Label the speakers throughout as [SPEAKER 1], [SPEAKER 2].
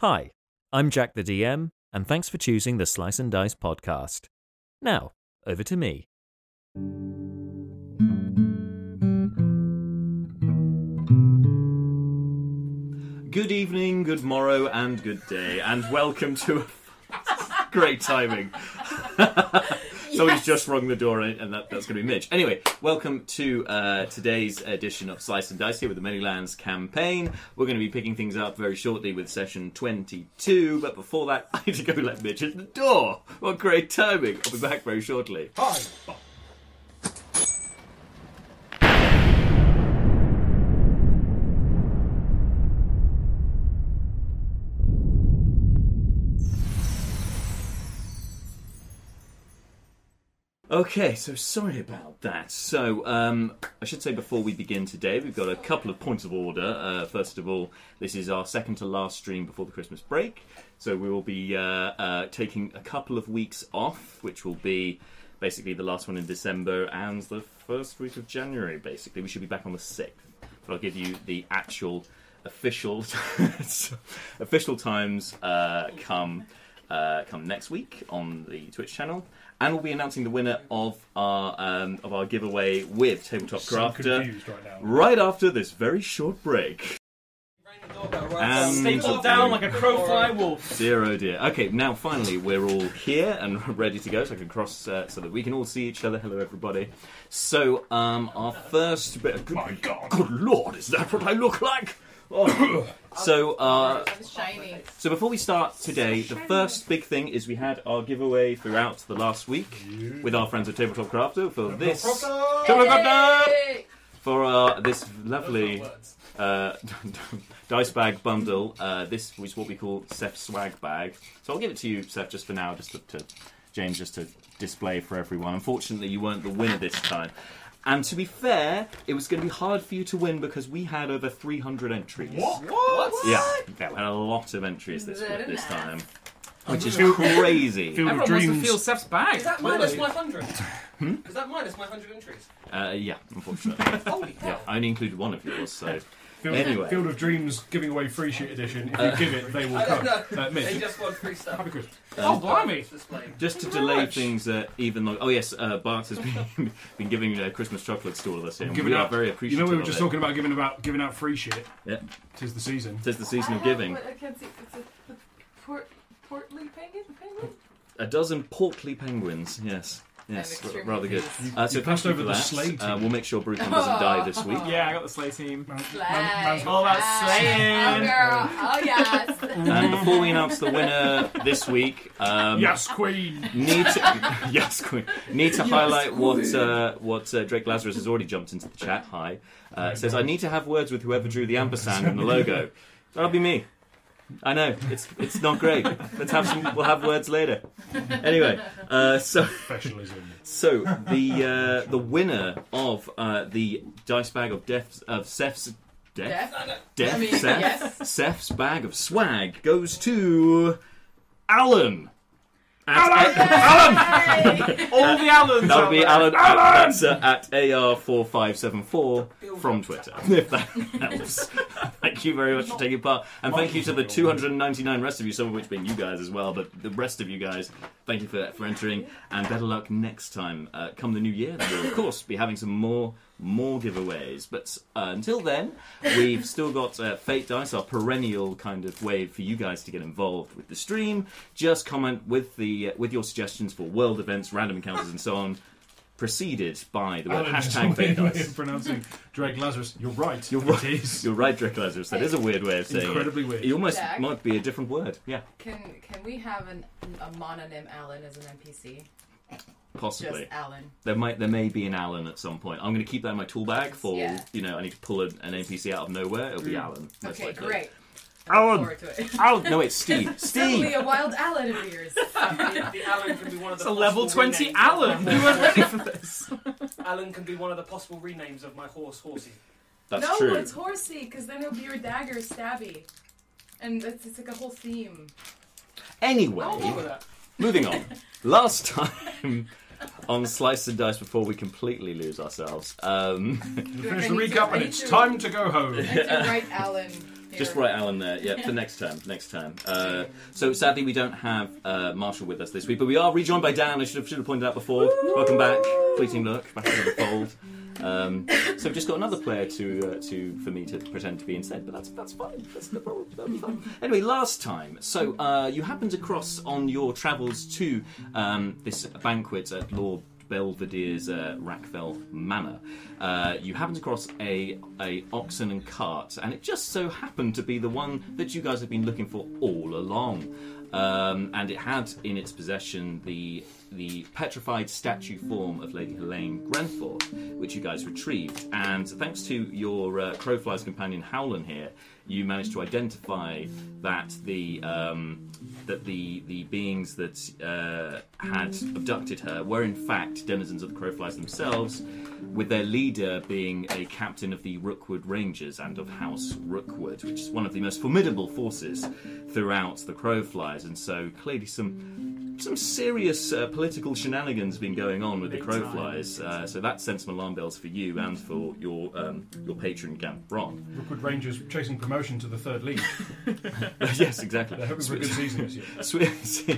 [SPEAKER 1] Hi, I'm Jack the DM, and thanks for choosing the Slice and Dice podcast. Now, over to me. Good evening, good morrow, and good day, and welcome to. Great timing. Somebody's just rung the door, and and that, that's going to be Midge. Anyway, welcome to uh, today's edition of Slice and Dice here with the Many Lands campaign. We're going to be picking things up very shortly with session 22, but before that, I need to go let Midge at the door. What great timing. I'll be back very shortly.
[SPEAKER 2] Hi.
[SPEAKER 1] Okay, so sorry about that. So, um, I should say before we begin today, we've got a couple of points of order. Uh, first of all, this is our second to last stream before the Christmas break, so we will be uh, uh, taking a couple of weeks off, which will be basically the last one in December and the first week of January, basically. We should be back on the 6th, but I'll give you the actual official official times uh, come uh, come next week on the Twitch channel, and we'll be announcing the winner of our um, of our giveaway with Tabletop Crafter
[SPEAKER 2] confused right now.
[SPEAKER 1] right after this very short break. And-
[SPEAKER 3] Stapled down like a crow fly wolf.
[SPEAKER 1] Dear oh dear. Okay, now finally we're all here and ready to go, so I can cross uh, so that we can all see each other. Hello, everybody. So um, our first bit. Of... My
[SPEAKER 2] God.
[SPEAKER 1] good lord, is that what I look like? Oh. so uh,
[SPEAKER 4] shiny.
[SPEAKER 1] So before we start today, the first big thing is we had our giveaway throughout the last week with our friends at Tabletop Crafter for this Tabletop Crafter! for our, this lovely uh, dice bag bundle. Uh, this is what we call Seth swag bag. So I'll give it to you, Seth, just for now, just to, to James, just to display for everyone. Unfortunately, you weren't the winner this time. And to be fair, it was going to be hard for you to win because we had over 300 entries.
[SPEAKER 3] What?
[SPEAKER 1] Yeah, yeah, we had a lot of entries this
[SPEAKER 4] Very
[SPEAKER 1] this
[SPEAKER 4] nice.
[SPEAKER 1] time, which is crazy.
[SPEAKER 2] Feel-
[SPEAKER 3] Everyone wants to
[SPEAKER 2] Dreams. Hmm?
[SPEAKER 3] feel Seth's bag.
[SPEAKER 5] Is that minus 100? Is that minus 100 entries?
[SPEAKER 1] Uh, yeah, unfortunately,
[SPEAKER 5] Holy cow.
[SPEAKER 1] I only included one of yours, so
[SPEAKER 2] Field,
[SPEAKER 1] Anyway. um, Uh,
[SPEAKER 2] Field of Dreams giving away free shoot edition. If you give it, they will
[SPEAKER 5] I don't
[SPEAKER 2] come.
[SPEAKER 5] know.
[SPEAKER 2] Uh,
[SPEAKER 5] They
[SPEAKER 2] Mitch.
[SPEAKER 5] just want free stuff.
[SPEAKER 2] Happy Christmas.
[SPEAKER 3] Oh, blimey.
[SPEAKER 5] Display.
[SPEAKER 1] just to
[SPEAKER 3] Thank you
[SPEAKER 1] delay
[SPEAKER 3] very much.
[SPEAKER 1] things uh, even though. Oh yes, uh, Bart has been been giving uh, Christmas chocolates to all of us here. and
[SPEAKER 2] Giving
[SPEAKER 1] we are
[SPEAKER 2] out-
[SPEAKER 1] very
[SPEAKER 2] You
[SPEAKER 1] appreciative.
[SPEAKER 2] know we were
[SPEAKER 1] of
[SPEAKER 2] just
[SPEAKER 1] it.
[SPEAKER 2] talking about giving about giving out free shit.
[SPEAKER 1] Yeah.
[SPEAKER 2] Tis the season.
[SPEAKER 1] Tis the season of giving.
[SPEAKER 4] I can't see. It's a, the port, portly penguin. Penguin.
[SPEAKER 1] A dozen portly penguins. Yes. Yes,
[SPEAKER 4] I'm
[SPEAKER 1] r-
[SPEAKER 4] extremely
[SPEAKER 1] rather good.
[SPEAKER 4] pleased.
[SPEAKER 1] Uh, so
[SPEAKER 2] you passed
[SPEAKER 1] thank you
[SPEAKER 2] over
[SPEAKER 1] for
[SPEAKER 2] the
[SPEAKER 1] that.
[SPEAKER 2] sleigh
[SPEAKER 1] Uh,
[SPEAKER 2] team.
[SPEAKER 1] we'll make sure Bruton doesn't die this week.
[SPEAKER 3] Yeah, I got the sleigh team.
[SPEAKER 2] Man-
[SPEAKER 4] Slay.
[SPEAKER 2] man- man's-
[SPEAKER 3] All that
[SPEAKER 4] Oh
[SPEAKER 3] slaying.
[SPEAKER 4] girl. Oh yes.
[SPEAKER 1] And before we announce the winner this week, um,
[SPEAKER 2] Yes, Queen.
[SPEAKER 1] Need to, yes, Queen. Need to highlight what uh, what uh, Drake Lazarus has already jumped into the chat. Hi, uh, it says I need to have words with whoever drew the ampersand and the logo. That'll be me. I know it's it's not great. Let's have some. We'll have words later. Anyway, uh, so
[SPEAKER 2] Professionalism.
[SPEAKER 1] so the uh, the winner of uh, the dice bag of deaths of Seth's death
[SPEAKER 4] Death.
[SPEAKER 1] death
[SPEAKER 4] I mean,
[SPEAKER 1] Seth
[SPEAKER 4] yes.
[SPEAKER 1] Seth's bag of swag goes to Alan. Alan.
[SPEAKER 4] Yay.
[SPEAKER 3] All the Allens.
[SPEAKER 1] That would be Alan,
[SPEAKER 3] out
[SPEAKER 1] Alan! at AR4574 from Twitter, if that helps. thank you very much for taking part. And thank you to the 299 rest of you, some of which being you guys as well, but the rest of you guys, thank you for, for entering. And better luck next time. Uh, come the new year, we'll, of course, be having some more more giveaways. But uh, until then, we've still got uh, Fate Dice, our perennial kind of way for you guys to get involved with the stream. Just comment with the uh, with your suggestions for world events, random encounters, and so on. Preceded by the word
[SPEAKER 2] Alan is
[SPEAKER 1] hashtag
[SPEAKER 2] a
[SPEAKER 1] Fate
[SPEAKER 2] weird way
[SPEAKER 1] Dice.
[SPEAKER 2] of pronouncing Drake Lazarus. You're right.
[SPEAKER 1] You're right.
[SPEAKER 2] It is.
[SPEAKER 1] You're right, Drake Lazarus. That is a weird way of saying it.
[SPEAKER 2] Incredibly
[SPEAKER 1] It
[SPEAKER 2] weird.
[SPEAKER 1] almost
[SPEAKER 4] Jack.
[SPEAKER 1] might be a different word. Yeah,
[SPEAKER 4] Can can we have an, a mononym Alan as an NPC? Just
[SPEAKER 1] possibly.
[SPEAKER 4] Alan.
[SPEAKER 1] There might there may be an Alan at some point. I'm going to keep that in my tool bag for
[SPEAKER 4] Yeah.
[SPEAKER 1] you know I need to pull an, an NPC out of nowhere. It'll be Alan. most
[SPEAKER 4] Okay,
[SPEAKER 1] likely.
[SPEAKER 4] great.
[SPEAKER 1] Alan.
[SPEAKER 4] Forward to it.
[SPEAKER 1] Alan. No, it's Steve.
[SPEAKER 4] Suddenly
[SPEAKER 1] Steve.
[SPEAKER 4] a wild Alan appears.
[SPEAKER 5] The, the Alan can be one of the
[SPEAKER 3] It's a level
[SPEAKER 5] possible
[SPEAKER 3] 20
[SPEAKER 5] renames
[SPEAKER 3] Allen.
[SPEAKER 5] of my
[SPEAKER 3] You
[SPEAKER 5] horse.
[SPEAKER 3] weren't ready for this.
[SPEAKER 5] Alan can be one of the possible renames of my horse, Horsey.
[SPEAKER 1] That's
[SPEAKER 4] no,
[SPEAKER 1] true.
[SPEAKER 4] it's horsey, because then it'll be your dagger stabby. And it's, it's like a whole theme.
[SPEAKER 1] Anyway,
[SPEAKER 5] I'm all with that.
[SPEAKER 1] moving on. Last time on Slice and Dice before we completely lose ourselves. Um, Oh.
[SPEAKER 2] We finished the recap and it's time to go home.
[SPEAKER 4] I have to write Alan.
[SPEAKER 1] Just right, Alan. There, yeah, for next term. Next term. Uh, so sadly, we don't have uh, Marshall with us this week, but we are rejoined by Dan. I should have, should have pointed out before. Welcome back, fleeting look, back into the fold. Um, so we've just got another player to uh, to for me to pretend to be instead, but that's that's fine. That's no problem. That'll be fine. Anyway, last time, so uh, you happened across on your travels to um, this banquet at Lord Belvedere's uh, Rackfell Manor. Uh, you happened across a a oxen and cart, and it just so happened to be the one that you guys have been looking for all along. Um, and it had in its possession the the petrified statue form of Lady Helene Grenforth, which you guys retrieved. And thanks to your uh, Crowfly's companion Howlin here, you managed to identify that the um, that the the beings that uh, had abducted her were in fact denizens of the Crowflies themselves, with their leader being a captain of the Rookwood Rangers and of House Rookwood, which is one of the most formidable forces throughout the Crowflies. And so clearly some some serious uh, political shenanigans been going on with
[SPEAKER 3] Big
[SPEAKER 1] the
[SPEAKER 3] time.
[SPEAKER 1] crowflies, uh, so that sent some alarm bells for you and for your um, your patron Gamp Bron.
[SPEAKER 2] Rookwood Rangers chasing promotion to the third league.
[SPEAKER 1] yes, exactly.
[SPEAKER 2] They're hoping for a good season this year.
[SPEAKER 1] Spe-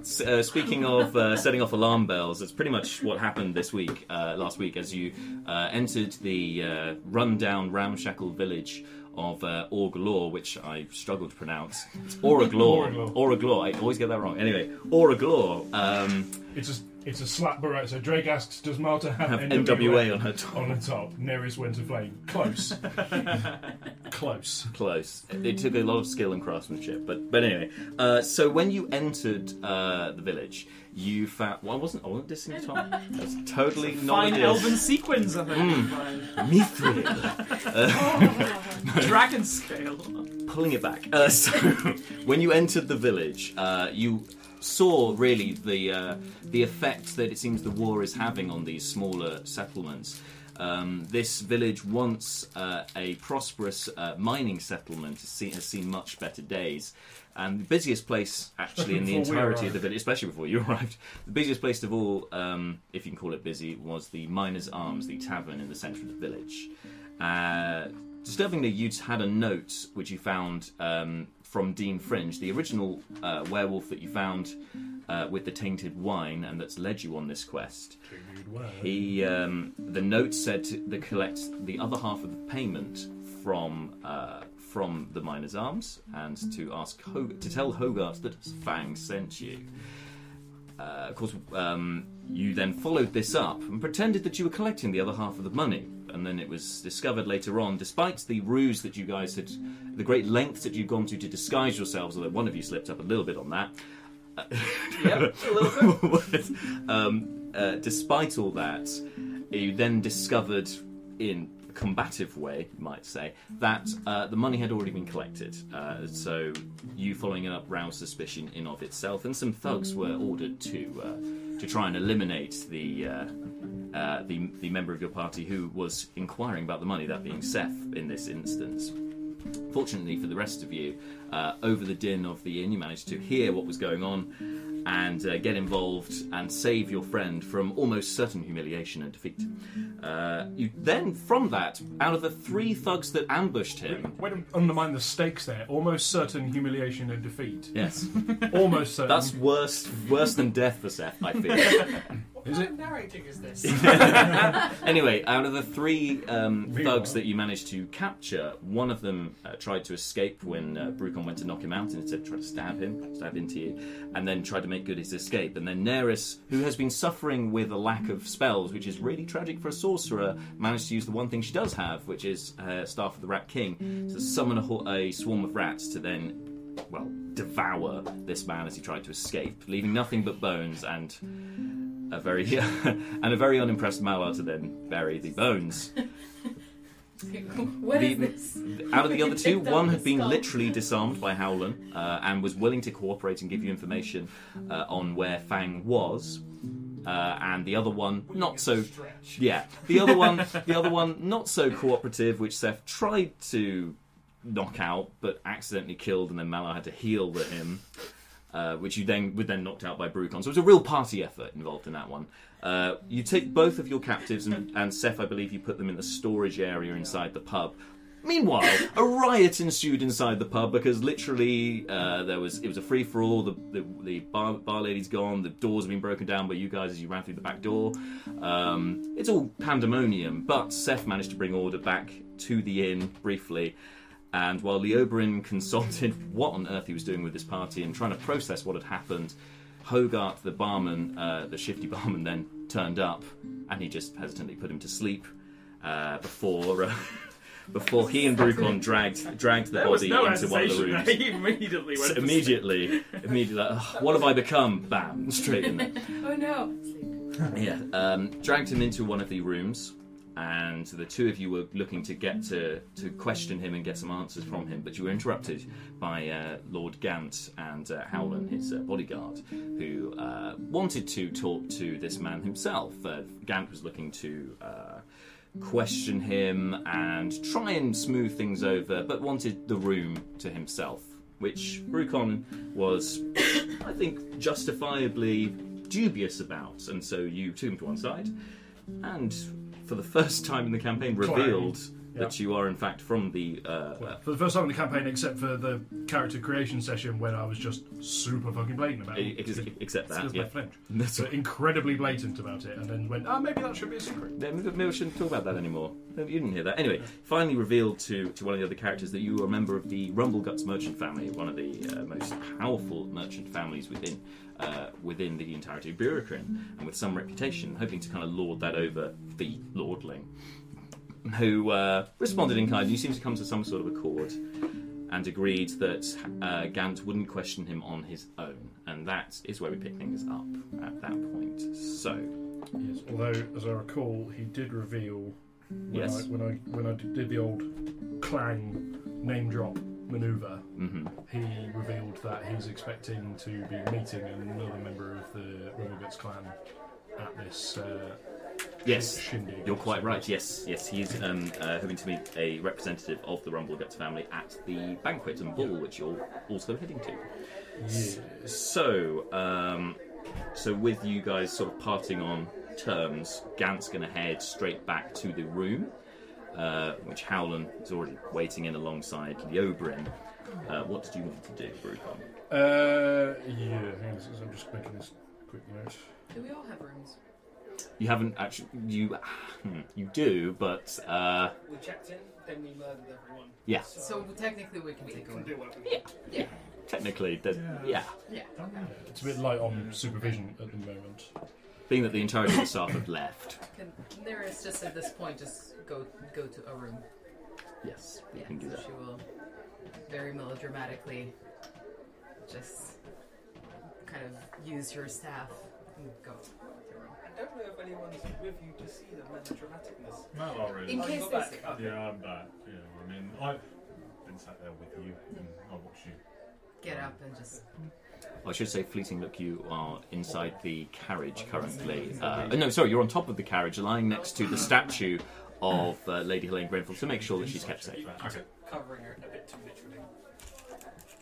[SPEAKER 1] s- uh, speaking of uh, setting off alarm bells, that's pretty much what happened this week, uh, last week, as you uh, entered the uh, rundown, ramshackle village of uh, Orglor, which I struggle to pronounce. It's Oraglor.
[SPEAKER 2] Oraglor.
[SPEAKER 1] Oraglor. I always get that wrong. Anyway, Oraglor. Um,
[SPEAKER 2] It's a, it's a slap, but right. So Drake asks, does Malta have,
[SPEAKER 1] have NWA on her top.
[SPEAKER 2] on the top? Nearest went to flame. Close. Close.
[SPEAKER 1] close. It took a lot of skill and craftsmanship, but but anyway. Uh, so when you entered uh, the village, you found. Well, I wasn't. I wasn't dissing Tom. That's totally not Hmm.
[SPEAKER 3] Fine
[SPEAKER 1] a
[SPEAKER 3] elven
[SPEAKER 1] diss. Mm.
[SPEAKER 3] sequins, I think.
[SPEAKER 1] Mithril. Uh,
[SPEAKER 3] Fine. Dragon scale.
[SPEAKER 1] Pulling it back. Uh, so when you entered the village, uh, you saw really the uh, the effect that it seems the war is having on these smaller settlements. Um, this village, once uh, a prosperous uh, mining settlement, has seen, has seen much better days. And the busiest place, actually, in the
[SPEAKER 2] Before we
[SPEAKER 1] entirety of
[SPEAKER 2] arrived.
[SPEAKER 1] the village, especially before you arrived, the busiest place of all, um, if you can call it busy, was the Miners' Arms, the tavern in the centre of the village. Uh, disturbingly, you'd had a note which you found um, from Dean Fringe, the original uh, werewolf that you found uh, with the tainted wine and that's led you on this quest.
[SPEAKER 2] Dude, where?
[SPEAKER 1] He, um, the note said to the collect the other half of the payment from uh, from the miners' arms and to ask Hog- to tell Hogarth that Fang sent you. Uh, of course, um, you then followed this up and pretended that you were collecting the other half of the money, and then it was discovered later on, despite the ruse that you guys had, the great lengths that you'd gone to to disguise yourselves, although one of you slipped up a little bit on that. uh,
[SPEAKER 5] Yep, a little bit.
[SPEAKER 1] Was, um, uh, despite all that, you then discovered, in a combative way, you might say, that uh, the money had already been collected. Uh, so you following it up roused suspicion in of itself, and some thugs were ordered to uh, to try and eliminate the. Uh, uh, the, the member of your party who was inquiring about the money, that being Seth in this instance. Fortunately for the rest of you, uh, over the din of the inn, you managed to hear what was going on and uh, get involved and save your friend from almost certain humiliation and defeat. Uh, you then, from that, out of the three thugs that ambushed him,
[SPEAKER 2] Way to undermine the stakes there. Almost certain humiliation and defeat.
[SPEAKER 1] yes,
[SPEAKER 2] Almost certain.
[SPEAKER 1] that's worse worse than death for Seth, I feel.
[SPEAKER 5] What
[SPEAKER 2] Is
[SPEAKER 5] kind
[SPEAKER 2] it?
[SPEAKER 5] of narrating is this?
[SPEAKER 1] anyway, out of the three um,
[SPEAKER 2] Meanwhile.
[SPEAKER 1] thugs that you managed to capture, one of them uh, tried to escape when uh, Brucon went to knock him out and instead tried to stab him, stab into you, and then tried to make good his escape. And then Nerys, who has been suffering with a lack of spells, which is really tragic for a sorcerer, managed to use the one thing she does have, which is her Staff of the Rat King, to summon a, ho- a swarm of rats to then well, devour this man as he tried to escape, leaving nothing but bones and a very and a very unimpressed Malar to then bury the bones.
[SPEAKER 4] what is
[SPEAKER 1] The-
[SPEAKER 4] this?
[SPEAKER 1] Out of the other two,
[SPEAKER 4] Picked up
[SPEAKER 1] one
[SPEAKER 4] the
[SPEAKER 1] had been
[SPEAKER 4] skull.
[SPEAKER 1] literally disarmed by Howlin uh, and was willing to cooperate and give you information uh, on where Fang was, uh, and the other one not so
[SPEAKER 5] Stretch.
[SPEAKER 1] Yeah, the other one, the other one, not so cooperative, which Seth tried to knock out, but accidentally killed, and then Malar had to heal with him, uh, which you then were then knocked out by Brucon. So it was a real party effort involved in that one. Uh, you take both of your captives, and, and Seth, I believe, you put them in the storage area inside the pub. Meanwhile, a riot ensued inside the pub because literally uh, there was it was a free for all. The, the the bar bar lady's gone. The doors have been broken down by you guys as you ran through the back door. Um, it's all pandemonium. But Seth managed to bring order back to the inn briefly. And while Leoberin consulted what on earth he was doing with this party and trying to process what had happened, Hogarth, the barman, uh, the shifty barman, then turned up, and he just hesitantly put him to sleep uh, before uh, before he and Brucon dragged dragged the
[SPEAKER 3] There was
[SPEAKER 1] body
[SPEAKER 3] no
[SPEAKER 1] into one of the
[SPEAKER 3] hesitation.
[SPEAKER 1] rooms.
[SPEAKER 3] He immediately went.
[SPEAKER 1] So
[SPEAKER 3] to
[SPEAKER 1] immediately, immediately, like, "Ugh, what have I become? Bam, straight in there.
[SPEAKER 4] Oh no. Sleep.
[SPEAKER 1] Yeah, um, dragged him into one of the rooms, and the two of you were looking to get to to question him and get some answers from him, but you were interrupted by uh, Lord Gant and uh, Howland, his uh, bodyguard, who uh, wanted to talk to this man himself. Uh, Gant was looking to. Uh, question him and try and smooth things over, but wanted the room to himself, which Brucon was, I think, justifiably dubious about. And so you took him to one side, and for the first time in the campaign, revealed that you are in fact from the. Uh, uh,
[SPEAKER 2] For the first time in the campaign, except for the character creation session when I was just super fucking blatant about it.
[SPEAKER 1] ex- except
[SPEAKER 2] Because
[SPEAKER 1] that,
[SPEAKER 2] my
[SPEAKER 1] yeah.
[SPEAKER 2] French.
[SPEAKER 1] That's
[SPEAKER 2] So incredibly blatant about it, and then went, ah, maybe that should be a secret.
[SPEAKER 1] No, Maybe maybe we shouldn't talk about that anymore. No, You didn't hear that. Anyway, finally revealed to, to one of the other characters that you were a member of the Rumbleguts merchant family, one of the uh, most powerful merchant families within uh, within the entirety of Burekrin, and with some reputation, hoping to kind of lord that over the lordling, who uh, responded in kind. You seem to come to some sort of accord and agreed that uh, Gant wouldn't question him on his own, and that is where we pick things up at that point. So.
[SPEAKER 2] Yes. Although, as I recall, he did reveal when
[SPEAKER 1] Yes.
[SPEAKER 2] I, when I when I did the old clang name drop maneuver,
[SPEAKER 1] mhm.
[SPEAKER 2] he revealed that he's expecting to be meeting another member of the Rumovitz clan at this uh,
[SPEAKER 1] Yes,
[SPEAKER 2] shindig.
[SPEAKER 1] You're quite right. Yes, yes, he's um, uh, hoping to meet a representative of the Rumbleguts family at the banquet and ball, which you're also heading to.
[SPEAKER 2] Yes.
[SPEAKER 1] So, um, so with you guys sort of parting on terms, Gant's going to head straight back to the room, uh, which Howland is already waiting in alongside Leobrin. Uh, what did you want to do, Brucon?
[SPEAKER 2] Uh, yeah. Hang on, a second, I'm just making this quick note.
[SPEAKER 4] Do we all have rooms?
[SPEAKER 1] You haven't actually. You hmm, you do, but uh,
[SPEAKER 5] We checked in, then we murdered everyone.
[SPEAKER 1] Yeah.
[SPEAKER 5] So,
[SPEAKER 6] So technically we can
[SPEAKER 5] we
[SPEAKER 6] take
[SPEAKER 5] can
[SPEAKER 6] one.
[SPEAKER 5] do what we want.
[SPEAKER 4] Yeah. Yeah.
[SPEAKER 1] technically, there- yeah.
[SPEAKER 2] It's a bit light on supervision at the moment.
[SPEAKER 1] Being that the entirety of the staff have left.
[SPEAKER 6] Can Nereus just at this point just go go to a room?
[SPEAKER 1] Yes, you
[SPEAKER 6] Yeah,
[SPEAKER 1] can do
[SPEAKER 6] so
[SPEAKER 1] that.
[SPEAKER 6] she will very melodramatically just kind of use her staff and go. to a room.
[SPEAKER 5] I don't know if anyone's with you to see the melodramaticness.
[SPEAKER 7] No, not really.
[SPEAKER 4] In
[SPEAKER 5] Oh,
[SPEAKER 4] case
[SPEAKER 5] you're
[SPEAKER 4] there's-
[SPEAKER 5] back. Okay.
[SPEAKER 7] Yeah, um, I'm back. You know, I mean, I've been sat there with you. And I watched you.
[SPEAKER 6] Get up and just
[SPEAKER 1] I should say, fleeting look, you are inside the carriage currently. Uh, oh, no, sorry, you're on top of the carriage, lying next to the statue of uh, Lady Helene Grenfell to make sure that she's kept safe.
[SPEAKER 7] Okay.
[SPEAKER 5] Covering her a bit too literally.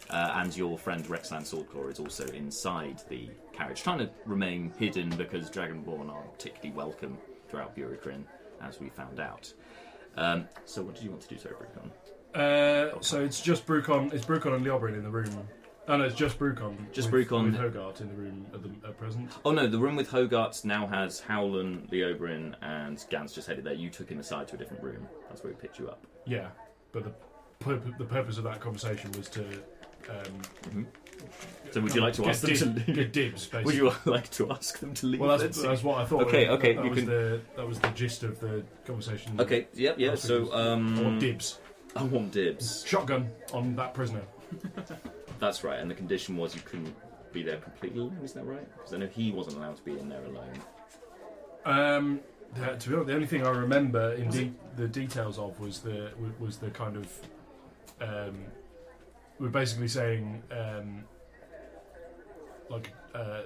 [SPEAKER 1] Uh, and your friend Rexland Swordclaw is also inside the carriage, trying to remain hidden because Dragonborn are particularly welcome throughout Burekrin, as we found out. Um, so, what did you want to do, sorry, Brucon?
[SPEAKER 2] Uh, so it's just Brucon. It's Brucon and Leobrin in the room. Oh no, it's just Brucon.
[SPEAKER 1] Just
[SPEAKER 2] with,
[SPEAKER 1] Brucon.
[SPEAKER 2] with Hogarth in the room at, the, at present.
[SPEAKER 1] Oh no, the room with Hogarth now has Howland, Leobrin, and Gans just headed there. You took him aside to a different room. That's where we picked you up.
[SPEAKER 2] Yeah, but the purp- the purpose of that conversation was to. Um,
[SPEAKER 1] Mm-hmm. So would you like to
[SPEAKER 2] get
[SPEAKER 1] ask them
[SPEAKER 2] dib-
[SPEAKER 1] to leave?
[SPEAKER 2] get dibs? Basically.
[SPEAKER 1] Would you like to ask them to leave?
[SPEAKER 2] Well, that's,
[SPEAKER 1] Let's see.
[SPEAKER 2] that's what I thought.
[SPEAKER 1] Okay, okay,
[SPEAKER 2] That
[SPEAKER 1] you
[SPEAKER 2] was
[SPEAKER 1] can-
[SPEAKER 2] the that was the gist of the conversation.
[SPEAKER 1] okay. Yep. Yeah.
[SPEAKER 2] Ask
[SPEAKER 1] So,
[SPEAKER 2] them-
[SPEAKER 1] um,
[SPEAKER 2] Or dibs.
[SPEAKER 1] I want dibs.
[SPEAKER 2] Shotgun on that prisoner.
[SPEAKER 1] That's right. And the condition was you couldn't be there completely alone. Is that right? Because I know he wasn't allowed to be in there alone.
[SPEAKER 2] Um, the, to be honest, the only thing I remember in de- the details of was the wa- was the kind of um, we're basically saying um, like uh,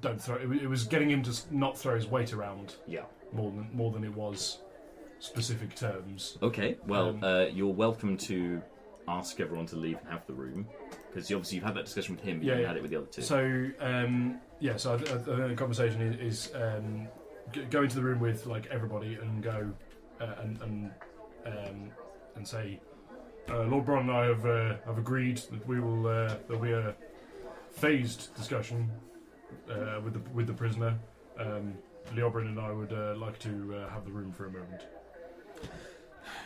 [SPEAKER 2] don't throw. It, wa- it was getting him to s- not throw his weight around
[SPEAKER 1] Yeah.
[SPEAKER 2] more than more than it was specific terms.
[SPEAKER 1] Okay. Well,
[SPEAKER 2] Um,
[SPEAKER 1] uh, you're welcome to ask everyone to leave and have the room because obviously you've had that discussion with him. But you
[SPEAKER 2] Yeah,
[SPEAKER 1] haven't
[SPEAKER 2] yeah.
[SPEAKER 1] had it with the other two.
[SPEAKER 2] So um, yeah, so I, th- I th- I think the conversation is, is um, g- go into the room with like everybody and go uh, and, and um, and say, uh, Lord Bron and I have uh, have agreed that we will uh, there'll be a phased discussion uh, with the with the prisoner. Um, Leobrin and I would uh, like to uh, have the room for a moment.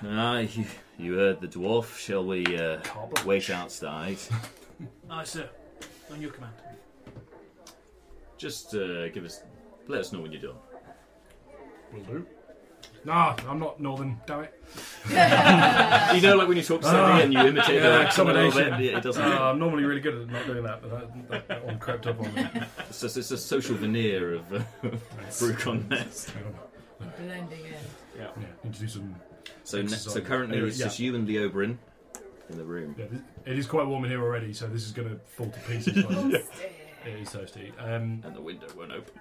[SPEAKER 1] Ah, you, you heard the dwarf. Shall we uh,
[SPEAKER 2] Carbon.
[SPEAKER 1] wait outside?
[SPEAKER 3] Aye, sir. On your command.
[SPEAKER 1] Just uh, give us, let us know when you're done.
[SPEAKER 2] Will do. Nah, I'm not northern. Damn it. Ah.
[SPEAKER 1] you know, like when you talk to somebody and you imitate their
[SPEAKER 2] Yeah,
[SPEAKER 1] accent a little bit,
[SPEAKER 2] accommodation.
[SPEAKER 1] yeah, it doesn't.
[SPEAKER 2] Uh, I'm normally really good at not doing that, but that, that, that one crept up on me.
[SPEAKER 1] It's just it's a social veneer of uh, Brucon Nest.
[SPEAKER 2] Hang on.
[SPEAKER 6] Blending in.
[SPEAKER 2] Yeah, need to do some.
[SPEAKER 1] So, ne-
[SPEAKER 2] Exercise.
[SPEAKER 1] so currently
[SPEAKER 2] Anyway,
[SPEAKER 1] it's just you and Leobrin in the room.
[SPEAKER 2] Yeah, this, it is quite warm in here already, so this is going to fall to pieces. by the- It is thirsty. Um,
[SPEAKER 1] And the window won't open.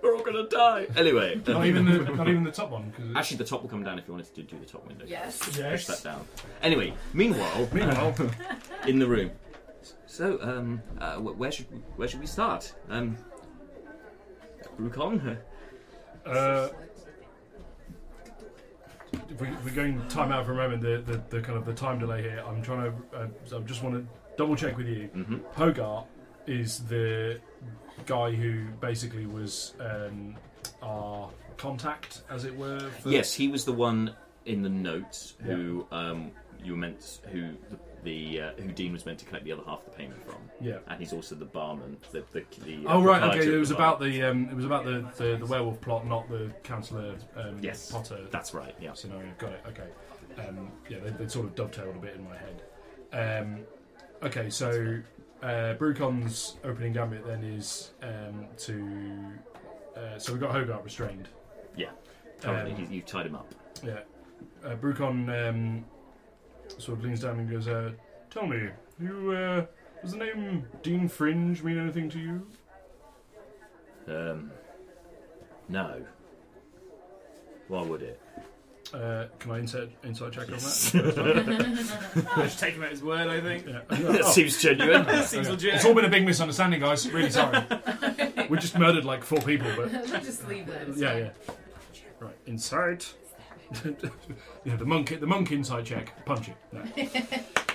[SPEAKER 1] We're all gonna die! Anyway. um,
[SPEAKER 2] not even the not even the top one because
[SPEAKER 1] Actually, the top will come down if you wanted to do the top window.
[SPEAKER 6] Yes.
[SPEAKER 1] Push that down. Anyway, meanwhile,
[SPEAKER 2] meanwhile
[SPEAKER 1] in the room. So, um, uh, wh- where should where should we start? Um, Brucon, uh,
[SPEAKER 2] uh, if we, if we're going time out for a moment. The, the, the kind of the time delay here. I'm trying to. Uh, so I just want to double check with you.
[SPEAKER 1] mhm.
[SPEAKER 2] Hogarth is the guy who basically was um, our contact, as it were. For,
[SPEAKER 1] Yes, he was the one in the notes who um, you were meant who the, the uh, who Dean was meant to collect the other half of the payment from,
[SPEAKER 2] Yeah.
[SPEAKER 1] and he's also the barman. The, the, the uh,
[SPEAKER 2] Oh right,
[SPEAKER 1] proprietor
[SPEAKER 2] okay.
[SPEAKER 1] of
[SPEAKER 2] It was
[SPEAKER 1] the bar.
[SPEAKER 2] about the um, it was about the, the, the werewolf plot, not the councillor um,
[SPEAKER 1] Yes.
[SPEAKER 2] Potter
[SPEAKER 1] That's right. Yeah.
[SPEAKER 2] scenario. Got it. Okay. Um, yeah, they, they sort of dovetailed a bit in my head. Um, okay, so uh, Brucon's opening gambit then is um, to uh, so we've got Hogarth restrained.
[SPEAKER 1] Yeah. Currently,
[SPEAKER 2] Um,
[SPEAKER 1] he's- you've tied him up.
[SPEAKER 2] Yeah. Uh, Brucon um, sort of leans down and goes, uh, Tell me, you, uh, does the name Dean Fringe mean anything to you?
[SPEAKER 1] Um, no. Why would it?
[SPEAKER 2] Uh, can I insert, inside check on that?
[SPEAKER 3] Just take him at his word, I think.
[SPEAKER 2] Yeah.
[SPEAKER 1] that
[SPEAKER 2] Oh,
[SPEAKER 1] seems genuine.
[SPEAKER 3] That seems
[SPEAKER 2] okay.
[SPEAKER 3] legit.
[SPEAKER 2] It's all been a big misunderstanding, guys. Really sorry. we just murdered like four people, but
[SPEAKER 6] Just leave that.
[SPEAKER 2] yeah, yeah. Right, inside. yeah, the monk, the monk inside check. Punch it. No.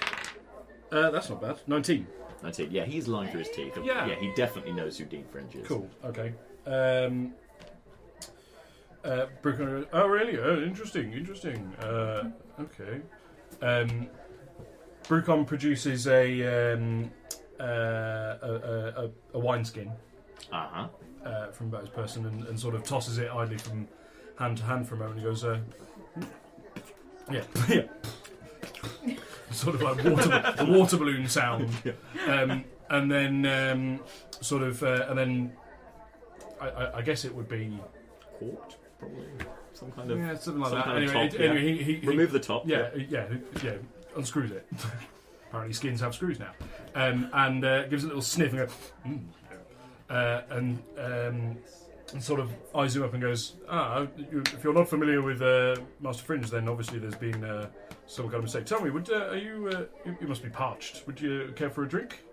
[SPEAKER 2] Uh, that's not bad. Nineteen.
[SPEAKER 1] That's it. Yeah, he's lying through his teeth.
[SPEAKER 2] Yeah.
[SPEAKER 1] he definitely knows who Dean Fringe is.
[SPEAKER 2] Cool. Okay. Um, uh, Brooklyn. Oh, really? Oh, interesting. Interesting. Uh, okay. Um, Brucon produces a um, uh, a, a, a, a wineskin
[SPEAKER 1] Uh huh.
[SPEAKER 2] uh, from about his person and, and sort of tosses it idly from hand to hand for a moment and goes, uh, yeah, yeah. sort of like water, the water balloon sound. Um, and then um, sort of, uh, and then I, I, I guess it would be
[SPEAKER 1] Court, probably some kind of.
[SPEAKER 2] yeah, something like
[SPEAKER 1] some
[SPEAKER 2] that.
[SPEAKER 1] kind of
[SPEAKER 2] anyway,
[SPEAKER 1] top,
[SPEAKER 2] it- anyway, he, he, he-
[SPEAKER 1] Remove the top.
[SPEAKER 2] yeah, yeah, yeah, unscrews it. Apparently, skins have screws now. Um, and uh, gives a little sniff and goes, mm. uh, and, um, and sort of eyes you up and goes, ah, you, if you're not familiar with uh, Master Fringe, then obviously there's been uh, some kind of mistake. Tell me, would uh, are you, uh, you? You must be parched. Would you care for a drink?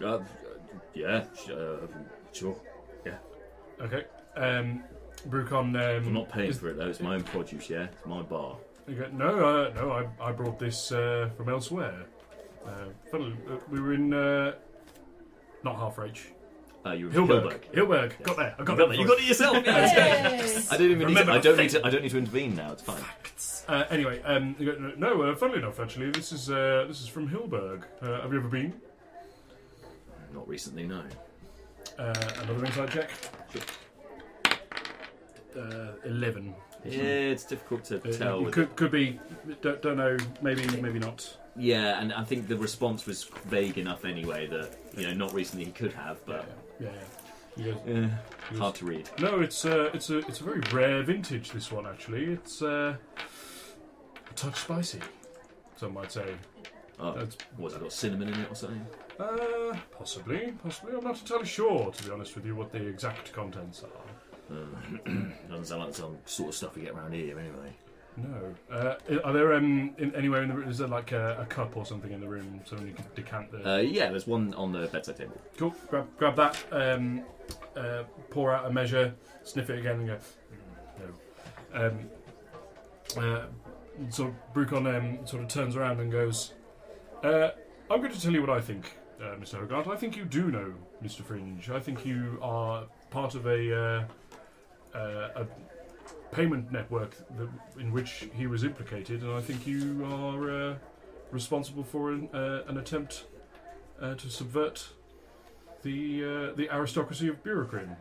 [SPEAKER 1] Uh, uh, yeah. sh- Uh, sure.
[SPEAKER 2] Okay. Um, Brucon. Um,
[SPEAKER 1] I'm not paying
[SPEAKER 2] is-
[SPEAKER 1] for it though. It's my own produce. Yeah, it's my bar.
[SPEAKER 2] They go, no, uh, no, I, I brought this uh, from elsewhere. Uh, fellow, uh, we were in uh, not half H.
[SPEAKER 1] Uh, you're in
[SPEAKER 2] Hilberg. Hilberg.
[SPEAKER 1] Yes.
[SPEAKER 2] Got there. I got,
[SPEAKER 1] You got
[SPEAKER 2] there.
[SPEAKER 1] it. You got it yourself. yeah, let's go. I don't even. Need to,
[SPEAKER 2] Remember
[SPEAKER 1] I don't need to. I don't need to intervene now. It's fine.
[SPEAKER 2] Uh, anyway, um, you go, no. Uh, funnily enough, actually, this is uh, this is from Hilberg. Uh, have you ever been?
[SPEAKER 1] Not recently, no.
[SPEAKER 2] Uh, another inside check. Uh, Eleven.
[SPEAKER 1] Yeah, it's difficult to
[SPEAKER 2] Uh,
[SPEAKER 1] tell.
[SPEAKER 2] it
[SPEAKER 1] with
[SPEAKER 2] could, could be. Don't, don't know. Maybe. Maybe not.
[SPEAKER 1] Yeah, and I think the response was vague enough anyway that you know not recently he could have, but
[SPEAKER 2] Yeah. yeah. You go,
[SPEAKER 1] yeah,
[SPEAKER 2] you go,
[SPEAKER 1] hard to read.
[SPEAKER 2] No, it's uh, it's a it's a very rare vintage. This one actually, it's uh, a touch spicy. Some might say.
[SPEAKER 1] Oh,
[SPEAKER 2] That's,
[SPEAKER 1] what's it got cinnamon in it or something?
[SPEAKER 2] uh, possibly, possibly. I'm not entirely sure, to be honest with you, what the exact contents are.
[SPEAKER 1] uh, Doesn't sound like some sort of stuff we get around here anyway.
[SPEAKER 2] No. Uh, i- are there um in, anywhere in the room? Is there like a, a cup or something in the room? Someone you could decant the.
[SPEAKER 1] Uh, yeah, there's one on the bedside table.
[SPEAKER 2] cool. Grab grab that. Um, uh, pour out a measure. Sniff it again and go. "Mm, No. Um, uh, And sort of, Brucon um, sort of turns around and goes, uh, I'm going to tell you what I think, uh, Mr. Hogarth. I think you do know Mr. Fringe. I think you are part of a, uh, uh, a payment network that, in which he was implicated, and I think you are uh, responsible for an, uh, an attempt uh, to subvert the uh, the aristocracy of Bureaucrin.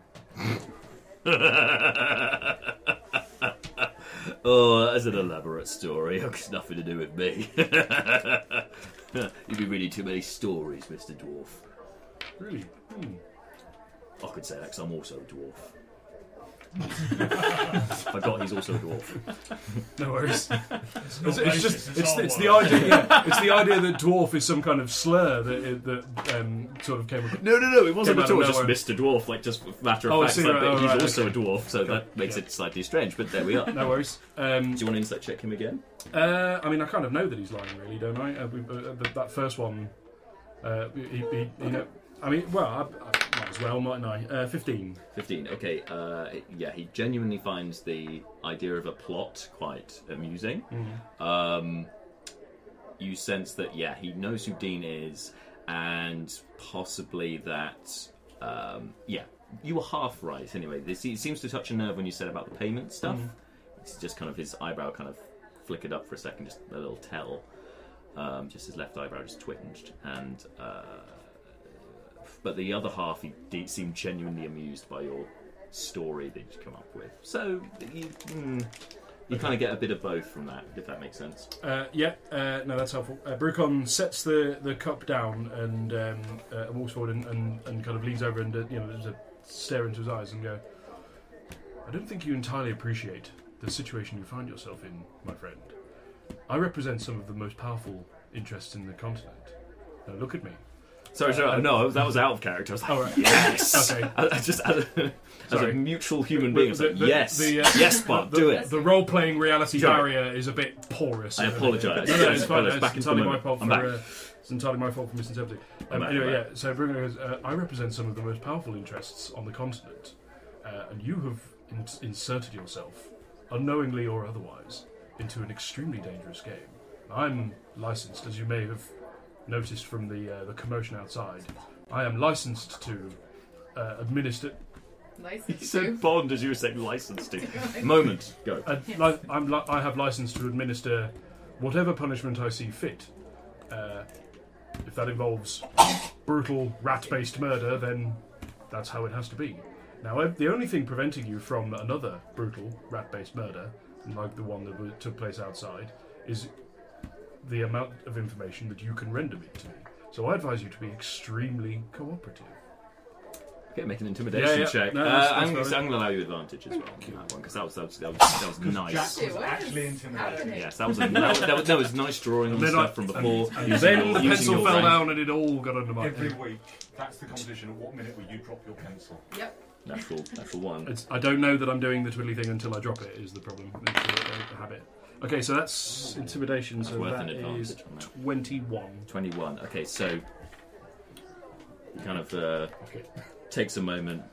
[SPEAKER 1] oh, that's an elaborate story. It's nothing to do with me. You'd be reading too many stories, Mr. Dwarf.
[SPEAKER 2] Really? Hmm.
[SPEAKER 1] I could say that 'cause I'm also a dwarf. I got he's also a dwarf.
[SPEAKER 2] No worries.
[SPEAKER 7] It's,
[SPEAKER 2] It's,
[SPEAKER 7] not
[SPEAKER 2] it's
[SPEAKER 7] racist,
[SPEAKER 2] just it's,
[SPEAKER 7] all
[SPEAKER 2] it's the
[SPEAKER 7] one.
[SPEAKER 2] idea yeah, it's the idea that dwarf is some kind of slur that it, that um, sort of came.
[SPEAKER 1] No, no, no, it wasn't
[SPEAKER 2] Came
[SPEAKER 1] at
[SPEAKER 2] out
[SPEAKER 1] all.
[SPEAKER 2] of
[SPEAKER 1] It's just
[SPEAKER 2] nowhere.
[SPEAKER 1] Mr. Dwarf, like just matter of
[SPEAKER 2] Oh, I
[SPEAKER 1] fact.
[SPEAKER 2] see,
[SPEAKER 1] like,
[SPEAKER 2] right,
[SPEAKER 1] but
[SPEAKER 2] oh,
[SPEAKER 1] he's
[SPEAKER 2] right,
[SPEAKER 1] also a dwarf, so
[SPEAKER 2] Okay,
[SPEAKER 1] that makes
[SPEAKER 2] yeah.
[SPEAKER 1] it slightly strange. But there we are. Do
[SPEAKER 2] No worries. Um,
[SPEAKER 1] you want to insight check him again?
[SPEAKER 2] uh, I mean, I kind of know that he's lying, really, don't I? Uh, we, uh, th- that first one. Uh, he, he, he, know, I mean, well, I, I might as well, mightn't I? Uh, Fifteen.
[SPEAKER 1] 15 okay uh, yeah he genuinely finds the idea of a plot quite amusing
[SPEAKER 2] Mm-hmm.
[SPEAKER 1] um, you sense that yeah he knows who dean is and possibly that um, yeah you were half right anyway this it seems to touch a nerve when you said about the payment stuff
[SPEAKER 2] Mm-hmm.
[SPEAKER 1] it's just kind of his eyebrow kind of flickered up for a second just a little tell um, just his left eyebrow just twinged and uh, but the other half he de- seemed genuinely amused by your story that you come up with. So you, mm, you kind of get a bit of both from that, if that makes sense.
[SPEAKER 2] Uh, yeah, uh, no, that's helpful. Uh, Brucon sets the, the cup down and um, uh, walks forward and, and, and kind of leans over and uh, you know there's a stare into his eyes and go. I don't think you entirely appreciate the situation you find yourself in, my friend. I represent some of the most powerful interests in the continent. Now look at me. Uh,
[SPEAKER 1] Sorry, sorry, no, that was out of character. I was like,
[SPEAKER 2] All right.
[SPEAKER 1] yes.
[SPEAKER 2] Okay.
[SPEAKER 1] I, I just as a, as a
[SPEAKER 2] Sorry.
[SPEAKER 1] mutual human being, I was
[SPEAKER 2] The-
[SPEAKER 1] like,
[SPEAKER 2] the-
[SPEAKER 1] yes,
[SPEAKER 2] the, uh,
[SPEAKER 1] yes, Bob,
[SPEAKER 2] the-
[SPEAKER 1] do it.
[SPEAKER 2] The role playing reality
[SPEAKER 1] Sorry.
[SPEAKER 2] barrier is a bit porous.
[SPEAKER 1] I
[SPEAKER 2] isn't it?
[SPEAKER 1] apologise.
[SPEAKER 2] No, no, it's
[SPEAKER 1] Yes,
[SPEAKER 2] fine.
[SPEAKER 1] it's
[SPEAKER 2] It's,
[SPEAKER 1] back into the
[SPEAKER 2] entirely my
[SPEAKER 1] moment.
[SPEAKER 2] fault
[SPEAKER 1] I'm
[SPEAKER 2] for.
[SPEAKER 1] back.
[SPEAKER 2] Uh, it's entirely my fault for misinterpreting.
[SPEAKER 1] I'm
[SPEAKER 2] Um,
[SPEAKER 1] back,
[SPEAKER 2] anyway,
[SPEAKER 1] I'm
[SPEAKER 2] yeah.
[SPEAKER 1] back.
[SPEAKER 2] So Bruno goes. Uh, I represent some of the most powerful interests on the continent, uh, and you have in- inserted yourself, unknowingly or otherwise, into an extremely dangerous game. I'm licensed, as you may have noticed from the uh, the commotion outside. I am licensed to uh, administer.
[SPEAKER 1] He
[SPEAKER 4] License
[SPEAKER 1] said
[SPEAKER 4] to.
[SPEAKER 1] Bond as you were saying licensed to. Moment, go.
[SPEAKER 2] Uh, li- I'm li- I have license to administer whatever punishment I see fit. Uh, if that involves brutal rat-based murder, then that's how it has to be. Now, I- the only thing preventing you from another brutal rat-based murder, like the one that w- took place outside, is the amount of information that you can render me to me. So I advise you to be extremely cooperative.
[SPEAKER 1] Okay, make an intimidation
[SPEAKER 2] yeah.
[SPEAKER 1] check.
[SPEAKER 2] No,
[SPEAKER 1] uh,
[SPEAKER 2] that's- that's
[SPEAKER 1] I'm,
[SPEAKER 2] fine.
[SPEAKER 1] going to allow you advantage as well on that one because that was, that was, that was, that was nice.
[SPEAKER 7] Jack was
[SPEAKER 4] It was.
[SPEAKER 7] actually intimidating.
[SPEAKER 4] Happening.
[SPEAKER 1] Yes, that was a, that was, that was, that was nice drawing on
[SPEAKER 2] And then
[SPEAKER 1] stuff
[SPEAKER 2] I-
[SPEAKER 1] from before.
[SPEAKER 7] and-
[SPEAKER 1] using
[SPEAKER 2] Then
[SPEAKER 1] your-
[SPEAKER 2] the
[SPEAKER 1] using
[SPEAKER 2] pencil
[SPEAKER 1] your
[SPEAKER 2] fell
[SPEAKER 1] rank.
[SPEAKER 2] down and it all got under my.
[SPEAKER 7] Every week, that's the competition. At what minute will you drop your pencil?
[SPEAKER 4] Yep.
[SPEAKER 1] Natural, natural one.
[SPEAKER 2] It's, I don't know that I'm doing the twiddly thing until I drop it. Is the problem? It's a, a habit. Okay, so that's intimidation. So
[SPEAKER 1] worth an
[SPEAKER 2] that is
[SPEAKER 1] advantage on that.
[SPEAKER 2] twenty-one.
[SPEAKER 1] Twenty-one. Okay, so he kind of uh,
[SPEAKER 2] Okay.
[SPEAKER 1] takes a moment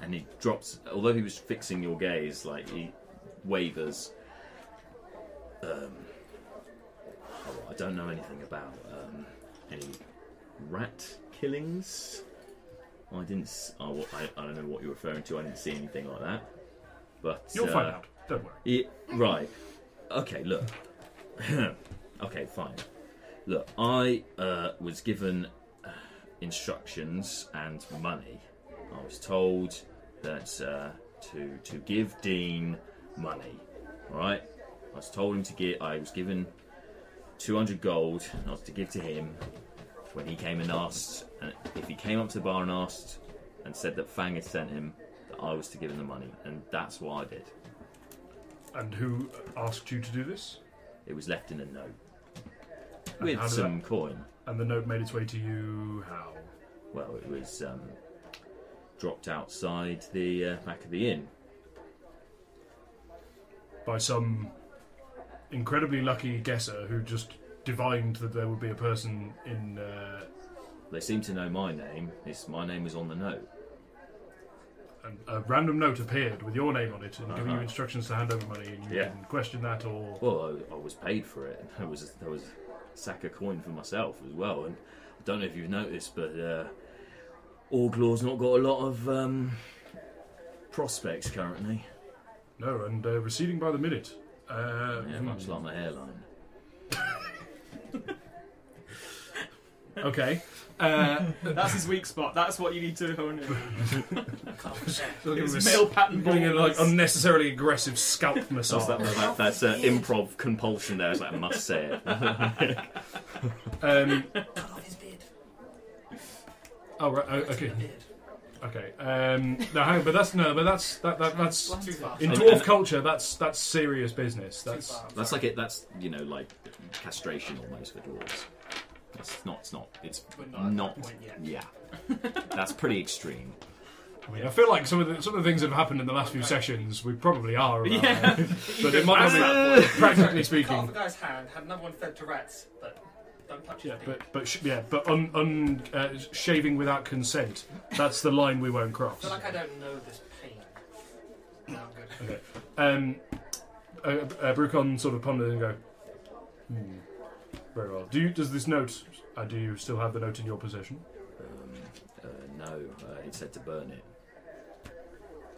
[SPEAKER 1] and he drops. Although he was fixing your gaze, like he wavers. Um, oh, I don't know anything about um, any rat killings. I didn't. s- I, wa- I, I don't know what you're referring to. I didn't see anything like that. But
[SPEAKER 2] You'll
[SPEAKER 1] uh,
[SPEAKER 2] find out. Don't worry.
[SPEAKER 1] Yeah, right. Okay, look. okay, fine. Look, I uh, was given uh, instructions and money. I was told that uh, to to give Dean money. All right. I was told him to get. I was given two hundred gold. And I was to give to him when he came and asked. And if he came up to the bar and asked and said that Fang had sent him, that I was to give him the money, and that's what I did.
[SPEAKER 2] And who asked you to do this?
[SPEAKER 1] It was left in a note
[SPEAKER 2] how
[SPEAKER 1] with
[SPEAKER 2] did
[SPEAKER 1] some coin.
[SPEAKER 2] And the note made its way to you. How?
[SPEAKER 1] Well, it was um, dropped outside the uh, back of the inn.
[SPEAKER 2] By some incredibly lucky guesser who just divined that there would be a person in. Uh,
[SPEAKER 1] They seem to know my name. It's, my name was on the note.
[SPEAKER 2] and a random note appeared with your name on it and giving you
[SPEAKER 1] Uh-huh.
[SPEAKER 2] instructions to hand over money, and you
[SPEAKER 1] Yeah.
[SPEAKER 2] didn't question that or
[SPEAKER 1] Well, I, I was paid for it. There was there was a sack of coin for myself as well. And I don't know if you've noticed, but uh, Orglaw's not got a lot of um, prospects currently.
[SPEAKER 2] no, and uh, receding by the minute. Uh,
[SPEAKER 1] Yeah,
[SPEAKER 2] hmm.
[SPEAKER 1] much like my hairline.
[SPEAKER 2] Okay. Uh,
[SPEAKER 8] That's his weak spot. That's what you need to hone in.
[SPEAKER 2] so give him a
[SPEAKER 8] It's
[SPEAKER 2] s-
[SPEAKER 8] male pattern
[SPEAKER 2] giving him, like
[SPEAKER 8] baldness.
[SPEAKER 2] unnecessarily aggressive scalp massage.
[SPEAKER 1] That's, that, that, that's uh, improv compulsion there. It's like, I must say it.
[SPEAKER 2] Um,
[SPEAKER 5] Cut off his beard.
[SPEAKER 2] oh right, oh, okay, okay. Um, no, hang on, but that's no, but that's that, that that's
[SPEAKER 8] Too far.
[SPEAKER 2] in
[SPEAKER 1] And-
[SPEAKER 2] dwarf
[SPEAKER 1] and-
[SPEAKER 2] culture. That's that's serious business. That's
[SPEAKER 1] That's like it. That's you know like castration almost for dwarves. It's not. It's not. It's
[SPEAKER 8] We're not at that
[SPEAKER 1] not.
[SPEAKER 8] point yet.
[SPEAKER 1] Yeah, that's pretty extreme.
[SPEAKER 2] I mean, I feel like some of the some of the things that have happened in the last few sessions, we probably are. about
[SPEAKER 8] Yeah.
[SPEAKER 2] that. but it might
[SPEAKER 8] That's
[SPEAKER 2] not be practically
[SPEAKER 5] Ah! Cut off
[SPEAKER 2] speaking.
[SPEAKER 5] a guy's hand, had another one fed to rats, but don't touch his
[SPEAKER 2] Yeah,
[SPEAKER 5] beard.
[SPEAKER 2] but but sh- yeah, but un, un uh, shaving without consent. That's the line we won't cross.
[SPEAKER 5] I feel like I don't know this pain. No, I'm good.
[SPEAKER 2] Okay. Um, uh, uh, Brucon sort of ponders and go, hmm, very well. Do you, does this note, uh, do you still have the note in your possession?
[SPEAKER 1] Um, uh, no, uh, it said to burn it.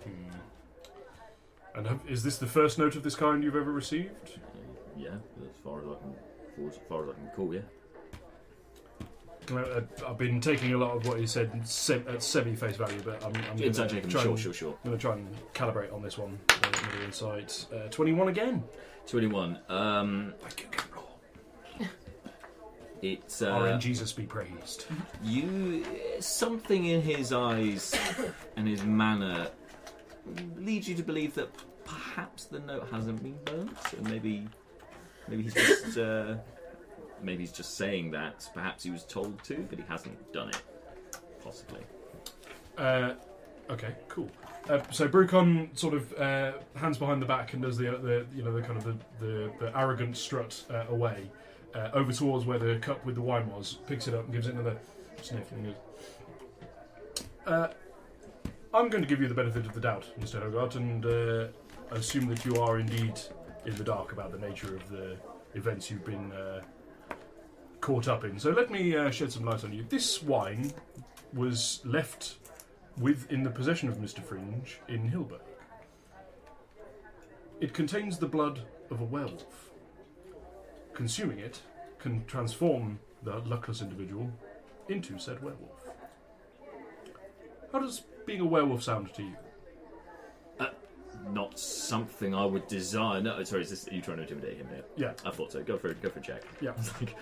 [SPEAKER 2] Hmm. And have, is this the first note of this kind you've ever received?
[SPEAKER 1] Uh, yeah, as far as I can, for as far as I can recall, yeah.
[SPEAKER 2] Can I, uh, I've been taking a lot of what you said se- at semi-face value, but I'm, I'm going
[SPEAKER 1] It's
[SPEAKER 2] to
[SPEAKER 1] actually
[SPEAKER 2] try,
[SPEAKER 1] sure,
[SPEAKER 2] and-
[SPEAKER 1] sure, sure.
[SPEAKER 2] I'm gonna try and calibrate on this one. Uh, another insight. Uh, 21 again.
[SPEAKER 1] Twenty-one. Um, it's uh,
[SPEAKER 2] Jesus be praised.
[SPEAKER 1] You something in his eyes and his manner leads you to believe that perhaps the note hasn't been burnt, so maybe maybe he's just uh, maybe he's just saying that. Perhaps he was told to, but he hasn't done it. Possibly.
[SPEAKER 2] Uh, okay, cool. Uh, so Brucon sort of uh, hands behind the back and does the, uh, the you know the kind of the, the, the arrogant strut uh, away uh, over towards where the cup with the wine was. Picks it up and gives it another sniff and goes. Uh, I'm going to give you the benefit of the doubt, Mr. Hogart, and uh, assume that you are indeed in the dark about the nature of the events you've been uh, caught up in. So let me uh, shed some light on you. This wine was left with in the possession of Mr. Fringe in Hilberg. It contains the blood of a werewolf. Consuming it can transform the luckless individual into said werewolf. How does being a werewolf sound to you?
[SPEAKER 1] Not something I would desire. No, sorry, is this are you trying to intimidate him here?
[SPEAKER 2] Yeah.
[SPEAKER 1] I thought so. Go for it. Go for a check.
[SPEAKER 2] Yeah.
[SPEAKER 1] It's like,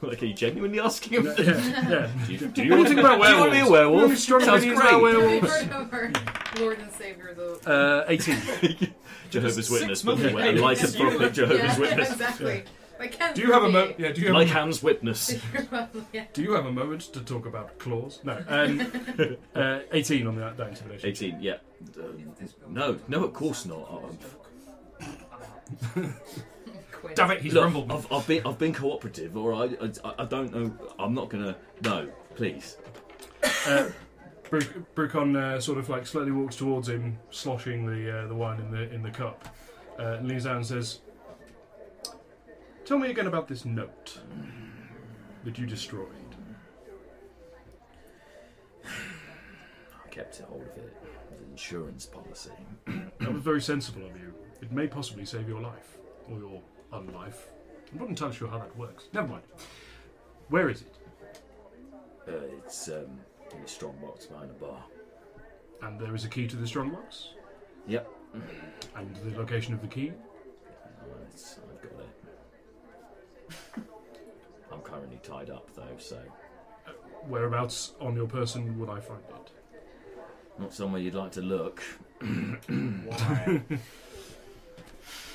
[SPEAKER 1] like, are you genuinely asking him?
[SPEAKER 2] yeah, yeah.
[SPEAKER 1] Do you, do you want to
[SPEAKER 2] think about
[SPEAKER 1] do you want to be a
[SPEAKER 2] werewolves?
[SPEAKER 1] werewolf?
[SPEAKER 2] Really strong
[SPEAKER 1] Sounds
[SPEAKER 2] opinions about
[SPEAKER 1] great.
[SPEAKER 4] They
[SPEAKER 2] werewolves.
[SPEAKER 4] brought over Lord and Savior the
[SPEAKER 2] Uh, 18.
[SPEAKER 1] Jehovah's
[SPEAKER 8] Six
[SPEAKER 1] Witness, but
[SPEAKER 8] monthly
[SPEAKER 1] a licensed
[SPEAKER 8] payments.
[SPEAKER 1] Prophet Jehovah's
[SPEAKER 4] yeah,
[SPEAKER 1] Witness.
[SPEAKER 4] exactly. Like Ken
[SPEAKER 2] Do you have a mo-
[SPEAKER 4] Murphy.
[SPEAKER 2] yeah, do you have
[SPEAKER 1] Like
[SPEAKER 2] a-
[SPEAKER 1] Ham's Witness.
[SPEAKER 4] yeah.
[SPEAKER 2] do you have a moment to talk about claws? No. Um, uh, 18 on that, that intimidation.
[SPEAKER 1] 18, yeah. Um, no, no, of course not. Um,
[SPEAKER 4] Quit.
[SPEAKER 2] Damn it, he's
[SPEAKER 1] look,
[SPEAKER 2] rumbled.
[SPEAKER 1] I've, I've, been, I've been cooperative, or I, I, I don't know. I'm not going to. No, please.
[SPEAKER 2] Uh, Bru- Brucon uh, sort of like slowly walks towards him, sloshing the uh, the wine in the in the cup. Uh, and leans down and says, "Tell me again about this note that you destroyed."
[SPEAKER 1] I kept hold of it. It was an insurance policy.
[SPEAKER 2] That was very sensible of you. It may possibly save your life or your unlife. I'm not entirely sure how that works. Never mind. Where is it?
[SPEAKER 1] Uh, it's um, in a strong box behind a bar.
[SPEAKER 2] And there is a key to the strongbox.
[SPEAKER 1] Yep.
[SPEAKER 2] And the location of the key.
[SPEAKER 1] Uh, it's, I've got it. I'm currently tied up, though, so.
[SPEAKER 2] Uh, Whereabouts on your person would I find it?
[SPEAKER 1] Not somewhere you'd like to look.
[SPEAKER 7] Why?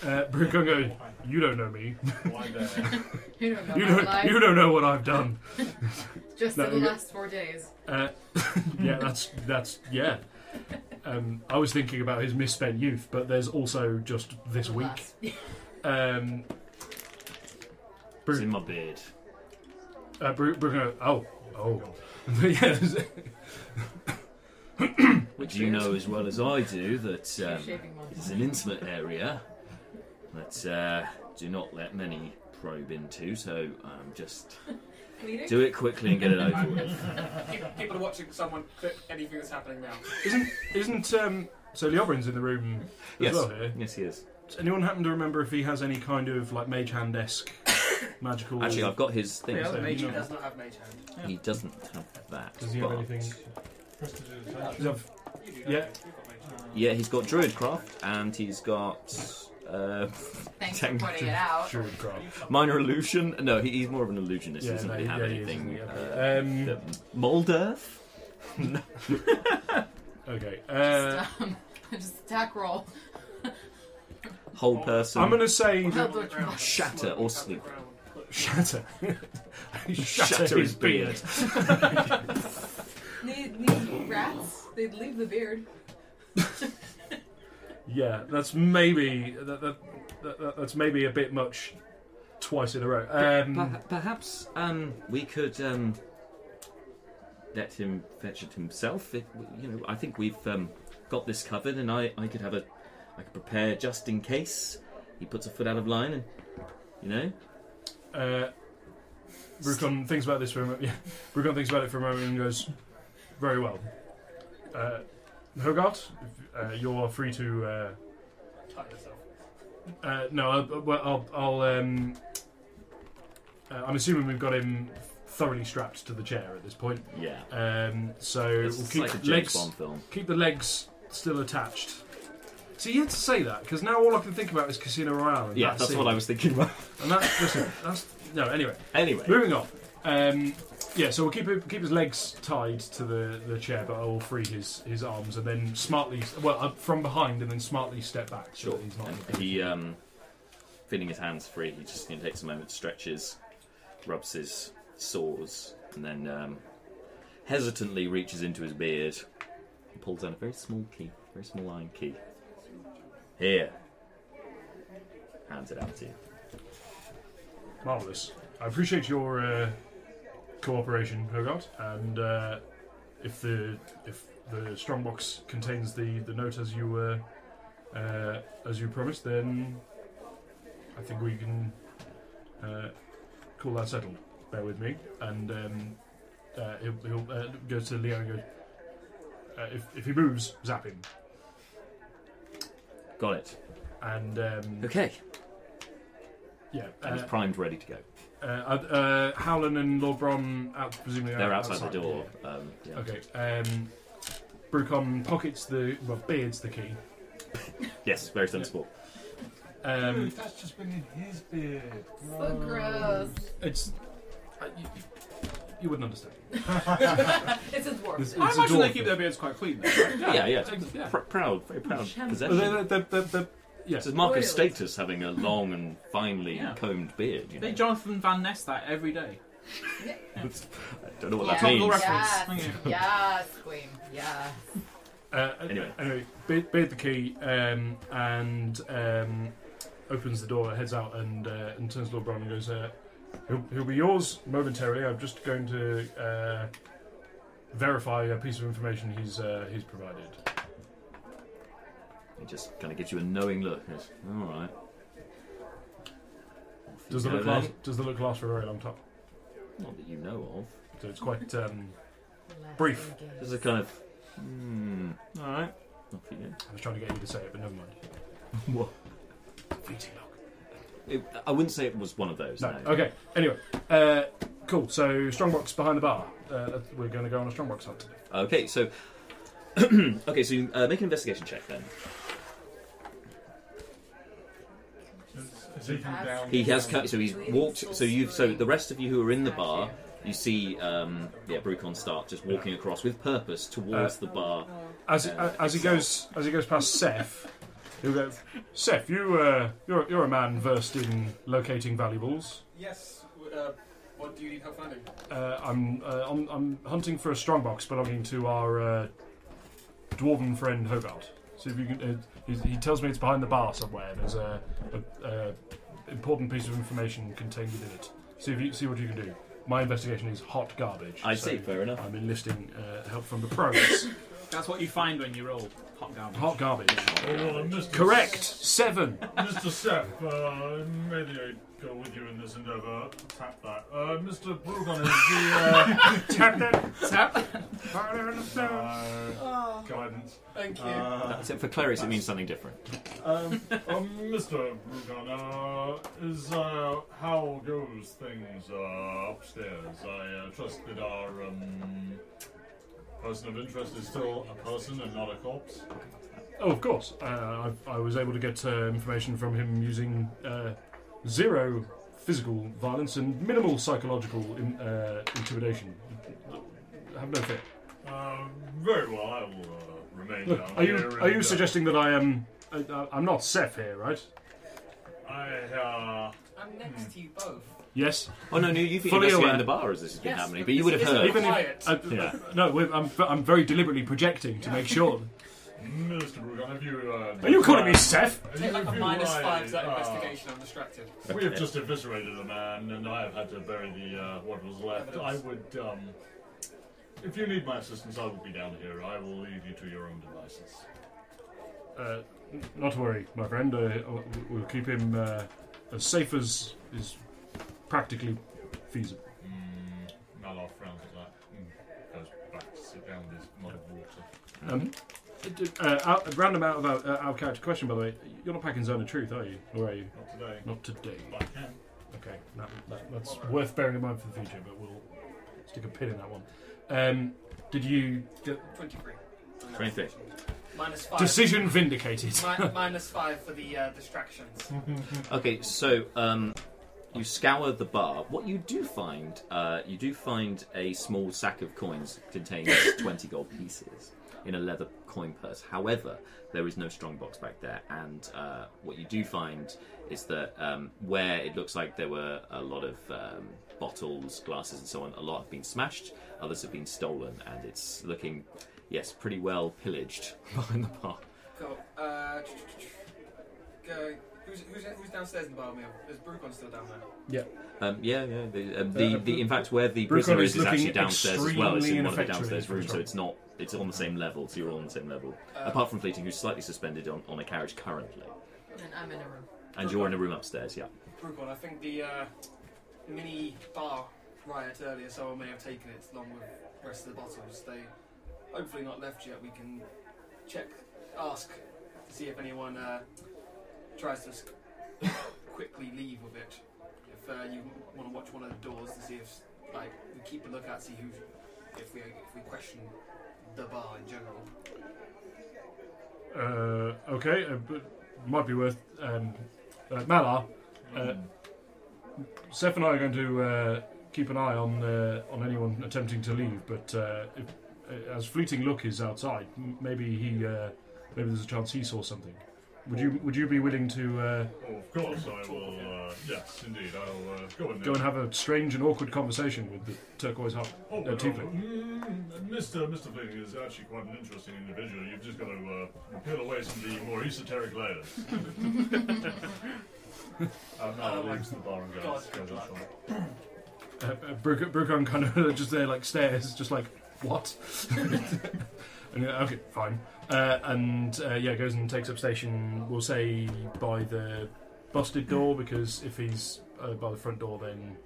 [SPEAKER 2] Uh, Brucon goes, "You don't know me.
[SPEAKER 7] Why there?
[SPEAKER 4] You don't know
[SPEAKER 2] You
[SPEAKER 4] my
[SPEAKER 2] don't.
[SPEAKER 4] life.
[SPEAKER 2] You don't know what I've done."
[SPEAKER 4] Just
[SPEAKER 2] No,
[SPEAKER 4] in the
[SPEAKER 2] you-
[SPEAKER 4] last four days.
[SPEAKER 2] Uh, yeah, that's that's yeah. Um, I was thinking about his misspent youth, but there's also just this
[SPEAKER 4] The
[SPEAKER 2] week.
[SPEAKER 4] last-
[SPEAKER 2] Um,
[SPEAKER 1] It's
[SPEAKER 2] Bru-
[SPEAKER 1] in my beard. Oh
[SPEAKER 2] uh, Bru- Bruno- oh, oh, yeah.
[SPEAKER 1] which you know as well as I do that
[SPEAKER 6] You're
[SPEAKER 1] um,
[SPEAKER 6] shaping one.
[SPEAKER 1] is an intimate area that uh, do not let many probe into. So um, just
[SPEAKER 4] Leader?
[SPEAKER 1] do it quickly and get it over with.
[SPEAKER 5] People- People are watching someone clip anything that's happening now.
[SPEAKER 2] Isn't isn't um, so Leobrin's in the room as
[SPEAKER 1] Yes,
[SPEAKER 2] well here?
[SPEAKER 1] yes, he is.
[SPEAKER 2] Does anyone happen to remember if he has any kind of like mage hand esque magical?
[SPEAKER 1] Actually, I've got his thing.
[SPEAKER 2] Yeah.
[SPEAKER 1] so
[SPEAKER 5] Mage
[SPEAKER 2] no.
[SPEAKER 5] does not have mage hand.
[SPEAKER 1] He doesn't have that.
[SPEAKER 2] Does he have
[SPEAKER 1] but-
[SPEAKER 2] anything?
[SPEAKER 7] Prestidigitation.
[SPEAKER 2] Does he have-
[SPEAKER 5] You do.
[SPEAKER 2] Yeah.
[SPEAKER 5] You've got mage hand.
[SPEAKER 1] Yeah, he's got druidcraft and he's got uh,
[SPEAKER 6] Thanks
[SPEAKER 1] Tank-
[SPEAKER 6] for pointing it out.
[SPEAKER 2] Sure, crap.
[SPEAKER 1] minor illusion. No, he, he's more of an illusionist. he doesn't
[SPEAKER 2] no,
[SPEAKER 1] really have
[SPEAKER 2] yeah, he is,
[SPEAKER 1] anything.
[SPEAKER 2] isn't he?
[SPEAKER 1] Uh,
[SPEAKER 2] Okay.
[SPEAKER 1] that- Mold Earth.
[SPEAKER 2] Um, okay. Uh,
[SPEAKER 6] just, um, just attack roll.
[SPEAKER 1] Whole person.
[SPEAKER 2] I'm gonna say that
[SPEAKER 6] Help with roll.
[SPEAKER 1] Shatter or sleep.
[SPEAKER 2] shatter. shatter,
[SPEAKER 1] Shatter his beard.
[SPEAKER 4] These, these rats, they'd leave the beard.
[SPEAKER 2] Yeah, that's maybe that, that, that, that- that's maybe a bit much. Twice in a row. Um,
[SPEAKER 1] Per- perhaps um, we could um, let him fetch it himself. It, you know, I think we've um, got this covered, and I, I could have a, I could prepare just in case he puts a foot out of line, and you know,
[SPEAKER 2] uh, Brucon thinks about this for a moment. Yeah, Brucon thinks about it for a moment and goes, "Very well, uh, Hogart, if, uh, you're free to." Uh,
[SPEAKER 5] Tie yourself.
[SPEAKER 2] uh, no, I'll, well, I'll. I'll um, uh, I'm assuming we've got him thoroughly strapped to the chair at this point.
[SPEAKER 1] yeah,
[SPEAKER 2] Um, so
[SPEAKER 1] it's
[SPEAKER 2] we'll
[SPEAKER 1] it's
[SPEAKER 2] keep
[SPEAKER 1] like a
[SPEAKER 2] the
[SPEAKER 1] James
[SPEAKER 2] legs
[SPEAKER 1] Bond film.
[SPEAKER 2] keep the legs still attached. See, you had to say that because now all I can think about is Casino Royale. And
[SPEAKER 1] Yeah,
[SPEAKER 2] that
[SPEAKER 1] that's
[SPEAKER 2] scene.
[SPEAKER 1] what I was thinking about.
[SPEAKER 2] And that's listen, that's no. Anyway,
[SPEAKER 1] Anyway,
[SPEAKER 2] moving on. Um, yeah, so we'll keep it- keep his legs tied to the, the chair, but I will free his, his arms and then smartly well uh, from behind and then smartly step back. So
[SPEAKER 1] sure.
[SPEAKER 2] that he's not.
[SPEAKER 1] And he, um, feeling his hands free, he just you know, takes a moment, stretches, rubs his sores, and then um, hesitantly reaches into his beard and pulls out a very small key, very small iron key. Here. Hands it out to you.
[SPEAKER 2] Marvelous. I appreciate your uh, cooperation, Hogart. And uh, if the if the strongbox contains the, the note as you were uh, as you promised, then I think we can uh, call that settled. Bear with me, and um, uh, he'll, he'll uh, go to Leo and go. Uh, if, if he moves, zap him.
[SPEAKER 1] Got it.
[SPEAKER 2] And um,
[SPEAKER 1] Okay.
[SPEAKER 2] yeah,
[SPEAKER 1] And it's
[SPEAKER 2] uh,
[SPEAKER 1] primed, ready to go.
[SPEAKER 2] uh, uh, Howland and Lord Brom out presumably
[SPEAKER 1] They're
[SPEAKER 2] out-
[SPEAKER 1] outside, the door. Um, yeah.
[SPEAKER 2] Okay. Um, Brucom pockets the well, beards the key.
[SPEAKER 1] Yes, very sensible.
[SPEAKER 2] Um,
[SPEAKER 7] Dude, that's just been in his beard.
[SPEAKER 6] So gross.
[SPEAKER 2] it's uh, you, you wouldn't understand.
[SPEAKER 4] It's a dwarf.
[SPEAKER 2] It's, it's
[SPEAKER 3] I imagine they
[SPEAKER 2] adorable.
[SPEAKER 3] keep their beards quite clean. Though, right?
[SPEAKER 1] Yeah, yeah.
[SPEAKER 2] It's- yeah.
[SPEAKER 1] Pr- proud, very proud
[SPEAKER 4] Shame.
[SPEAKER 2] Well,
[SPEAKER 1] possession.
[SPEAKER 2] they're- they're- they're- they're- yeah.
[SPEAKER 1] It's a mark of
[SPEAKER 4] Really?
[SPEAKER 1] status having a long and finely
[SPEAKER 3] Yeah.
[SPEAKER 1] combed beard. You know?
[SPEAKER 3] They Jonathan Van Ness that every day.
[SPEAKER 1] I don't know what
[SPEAKER 6] Yeah.
[SPEAKER 1] that means.
[SPEAKER 3] reference.
[SPEAKER 6] Yes.
[SPEAKER 3] Thank you.
[SPEAKER 6] yes, Queen. Yes.
[SPEAKER 2] Uh, anyway,
[SPEAKER 1] Anyway.
[SPEAKER 2] anyway, beard, beard the key um, and um, opens the door, heads out, and uh, and turns to Lord Brown and goes, uh, he'll, "He'll be yours momentarily. I'm just going to uh, verify a piece of information he's uh, he's provided."
[SPEAKER 1] It just kind of gives you a knowing look. It's, all right.
[SPEAKER 2] Does the
[SPEAKER 1] You know
[SPEAKER 2] look
[SPEAKER 1] then?
[SPEAKER 2] last? Does the look last for a very long time?
[SPEAKER 1] Not that you know
[SPEAKER 2] So it's quite. Um, Brief.
[SPEAKER 6] Brief.
[SPEAKER 1] of. Just a kind of. Hmm. All right. Off you go.
[SPEAKER 2] I was trying to get you to say it, but never mind.
[SPEAKER 1] What?
[SPEAKER 2] Fleeting look.
[SPEAKER 1] It, I wouldn't say it was one of those. No.
[SPEAKER 2] No. Okay. Anyway, uh, cool. So strongbox behind the bar. Uh, that- we're going to go on a strongbox hunt.
[SPEAKER 1] Okay. So. okay. So you, uh, make an investigation check then.
[SPEAKER 7] Has he come down?
[SPEAKER 1] He has. Cut, so he's
[SPEAKER 4] Doing
[SPEAKER 1] walked.
[SPEAKER 4] full
[SPEAKER 1] So you. So
[SPEAKER 4] screen.
[SPEAKER 1] the rest of you who are in the bar. You see, um, yeah, Brucon start just walking across with purpose towards
[SPEAKER 2] Uh,
[SPEAKER 1] the bar.
[SPEAKER 2] As
[SPEAKER 1] Uh,
[SPEAKER 2] as he goes as he goes past Seth, he'll go. Seth, you uh, you're you're a man versed in locating valuables.
[SPEAKER 5] Yes. w- Uh, what do you need help finding?
[SPEAKER 2] Uh, I'm, uh, I'm I'm hunting for a strongbox belonging to our uh, dwarven friend Hogart. So if you can, uh, he, he tells me it's behind the bar somewhere. There's a, a, a important piece of information contained within it. See if you see what you can do. My investigation is hot garbage.
[SPEAKER 1] I
[SPEAKER 2] so
[SPEAKER 1] see. Fair enough.
[SPEAKER 2] I'm enlisting uh, help from the pros.
[SPEAKER 3] That's what you find when you roll hot garbage.
[SPEAKER 2] Hot garbage.
[SPEAKER 3] Oh,
[SPEAKER 7] Well, Mr.
[SPEAKER 2] Correct. Seven.
[SPEAKER 7] Mr. Sepp, uh, may I go with you in this endeavour? Tap that. Uh, Mr. Brugon is uh, the.
[SPEAKER 2] Tap that.
[SPEAKER 3] Tap.
[SPEAKER 7] Uh, uh, guidance.
[SPEAKER 5] Thank you.
[SPEAKER 7] Uh,
[SPEAKER 1] Except for clerics, it means something different.
[SPEAKER 7] um, uh, Mr. Brugon, uh, is uh, how goes things uh, upstairs? I uh, trust that our um, person of interest is still a person and not a corpse.
[SPEAKER 2] Oh, of course. Uh, I, I was able to get uh, information from him using uh, zero physical violence and minimal psychological in, uh, intimidation. Have no fear.
[SPEAKER 7] Uh, very well, I will uh, remain
[SPEAKER 2] Look,
[SPEAKER 7] down
[SPEAKER 2] are you
[SPEAKER 7] here.
[SPEAKER 2] are you
[SPEAKER 7] and, uh,
[SPEAKER 2] suggesting that I am? I, I- I'm not Seth here, right?
[SPEAKER 7] I uh,
[SPEAKER 5] I'm next to you both.
[SPEAKER 2] Yes.
[SPEAKER 1] Oh no, no, you've been
[SPEAKER 2] Fully
[SPEAKER 1] investigating
[SPEAKER 2] aware.
[SPEAKER 1] the bar as this has been
[SPEAKER 5] Yes,
[SPEAKER 1] happening,
[SPEAKER 5] but
[SPEAKER 1] but you
[SPEAKER 5] this
[SPEAKER 1] would have
[SPEAKER 5] isn't
[SPEAKER 1] heard.
[SPEAKER 5] Even if-
[SPEAKER 2] I,
[SPEAKER 1] Yeah.
[SPEAKER 2] No, we're, I'm I'm very deliberately projecting to make sure.
[SPEAKER 7] Mr. Brugan, have you? Uh,
[SPEAKER 2] Are you calling me Seth?
[SPEAKER 7] have
[SPEAKER 5] Take like a
[SPEAKER 7] have
[SPEAKER 5] minus
[SPEAKER 7] lied?
[SPEAKER 5] five to that
[SPEAKER 7] Ah,
[SPEAKER 5] investigation. I'm distracted.
[SPEAKER 7] We have just eviscerated a man, and I have had to bury the uh, what was left. I
[SPEAKER 5] Evidence.
[SPEAKER 7] would, um, if you need my assistance, I will be down here. I will leave you to your own devices.
[SPEAKER 2] Uh, not to worry, my friend. Uh, we'll keep him uh, as safe as is practically feasible.
[SPEAKER 7] Mm, Mallow frowns at that. Mm, goes back to sit down with his mug of water.
[SPEAKER 2] Um, uh, out, random out of our, uh, our character question, by the way. You're not packing Zone of Truth, are you? Or are you?
[SPEAKER 7] Not today,
[SPEAKER 2] Not today.
[SPEAKER 7] but I can.
[SPEAKER 2] Okay, that, that, that's worth bearing in mind for the future, but we'll stick a pin in that one. Um, did you. get-
[SPEAKER 5] Twenty-three.
[SPEAKER 1] 23.
[SPEAKER 5] Minus five.
[SPEAKER 2] decision vindicated.
[SPEAKER 5] Mi- minus five for the uh, distractions.
[SPEAKER 1] Okay, so um, you scour the bar. What you do find, uh, you do find a small sack of coins containing 20 gold pieces in a leather coin purse. However, there is no strong box back there, and uh, what you do find is that um, where it looks like there were a lot of um, bottles, glasses, and so on, a lot have been smashed, others have been stolen, and it's looking, yes, pretty well pillaged behind the bar.
[SPEAKER 5] Cool. Uh, go. Who's, who's, who's downstairs in the bar with me? Is Brucon still down there?
[SPEAKER 1] Um, yeah, yeah. The, um, the,
[SPEAKER 2] Uh,
[SPEAKER 1] the, in fact, where the
[SPEAKER 2] Brucon
[SPEAKER 1] prisoner is
[SPEAKER 2] is
[SPEAKER 1] is actually
[SPEAKER 2] looking
[SPEAKER 1] downstairs as well. It's in
[SPEAKER 2] extremely
[SPEAKER 1] one of the
[SPEAKER 2] ineffectual in
[SPEAKER 1] downstairs
[SPEAKER 2] his
[SPEAKER 1] rooms, so
[SPEAKER 2] control.
[SPEAKER 1] it's not. It's on the same level, so you're all on the same level.
[SPEAKER 5] Uh,
[SPEAKER 1] Apart from Fleeting, who's slightly suspended on, on a carriage currently,
[SPEAKER 6] And I'm in a room.
[SPEAKER 1] and you're in a room upstairs. Yeah.
[SPEAKER 5] Brucon, I think the uh, mini bar riot earlier, someone may have taken it along with the rest of the bottles. They hopefully not left yet. We can check, ask to see if anyone uh, tries to s- quickly leave with it. If uh, you want to watch one of the doors to see if, like, we keep a lookout, see who, if we if we question the bar in general.
[SPEAKER 2] Uh, okay, uh, but might be worth. Um, uh, Malar, Uh, Seth and I are going to uh, keep an eye on uh, on anyone attempting to leave. But uh, if, uh, as fleeting look is outside, m- maybe he uh, maybe there's a chance he saw something. Would you would you be willing to uh,
[SPEAKER 7] Oh, of course, I will. Uh, yes, indeed, I'll uh, go in there.
[SPEAKER 2] go and have a strange and awkward conversation with the turquoise heart?
[SPEAKER 7] Oh,
[SPEAKER 2] No,
[SPEAKER 7] uh,
[SPEAKER 2] tiefling.
[SPEAKER 7] mm, Mr. Mr. Fleeting is actually quite an interesting individual. You've just got to uh, peel away some of the more esoteric layers. uh, now
[SPEAKER 5] Oh my
[SPEAKER 7] leaves the bar and
[SPEAKER 5] God,
[SPEAKER 7] goes. goes
[SPEAKER 5] good luck.
[SPEAKER 7] outside.
[SPEAKER 2] Uh, uh, Bruc- Brucon kind of just there like stares, just like what? and, uh, okay, fine. Uh, and uh, yeah, goes and takes up station. We'll say by the busted door because if he's uh, by the front door, then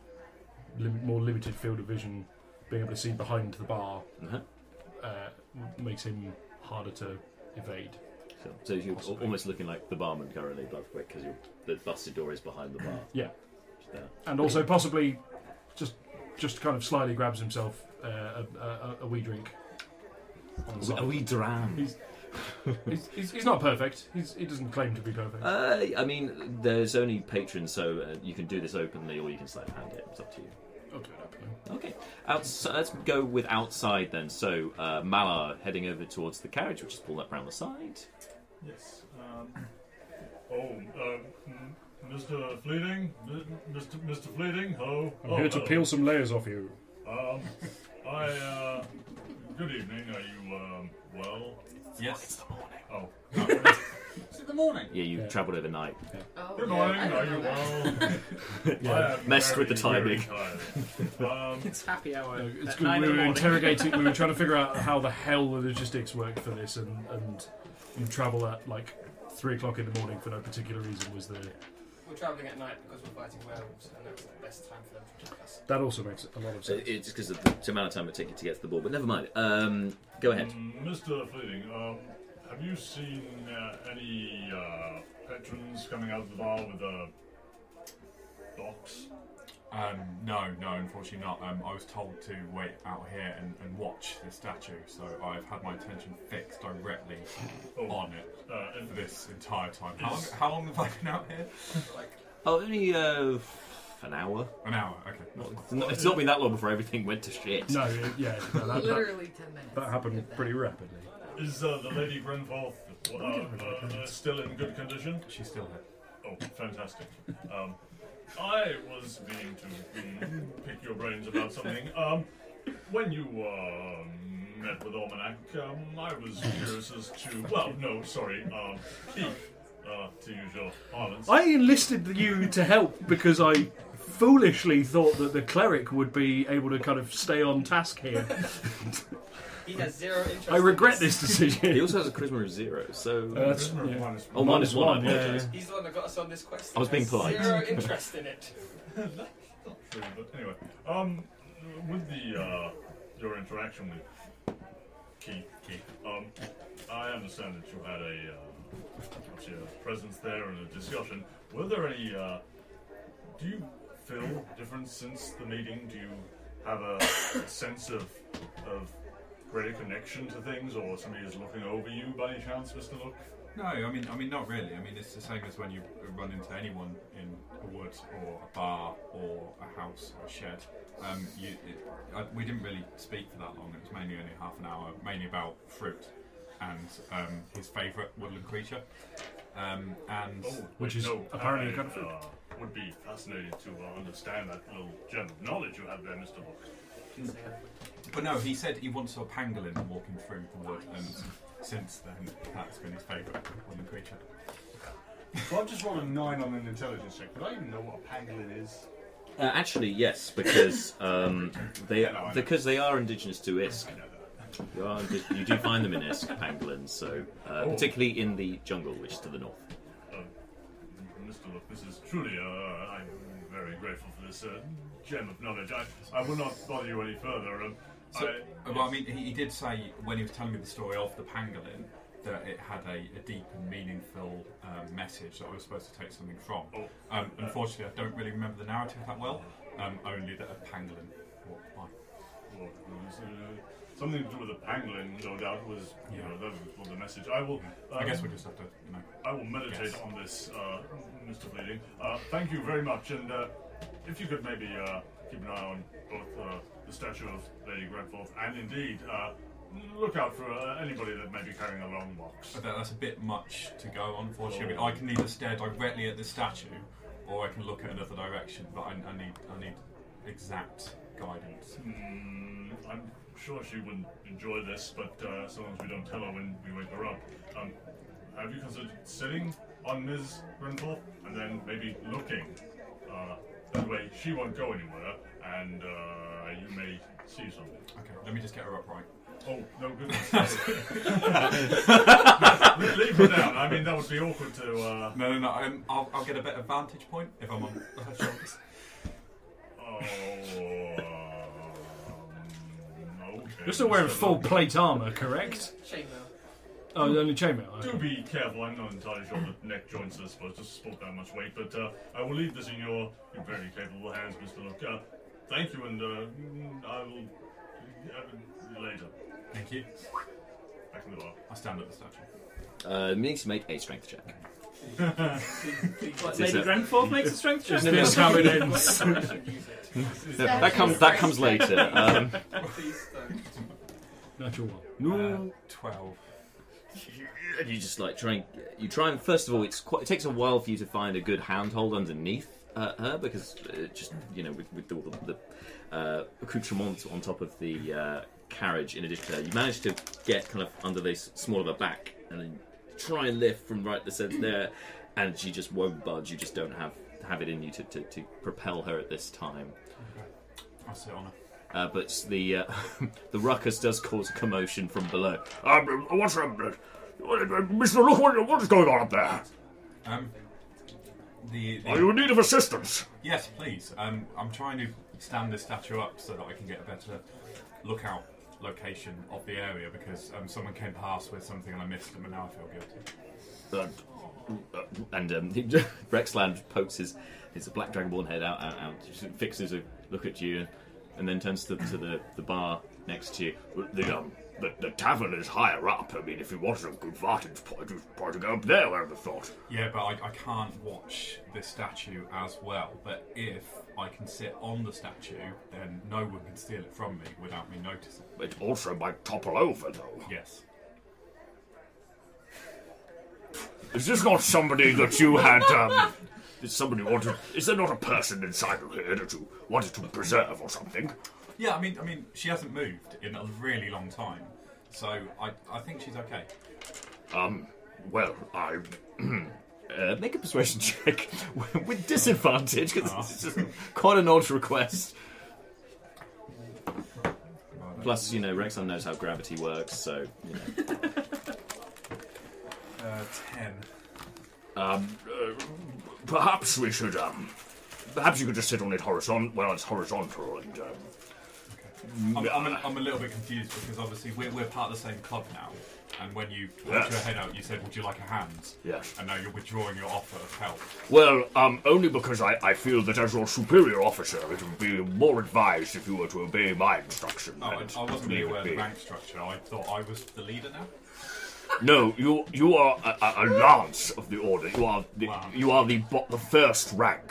[SPEAKER 2] lim- more limited field of vision, being able to see behind the bar,
[SPEAKER 1] Uh-huh.
[SPEAKER 2] uh, w- makes him harder to evade.
[SPEAKER 1] So, so you're al-
[SPEAKER 2] Possibly.
[SPEAKER 1] almost looking like the barman currently, by the way, because the busted door is behind the bar.
[SPEAKER 2] Yeah.
[SPEAKER 1] Yeah.
[SPEAKER 2] and also possibly just just kind of slyly grabs himself uh, a, a, a- a wee drink. On the side.
[SPEAKER 1] Are we dram?
[SPEAKER 2] He's, he's, he's not perfect. He's, he doesn't claim to be perfect.
[SPEAKER 1] Uh, I mean, there's only patrons, so uh, you can do this openly, or you can sleight of hand it. It's up to you.
[SPEAKER 2] I'll do it up here.
[SPEAKER 1] Okay, Outs- let's go with outside then. So uh, Malar heading over towards the carriage, which is pulled up round the side.
[SPEAKER 7] Yes. Um, oh, uh, m- Mr. Fleeting, M- Mr. Mr. Fleeting, hello.
[SPEAKER 2] I'm
[SPEAKER 7] Oh,
[SPEAKER 2] here to
[SPEAKER 7] hello.
[SPEAKER 2] peel some layers off you.
[SPEAKER 7] Um, I. Uh, good evening. Are you um, well?
[SPEAKER 1] Yes.
[SPEAKER 7] Oh.
[SPEAKER 8] the morning.
[SPEAKER 1] Yeah, you
[SPEAKER 2] Yeah.
[SPEAKER 1] travelled overnight.
[SPEAKER 6] Oh,
[SPEAKER 7] Good
[SPEAKER 6] yeah,
[SPEAKER 7] morning,
[SPEAKER 6] I
[SPEAKER 7] are
[SPEAKER 6] don't know
[SPEAKER 7] you
[SPEAKER 6] that.
[SPEAKER 7] well? I am
[SPEAKER 1] Messed
[SPEAKER 7] very,
[SPEAKER 1] with the
[SPEAKER 7] very
[SPEAKER 1] timing.
[SPEAKER 7] tired. Um,
[SPEAKER 8] It's happy hour.
[SPEAKER 2] No, it's
[SPEAKER 8] at
[SPEAKER 2] good.
[SPEAKER 8] nine
[SPEAKER 2] We
[SPEAKER 8] in the
[SPEAKER 2] were
[SPEAKER 8] morning.
[SPEAKER 2] interrogating. we were trying to figure out how the hell the logistics work for this, and and you travel at like three o'clock in the morning for no particular reason. Was the
[SPEAKER 5] We're travelling at night because we're fighting werewolves, and that's the best time for them to attack us.
[SPEAKER 2] that also makes a lot of
[SPEAKER 1] So
[SPEAKER 2] sense?
[SPEAKER 1] it's because of the amount of time it took you to get to the ball. But never mind. Um, go ahead.
[SPEAKER 7] Mm, Mr. Fleeting, um, have you seen uh, any uh, patrons coming out of the bar with a box?
[SPEAKER 9] Um, no, no, unfortunately not. Um, I was told to wait out here and, and watch the statue, so I've had my attention fixed directly
[SPEAKER 7] Oh,
[SPEAKER 9] on it
[SPEAKER 7] uh, and
[SPEAKER 9] for this entire time. How long, how long have I been out here?
[SPEAKER 1] Oh, only uh, an hour.
[SPEAKER 9] An hour, okay.
[SPEAKER 1] Not- It's not, it's not been that long before everything went to shit.
[SPEAKER 2] No, it- yeah, no, that, that,
[SPEAKER 6] Literally 10 minutes.
[SPEAKER 2] that happened
[SPEAKER 6] if that.
[SPEAKER 2] pretty rapidly.
[SPEAKER 7] Is uh, the Lady Grenforth uh, uh, still in good condition?
[SPEAKER 9] She's still here.
[SPEAKER 7] Oh, fantastic. Um, I was meaning to mm, pick your brains about something. Um, when you uh, met with Almanac, um, I was curious as to. Well, no, sorry. Um, Keith, uh, to use your parlance.
[SPEAKER 2] I enlisted you to help because I foolishly thought that the cleric would be able to kind of stay on task here.
[SPEAKER 5] He has zero interest.
[SPEAKER 2] I
[SPEAKER 5] in
[SPEAKER 2] regret this decision.
[SPEAKER 1] He also has a charisma of zero, so
[SPEAKER 2] Uh, that's-
[SPEAKER 7] Prisoner of
[SPEAKER 2] yeah.
[SPEAKER 7] minus
[SPEAKER 1] oh, minus one. I
[SPEAKER 2] yeah.
[SPEAKER 1] apologise.
[SPEAKER 5] He's the one that got us on this quest.
[SPEAKER 1] I was
[SPEAKER 5] He has
[SPEAKER 1] being polite.
[SPEAKER 5] Zero interest in it.
[SPEAKER 7] True, but anyway, um, with the uh, your interaction with Keith, Keith, um, I understand that you had a uh, obviously a presence there and a discussion. Were there any? Uh, do you feel different since the meeting? Do you have a sense of of greater connection to things, or somebody is looking over you by any chance, Mister Look?
[SPEAKER 9] No, I mean, I mean, not really. I mean, it's the same as when you run into anyone in a wood or a bar or a house or a shed. Um, you, it, I, we didn't really speak for that long. It was mainly only half an hour, mainly about fruit and um, his favourite woodland creature. Um, and
[SPEAKER 7] Oh,
[SPEAKER 2] Which
[SPEAKER 7] wait,
[SPEAKER 2] is
[SPEAKER 7] no,
[SPEAKER 2] apparently
[SPEAKER 7] I,
[SPEAKER 2] a kind of food.
[SPEAKER 7] uh, would be fascinated to uh, understand that little gem of knowledge you have there, Mr. Book.
[SPEAKER 9] but no, he said he once saw pangolin walking through the wood, and since then that's been his favourite woodland creature.
[SPEAKER 10] Well, I've just rolled a nine on an intelligence check, but I even know what a pangolin is.
[SPEAKER 1] Uh, actually, yes, because um, they
[SPEAKER 9] Hello, Anna.
[SPEAKER 1] because they are indigenous to Isk. You, are, indi- you do find them in Isk, pangolins, so
[SPEAKER 9] Oh.
[SPEAKER 1] uh, particularly in the jungle, which is to the north.
[SPEAKER 7] Mr. Look, this is truly, uh, I'm very grateful for this uh, gem of knowledge. I, I will not bother you any further. Um,
[SPEAKER 9] So,
[SPEAKER 7] I,
[SPEAKER 9] well, I mean, he, he did say when he was telling me the story of the pangolin that it had a, a deep and meaningful um, message that I was supposed to take something from.
[SPEAKER 7] Oh,
[SPEAKER 9] Um, unfortunately, I don't really remember the narrative that well, um, only that a pangolin walked by.
[SPEAKER 7] well, it was, uh, something to do with the pangolin, no doubt, was you know, that was well, the message. I will. Um,
[SPEAKER 9] I guess we'll just have to, you know.
[SPEAKER 7] I will meditate
[SPEAKER 9] Yes.
[SPEAKER 7] on this, uh, Mr. Bleeding. Uh, thank you very much, and uh, if you could maybe uh, keep an eye on both uh, the statue of Lady Grenforth and indeed uh, look out for uh, anybody that may be carrying a long box.
[SPEAKER 9] but that, that's a bit much to go on, unfortunately.
[SPEAKER 7] Oh.
[SPEAKER 9] I, mean, I can either stare directly at the statue or I can look at another direction, but I, I need I need exact guidance.
[SPEAKER 7] Mm, I'm sure she wouldn't enjoy this, but uh, so long as we don't tell her when we wake her up. Um, have you considered sitting on Ms. Grenforth and then maybe looking? Uh, that way she won't go anywhere, and uh, you may see something.
[SPEAKER 9] Okay, let me just get her upright.
[SPEAKER 7] Oh, no goodness. Leave her down. I mean, that would be awkward to. Uh,
[SPEAKER 9] No, no, no. I'm, I'll, I'll get a better vantage point if I'm on her shoulders.
[SPEAKER 7] oh. um, okay,
[SPEAKER 2] You're still wearing
[SPEAKER 7] Mr.
[SPEAKER 2] full
[SPEAKER 7] Look.
[SPEAKER 2] plate armor, correct?
[SPEAKER 5] Chainmail.
[SPEAKER 2] Oh, only chainmail.
[SPEAKER 7] Do
[SPEAKER 2] okay.
[SPEAKER 7] be careful. I'm not entirely sure that neck joints are supposed to support that much weight, but uh, I will leave this in your your very capable hands, Mr. Look. Uh, thank you, and uh, mm, I will. Uh, later.
[SPEAKER 9] Thank you.
[SPEAKER 7] Back in the bar.
[SPEAKER 9] I stand at the statue.
[SPEAKER 1] Uh, it needs to make a strength check.
[SPEAKER 3] What,
[SPEAKER 1] Is
[SPEAKER 3] Lady
[SPEAKER 1] it-
[SPEAKER 3] Grenforth makes a strength check.
[SPEAKER 2] Is this how it ends?
[SPEAKER 5] I should use it.
[SPEAKER 1] No, that comes that comes later. Um,
[SPEAKER 5] Please don't.
[SPEAKER 2] Natural one.
[SPEAKER 9] Uh, Twelve.
[SPEAKER 1] and you just like try and you try and first of all it's quite it takes a while for you to find a good handhold underneath uh, her because uh, just you know with, with all the, the uh, accoutrements on top of the uh, carriage in addition to her you manage to get kind of under the s- small of her back and then try and lift from right the sense there, and she just won't budge. You just don't have have it in you to, to, to propel her at this time.
[SPEAKER 9] I'll sit on her.
[SPEAKER 1] Uh, but the uh, the ruckus does cause a commotion from below. Um, what's up, uh, Mister? Look what, what is going on up there?
[SPEAKER 9] Um, the, the
[SPEAKER 1] Are you in need of assistance?
[SPEAKER 9] Yes, please. Um, I'm trying to stand this statue up so that I can get a better lookout location of the area because um, someone came past with something and I missed them and now I feel guilty.
[SPEAKER 1] Uh, and um, Rexland pokes his, his black dragonborn head out, out, out just fixes a look at you, and then turns to, to the, the bar next to you.
[SPEAKER 11] The, um, the, the tavern is higher up. I mean, if you wanted a good vantage point, you'd probably go up there, I would have thought.
[SPEAKER 9] Yeah, but I, I can't watch the statue as well. But if I can sit on the statue, then no one can steal it from me without me noticing.
[SPEAKER 11] It also might topple over, though.
[SPEAKER 9] Yes.
[SPEAKER 11] Is this not somebody that you had, um... Is somebody wanted... Is there not a person inside of here that you wanted to preserve or something?
[SPEAKER 9] Yeah, I mean, I mean, she hasn't moved in a really long time, so I, I think she's okay.
[SPEAKER 11] Um, well, I...
[SPEAKER 1] uh, make a persuasion check with disadvantage because it's just quite an odd request. Plus, you know, Rexon knows how gravity works, so you know.
[SPEAKER 9] Uh, ten.
[SPEAKER 11] Um, uh, perhaps we should, um... Perhaps you could just sit on it horizontal. Well, it's horizontal and, uh, um... Mm.
[SPEAKER 9] I'm, I'm, a, I'm a little bit confused because obviously we're, we're part of the same club now. And when you put
[SPEAKER 11] Yes.
[SPEAKER 9] your head out, you said, "Would you like a hand?"
[SPEAKER 11] Yes.
[SPEAKER 9] And now you're withdrawing your offer of help.
[SPEAKER 11] Well, um, only because I, I feel that as your superior officer, it would be more advised if you were to obey my instruction.
[SPEAKER 9] Oh, I,
[SPEAKER 11] and
[SPEAKER 9] I
[SPEAKER 11] leave
[SPEAKER 9] wasn't really
[SPEAKER 11] it
[SPEAKER 9] aware of
[SPEAKER 11] be.
[SPEAKER 9] the rank structure. I thought I was the leader now.
[SPEAKER 11] No, you you are a, a, a lance of the order. You are the, you are the bo- the first rank.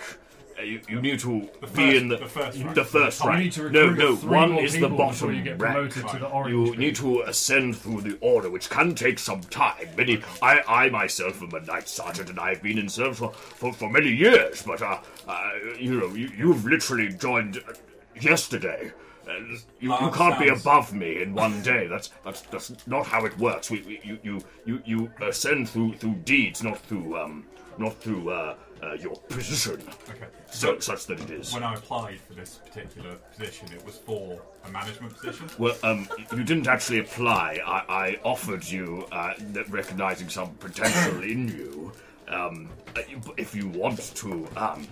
[SPEAKER 11] Uh, You, you need to be
[SPEAKER 2] first-
[SPEAKER 11] in the,
[SPEAKER 2] the first rank.
[SPEAKER 11] the first
[SPEAKER 2] Oh, we
[SPEAKER 11] rank.
[SPEAKER 2] need to
[SPEAKER 11] no,
[SPEAKER 2] recruit
[SPEAKER 11] no,
[SPEAKER 2] three
[SPEAKER 11] one
[SPEAKER 2] more
[SPEAKER 11] is the
[SPEAKER 2] people
[SPEAKER 11] bottom
[SPEAKER 2] before you get
[SPEAKER 11] rank.
[SPEAKER 2] promoted to the orange
[SPEAKER 11] you need to ascend through the order, which can take some time. Many, I, I myself am a knight sergeant, and I have been in service for, for, for many years. But uh, uh, you know, you, you've literally joined uh, yesterday. And you, you
[SPEAKER 9] Lance
[SPEAKER 11] can't be
[SPEAKER 9] sounds-
[SPEAKER 11] above me in one day. That's that's, that's not how it works. We, we you, you you you ascend through through deeds, not through um not through uh, uh your position.
[SPEAKER 9] Okay.
[SPEAKER 11] So such that it is.
[SPEAKER 9] When I applied for this particular position, it was for a management position.
[SPEAKER 11] Well, um, you didn't actually apply. I, I offered you, uh, that recognizing some potential in you, um, if you want to um,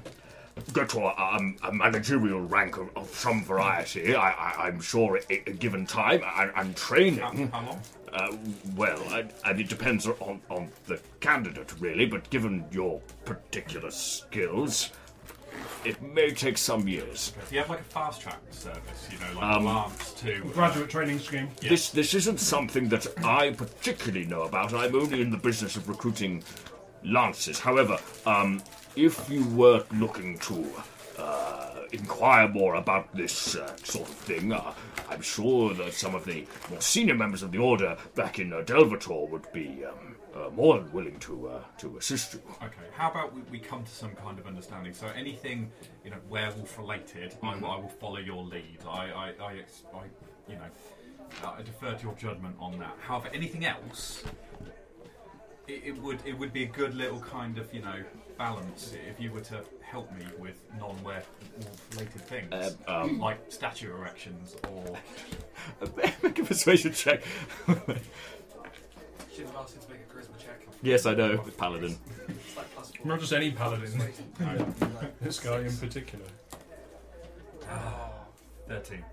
[SPEAKER 11] go to a, um, a managerial rank of, of some variety. I, I, I'm sure, at a given time and, and training.
[SPEAKER 9] How long?
[SPEAKER 11] Uh, well, I, and it depends on, on the candidate, really, but given your particular skills, it may take some years.
[SPEAKER 9] Do you have like a fast track service? You know, like
[SPEAKER 11] Um,
[SPEAKER 9] alarms to
[SPEAKER 2] Graduate training scheme.
[SPEAKER 11] This this isn't something that I particularly know about. I'm only in the business of recruiting lances. However, um, if you were looking to uh, inquire more about this uh, sort of thing, uh, I'm sure that some of the more senior members of the order back in uh, Delvator would be um, uh, more than willing to uh, to assist you.
[SPEAKER 9] Okay, how about we, we come to some kind of understanding? So anything, you know, werewolf related, I
[SPEAKER 1] Mm-hmm.
[SPEAKER 9] will- I, will follow your lead. I, I, I, ex- I you know, uh, I defer to your judgment on that. However, anything else, it, it would it would be a good little kind of you know balance if you were to help me with non-werewolf related things,
[SPEAKER 1] Uh, um,
[SPEAKER 9] like statue erections or
[SPEAKER 1] Make a persuasion check.
[SPEAKER 5] Should have asked you to make a charisma check.
[SPEAKER 1] yes, I know. With paladin.
[SPEAKER 5] It's like plus four.
[SPEAKER 2] Not just any paladin.
[SPEAKER 9] No.
[SPEAKER 2] this guy in particular.
[SPEAKER 9] thirteen.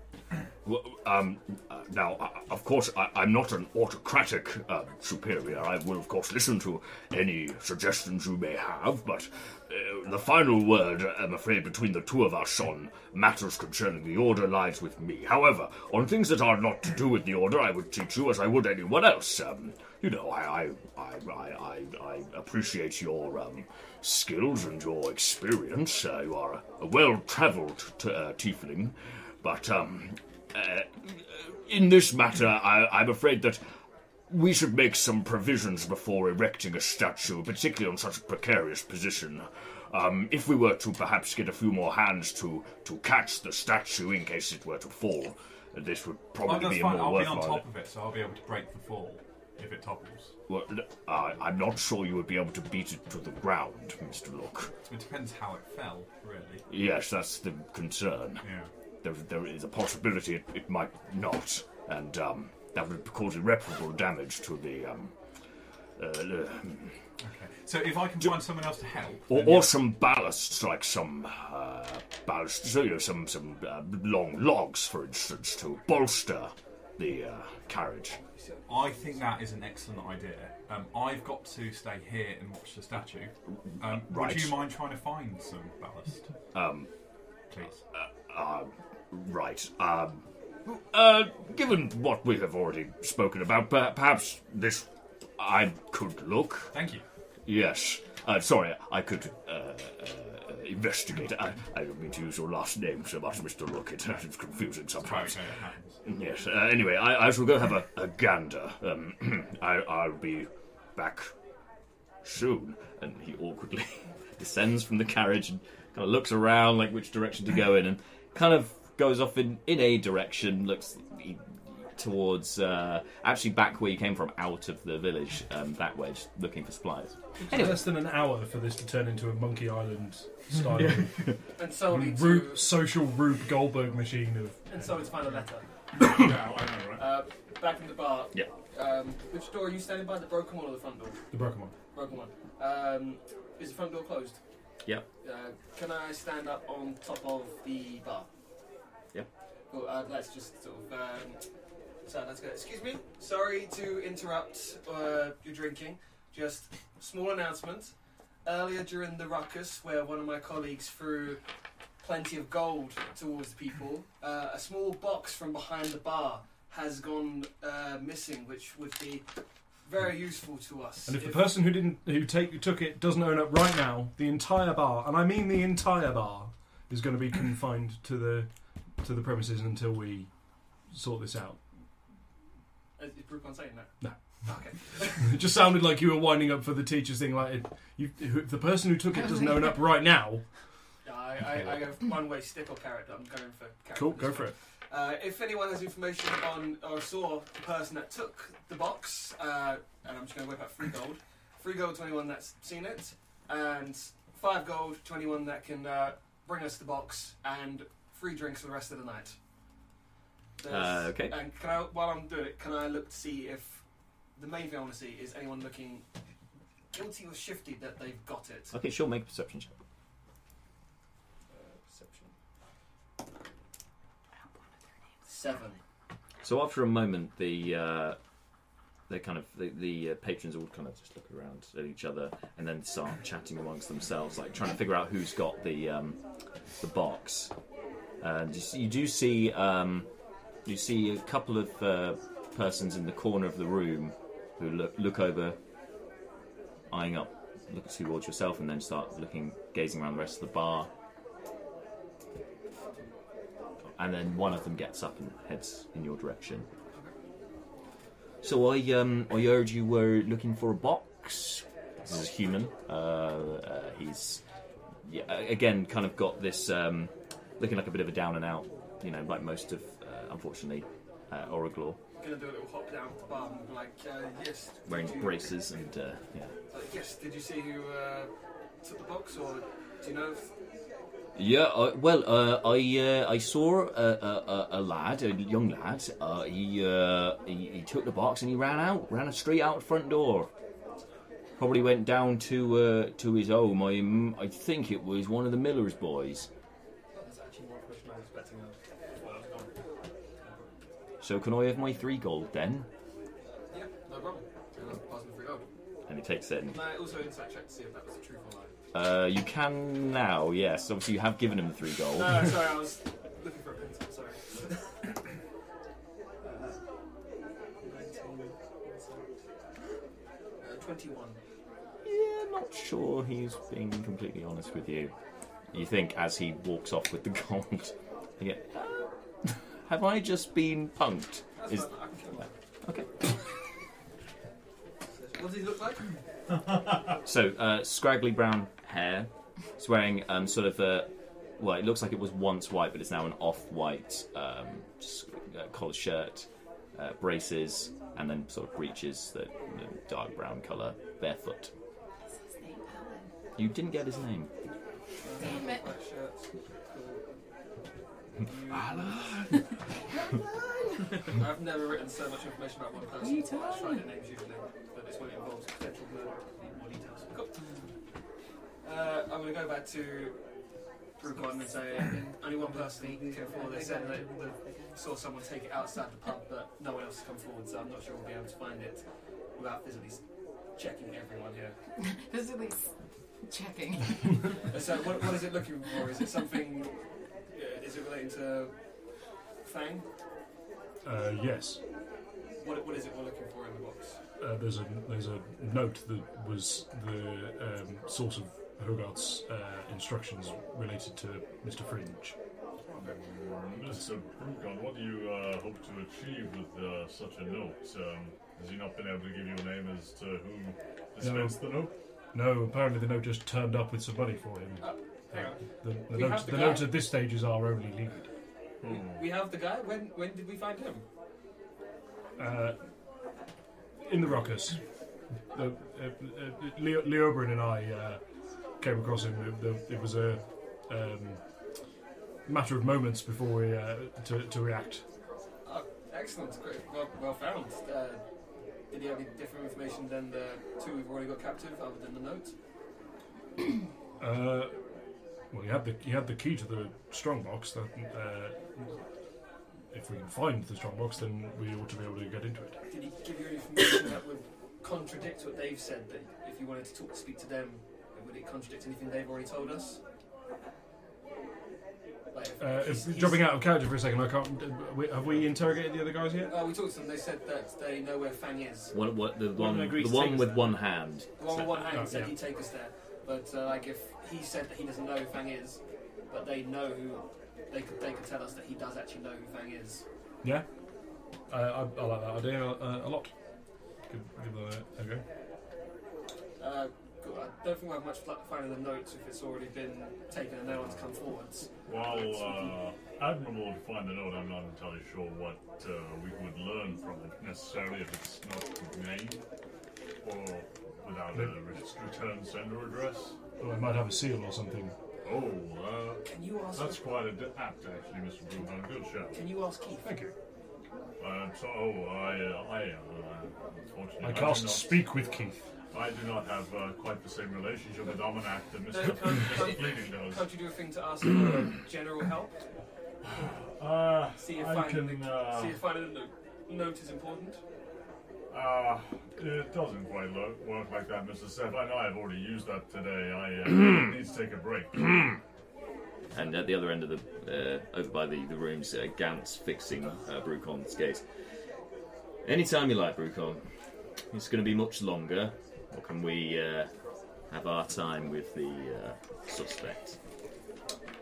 [SPEAKER 11] Well, um, uh, now, uh, of course, I, I'm not an autocratic uh, superior. I will, of course, listen to any suggestions you may have, but uh, the final word, I'm afraid, between the two of us on matters concerning the Order lies with me. However, on things that are not to do with the Order, I would teach you as I would anyone else. Um, you know, I, I, I, I, I, I appreciate your um, skills and your experience. Uh, you are a, a well travelled t- uh, tiefling. But um, uh, in this matter, I, I'm afraid that we should make some provisions before erecting a statue, particularly on such a precarious position. Um, if we were to perhaps get a few more hands to, to catch the statue in case it were to fall, this would
[SPEAKER 9] Oh,
[SPEAKER 11] probably
[SPEAKER 9] that's
[SPEAKER 11] be a
[SPEAKER 9] fine.
[SPEAKER 11] more
[SPEAKER 9] I'll be on
[SPEAKER 11] worthwhile.
[SPEAKER 9] top of it, so I'll be able to break the fall. if it topples.
[SPEAKER 11] Well, n- I, I'm not sure you would be able to beat it to the ground, Mr. Look.
[SPEAKER 9] It depends how it fell, really.
[SPEAKER 11] Yes, that's the concern.
[SPEAKER 9] Yeah.
[SPEAKER 11] There, there is a possibility it, it might not, and um, that would cause irreparable damage to the. Um, uh, okay.
[SPEAKER 9] So if I can find someone else to help,
[SPEAKER 11] Or,
[SPEAKER 9] then
[SPEAKER 11] or some ballasts, like some uh, ballast, so, you know, some some uh, long logs, for instance, to bolster the uh, carriage.
[SPEAKER 9] I think that is an excellent idea. Um, I've got to stay here and watch the statue. Um,
[SPEAKER 11] Right.
[SPEAKER 9] Would you mind trying to find some ballast?
[SPEAKER 11] Um,
[SPEAKER 9] Please.
[SPEAKER 11] Uh, uh, right. Um, uh, given what we have already spoken about, per- perhaps this I could look.
[SPEAKER 9] Thank you.
[SPEAKER 11] Yes. Uh, sorry, I could uh, uh, investigate. I, I don't mean to use your last name so much, Mr. Look. It's confusing sometimes.
[SPEAKER 9] okay,
[SPEAKER 11] Yes. Uh, anyway, I, I shall go have a, a gander. Um, I, I'll be back
[SPEAKER 1] soon. And he awkwardly descends from the carriage and kind of looks around, like which direction to go in, and kind of goes off in, in a direction, looks he- towards uh, actually back where you came from, out of the village, um, that way, just looking for supplies.
[SPEAKER 2] It's less than an hour for this to turn into a Monkey Island style
[SPEAKER 5] Yeah. And solely to-
[SPEAKER 2] Rube- social Rube Goldberg machine of
[SPEAKER 5] And so it's find a letter. yeah,
[SPEAKER 2] I know, right?
[SPEAKER 5] Uh, back in the bar.
[SPEAKER 2] Yeah.
[SPEAKER 5] Um, which door are you standing by? The broken one or the front door?
[SPEAKER 2] The broken one.
[SPEAKER 5] Broken one. Um, is the front door closed?
[SPEAKER 1] Yep.
[SPEAKER 5] Uh, can I stand up on top of the bar?
[SPEAKER 1] Yep.
[SPEAKER 5] Cool. Uh, let's just sort of. Um, so let's go. Excuse me. Sorry to interrupt uh, your drinking. Just small announcement. Earlier during the ruckus, where one of my colleagues threw plenty of gold towards people, uh, a small box from behind the bar has gone uh, missing, which would be very useful to us.
[SPEAKER 2] And if the person who didn't who take who took it doesn't own up right now, the entire bar, and I mean the entire bar, is going to be confined to the to the premises until we sort this out.
[SPEAKER 5] Uh, Is is Brooke on saying that?
[SPEAKER 2] No.
[SPEAKER 5] Okay.
[SPEAKER 2] It just sounded like you were winding up for the teachers thing. Like, if, you, if the person who took it doesn't own up right now,
[SPEAKER 5] Yeah, I, I, I have one way stick or carrot that I'm going for. Carrot
[SPEAKER 2] Cool,
[SPEAKER 5] this
[SPEAKER 2] go for
[SPEAKER 5] one.
[SPEAKER 2] it.
[SPEAKER 5] Uh, if anyone has information on or saw the person that took the box, uh, and I'm just going to whip out three gold. Three gold to anyone that's seen it, and five gold to anyone that can uh, bring us the box, and free drinks for the rest of the night. There's-
[SPEAKER 1] Uh, okay.
[SPEAKER 5] And can I, while I'm doing it, can I look to see if the main thing I want to see is anyone looking guilty or shifty that they've got it?
[SPEAKER 1] Okay, sure, make a perception check.
[SPEAKER 5] Perception. Seven.
[SPEAKER 1] So after a moment, the uh, they kind of the, the uh, patrons all kind of just look around at each other and then start chatting amongst themselves, like trying to figure out who's got the um, the box. And you, see, you do see um, you see a couple of uh, persons in the corner of the room who look look over, eyeing up, look towards yourself, and then start looking gazing around the rest of the bar. And then one of them gets up and heads in your direction. So I um I heard you were looking for a box. This is human. Uh, uh, he's yeah a- again kind of got this um, looking like a bit of a down and out. You know, like most of uh, unfortunately uh, Oraglor,
[SPEAKER 5] gonna do a little hop down to the bar and be like, uh, yes. did
[SPEAKER 1] wearing
[SPEAKER 5] you-
[SPEAKER 1] braces and uh, yeah.
[SPEAKER 5] Like, yes, did you see who uh, took the box, or do you know? If,
[SPEAKER 1] Yeah, uh, well, uh, I uh, I saw a, a, a- a lad, a young lad. Uh, he, uh, he he took the box and he ran out, ran straight out the front door. Probably went down to uh, to his home. I m- I think it was one of the miller's boys.
[SPEAKER 5] that's actually more information I was expecting. uh, well, I've gone.
[SPEAKER 1] So can I have my three gold then?
[SPEAKER 5] Yeah, no problem. And I'll pass me through. Oh.
[SPEAKER 1] And he takes it.
[SPEAKER 5] Can I also insight check to see if that was the truth or lie?
[SPEAKER 1] Uh, you can now, yes. Obviously, you have given him the three gold.
[SPEAKER 5] No, sorry, I was looking for a pencil. Sorry. uh, 19, uh, Twenty-one.
[SPEAKER 1] not sure he's being completely honest with you. You think as he walks off with the gold, you get, "Uh, have I just been punked?
[SPEAKER 5] That's
[SPEAKER 1] Is-
[SPEAKER 5] fine, I can kill him.
[SPEAKER 1] okay.
[SPEAKER 5] What does he look like?
[SPEAKER 1] So, uh, scraggly brown hair. He's wearing um, sort of a, well, it looks like it was once white, but it's now an off-white um, s- uh, collar shirt. uh, braces, and then sort of breeches, the, the dark brown colour, barefoot. You didn't get his name.
[SPEAKER 4] Damn it.
[SPEAKER 5] Black shirts.
[SPEAKER 1] Alan.
[SPEAKER 5] I've never written so much information about one person.
[SPEAKER 4] You
[SPEAKER 5] before. I try
[SPEAKER 4] don't.
[SPEAKER 5] to names usually, but it's when it involves potential murder. I need more details. Cool. Uh, I'm going to go back to Brucon and say only one person came forward. They said they, they saw someone take it outside the pub, but no one else has come forward, so I'm not sure we'll be able to find it without physically checking everyone here.
[SPEAKER 6] Physically s- checking.
[SPEAKER 5] so, what, what is it looking for? Is it something? Uh, is it relating to Fang?
[SPEAKER 2] Uh, yes.
[SPEAKER 5] What, what is it we're looking for in the box?
[SPEAKER 2] Uh, there's a there's a note that was the um, source of Hogarth's uh, instructions related to Mr. Fringe.
[SPEAKER 7] Mr. Brugon, what do you uh, hope to achieve with uh, such a note? Um, has he not been able to give you a name as to who dispensed the note?
[SPEAKER 2] No, apparently the note just turned up with some money for him.
[SPEAKER 5] Oh, hang on.
[SPEAKER 2] the the,
[SPEAKER 5] We
[SPEAKER 2] note,
[SPEAKER 5] have
[SPEAKER 2] the,
[SPEAKER 5] the
[SPEAKER 2] note
[SPEAKER 5] guy.
[SPEAKER 2] at this stage is our only lead.
[SPEAKER 5] We have the guy. When when did we find him?
[SPEAKER 2] Uh, in the Rockers, the, uh, uh, Leo, Leobrin and I uh, came across him. It, the- it was a um, matter of moments before we uh, to, to react.
[SPEAKER 5] Oh, excellent. Great. Well, well found. Uh, did he have any different information than the two we've already got captive, other than the note?
[SPEAKER 2] Uh, well, he had the he had the key to the strongbox. That uh, if we can find the strongbox, then we ought to be able to get into it.
[SPEAKER 5] Did he give you any information that would contradict what they've said? That if you wanted to talk, speak to them, would it contradict anything they've already told us? Like, if-
[SPEAKER 2] Uh,
[SPEAKER 5] he's-
[SPEAKER 2] if,
[SPEAKER 5] he's-
[SPEAKER 2] jumping out of character for a second, I can't. uh, we- Have we interrogated the other guys yet?
[SPEAKER 5] Uh, we talked to them. They said that they know where Fang is.
[SPEAKER 1] One, what, the one,
[SPEAKER 2] agreed
[SPEAKER 1] the
[SPEAKER 2] to take
[SPEAKER 1] one
[SPEAKER 2] us
[SPEAKER 1] with
[SPEAKER 2] there.
[SPEAKER 1] one hand.
[SPEAKER 5] The one with one hand
[SPEAKER 2] Oh,
[SPEAKER 5] said
[SPEAKER 2] yeah.
[SPEAKER 5] he'd take us there, but uh, like if he said that he doesn't know who Fang is, but they know who, they could they could tell us that he does actually know who Fang is.
[SPEAKER 2] Yeah, uh, I, I like that idea uh, a lot. Give, give that a go.
[SPEAKER 5] Uh, cool. I don't think we have much luck finding the notes if it's already been taken and no one's come forwards.
[SPEAKER 7] While uh, admirable to find the note, I'm not entirely sure what uh, we would learn from it necessarily if it's not named or without a re- return sender address.
[SPEAKER 2] Or it Oh, might have a seal or something.
[SPEAKER 7] Oh, uh,
[SPEAKER 5] Can you ask-
[SPEAKER 7] that's quite a d- apt, actually, Mr. Bruton. Good shout.
[SPEAKER 5] Can you ask Keith?
[SPEAKER 2] Thank you.
[SPEAKER 7] Uh, so, oh, I, uh, I, uh, unfortunately,
[SPEAKER 2] I
[SPEAKER 7] do
[SPEAKER 2] cast
[SPEAKER 7] not-
[SPEAKER 2] speak with Keith.
[SPEAKER 7] I do not have uh, quite the same relationship with Almanac that
[SPEAKER 5] Uh,
[SPEAKER 7] Mr.
[SPEAKER 5] can't,
[SPEAKER 7] Mr. Fleeting
[SPEAKER 5] can't,
[SPEAKER 7] does.
[SPEAKER 5] can't you do a thing to ask for general help?
[SPEAKER 7] Uh,
[SPEAKER 5] see if
[SPEAKER 7] I
[SPEAKER 5] finding
[SPEAKER 7] can,
[SPEAKER 5] the,
[SPEAKER 7] uh,
[SPEAKER 5] see if finding the note is important.
[SPEAKER 7] Uh, it doesn't quite lo- work like that, Mr. Seth. I know I've already used that today. I uh, need to take a break.
[SPEAKER 1] And at the other end of the, uh, over by the, the rooms, uh, Gant's fixing uh, Brucon's gate. Anytime you like, Brucon. It's going to be much longer. Or can we uh, have our time with the uh, suspect?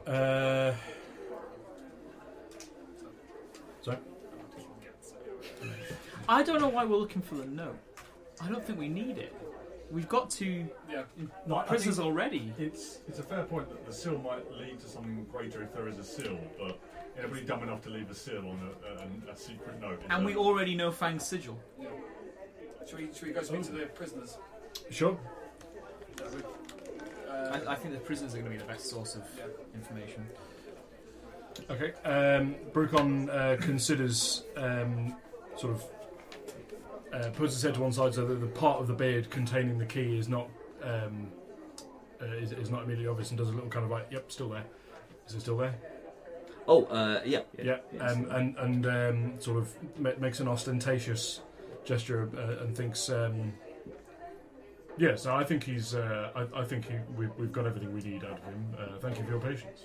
[SPEAKER 2] Uh, sorry.
[SPEAKER 8] I don't know why we're looking for the note. I don't think we need it. We've got to
[SPEAKER 5] yeah.
[SPEAKER 7] Like, I
[SPEAKER 8] prisoners
[SPEAKER 7] think
[SPEAKER 8] already.
[SPEAKER 7] It's it's a fair point that the seal might lead to something greater if there is a seal, but everybody dumb enough to leave a seal on a, a, a secret note.
[SPEAKER 8] And we already know Fang's sigil.
[SPEAKER 5] Yeah. Should we, should we go speak to the prisoners?
[SPEAKER 2] Sure.
[SPEAKER 5] That would-
[SPEAKER 8] I,
[SPEAKER 5] Uh,
[SPEAKER 8] I think the prisoners are going to be the best source of information.
[SPEAKER 2] Okay. Um, Brucon uh, considers, um, sort of, uh, puts his head to one side so that the part of the beard containing the key is not um, uh, is, is not immediately obvious, and does a little kind of like, "Yep, still there. Is it still there?"
[SPEAKER 1] Oh, uh, yeah.
[SPEAKER 2] Yeah,
[SPEAKER 1] yeah,
[SPEAKER 2] um, and and um, sort of ma- makes an ostentatious gesture uh, and thinks, um, yes, I think he's. Uh, I, I think he, we, we've got everything we need out of him. Uh, thank you for your patience.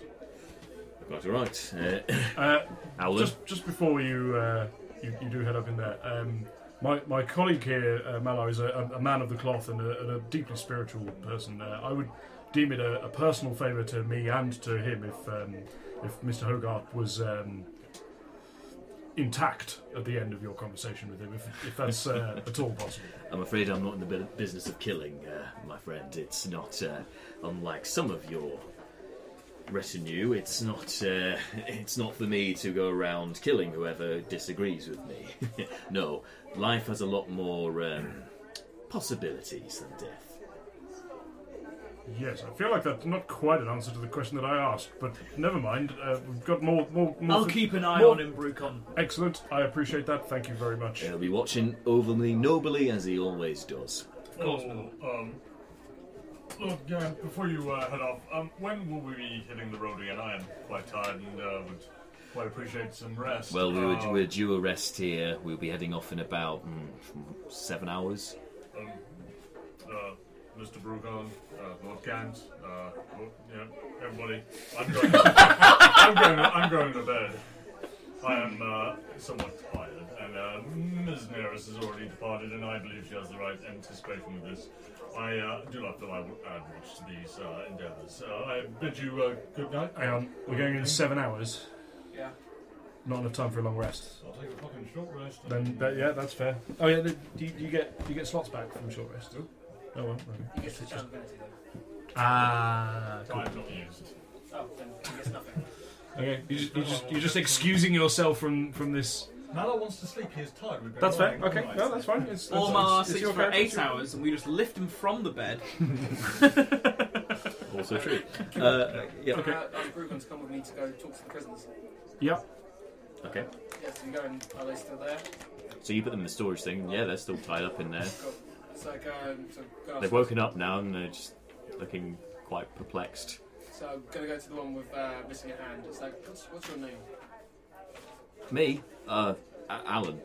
[SPEAKER 1] Quite all right. Uh,
[SPEAKER 2] Uh,
[SPEAKER 1] Alan?
[SPEAKER 2] just just before you, uh, you you do head up in there, um, my my colleague here, uh, Mallow, is a, a- a man of the cloth and a, and a deeply spiritual person. Uh, I would deem it a, a personal favour to me and to him if um, if Mr Hogarth was. Um, intact at the end of your conversation with him if, if that's uh, at all possible
[SPEAKER 1] I'm afraid I'm not in the bu- business of killing, uh, my friend. It's not uh, unlike some of your retinue. It's not uh, it's not for me to go around killing whoever disagrees with me. no, life has a lot more um, possibilities than death.
[SPEAKER 2] Yes, I feel like that's not quite an answer to the question that I asked, but never mind. Uh, we've got more. more, more
[SPEAKER 1] I'll keep an eye on him,
[SPEAKER 2] Brucon. Excellent. I appreciate that. Thank you very much.
[SPEAKER 1] He'll be watching overly nobly as he always does.
[SPEAKER 7] Of course, um, Lord Gareth, before you uh, head off, um, when will we be hitting the road again? I am quite tired and uh, would quite appreciate some rest.
[SPEAKER 1] Well, we were,
[SPEAKER 7] Uh,
[SPEAKER 1] we're due a rest here. We'll be heading off in about mm, seven hours.
[SPEAKER 7] um, uh, Mr. Brugon, uh, Lord Gant, uh, Lord, yeah, everybody. I'm going, I'm, going to, I'm going to bed. I am uh, somewhat tired, and uh, Ms. Neris has already departed, and I believe she has the right anticipation with this. I uh, do love that I will add much to these uh, endeavours. Uh, I bid you uh, good night.
[SPEAKER 2] Hang on, we're going in seven hours.
[SPEAKER 7] Yeah.
[SPEAKER 2] Not enough time for a long rest.
[SPEAKER 7] I'll take a fucking short rest.
[SPEAKER 2] Then, that, yeah, that's fair. Oh yeah, the, do, you, do you get do you get slots back from short rest? Oh well.
[SPEAKER 5] You
[SPEAKER 2] Okay.
[SPEAKER 5] get the availability
[SPEAKER 2] Ah,
[SPEAKER 5] though.
[SPEAKER 2] cool.
[SPEAKER 7] I've not used.
[SPEAKER 5] Oh, then I guess nothing.
[SPEAKER 2] Okay, you just, you just, you're just excusing yourself from from this.
[SPEAKER 10] Mallow wants to sleep. He is tired. We've been
[SPEAKER 2] That's fair.
[SPEAKER 10] lying all
[SPEAKER 2] Okay,
[SPEAKER 10] night.
[SPEAKER 2] no, that's fine. It's, it's,
[SPEAKER 8] Ormar
[SPEAKER 2] it's, it's
[SPEAKER 8] sits
[SPEAKER 2] your
[SPEAKER 8] for
[SPEAKER 2] character, it's
[SPEAKER 8] eight
[SPEAKER 2] your-
[SPEAKER 8] hours, and we just lift him from the bed.
[SPEAKER 1] Also true. Uh, yeah.
[SPEAKER 5] Uh, ask Brucon's come with me to go talk to the prisoners.
[SPEAKER 2] Yeah.
[SPEAKER 1] Okay.
[SPEAKER 5] Yes, you go and are they still there?
[SPEAKER 1] So you put them in the storage thing. Yeah, they're still tied up in there.
[SPEAKER 5] Cool. So I go and so go
[SPEAKER 1] They've woken up now and they're just looking quite perplexed.
[SPEAKER 5] So I'm gonna go to the one with uh, missing a hand. It's like, what's, what's your name?
[SPEAKER 1] Me, uh, A- Alan.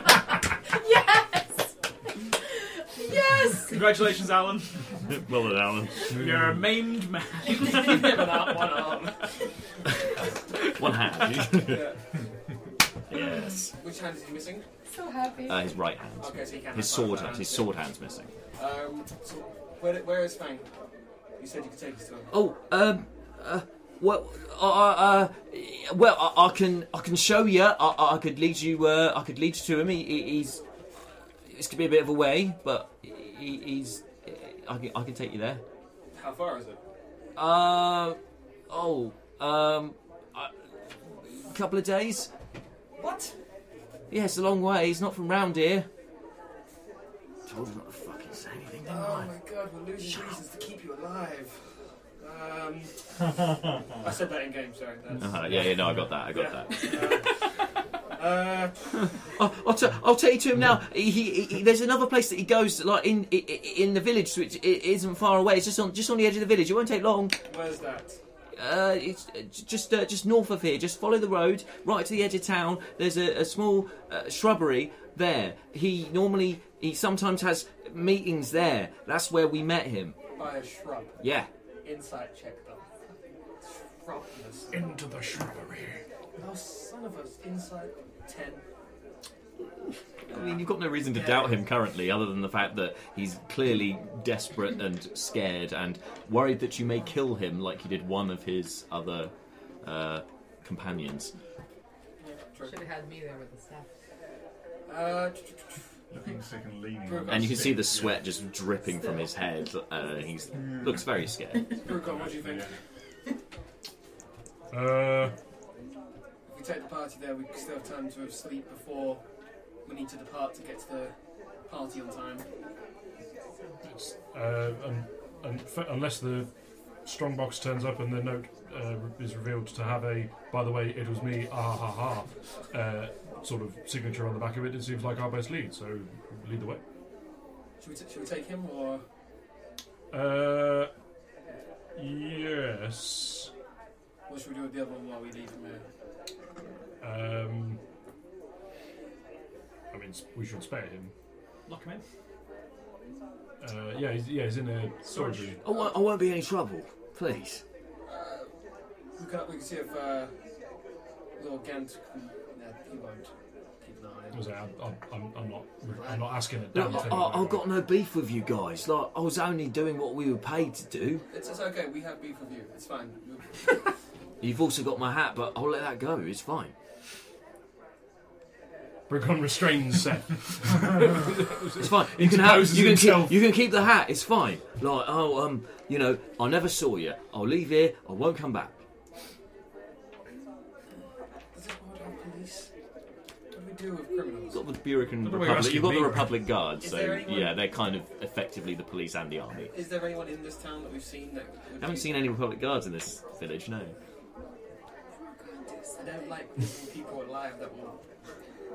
[SPEAKER 1] Uh,
[SPEAKER 6] Yes! yes!
[SPEAKER 8] Congratulations, Alan.
[SPEAKER 1] well done, Alan.
[SPEAKER 8] You're a maimed man.
[SPEAKER 5] Without one arm.
[SPEAKER 1] One hand.
[SPEAKER 5] Yeah.
[SPEAKER 1] yes.
[SPEAKER 5] Which hand is he missing?
[SPEAKER 4] So happy.
[SPEAKER 1] Uh, his right hand.
[SPEAKER 5] Okay, so he
[SPEAKER 1] his
[SPEAKER 5] can have both
[SPEAKER 1] sword hand.
[SPEAKER 5] hands,
[SPEAKER 1] His
[SPEAKER 5] yeah.
[SPEAKER 1] sword hand's missing.
[SPEAKER 5] Um, so where, where is Fang? You said you could take us to him.
[SPEAKER 1] Oh, um, uh, well, uh, uh, well, I, I can, I can show you. I, I I could lead you. Uh, I could lead you to him. He, he, he's. This could be a bit of a way, but he, he's. I can, I can take you there.
[SPEAKER 5] How far is it?
[SPEAKER 1] Uh, oh, um, a couple of days.
[SPEAKER 5] What?
[SPEAKER 1] Yeah, it's a long way. He's not from round here. Told him not to fucking say anything,
[SPEAKER 5] Oh
[SPEAKER 1] didn't I?
[SPEAKER 5] my god, we're losing reasons to keep you alive. Um, I said that in game, sorry. That's,
[SPEAKER 1] Uh-huh, yeah, yeah, no, I got that, I got
[SPEAKER 5] that. Uh,
[SPEAKER 1] I'll, I'll, t- I'll tell you to him now. He, he, he, there's another place that he goes, like in i- i- in the village, which i- isn't far away. It's just on just on the edge of the village. It won't take long.
[SPEAKER 5] where's that?
[SPEAKER 1] Uh, it's uh, j- just uh, just north of here. Just follow the road right to the edge of town. There's a, a small uh, shrubbery there. He normally he sometimes has meetings there. That's where we met him.
[SPEAKER 5] By a shrub.
[SPEAKER 1] Yeah.
[SPEAKER 5] Insight check though. Shrubness.
[SPEAKER 2] Into the shrubbery.
[SPEAKER 5] Oh, son of a insight ten.
[SPEAKER 1] I mean, you've got no reason to doubt him currently, other than the fact that he's clearly desperate and scared and worried that you may kill him, like you did one of his other uh, companions.
[SPEAKER 6] Should have had me there with the staff.
[SPEAKER 5] Uh,
[SPEAKER 10] Looking sick and leaning.
[SPEAKER 5] Brooke-
[SPEAKER 1] And you can see the sweat just dripping from his head. Uh, he looks very scared.
[SPEAKER 5] Brucon, what do you think?
[SPEAKER 2] Uh,
[SPEAKER 5] If we take the party there, we still have time to have sleep before we need to depart to get to the party on time.
[SPEAKER 2] it's, uh, and, and f- unless the strongbox turns up and the note uh, is revealed to have a by the way it was me ah ha ha ha uh, sort of signature on the back of it, it seems like our best lead. So lead the way.
[SPEAKER 5] Should we, t- should we take him or?
[SPEAKER 2] Uh, yes.
[SPEAKER 5] What should we do with the other one while we leave him here?
[SPEAKER 2] Um, I mean, we should spare him.
[SPEAKER 8] Lock him in.
[SPEAKER 2] Uh, yeah, he's, yeah, he's in a storage room.
[SPEAKER 1] I won't, I won't be any trouble, please.
[SPEAKER 5] We can, we can see if uh, Lord Gant can. No, he won't. Keep an eye on
[SPEAKER 2] I was
[SPEAKER 5] him.
[SPEAKER 2] like, I'm, I'm- I'm, I'm not, I'm not asking it.
[SPEAKER 1] Look, I, I, I've got no beef with you guys. Like, I was only doing what we were paid to do.
[SPEAKER 5] It's, it's okay, we have beef with you. It's fine. We'll-
[SPEAKER 1] You've also got my hat, but I'll let that go. It's fine.
[SPEAKER 2] Brugon restrains Seth.
[SPEAKER 1] It's fine. You can have.
[SPEAKER 2] Interposes
[SPEAKER 1] You can,
[SPEAKER 2] himself.
[SPEAKER 1] keep, you can keep the hat. It's fine. Like, oh, um, you know, I never saw you. I'll leave here. I won't come back.
[SPEAKER 5] Does it not have police? What do we do with criminals?
[SPEAKER 1] You've got the Burek and
[SPEAKER 5] What are we
[SPEAKER 1] Republic.
[SPEAKER 5] asking
[SPEAKER 1] You've got the
[SPEAKER 5] me?
[SPEAKER 1] Republic Guard.
[SPEAKER 5] Is
[SPEAKER 1] So
[SPEAKER 5] there anyone-
[SPEAKER 1] yeah, they're kind of effectively the police and the army.
[SPEAKER 5] Is there anyone in this town that we've seen that
[SPEAKER 1] I
[SPEAKER 5] would
[SPEAKER 1] haven't
[SPEAKER 5] be-
[SPEAKER 1] seen any Republic Guards in this village. No.
[SPEAKER 5] I don't like people alive that will.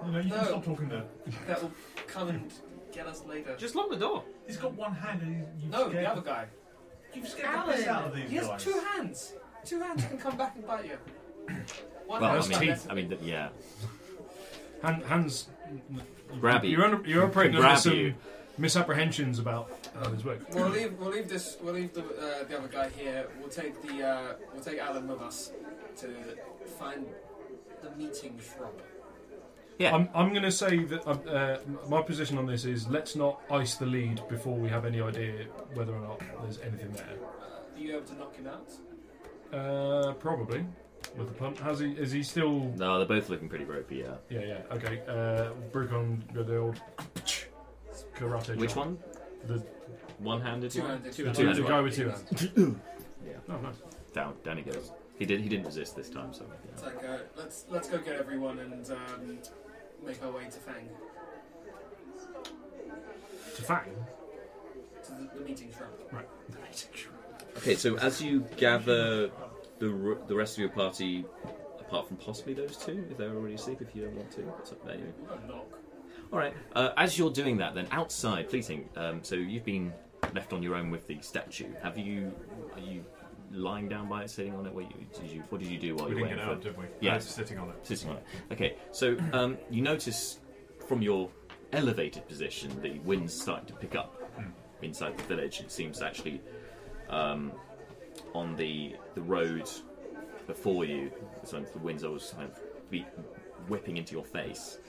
[SPEAKER 7] No, you can stop talking there.
[SPEAKER 5] That will come and get us later.
[SPEAKER 7] Just lock the door. He's got one hand and he's- you've
[SPEAKER 5] No,
[SPEAKER 7] scared
[SPEAKER 5] the other guy. You've scared the
[SPEAKER 7] Alan.
[SPEAKER 5] piss out of these
[SPEAKER 7] He
[SPEAKER 5] He
[SPEAKER 7] has
[SPEAKER 5] has two hands. Two hands can come back and bite you. One
[SPEAKER 1] Well, I
[SPEAKER 5] hand's not
[SPEAKER 1] mean,
[SPEAKER 5] meant
[SPEAKER 1] I mean, th- yeah.
[SPEAKER 2] Hand, hands
[SPEAKER 1] Grab you.
[SPEAKER 2] You're, under, you're operating
[SPEAKER 1] Grab
[SPEAKER 2] under some
[SPEAKER 1] you.
[SPEAKER 2] misapprehensions about uh, how this works.
[SPEAKER 5] We'll leave. We'll leave this. We'll leave the, uh, the other guy here. We'll take the. Uh, we'll take Alan with us to find the meeting shrub.
[SPEAKER 1] Yeah.
[SPEAKER 2] I'm, I'm going to say that um, uh, my position on this is let's not ice the lead before we have any idea whether or not there's anything there.
[SPEAKER 5] Are you able to knock him out?
[SPEAKER 2] Uh, probably with the punt. Has he? Is he still?
[SPEAKER 1] No, they're both looking pretty ropey. Yeah.
[SPEAKER 2] Yeah, yeah. Okay. Uh, Brucon got the old karate.
[SPEAKER 1] Which
[SPEAKER 2] chop.
[SPEAKER 1] one?
[SPEAKER 2] The
[SPEAKER 1] one-handed.
[SPEAKER 2] Two
[SPEAKER 1] one?
[SPEAKER 2] handed.
[SPEAKER 1] The
[SPEAKER 2] The
[SPEAKER 1] two-handed
[SPEAKER 2] guy
[SPEAKER 1] one.
[SPEAKER 2] with two hands.
[SPEAKER 1] yeah.
[SPEAKER 2] Oh, nice.
[SPEAKER 1] Down, down he goes. He did. He didn't resist this time. So. yeah.
[SPEAKER 5] It's like, uh, let's let's go get everyone and um, make our way to Fang,
[SPEAKER 2] to Fang.
[SPEAKER 5] to the, the meeting shrub.
[SPEAKER 2] Right.
[SPEAKER 1] Okay, so as you gather the r- the rest of your party, apart from possibly those two, if they're already asleep, if you don't want to, it's up there. Anyway.
[SPEAKER 5] We've got a knock.
[SPEAKER 1] All right. Uh, as you're doing that, then outside, pleasing. Um, so you've been left on your own with the statue. Have you? Are you lying down by it, sitting on it? What you, did you? What did you do while
[SPEAKER 9] We
[SPEAKER 1] you were
[SPEAKER 9] didn't get
[SPEAKER 1] waiting
[SPEAKER 9] out,
[SPEAKER 1] for?
[SPEAKER 9] did we?
[SPEAKER 1] Yeah,
[SPEAKER 9] Uh, sitting on it.
[SPEAKER 1] Sitting on it. Okay. So um, you notice from your elevated position the wind's starting to pick up inside the village. It seems actually um, on the the road before you. So the wind's always kind of be whipping into your face,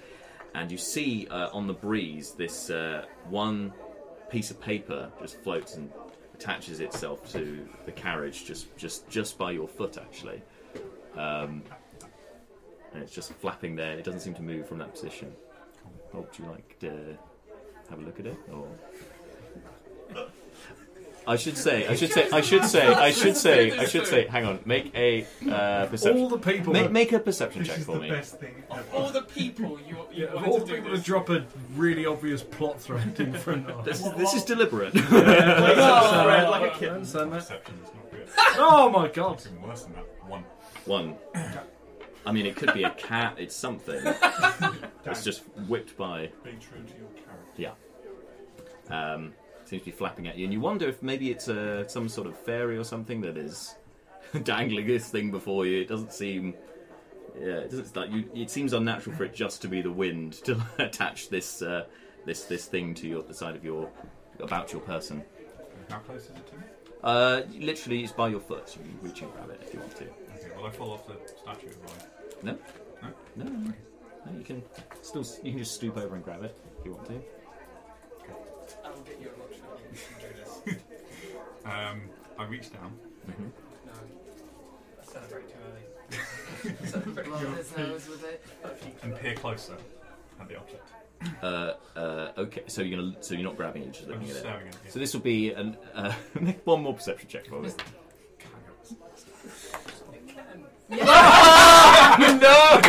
[SPEAKER 1] and you see uh, on the breeze this uh, one piece of paper just floats and attaches itself to the carriage just just just by your foot actually. Um, and it's just flapping there. It doesn't seem to move from that position. Oh, would you like to have a look at it, or I should say, I should say, I should say, I should say, I should say. Hang on, make a uh, perception.
[SPEAKER 2] All the people
[SPEAKER 1] Make,
[SPEAKER 2] that-
[SPEAKER 1] make a perception check for me.
[SPEAKER 5] Of all the people you, you
[SPEAKER 2] Yeah, of
[SPEAKER 5] wanted
[SPEAKER 2] all
[SPEAKER 5] to
[SPEAKER 2] the
[SPEAKER 5] do
[SPEAKER 2] people
[SPEAKER 5] this.
[SPEAKER 2] that drop a really obvious plot thread in front of
[SPEAKER 1] This is- this is deliberate.
[SPEAKER 2] Yeah,
[SPEAKER 1] Plot
[SPEAKER 2] yeah.
[SPEAKER 1] thread
[SPEAKER 2] Oh,
[SPEAKER 1] like a
[SPEAKER 2] I
[SPEAKER 1] kitten.
[SPEAKER 2] understand that.
[SPEAKER 9] Perception is not good.
[SPEAKER 2] Oh my god!
[SPEAKER 9] It's even worse than that. One.
[SPEAKER 1] One. I mean, it could be a cat. It's something. it's just whipped by.
[SPEAKER 9] Being true to your character.
[SPEAKER 1] Yeah. Um, seems to be flapping at you, and you wonder if maybe it's a, some sort of fairy or something that is dangling this thing before you. It doesn't seem. Yeah, it doesn't like you. It seems unnatural for it just to be the wind to attach this uh, this this thing to your the side of your about your person.
[SPEAKER 9] How close is it to me?
[SPEAKER 1] Uh, literally, it's by your foot. So you can reach and grab it if you want to.
[SPEAKER 9] Okay, well, I fall off the statue, right?
[SPEAKER 1] No, no, no. no you can still you can just stoop over and grab it if you want to.
[SPEAKER 5] I will get you a lot shrub. You should do this.
[SPEAKER 9] Um, I reach down.
[SPEAKER 5] No. I celebrate too early. I celebrate
[SPEAKER 6] Blow
[SPEAKER 5] too early.
[SPEAKER 6] his nose with it.
[SPEAKER 9] And peer closer at the object.
[SPEAKER 1] Uh, uh, okay, so you're gonna, so you're not grabbing it, you're just
[SPEAKER 9] I'm
[SPEAKER 1] looking
[SPEAKER 9] just
[SPEAKER 1] at
[SPEAKER 9] staring
[SPEAKER 1] it.
[SPEAKER 9] at it.
[SPEAKER 1] So this will be an uh, make one more perception check for me. no.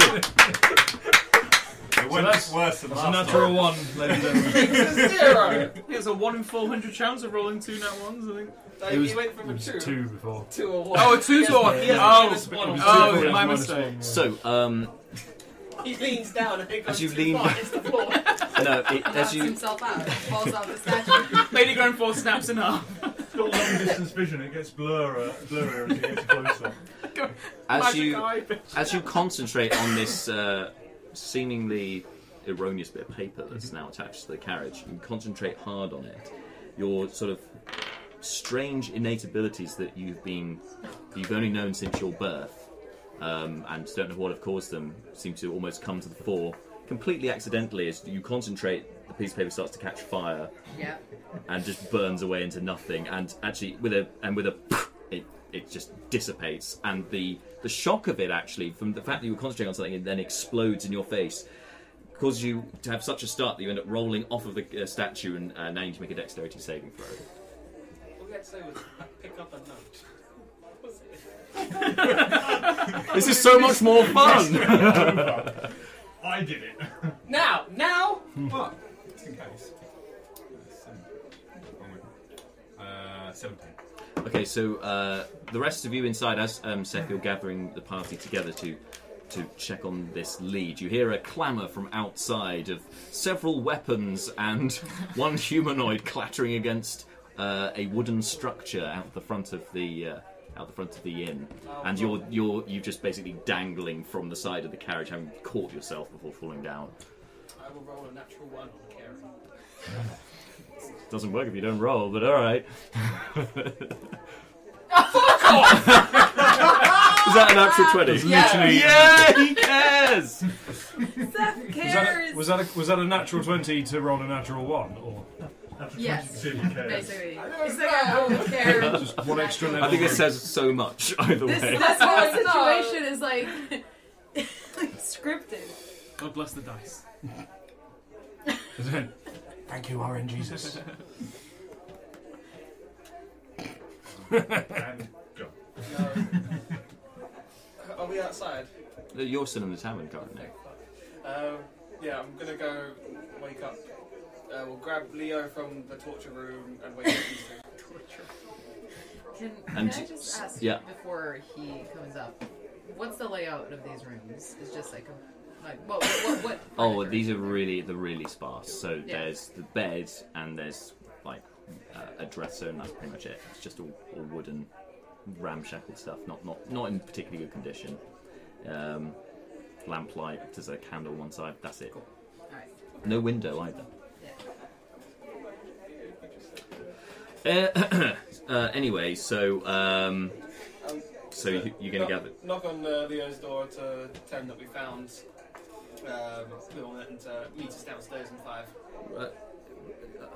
[SPEAKER 9] It went worse than
[SPEAKER 2] that's
[SPEAKER 9] last
[SPEAKER 2] a natural
[SPEAKER 9] time.
[SPEAKER 2] one, ladies and gentlemen.
[SPEAKER 3] He has a one in four hundred chance of rolling two nat ones. I think.
[SPEAKER 5] Like, he went from a two,
[SPEAKER 2] two before.
[SPEAKER 5] to a one.
[SPEAKER 3] Oh, a two to a one.
[SPEAKER 5] He has
[SPEAKER 3] Oh,
[SPEAKER 5] minus one.
[SPEAKER 3] oh,
[SPEAKER 5] on
[SPEAKER 3] oh,
[SPEAKER 5] his-
[SPEAKER 3] my
[SPEAKER 2] Minus
[SPEAKER 3] mistake.
[SPEAKER 2] one.
[SPEAKER 1] So um,
[SPEAKER 5] He leans down and it goes
[SPEAKER 1] As you
[SPEAKER 5] too
[SPEAKER 1] lean-
[SPEAKER 5] far, hits the floor.
[SPEAKER 1] no, it,
[SPEAKER 6] Knocks
[SPEAKER 1] as you
[SPEAKER 6] himself out. Falls off the statue.
[SPEAKER 3] Oh, Lady Grenfell snaps in half.
[SPEAKER 7] It's got long distance vision. It gets blurrer, blurrer as it gets closer.
[SPEAKER 1] as
[SPEAKER 3] Magic
[SPEAKER 1] you
[SPEAKER 3] eye.
[SPEAKER 1] as you concentrate on this uh, seemingly erroneous bit of paper that's
[SPEAKER 3] Mm-hmm.
[SPEAKER 1] now attached to the carriage, you concentrate hard on it. Your sort of strange innate abilities that you've been you've only known since your birth, um, and don't know what have caused them, seem to almost come to the fore completely accidentally as you concentrate. The piece of paper starts to catch fire
[SPEAKER 6] yeah.
[SPEAKER 1] and just burns away into nothing. And actually, with a and with a, it it just dissipates. And the the shock of it actually, from the fact that you were concentrating on something, it then explodes in your face. causes you to have such a start that you end up rolling off of the uh, statue, and uh, now you need to make a dexterity saving throw.
[SPEAKER 5] All we had to say was pick up a note. What was it?
[SPEAKER 1] This is so much more fun!
[SPEAKER 7] I did it.
[SPEAKER 5] Now, now.
[SPEAKER 9] What? Just in case. Uh, seven. Oh my- Uh, 17.
[SPEAKER 1] Okay, so uh, the rest of you inside, as um, Seth, you're gathering the party together to to check on this lead, you hear a clamour from outside of several weapons and one humanoid clattering against uh, a wooden structure out the front of the. Uh, out the front of the inn, and you're you're you just basically dangling from the side of the carriage, having caught yourself before falling down.
[SPEAKER 5] I will roll a natural one on Karen.
[SPEAKER 1] Doesn't work if you don't roll, but all right. Is that an
[SPEAKER 2] Ah!
[SPEAKER 1] actual twenty?
[SPEAKER 2] It's literally-
[SPEAKER 1] yeah, he cares.
[SPEAKER 2] Was that, a, was, that a, was that a natural 20 to roll a natural 1? Or?
[SPEAKER 4] Yes, basically. It's like
[SPEAKER 6] I
[SPEAKER 4] I don't care.
[SPEAKER 2] Just one extra level.
[SPEAKER 1] I think this says so much either
[SPEAKER 4] This,
[SPEAKER 1] way.
[SPEAKER 4] this whole situation is like, like scripted.
[SPEAKER 3] God bless the dice.
[SPEAKER 2] Thank you, RN Jesus.
[SPEAKER 7] and go.
[SPEAKER 5] Are we Um, outside?
[SPEAKER 1] You're still in the tavern currently.
[SPEAKER 5] Um, yeah, I'm gonna go wake up. Uh, we'll grab Leo from the torture room and wake up these two. Torture.
[SPEAKER 6] Can, can
[SPEAKER 1] And-
[SPEAKER 6] I just ask
[SPEAKER 1] yeah.
[SPEAKER 6] before he comes up, what's the layout of these rooms? Is just like a like what what what, what
[SPEAKER 1] Oh, these are really they're really sparse. So
[SPEAKER 6] Yeah.
[SPEAKER 1] there's the bed and there's like uh, a dresser and that's pretty much it. It's just all, all wooden, ramshackle stuff. Not not not in particularly good condition. Um, lamplight. There's a candle on one side. That's it. No window either. Uh, uh, anyway, so um, so you, you're gonna
[SPEAKER 5] knock,
[SPEAKER 1] gather.
[SPEAKER 5] Knock on uh, Leo's door to tell him that we found. Um, Bill and uh, meet us downstairs in five.
[SPEAKER 1] Uh,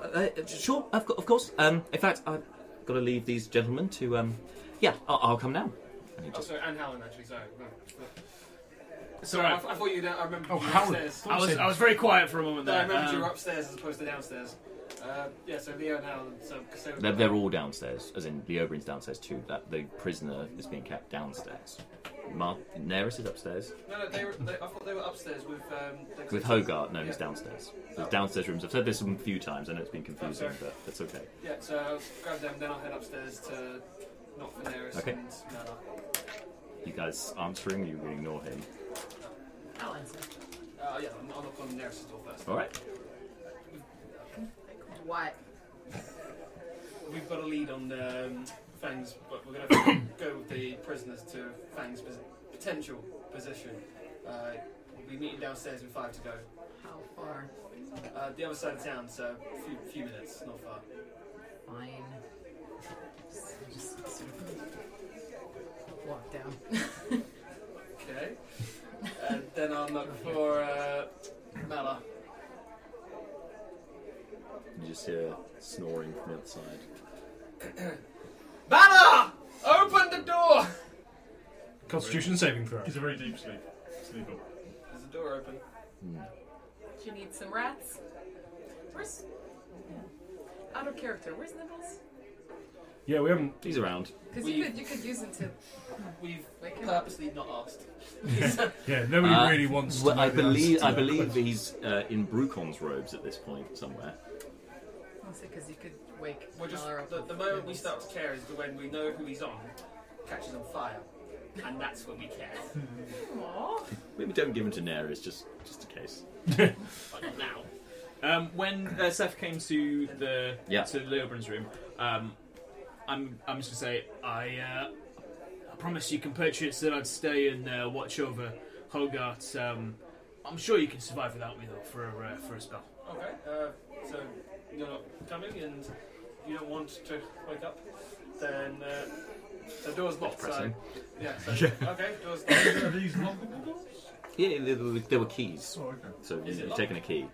[SPEAKER 1] uh, uh, sure, of, co- of course. Um, in fact, I've got to leave these gentlemen to. Um, yeah, I'll, I'll come now. And he
[SPEAKER 5] Oh,
[SPEAKER 1] just-
[SPEAKER 5] sorry, and Howland actually. Sorry. No.
[SPEAKER 3] It's all right.
[SPEAKER 5] I, I thought you. I remember.
[SPEAKER 3] Oh,
[SPEAKER 5] you were
[SPEAKER 3] Howland.
[SPEAKER 5] Upstairs.
[SPEAKER 3] I was- I was very quiet for a moment
[SPEAKER 5] No, I
[SPEAKER 3] there.
[SPEAKER 5] remembered you
[SPEAKER 3] Um,
[SPEAKER 5] were upstairs as opposed to downstairs. Uh, yeah, so Leo and Howland. So, so
[SPEAKER 1] they're, they're all downstairs, as in the Oberyn's downstairs too. That the prisoner is being kept downstairs. Mar- Neris is upstairs
[SPEAKER 5] No, no, they were. They, I thought they were upstairs with. Um, the-
[SPEAKER 1] with Hogarth. No, he's
[SPEAKER 5] Yeah. Oh.
[SPEAKER 1] downstairs. There's downstairs rooms. I've said this a few times. I know it's been confusing,
[SPEAKER 5] sorry.
[SPEAKER 1] but that's okay.
[SPEAKER 5] Yeah, so I'll grab them, then I'll head upstairs to knock for Daenerys
[SPEAKER 1] Okay.
[SPEAKER 5] and uh, Nala.
[SPEAKER 1] You guys answering? You can ignore him.
[SPEAKER 6] I'll answer.
[SPEAKER 5] Uh, yeah, I'll knock on Daenerys' door first.
[SPEAKER 1] All right.
[SPEAKER 6] What?
[SPEAKER 5] We've got a lead on um, Fang's, but we're going to go with the prisoners to Fang's posi- potential position. Uh, we'll be meeting downstairs in five to go.
[SPEAKER 6] How far?
[SPEAKER 5] Uh, the other side of town, so a few, few minutes, not far.
[SPEAKER 6] Fine. Just sort of walk down.
[SPEAKER 5] Okay. And then I'll look for uh, Mala.
[SPEAKER 1] You just hear snoring from outside.
[SPEAKER 5] Mala! Open the door!
[SPEAKER 2] Constitution saving throw.
[SPEAKER 7] He's a very deep sleep. Hmm. Sleep up.
[SPEAKER 5] There's the door open.
[SPEAKER 4] Do you need some rats? Where's out of character? Where's Nibbles?
[SPEAKER 2] Yeah, we haven't.
[SPEAKER 1] He's around.
[SPEAKER 4] Because you could you could use him to.
[SPEAKER 5] We've
[SPEAKER 4] wake him up.
[SPEAKER 5] purposely not asked.
[SPEAKER 2] Yeah, nobody
[SPEAKER 1] Uh,
[SPEAKER 2] really wants
[SPEAKER 1] well,
[SPEAKER 2] to.
[SPEAKER 1] I
[SPEAKER 2] know the answer
[SPEAKER 1] believe
[SPEAKER 2] to
[SPEAKER 1] I
[SPEAKER 2] that
[SPEAKER 1] believe
[SPEAKER 2] question.
[SPEAKER 1] he's uh, in Brucon's robes at this point somewhere.
[SPEAKER 6] because you could wake.
[SPEAKER 5] We're just
[SPEAKER 6] Nala up
[SPEAKER 5] the,
[SPEAKER 6] with
[SPEAKER 5] the moment we
[SPEAKER 6] nibbles.
[SPEAKER 5] start to care is the when we know who he's on, catches on fire, and that's when we care.
[SPEAKER 4] Aw.
[SPEAKER 1] Maybe don't give him to Nerys just just in case.
[SPEAKER 5] But not now.
[SPEAKER 3] Um, when uh, Seth came to the
[SPEAKER 1] Yeah.
[SPEAKER 3] to Leobrin's room, um, I'm I'm just gonna say I uh, I promise you compatriots that I'd stay and uh, watch over Hogarth. Um, I'm sure you can survive without me though for a uh, for a spell.
[SPEAKER 5] Okay, uh, so you're not coming, and you don't want to wake up, then uh, the door's locked. So,
[SPEAKER 1] Depressing.
[SPEAKER 5] yeah. So, okay, door's locked.
[SPEAKER 7] Are these lockable doors?
[SPEAKER 1] Yeah, there were, there were keys.
[SPEAKER 7] Oh, okay.
[SPEAKER 1] So
[SPEAKER 5] Is
[SPEAKER 1] you
[SPEAKER 5] it
[SPEAKER 1] have taken a key.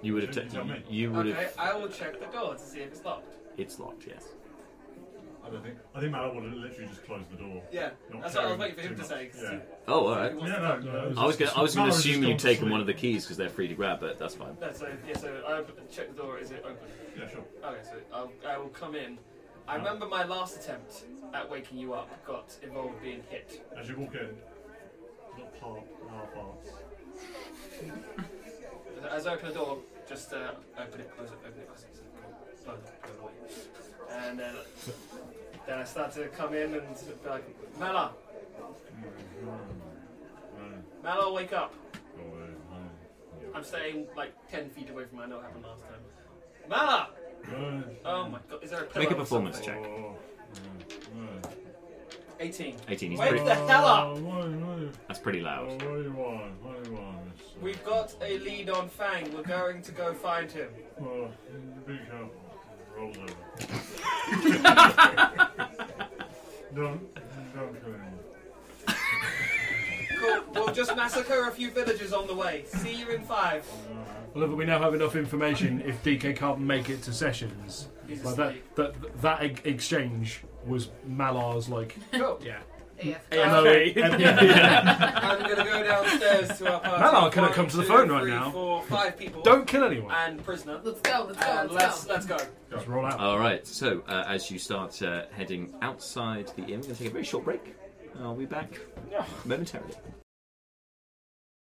[SPEAKER 1] You would have.
[SPEAKER 7] Didn't
[SPEAKER 1] Ta-
[SPEAKER 7] tell me.
[SPEAKER 1] you would have.
[SPEAKER 5] Okay, I will check the door to see if it's locked.
[SPEAKER 1] It's locked. Yes.
[SPEAKER 7] I don't think. I think Mallet would have literally just closed the door.
[SPEAKER 5] Yeah,
[SPEAKER 7] Not
[SPEAKER 5] that's what I was
[SPEAKER 7] caring
[SPEAKER 5] waiting for him
[SPEAKER 7] too
[SPEAKER 5] to
[SPEAKER 7] much.
[SPEAKER 5] say, 'cause
[SPEAKER 7] Yeah.
[SPEAKER 5] he-
[SPEAKER 1] Oh, all right.
[SPEAKER 7] No, no, no.
[SPEAKER 1] I was gonna, I was gonna
[SPEAKER 7] Mallet's
[SPEAKER 1] assume
[SPEAKER 7] just
[SPEAKER 1] you'd
[SPEAKER 7] gone to
[SPEAKER 1] taken one
[SPEAKER 7] sleep.
[SPEAKER 1] of the keys because they're free to grab, but that's fine.
[SPEAKER 5] No, so yeah, so I op- check the door. Is it open?
[SPEAKER 7] Yeah, sure.
[SPEAKER 5] Okay, so I'll, I will come in. I
[SPEAKER 7] Ah.
[SPEAKER 5] remember my last attempt at waking you up got involved being hit.
[SPEAKER 7] As you walk in, not part, half arts.
[SPEAKER 5] As I open the door, just uh, open it, close it, open it, close it, so come on, slow down, go away. And then, then I start to come in and sort of be like, Mala,
[SPEAKER 7] Mm-hmm.
[SPEAKER 5] Mala, wake up. I'm staying like 10 feet away from where I know what happened last time. Mala! Oh my god, is there a pillow
[SPEAKER 1] Make a
[SPEAKER 5] or
[SPEAKER 1] performance
[SPEAKER 5] something?
[SPEAKER 1] check.
[SPEAKER 5] 18.
[SPEAKER 1] 18, he's
[SPEAKER 5] Wake
[SPEAKER 1] pretty-
[SPEAKER 5] the hell
[SPEAKER 7] Uh,
[SPEAKER 5] up!
[SPEAKER 1] That's pretty loud.
[SPEAKER 7] What do you want? What do you want? It's, uh,
[SPEAKER 5] We've got a lead on Fang. We're going to go find him.
[SPEAKER 7] Well, be careful. Rolls over. don't, don't kill anyone.
[SPEAKER 5] Cool. We'll just massacre a few villagers on the way. See you in five.
[SPEAKER 2] Well, look, we now have enough information. If DK can't make it to sessions,
[SPEAKER 5] He's
[SPEAKER 2] like that, that that e- exchange was Malar's like.
[SPEAKER 5] Cool.
[SPEAKER 2] Yeah.
[SPEAKER 5] AFK.
[SPEAKER 2] MO.
[SPEAKER 5] I'm gonna go downstairs to our party.
[SPEAKER 2] Malar, can I
[SPEAKER 5] One,
[SPEAKER 2] come to the
[SPEAKER 5] two,
[SPEAKER 2] phone right
[SPEAKER 5] three,
[SPEAKER 2] now?
[SPEAKER 5] four, five people.
[SPEAKER 2] Don't kill anyone.
[SPEAKER 5] And prisoner.
[SPEAKER 6] Let's go. Let's go.
[SPEAKER 5] And
[SPEAKER 6] let's,
[SPEAKER 5] let's go.
[SPEAKER 2] Let's roll out.
[SPEAKER 1] All right. So uh, as you start uh, heading outside the inn, we're going to take a very short break. I'll be back momentarily.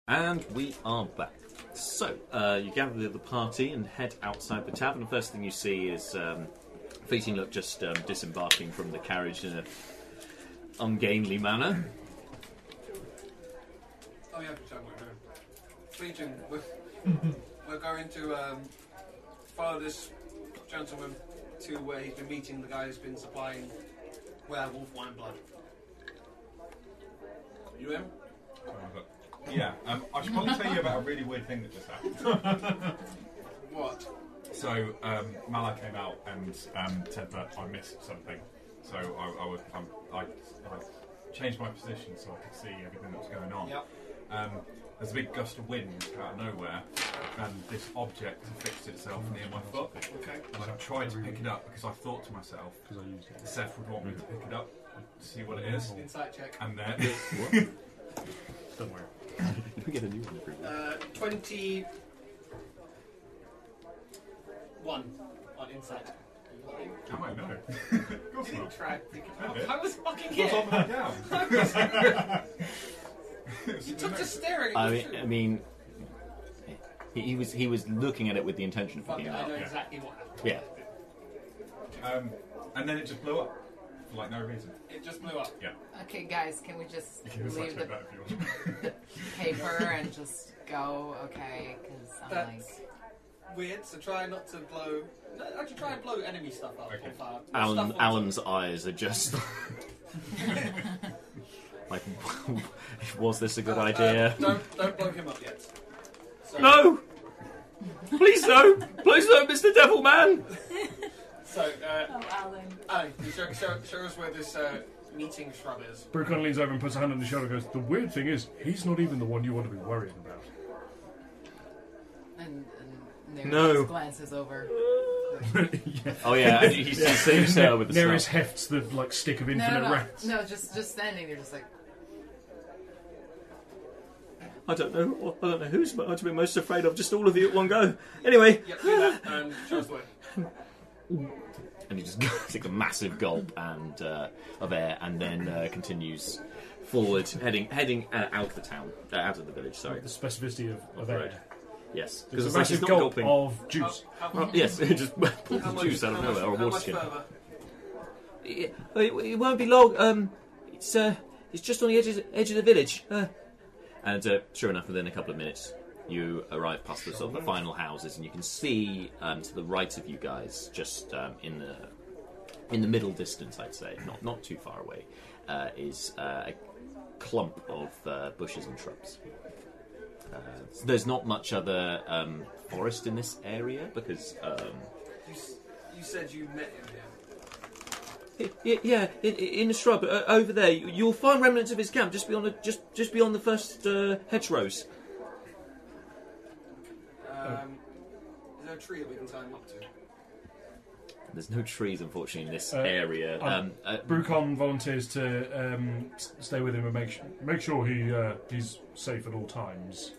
[SPEAKER 1] And we are back. So uh, you gather the party and head outside the tavern. The first thing you see is um, Fleeting Look just um, disembarking from the carriage in a ungainly manner.
[SPEAKER 5] Oh yeah, so we're doing. We're, we're going to um, follow this gentleman to where he's been meeting the guy who's been supplying werewolf wine blood. You in?
[SPEAKER 9] Yeah, um, I just want to tell you about a really weird thing that just happened.
[SPEAKER 5] What?
[SPEAKER 9] So um, Mala came out and um, said that I missed something. So I, I was um, I, I changed my position so I could see everything that was going on.
[SPEAKER 5] Yep.
[SPEAKER 9] Um, there's a big gust of wind out of nowhere, and this object fixed itself near my foot.
[SPEAKER 5] Okay.
[SPEAKER 9] And I tried to pick it up because I thought to myself, Seth would want me to pick it up, see what it is.
[SPEAKER 5] Insight check.
[SPEAKER 9] And then.
[SPEAKER 1] Don't worry. we get a new one every week.
[SPEAKER 5] Uh, Twenty-one on insight.
[SPEAKER 9] How I know?
[SPEAKER 5] Didn't try. Didn't
[SPEAKER 9] Have it.
[SPEAKER 5] try. I was fucking
[SPEAKER 9] What's
[SPEAKER 5] here.
[SPEAKER 9] on my gown?
[SPEAKER 5] I was- you took to staring. at
[SPEAKER 1] I
[SPEAKER 5] the
[SPEAKER 1] mean,
[SPEAKER 5] truth.
[SPEAKER 1] I mean, he, he was he was looking at it with the intention of
[SPEAKER 5] Fuck
[SPEAKER 1] picking
[SPEAKER 5] it,
[SPEAKER 1] it
[SPEAKER 5] I
[SPEAKER 1] up.
[SPEAKER 5] know exactly what happened.
[SPEAKER 1] Yeah.
[SPEAKER 9] Um, and then it just blew up for like no reason.
[SPEAKER 5] It just blew up.
[SPEAKER 9] Yeah.
[SPEAKER 6] Okay, guys, can we just
[SPEAKER 9] You can just
[SPEAKER 6] leave the
[SPEAKER 9] like that if you want.
[SPEAKER 6] paper and just go? Okay, because I'm
[SPEAKER 5] That's weird. So try not to blow. No, actually, try and blow enemy stuff up on fire.
[SPEAKER 1] Alan,
[SPEAKER 5] Stuff on-
[SPEAKER 1] Alan's eyes are just like, was this a
[SPEAKER 5] Uh,
[SPEAKER 1] good idea?
[SPEAKER 5] Don't don't blow him up yet. So,
[SPEAKER 1] No! Please no! Please no, Mr. Devil Man!
[SPEAKER 5] So, uh, oh, Alan. Alan, can you show, show, show us where this uh, meeting shrub is.
[SPEAKER 2] Brooke kind of leans over and puts a hand on his shoulder. and Goes. The weird thing is, he's not even the one you want to be worrying about.
[SPEAKER 6] like, and, and Neri
[SPEAKER 2] No.
[SPEAKER 6] just glances over.
[SPEAKER 1] Oh, yeah, and he sees- sees her with the
[SPEAKER 2] Neris
[SPEAKER 1] snuff.
[SPEAKER 2] hefts the like stick of
[SPEAKER 6] No, no,
[SPEAKER 2] infinite
[SPEAKER 6] no,
[SPEAKER 2] rats.
[SPEAKER 6] no, just just standing there, just like
[SPEAKER 1] I don't know. I don't know who's mo- to be most afraid of. Just all of you at one go. Anyway.
[SPEAKER 5] Yep, do that
[SPEAKER 1] Uh,
[SPEAKER 5] and show us where.
[SPEAKER 1] And he just takes a massive gulp and uh, of air, and then uh, continues forward, heading heading uh, out of the town, uh, out of the village. Sorry.
[SPEAKER 2] The specificity of, of
[SPEAKER 1] Right.
[SPEAKER 2] air.
[SPEAKER 1] Yes,
[SPEAKER 2] There's a
[SPEAKER 1] it's like he's
[SPEAKER 2] massive
[SPEAKER 1] not
[SPEAKER 2] gulp
[SPEAKER 1] gulping.
[SPEAKER 2] of juice.
[SPEAKER 5] How- how-
[SPEAKER 1] Well, yes, it just pulls
[SPEAKER 5] How
[SPEAKER 1] the
[SPEAKER 5] much-
[SPEAKER 1] juice out of
[SPEAKER 5] how much-
[SPEAKER 1] nowhere, or a
[SPEAKER 5] how
[SPEAKER 1] water
[SPEAKER 5] much
[SPEAKER 1] skin.
[SPEAKER 5] further?
[SPEAKER 1] It, it won't be long. Um, it's uh, it's just on the edge of, edge of the village. Uh. And uh, sure enough, within a couple of minutes, you arrive past the sort of the final houses, and you can see um, to the right of you guys, just um, in the in the middle distance, I'd say, not not too far away, uh, is uh, a clump of uh, bushes and shrubs. Uh, there's not much other um, forest in this area because um,
[SPEAKER 5] You, s- you said you met him here.
[SPEAKER 1] Y- y- Yeah, in, in the shrub uh, over there. You- You'll find remnants of his camp just beyond the just just beyond the first uh, hedgerows.
[SPEAKER 2] Oh.
[SPEAKER 5] Um, Is there a tree that we can tie him up to?
[SPEAKER 1] There's no trees, unfortunately, in this
[SPEAKER 2] Uh,
[SPEAKER 1] area.
[SPEAKER 2] I-
[SPEAKER 1] Um, uh,
[SPEAKER 2] Brucon volunteers to um, s- stay with him and make su- make sure he uh, he's safe at all times.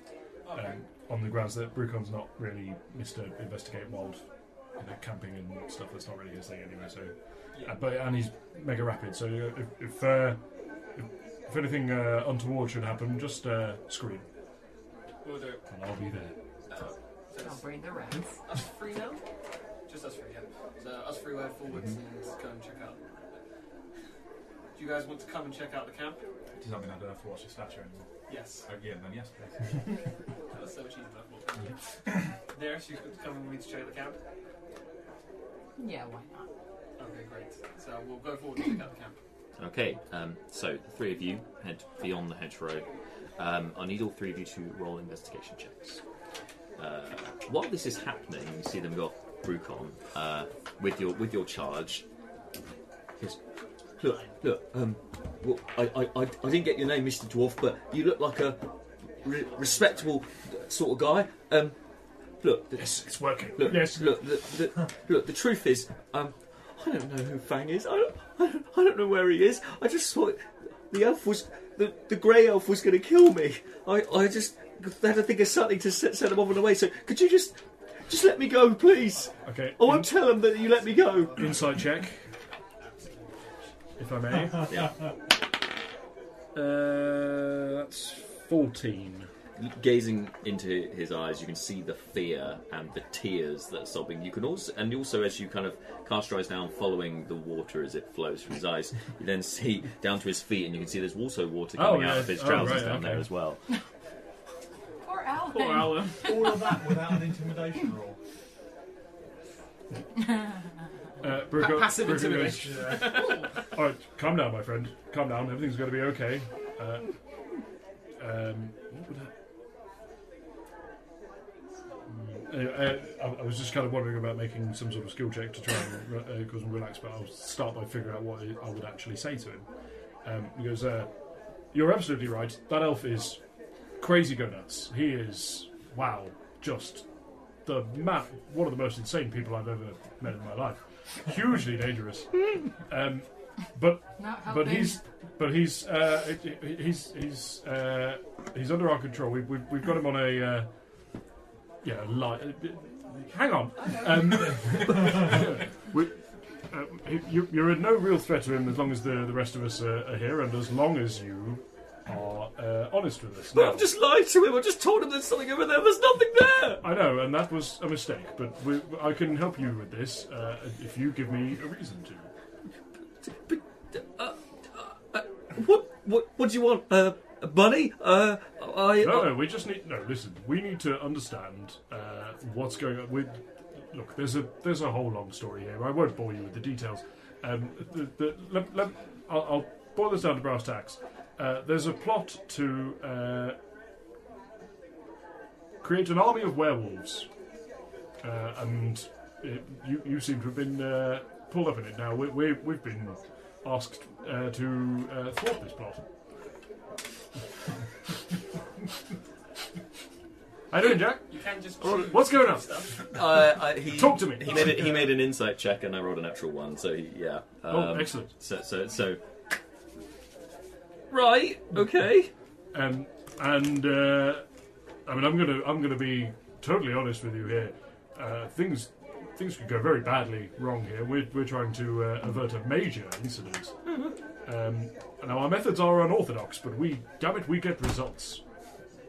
[SPEAKER 2] Um, on the grounds that Brucon's not really Mister Investigate Wild, you know, camping and stuff. That's not really his thing anyway. So, uh, but and he's mega rapid. So uh, if if, uh, if, if anything uh, untoward should happen, just uh, scream.
[SPEAKER 5] We'll do it.
[SPEAKER 2] And I'll be there.
[SPEAKER 5] I'll
[SPEAKER 6] bring the rats.
[SPEAKER 5] Us three now? Just us three, yeah. So us three went forwards
[SPEAKER 2] Mm-hmm.
[SPEAKER 5] and go and check out. Do you guys want to come and check out the camp?
[SPEAKER 9] Does that mean I don't have to watch the statue anymore?
[SPEAKER 5] Yes.
[SPEAKER 9] Uh, yeah, then yes, please.
[SPEAKER 5] That's so much easier than I thought. There, so you could come with me to check out the camp?
[SPEAKER 6] Yeah, why not?
[SPEAKER 5] Okay, great. So we'll go forward and check out the camp.
[SPEAKER 1] Okay, um, so the three of you head beyond the hedgerow. Um, I need all three of you to roll investigation checks. Uh, while this is happening, you see them got Brucon uh, with your with your charge. Yes. Look, look. Um, well, I, I, I, I didn't get your name, Mister Dwarf, but you look like a re- respectable sort of guy. Um, look, yes,
[SPEAKER 2] it's working.
[SPEAKER 1] Look,
[SPEAKER 2] yes,
[SPEAKER 1] look, the, the, look. The truth is, um, I don't know who Fang is. I don't, I don't, I don't know where he is. I just thought the elf was the, the grey elf was going to kill me. I, I just had to think of something to set, set him off on the way. So could you just just let me go, please?
[SPEAKER 2] Okay.
[SPEAKER 1] I won't tell him that you let me go.
[SPEAKER 2] Insight check, if I may.
[SPEAKER 1] Yeah.
[SPEAKER 2] Uh, that's fourteen.
[SPEAKER 1] Gazing into his eyes, you can see the fear and the tears that are sobbing. You can also, and also as you kind of cast your eyes down, following the water as it flows from his eyes, you then see down to his feet, and you can see there's also water
[SPEAKER 2] Oh,
[SPEAKER 1] coming out
[SPEAKER 2] yeah.
[SPEAKER 1] of his
[SPEAKER 2] Oh,
[SPEAKER 1] trousers
[SPEAKER 2] right,
[SPEAKER 1] down there
[SPEAKER 2] okay.
[SPEAKER 1] as well.
[SPEAKER 6] Poor Alan.
[SPEAKER 3] Poor Alan.
[SPEAKER 7] All of that without an intimidation roll.
[SPEAKER 2] Uh, Brooke,
[SPEAKER 7] Pa- passive
[SPEAKER 2] Brooke goes,
[SPEAKER 7] intimidation.
[SPEAKER 2] All right, calm down, my friend. Calm down. Everything's going to be okay. Uh, um, what would I? Mm, anyway, uh, I, I was just kind of wondering about making some sort of skill check to try and re- uh, cause him relax, but I'll start by figuring out what I would actually say to him. Um, he goes, uh, "You're absolutely right. That elf is crazy go nuts. He is wow, just the map. One of the most insane people I've ever met in my life. Hugely dangerous. Um, but
[SPEAKER 6] Not
[SPEAKER 2] but
[SPEAKER 6] helping.
[SPEAKER 2] he's but he's uh, he's he's uh, he's under our control. We've we've, we've got him on a uh, yeah li Hang on. Um, we, uh, you, you're in no real threat to him as long as the, the rest of us are, are here, and as long as you are uh, honest with us. Now,
[SPEAKER 1] I've just lied to him. I just told him there's something over there. There's nothing there.
[SPEAKER 2] I know, and that was a mistake, but we, I can help you with this uh, if you give me a reason to.
[SPEAKER 1] uh, What what what do you want? Uh, money? Uh, I
[SPEAKER 2] no, no, we just need no. Listen, we need to understand uh, what's going on. With look, there's a there's a whole long story here. I won't bore you with the details. Um, the, the, let, let, I'll, I'll boil this down to brass tacks. Uh, there's a plot to uh, create an army of werewolves, uh, and it, you you seem to have been uh, pulled up in it. Now we, we we've been asked uh, to uh, thwart this plot. How you doing, Jack?
[SPEAKER 5] You can just. choose
[SPEAKER 2] What's going on?
[SPEAKER 5] Stuff.
[SPEAKER 1] Uh, uh, he,
[SPEAKER 2] Talk to me.
[SPEAKER 1] He made, it, he made an insight check, and I rolled a natural one. So he, yeah. Um,
[SPEAKER 2] Oh, excellent.
[SPEAKER 1] So, so, so. Right. Okay.
[SPEAKER 2] Um, and uh, I mean, I'm gonna I'm gonna be totally honest with you here. Uh, things things could go very badly wrong here. We're we're trying to uh, avert a major incident.
[SPEAKER 1] Mm-hmm.
[SPEAKER 2] Um, now our methods are unorthodox, but we damn it, we get results.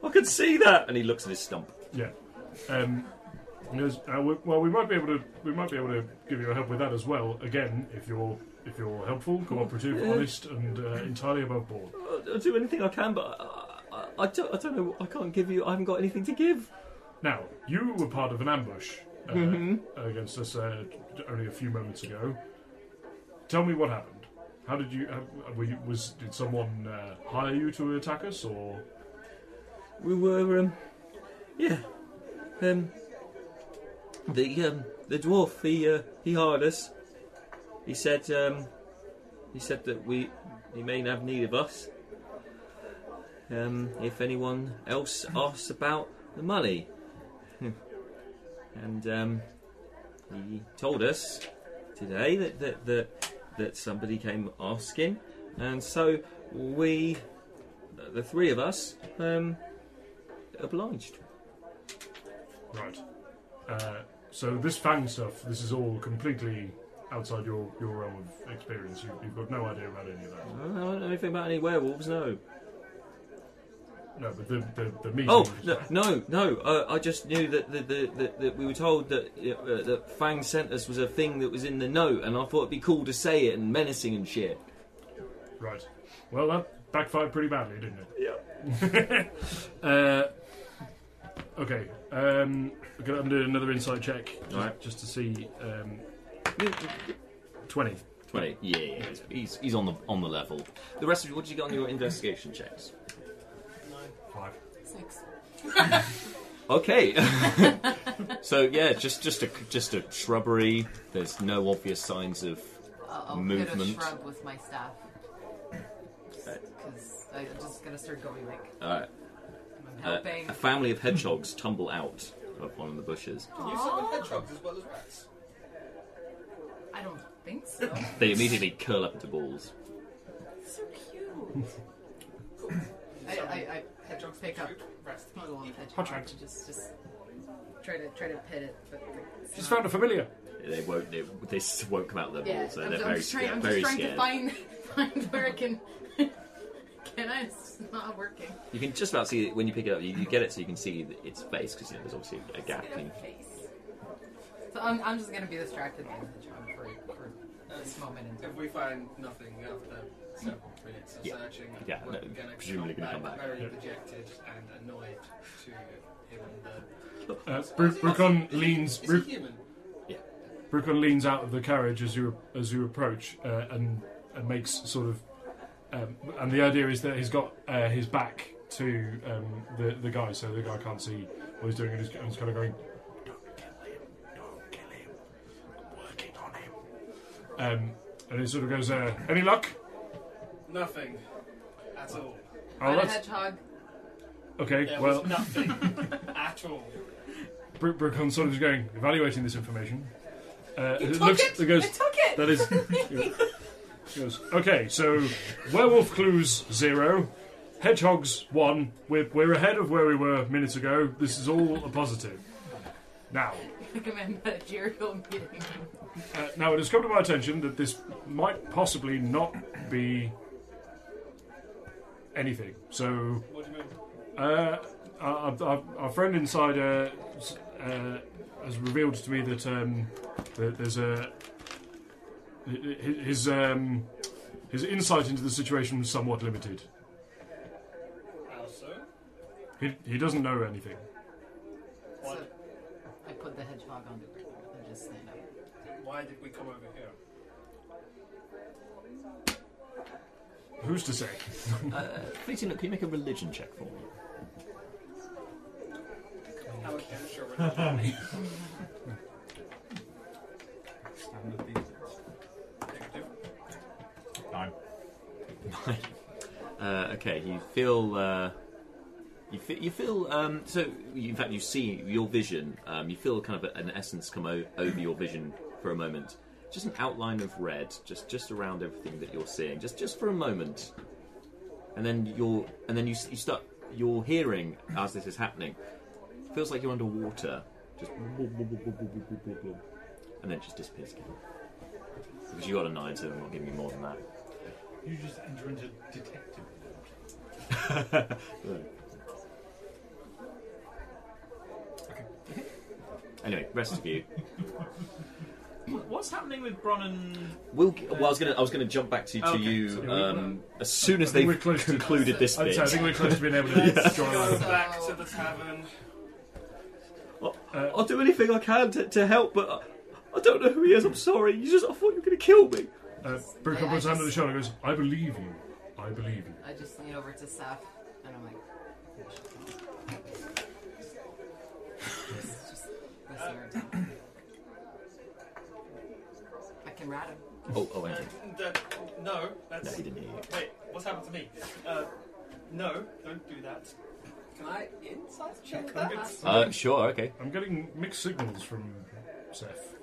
[SPEAKER 1] I can see that. And he looks at his stump.
[SPEAKER 2] Yeah. Um, and there's- uh, we, well, we might be able to we might be able to give you a help with that as well. Again, if you're if you're helpful, cooperative,
[SPEAKER 1] Yeah.
[SPEAKER 2] honest, and uh, entirely above board.
[SPEAKER 1] I'll I'll do anything I can, but I, I, I, don't, I don't know. I can't give you. I haven't got anything to give.
[SPEAKER 2] Now, you were part of an ambush uh,
[SPEAKER 1] Mhm.
[SPEAKER 2] against us uh, only a few moments ago. Tell me what happened. How did you? How, were you was did someone uh, hire you to attack us, or
[SPEAKER 1] We were, um, yeah, um, the um, the dwarf he uh, he hired us. He said um, he said that we he may have need of us um, if anyone else asks about the money, and um, he told us today that that that, that somebody came asking, and so we, the three of us, um, obliged.
[SPEAKER 2] Right. Uh, so this fan stuff, this is all completely outside your, your realm of experience. You, you've got no idea about any of that.
[SPEAKER 1] Uh, I don't know anything about any werewolves. No.
[SPEAKER 2] No, but the the, the meeting.
[SPEAKER 1] Oh no, no, no! Uh, I just knew that the, the, the, that we were told that uh, that Fang sent us was a thing that was in the note, and I thought it'd be cool to say it and menacing and shit.
[SPEAKER 2] Right. Well, that backfired pretty badly, didn't it? Yeah. uh, okay. Um, I'm going to do another insight check just,
[SPEAKER 1] Alright.
[SPEAKER 2] just to see. Um, 20.
[SPEAKER 1] Twenty. Yeah, yeah, he's- he's he's on the on the level. The rest of you, what did you get on your investigation checks?
[SPEAKER 7] Five.
[SPEAKER 4] Six.
[SPEAKER 1] Okay. so yeah, just just a just a shrubbery. There's no obvious signs of
[SPEAKER 6] I'll, I'll
[SPEAKER 1] movement.
[SPEAKER 6] get a shrug with my staff.
[SPEAKER 2] Uh,
[SPEAKER 6] Because I'm just gonna start going like.
[SPEAKER 1] All right. Uh,
[SPEAKER 6] helping.
[SPEAKER 1] a family of hedgehogs tumble out of one of the bushes.
[SPEAKER 5] Can you summon hedgehogs as well as rats?
[SPEAKER 4] I don't think so.
[SPEAKER 1] They immediately curl up into balls.
[SPEAKER 4] So cute.
[SPEAKER 6] I, I, I pick up Smuddle and hedgehog
[SPEAKER 2] Hedgehog.
[SPEAKER 6] and just, just try to try to pet it. But like, it's
[SPEAKER 2] She's
[SPEAKER 6] not-
[SPEAKER 2] found a familiar.
[SPEAKER 1] They won't. They, they s- won't come out of their
[SPEAKER 6] Yeah,
[SPEAKER 1] balls. They're,
[SPEAKER 6] I'm,
[SPEAKER 1] they're
[SPEAKER 6] I'm
[SPEAKER 1] very
[SPEAKER 6] just trying,
[SPEAKER 1] scared.
[SPEAKER 6] I'm just
[SPEAKER 1] very
[SPEAKER 6] trying
[SPEAKER 1] scared.
[SPEAKER 6] to find find where I can. can I? It's not working.
[SPEAKER 1] You can just about see it when you pick it up. You, you get it so you can see th- its face because you know there's obviously a gap. In,
[SPEAKER 6] So I'm, I'm just gonna be distracted by the hedgehog for, for this moment. in
[SPEAKER 5] If we find nothing after several minutes of searching,
[SPEAKER 1] Yeah,
[SPEAKER 5] we're
[SPEAKER 1] no,
[SPEAKER 5] gonna
[SPEAKER 1] presumably
[SPEAKER 5] come
[SPEAKER 1] gonna come
[SPEAKER 5] back
[SPEAKER 1] back.
[SPEAKER 5] very
[SPEAKER 1] Yeah.
[SPEAKER 5] dejected and annoyed to him and the.
[SPEAKER 2] Uh, Bru- Brucon leans.
[SPEAKER 5] Is he
[SPEAKER 2] Bru-
[SPEAKER 5] human?
[SPEAKER 1] Yeah.
[SPEAKER 2] Brucon leans out of the carriage as you as you approach uh, and and makes sort of. Um, and the idea is that he's got uh, his back to um, the the guy, so the guy can't see what he's doing, and he's, and he's kind of going. Don't kill him! Don't kill him! I'm working on him. Um, and he sort of goes, uh, "Any luck?"
[SPEAKER 5] Nothing at all.
[SPEAKER 2] Oh,
[SPEAKER 6] a
[SPEAKER 2] that's-
[SPEAKER 6] hedgehog.
[SPEAKER 2] Okay,
[SPEAKER 5] There
[SPEAKER 2] well,
[SPEAKER 5] was nothing at all.
[SPEAKER 2] Bru- Brucon sort of is going evaluating this information. Uh,
[SPEAKER 5] You
[SPEAKER 2] it
[SPEAKER 5] took
[SPEAKER 2] looks,
[SPEAKER 5] it!
[SPEAKER 2] It goes,
[SPEAKER 5] You took it!
[SPEAKER 2] That is. She goes, okay, so werewolf clues zero, hedgehogs one. We're, we're ahead of where we were minutes ago. This is all a positive. Now,
[SPEAKER 6] Recommend managerial meeting.
[SPEAKER 2] uh, now it has come to my attention that this might possibly not be anything. So,
[SPEAKER 5] What do you mean?
[SPEAKER 2] uh, our, our, our friend insider s- uh, has revealed to me that, um, that there's a hi- his um, his insight into the situation was somewhat limited.
[SPEAKER 5] How so?
[SPEAKER 2] He, he doesn't know anything.
[SPEAKER 6] So I put the hedgehog on the ground and just stand up.
[SPEAKER 5] Why did we come over here?
[SPEAKER 2] Who's to say?
[SPEAKER 1] uh, please, can you make a religion check for me?
[SPEAKER 5] How I can sure we're not dying.
[SPEAKER 9] Standard these days. Nine.
[SPEAKER 1] Uh, okay, you feel. Uh, you feel, you feel um, so. You, in fact, you see your vision. Um, you feel kind of a, an essence come o- over your vision for a moment. Just an outline of red, just just around everything that you're seeing, just just for a moment. And then you're, and then you, s- you start. You're hearing as this is happening. Feels like you're underwater. Just, and then it just disappears again. Because you got a nine, so I'm not giving you more than that.
[SPEAKER 7] You just enter into detective mode.
[SPEAKER 1] Anyway, rest of you.
[SPEAKER 3] What's happening with Bronn
[SPEAKER 1] We'll, g- well, I was gonna, I was gonna jump back to, to
[SPEAKER 3] Okay.
[SPEAKER 2] So
[SPEAKER 1] you
[SPEAKER 2] we-
[SPEAKER 1] um, as soon as
[SPEAKER 2] I think
[SPEAKER 1] they've
[SPEAKER 2] close to-
[SPEAKER 1] concluded this
[SPEAKER 2] I'd
[SPEAKER 1] bit.
[SPEAKER 2] say I think we're close to being able to
[SPEAKER 5] Let's
[SPEAKER 2] join
[SPEAKER 5] go
[SPEAKER 2] them.
[SPEAKER 5] back to the tavern.
[SPEAKER 1] I'll, uh, I'll do anything I can to, to help, but I, I don't know who he is. I'm sorry. You just, I thought you were gonna kill me.
[SPEAKER 2] Uh, Brooke puts her hand on the shoulder and goes, I believe you. I believe you.
[SPEAKER 6] I just lean over to Saf and I'm like, "We should go." just, just whistle her down. I can rat him.
[SPEAKER 1] Oh, oh, Andrew.
[SPEAKER 5] Uh, no, that's.
[SPEAKER 1] No, he didn't hear you.
[SPEAKER 5] Wait, what's happened to me? Uh, no, don't do that. Can I insight check that?
[SPEAKER 1] Uh, sure. Okay.
[SPEAKER 2] I'm getting mixed signals from Seth.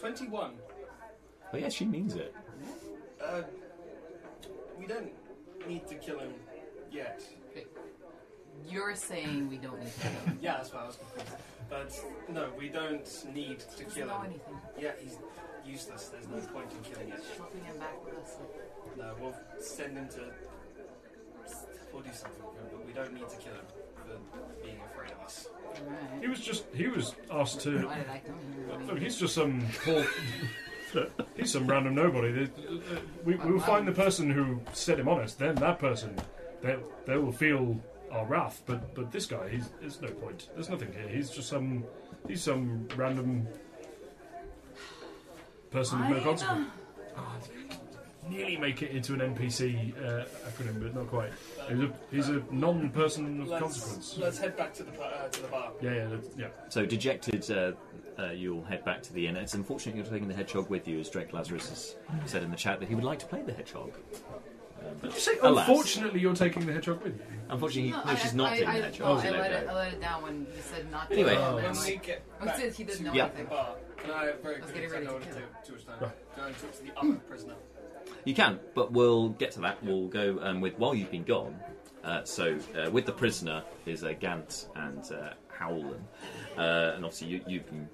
[SPEAKER 5] 21.
[SPEAKER 1] Oh yeah, she means it.
[SPEAKER 5] Uh, we don't need to kill him yet.
[SPEAKER 6] You're saying we don't need to kill him.
[SPEAKER 5] yeah, that's what I was confused. But no, we don't need to
[SPEAKER 6] Doesn't
[SPEAKER 5] kill
[SPEAKER 6] know
[SPEAKER 5] him.
[SPEAKER 6] anything.
[SPEAKER 5] Yeah, he's useless. There's no point in killing him.
[SPEAKER 6] Shoving him back with us.
[SPEAKER 5] No, we'll send him to. We'll do something with him, but we don't need to kill him for being afraid of us.
[SPEAKER 2] He was just he was asked to.
[SPEAKER 5] Why did I come
[SPEAKER 2] Look, he's just some poor. he's some random nobody. They- uh, We, we will find the person who set him on us. Then that person, they they will feel our wrath. But but this guy, he's there's no point. There's nothing here. He's just some he's some random person with no
[SPEAKER 6] I'm,
[SPEAKER 2] consequence.
[SPEAKER 6] uh,
[SPEAKER 2] Nearly make it into an NPC uh, acronym, but not quite. He's a, he's a non-person of consequence.
[SPEAKER 5] Let's, let's head back to the pa- uh, to the bar.
[SPEAKER 2] Yeah, yeah, that's- yeah.
[SPEAKER 1] So dejected, uh, uh, you'll head back to the inn. It's unfortunate you're taking the hedgehog with you, as Drake Lazarus has said in the chat that he would like to play the hedgehog. Um, but alas,
[SPEAKER 2] Unfortunately, you're taking the hedgehog with you.
[SPEAKER 1] unfortunately,
[SPEAKER 6] No,
[SPEAKER 1] no, she's
[SPEAKER 6] I,
[SPEAKER 1] not taking
[SPEAKER 6] I,
[SPEAKER 1] the
[SPEAKER 6] I,
[SPEAKER 1] hedgehog.
[SPEAKER 6] I,
[SPEAKER 1] so
[SPEAKER 6] let
[SPEAKER 1] there
[SPEAKER 6] it,
[SPEAKER 1] you
[SPEAKER 6] I
[SPEAKER 1] go.
[SPEAKER 6] let it down when you said not to.
[SPEAKER 1] Anyway.
[SPEAKER 6] kill him.
[SPEAKER 1] When
[SPEAKER 6] I'm
[SPEAKER 5] we
[SPEAKER 6] like,
[SPEAKER 5] get
[SPEAKER 6] oh,
[SPEAKER 5] back
[SPEAKER 6] since he didn't know
[SPEAKER 1] Yeah.
[SPEAKER 6] anything.
[SPEAKER 5] Bar. Can I very
[SPEAKER 6] I was
[SPEAKER 5] quickly
[SPEAKER 6] getting
[SPEAKER 5] turn
[SPEAKER 6] ready to
[SPEAKER 5] over
[SPEAKER 6] kill him.
[SPEAKER 5] to Jewish time? Can I talk to the other prisoner?
[SPEAKER 1] You can, but we'll get to that. We'll go um, with while you've been gone. Uh, so uh, with the prisoner is uh, Gant and uh, Howland, uh, and obviously you, you've been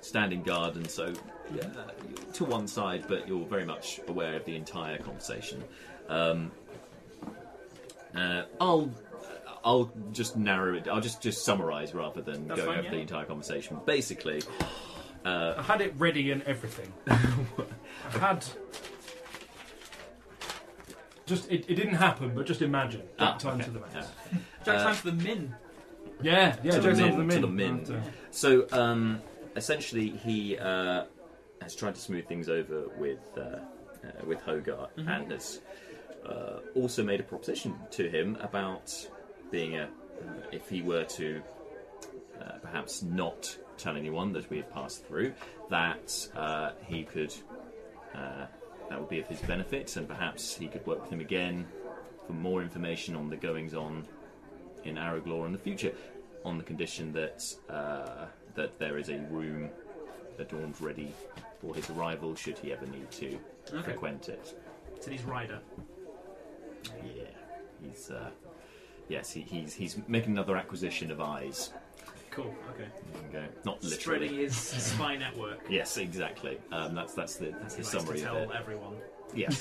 [SPEAKER 1] standing guard, and so yeah, you're to one side, but you're very much aware of the entire conversation. Um, uh, I'll I'll just narrow it. I'll just just summarise rather than
[SPEAKER 2] That's
[SPEAKER 1] going
[SPEAKER 2] fine,
[SPEAKER 1] over
[SPEAKER 2] yeah.
[SPEAKER 1] the entire conversation. Basically, uh,
[SPEAKER 2] I had it ready and everything. I had. Just it, it didn't happen, but just imagine. Jack
[SPEAKER 1] Ah,
[SPEAKER 2] time
[SPEAKER 1] okay,
[SPEAKER 2] to the max.
[SPEAKER 1] Jack Uh, time
[SPEAKER 2] to
[SPEAKER 3] the min.
[SPEAKER 2] Yeah, yeah.
[SPEAKER 1] to,
[SPEAKER 2] Jack
[SPEAKER 1] the
[SPEAKER 2] time
[SPEAKER 1] min, to the min.
[SPEAKER 2] Right, yeah.
[SPEAKER 1] So um, essentially, he uh, has tried to smooth things over with uh, uh, with Hogarth
[SPEAKER 3] Mhm.
[SPEAKER 1] and has uh, also made a proposition to him about being a if he were to uh, perhaps not tell anyone that we had passed through, that uh, he could uh, that would be of his benefit, and perhaps he could work with him again for more information on the goings on in Araglaw in the future, on the condition that uh, that there is a room adorned ready for his arrival should he ever need to
[SPEAKER 3] Okay.
[SPEAKER 1] frequent it.
[SPEAKER 3] So he's rider.
[SPEAKER 1] Yeah, he's uh, yes, he, he's he's making another acquisition of eyes.
[SPEAKER 3] Cool. Okay.
[SPEAKER 1] There you go. Not literally.
[SPEAKER 3] Spreading his spy network.
[SPEAKER 1] Yes, exactly. Um, that's that's the that's
[SPEAKER 3] He
[SPEAKER 1] the
[SPEAKER 3] likes to
[SPEAKER 1] summary
[SPEAKER 3] tell
[SPEAKER 1] of it.
[SPEAKER 3] everyone.
[SPEAKER 1] Yes.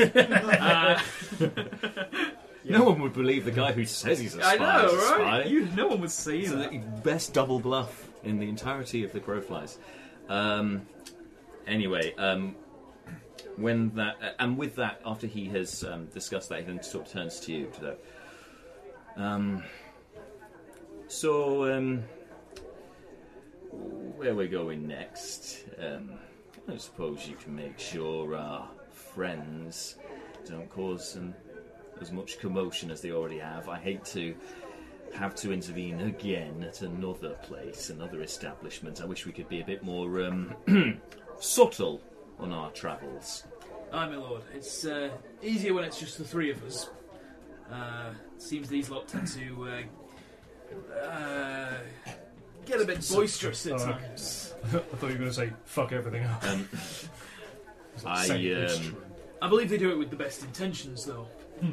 [SPEAKER 3] Uh,
[SPEAKER 1] No one would believe the guy who says he's a spy.
[SPEAKER 3] I know,
[SPEAKER 1] is a
[SPEAKER 3] right?
[SPEAKER 1] spy.
[SPEAKER 3] You- no one would say
[SPEAKER 1] it's
[SPEAKER 3] that.
[SPEAKER 1] The best double bluff in the entirety of the Growflies. Um, anyway, um, when that uh, and with that, after he has um, discussed that, he then sort of turns to you. So, um, so um, where we're going next? Um, I suppose you can make sure our friends don't cause them as much commotion as they already have. I hate to have to intervene again at another place, another establishment. I wish we could be a bit more um, subtle on our travels.
[SPEAKER 3] Aye, my lord. It's uh, easier when it's just the three of us. Uh, seems these lot tend to uh, uh, get a bit boisterous at
[SPEAKER 2] Oh, okay.
[SPEAKER 3] times.
[SPEAKER 2] I thought you were going to say fuck everything up.
[SPEAKER 1] Um,
[SPEAKER 2] It's like
[SPEAKER 1] I,
[SPEAKER 2] saying it's
[SPEAKER 1] um,
[SPEAKER 2] true.
[SPEAKER 3] I believe they do it with the best intentions, though.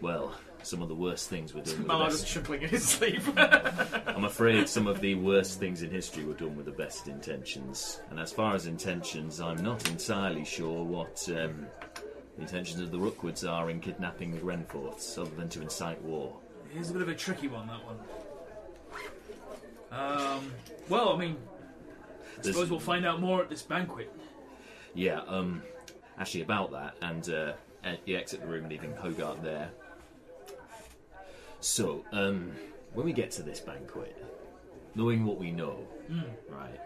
[SPEAKER 1] well, some of the worst things were done with the
[SPEAKER 3] Mallard is
[SPEAKER 1] best.
[SPEAKER 3] tripling in his sleep.
[SPEAKER 1] I'm afraid some of the worst things in history were done with the best intentions. And as far as intentions, I'm not entirely sure what um, the intentions of the Rookwoods are in kidnapping the Grenforths, other than to incite war.
[SPEAKER 3] Here's a bit of a tricky one, that one. Um, well, I mean, I
[SPEAKER 1] There's-
[SPEAKER 3] suppose we'll find out more at this banquet.
[SPEAKER 1] Yeah, um, actually about that, and uh, e- you exit the room, leaving Hogarth there. So, um, when we get to this banquet, knowing what we know,
[SPEAKER 3] Mm.
[SPEAKER 1] right,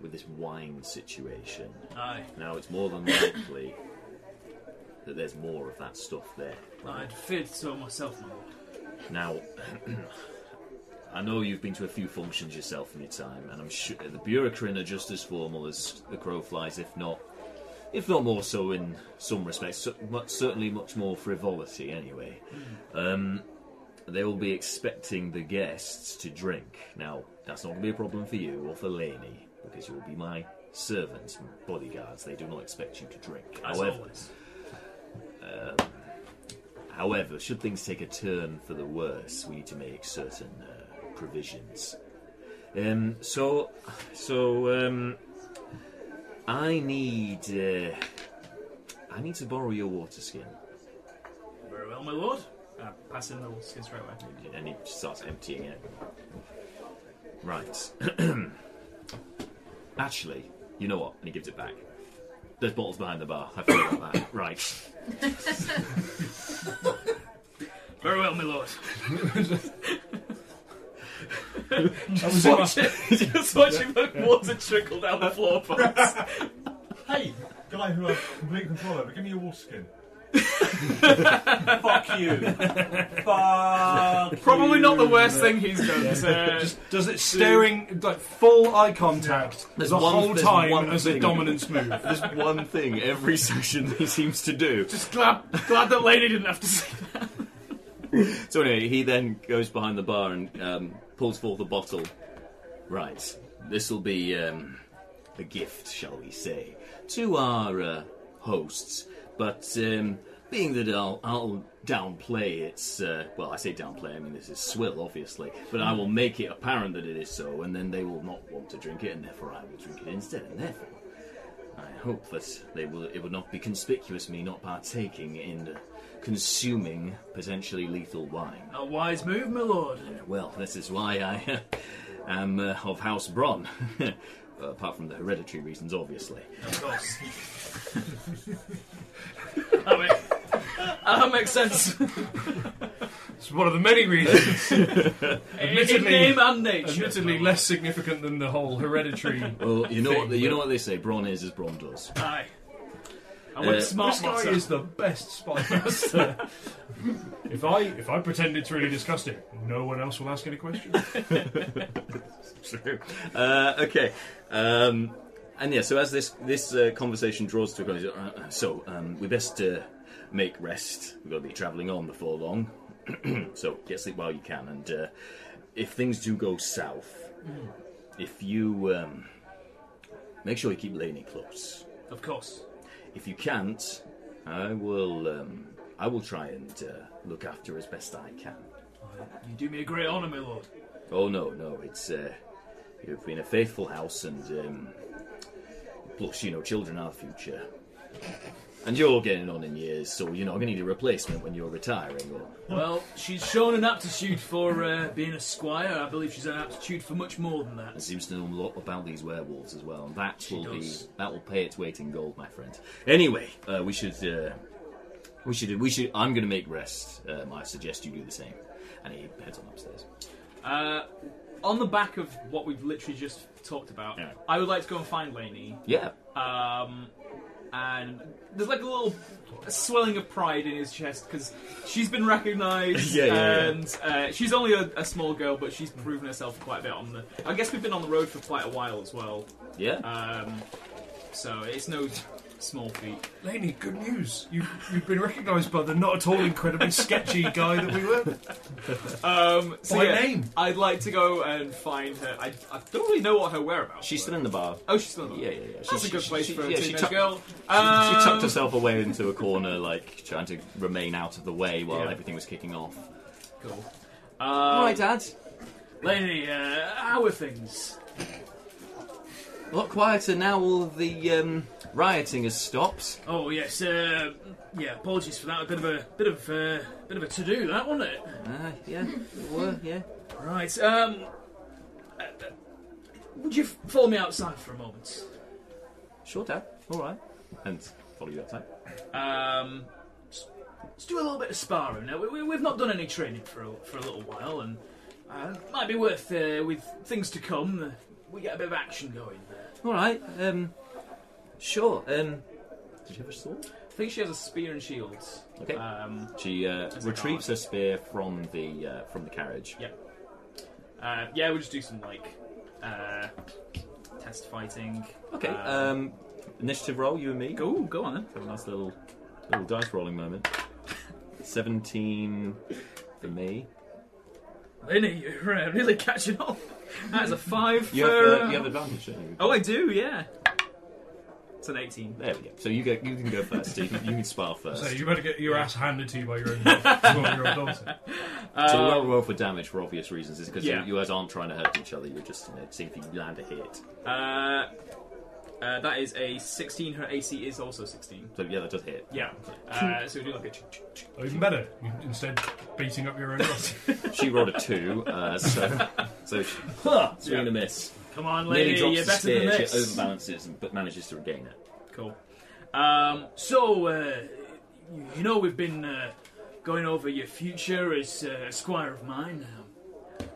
[SPEAKER 1] with this wine situation,
[SPEAKER 3] Aye.
[SPEAKER 1] now it's more than likely that there's more of that stuff there.
[SPEAKER 3] I'd feared so myself, my lord.
[SPEAKER 1] Now, I know you've been to a few functions yourself in your time, and I'm sure the bureaucrats are just as formal as the crow flies, if not, if not more so in some respects. So, much, certainly, much more frivolity, anyway. Um, They will be expecting the guests to drink. Now, that's not going to be a problem for you or for Laney, because you will be my servants, my bodyguards. They do not expect you to drink.
[SPEAKER 3] As
[SPEAKER 1] however,
[SPEAKER 3] always.
[SPEAKER 1] um, however, should things take a turn for the worse, we need to make certain uh, provisions. Um, so, so um, I need uh, I need to borrow your water skin.
[SPEAKER 3] Very well, my lord. Uh, pass him the water skin straight away.
[SPEAKER 1] and he starts emptying it. Right. Actually, you know what? And he gives it back. There's bottles behind the bar. I forgot about that. Right.
[SPEAKER 3] Very well, my lord.
[SPEAKER 2] was
[SPEAKER 3] just,
[SPEAKER 2] in
[SPEAKER 3] watch
[SPEAKER 2] my-
[SPEAKER 3] it, just watch it, the water trickle down the floor pipes.
[SPEAKER 7] hey, guy who I have complete control over, give me your wolf skin.
[SPEAKER 3] Fuck you. Fuck
[SPEAKER 8] Probably not the
[SPEAKER 2] you.
[SPEAKER 8] worst thing he's done.
[SPEAKER 2] Yeah.
[SPEAKER 1] Uh,
[SPEAKER 8] so-
[SPEAKER 2] Just does it staring like full eye contact
[SPEAKER 1] There's
[SPEAKER 2] the
[SPEAKER 1] one-
[SPEAKER 2] whole
[SPEAKER 1] there's
[SPEAKER 2] time
[SPEAKER 1] one
[SPEAKER 2] as a
[SPEAKER 1] thing-
[SPEAKER 2] dominance move.
[SPEAKER 1] There's one thing every session he seems to do. Just
[SPEAKER 3] glad, glad that Lady didn't have to see
[SPEAKER 1] So anyway, he then goes behind the bar and um, pulls forth a bottle. Right, this will be um, a gift, shall we say, to our uh, hosts. But um, being that I'll, I'll downplay its, uh, well, I say downplay. I mean, this is swill, obviously, but I will make it apparent that it is so, and then they will not want to drink it, and therefore I will drink it instead, and therefore. I hope that they will. It will not be conspicuous me not partaking in uh, consuming potentially lethal wine.
[SPEAKER 3] A wise move, my lord.
[SPEAKER 1] Well, this is why I uh, am uh, of House Bron, uh, apart from the hereditary reasons, obviously.
[SPEAKER 3] Of course. that, make, that makes sense.
[SPEAKER 2] It's one of the many reasons.
[SPEAKER 3] In name and nature.
[SPEAKER 2] Admittedly, less significant than the whole hereditary.
[SPEAKER 1] Well, you know
[SPEAKER 2] thing,
[SPEAKER 1] what the, you
[SPEAKER 2] but-
[SPEAKER 1] know what they say. Bron is as Bron does. Uh,
[SPEAKER 3] Aye.
[SPEAKER 1] And with smart
[SPEAKER 2] this guy
[SPEAKER 1] water.
[SPEAKER 2] is the best spymaster. if I if I pretend it's really disgusting, no one else will ask any questions.
[SPEAKER 1] True. Uh, okay. Um, and yeah, so as this this uh, conversation draws to a close, uh, so um, we best uh, make rest. We've got to be travelling on before long, so get sleep while you can. And uh, if things do go south,
[SPEAKER 3] Mm.
[SPEAKER 1] if you um, make sure you keep Laney close.
[SPEAKER 3] Of course.
[SPEAKER 1] If you can't, I will. Um, I will try and uh, look after her as best I can.
[SPEAKER 3] You do me a great honour, my lord.
[SPEAKER 1] Oh no, no, it's uh, you've been a faithful house, and um, plus, you know, children are the future. And you're getting on in years, so you're not going to need a replacement when you're retiring. Or
[SPEAKER 3] Well, she's shown an aptitude for uh, being a squire. I believe she's an aptitude for much more than that.
[SPEAKER 1] and seems to know a lot about these werewolves as well, and that
[SPEAKER 3] She
[SPEAKER 1] will
[SPEAKER 3] does.
[SPEAKER 1] be that will pay its weight in gold, my friend. Anyway, uh, we should uh, we should we should. I'm going to make rest. Um, I suggest you do the same. And he heads on upstairs.
[SPEAKER 3] Uh, on the back of what we've literally just talked about, I would like to go and find Laney.
[SPEAKER 1] Yeah.
[SPEAKER 3] Um, and there's like a little swelling of pride in his chest because she's been recognised.
[SPEAKER 1] Yeah, yeah, yeah.
[SPEAKER 3] And Uh, she's only a, a small girl, but she's proven herself quite a bit on the. I guess we've been on the road for quite a while as well.
[SPEAKER 1] Yeah.
[SPEAKER 3] Um, so it's no small feat.
[SPEAKER 2] Laney, good news. You've, you've been recognised by the not at all incredibly sketchy guy that we were.
[SPEAKER 3] Um, so
[SPEAKER 2] By
[SPEAKER 3] yeah,
[SPEAKER 2] name.
[SPEAKER 3] I'd like to go and find her. I, I don't really know what her whereabouts.
[SPEAKER 1] She's still in the bar.
[SPEAKER 3] Oh, she's still in the bar.
[SPEAKER 1] Yeah, yeah, yeah.
[SPEAKER 3] That's a good place for a teenage
[SPEAKER 1] tucked-
[SPEAKER 3] girl.
[SPEAKER 1] She,
[SPEAKER 3] Um,
[SPEAKER 1] she tucked herself away into a corner, like trying to remain out of the way while
[SPEAKER 3] Yeah.
[SPEAKER 1] everything was kicking off.
[SPEAKER 3] Cool.
[SPEAKER 1] All right, Dad.
[SPEAKER 3] Lady, uh, how are things?
[SPEAKER 1] A lot quieter now. All the um, rioting has stopped.
[SPEAKER 3] Oh yes, uh, yeah. Apologies for that. A bit of a bit of uh, bit of a to do that, wasn't it?
[SPEAKER 1] Uh, yeah, it were. Yeah.
[SPEAKER 3] Right. Um, uh, uh, would you f- follow me outside for a moment?
[SPEAKER 1] Sure, Dad. All right. And follow you outside.
[SPEAKER 3] Um, s- let's do a little bit of sparring now. We, we, we've not done any training for a, for a little while, and uh, might be worth uh, with things to come. Uh, we get a bit of action going.
[SPEAKER 1] All right. Um, sure. Um, did you have a sword?
[SPEAKER 3] I think she has a spear and shields.
[SPEAKER 1] Okay.
[SPEAKER 3] Um,
[SPEAKER 1] She uh,
[SPEAKER 3] As a
[SPEAKER 1] retrieves her spear from the uh, from the carriage.
[SPEAKER 3] Yep. Uh, yeah, we'll just do some like uh, test fighting.
[SPEAKER 1] Okay. Um, initiative roll, you and me.
[SPEAKER 3] Go, go on then.
[SPEAKER 1] Have a nice little little dice rolling moment. Seventeen for me. Vinny, you're uh, really catching on. That is a five
[SPEAKER 10] You
[SPEAKER 1] for.
[SPEAKER 10] have, uh,
[SPEAKER 1] uh,
[SPEAKER 10] you have advantage, don't you?
[SPEAKER 1] Oh, I do, yeah. It's an 18.
[SPEAKER 10] There we go. So you go. You can go first. Steve. You can spar first.
[SPEAKER 2] So you better get your ass handed to you by your own 12 year old daughter. Uh,
[SPEAKER 10] so the roll, roll for damage for obvious reasons is because
[SPEAKER 1] Uh, Yeah.
[SPEAKER 10] you, you guys aren't trying to hurt each other. You're just you know, seeing if you land a hit.
[SPEAKER 1] Uh, uh, that is a 16. Her AC is also 16.
[SPEAKER 10] So yeah, that does hit.
[SPEAKER 1] Yeah. Uh, so we do like a. ch- ch- ch-
[SPEAKER 2] Or oh, even better, you instead beating up your own daughter.
[SPEAKER 10] She rolled a two, uh, so so she, huh, swing and a miss.
[SPEAKER 1] Come on,
[SPEAKER 10] Nearly
[SPEAKER 1] lady,
[SPEAKER 10] drops
[SPEAKER 1] you're
[SPEAKER 10] the
[SPEAKER 1] better than
[SPEAKER 10] stairs, She
[SPEAKER 1] this.
[SPEAKER 10] overbalances but manages to regain it.
[SPEAKER 1] Cool.
[SPEAKER 3] Um, so, uh, you- you know, we've been uh, going over your future as uh, a squire of mine.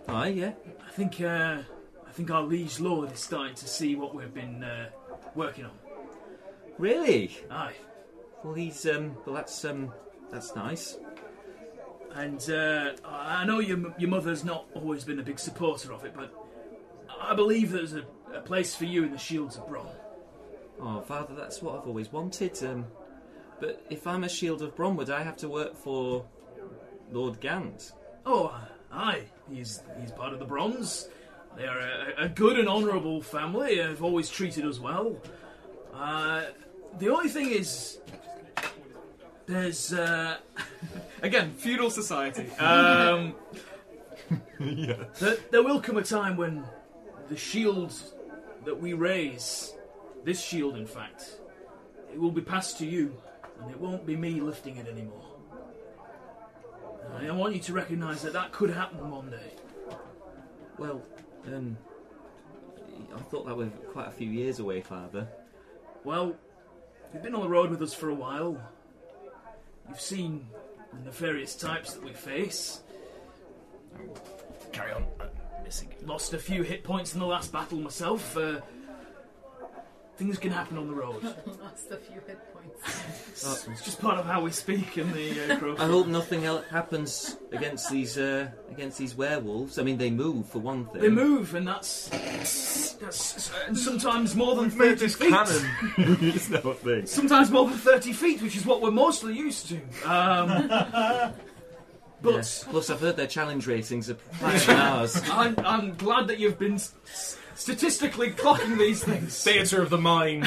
[SPEAKER 10] Aye, yeah.
[SPEAKER 3] Um, I think uh, I think our liege lord is starting to see what we've been uh, working on.
[SPEAKER 10] Really?
[SPEAKER 3] Aye.
[SPEAKER 10] Well, he's um. Well, that's um. That's nice.
[SPEAKER 3] And uh, I I know your, m- your mother's not always been a big supporter of it, but I believe there's a, a place for you in the Shields of Brom.
[SPEAKER 10] Oh, Father, that's what I've always wanted. Um, but if I'm a Shield of Brom, would I have to work for Lord Gant?
[SPEAKER 3] Oh, aye, he's he's part of the Bronze. They are a, a good and honourable family. Have always treated us well. Uh, the only thing is, there's uh,
[SPEAKER 1] Again, feudal society. Um,
[SPEAKER 3] yeah. there, there will come a time when the shield that we raise, this shield, in fact, it will be passed to you, and it won't be me lifting it anymore. I want you to recognise that that could happen one day.
[SPEAKER 10] Well, um, I thought that was quite a few years away, Father.
[SPEAKER 3] Well, you've been on the road with us for a while. You've seen the various types that we face. Carry on. I'm missing. Lost a few hit points in the last battle myself. Uh, things can happen on the road.
[SPEAKER 4] Lost a few hit
[SPEAKER 3] It's
[SPEAKER 4] points.
[SPEAKER 3] just part of how we speak in the uh, Crowfoot.
[SPEAKER 10] Uh, I hope nothing el happens against these uh, against these werewolves. I mean, they move for one thing.
[SPEAKER 3] They move, and that's that's and sometimes more than
[SPEAKER 10] made
[SPEAKER 3] thirty
[SPEAKER 10] this
[SPEAKER 3] feet.
[SPEAKER 10] cannon. it's not a thing.
[SPEAKER 3] Sometimes more than thirty feet, which is what we're mostly used to. Um,
[SPEAKER 10] But plus, I've heard their challenge ratings are higher than ours.
[SPEAKER 1] I'm, I'm glad that you've been s- s- statistically clocking these things.
[SPEAKER 2] Theatre of the mind.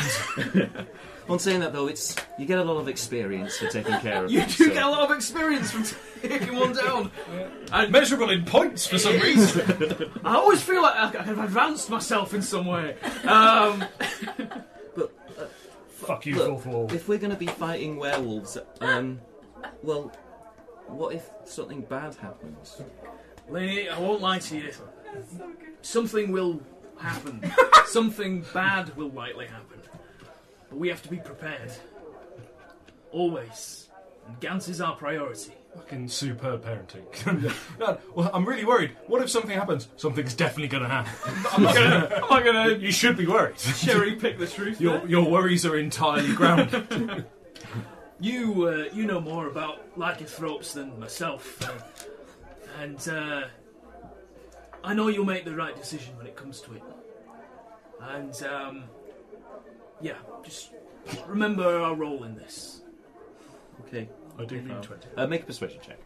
[SPEAKER 10] On saying that though, it's you get a lot of experience for taking care of.
[SPEAKER 1] You
[SPEAKER 10] them,
[SPEAKER 1] do
[SPEAKER 10] so-
[SPEAKER 1] get a lot of experience from taking one down.
[SPEAKER 2] Measurable in points for some reason.
[SPEAKER 1] I always feel like I- I've advanced myself in some way. uh,
[SPEAKER 10] Um,
[SPEAKER 2] Fuck you,
[SPEAKER 10] Look,
[SPEAKER 2] fourth wall.
[SPEAKER 10] If we're going to be fighting werewolves, um, well, what if something bad happens?
[SPEAKER 3] Lenny, I won't lie to you. Something will happen. Something bad will likely happen. But we have to be prepared. Always. And Gans is our priority.
[SPEAKER 2] Fucking superb parenting. no, well, I'm really worried. What if something happens? Something's definitely going to happen. I'm not gonna-
[SPEAKER 1] I'm not gonna
[SPEAKER 2] You should be worried.
[SPEAKER 1] cherry pick the truth.
[SPEAKER 2] Your,
[SPEAKER 1] there.
[SPEAKER 2] your worries are entirely grounded.
[SPEAKER 3] You, uh, you know more about lycanthropes than myself. uh, and uh, I know you'll make the right decision when it comes to it. And um, yeah, just remember our role in this.
[SPEAKER 10] Okay.
[SPEAKER 2] I do
[SPEAKER 10] need
[SPEAKER 2] twenty.
[SPEAKER 10] Uh, make a persuasion check.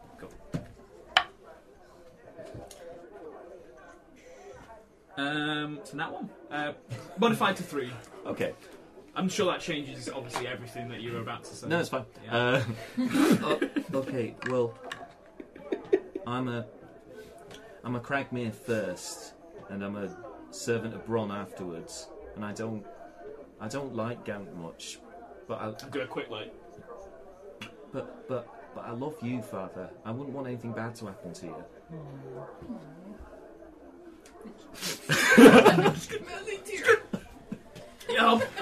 [SPEAKER 1] Um, so that one uh, modified to three.
[SPEAKER 10] Okay.
[SPEAKER 1] I'm sure that changes obviously everything that you were about to say.
[SPEAKER 10] No, it's fine.
[SPEAKER 1] Yeah.
[SPEAKER 10] Uh, oh, okay, well, I'm a I'm a Cragmere first, and I'm a servant of Bron afterwards, and I don't I don't like Gant much, but I
[SPEAKER 1] I've got a quick like.
[SPEAKER 10] but but but I love you, Father. I wouldn't want anything bad to happen to you.
[SPEAKER 3] Hmm. Yeah, I'm,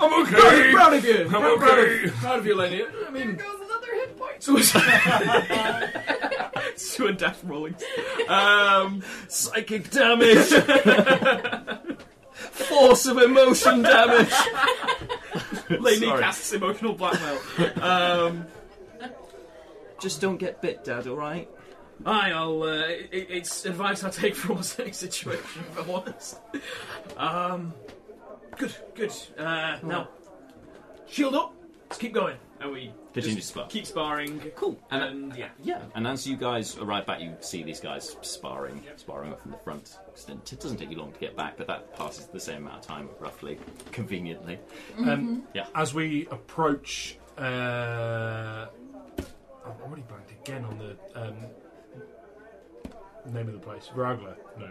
[SPEAKER 3] I'm
[SPEAKER 2] okay.
[SPEAKER 3] Proud of you.
[SPEAKER 2] I'm
[SPEAKER 3] proud, proud
[SPEAKER 2] okay.
[SPEAKER 3] of, proud of you, Lenny. I
[SPEAKER 4] There
[SPEAKER 3] mean,
[SPEAKER 4] goes another hit point.
[SPEAKER 1] to a death rolling. Um,
[SPEAKER 10] Psychic damage. Force of emotion damage.
[SPEAKER 1] Lady
[SPEAKER 10] Sorry.
[SPEAKER 1] casts emotional blackmail. Um,
[SPEAKER 10] Just don't get bit, Dad. All right.
[SPEAKER 1] aye, I'll. Uh, it, it's advice I take from a certain situation, if I'm honest. Um, good, good. Uh, now, shield up. Let's keep going.
[SPEAKER 3] And we
[SPEAKER 1] Continue
[SPEAKER 3] just
[SPEAKER 1] to spar.
[SPEAKER 3] Keep sparring. Cool. And, yeah.
[SPEAKER 1] Yeah. And as you guys arrive back, you see these guys sparring, sparring up from the front. It doesn't take you long to get back, but that passes the same amount of time, roughly, conveniently.
[SPEAKER 5] Mm-hmm.
[SPEAKER 2] Um,
[SPEAKER 1] yeah.
[SPEAKER 2] As we approach, uh, I've already blanked again on the um, name of the place. Vragla, no.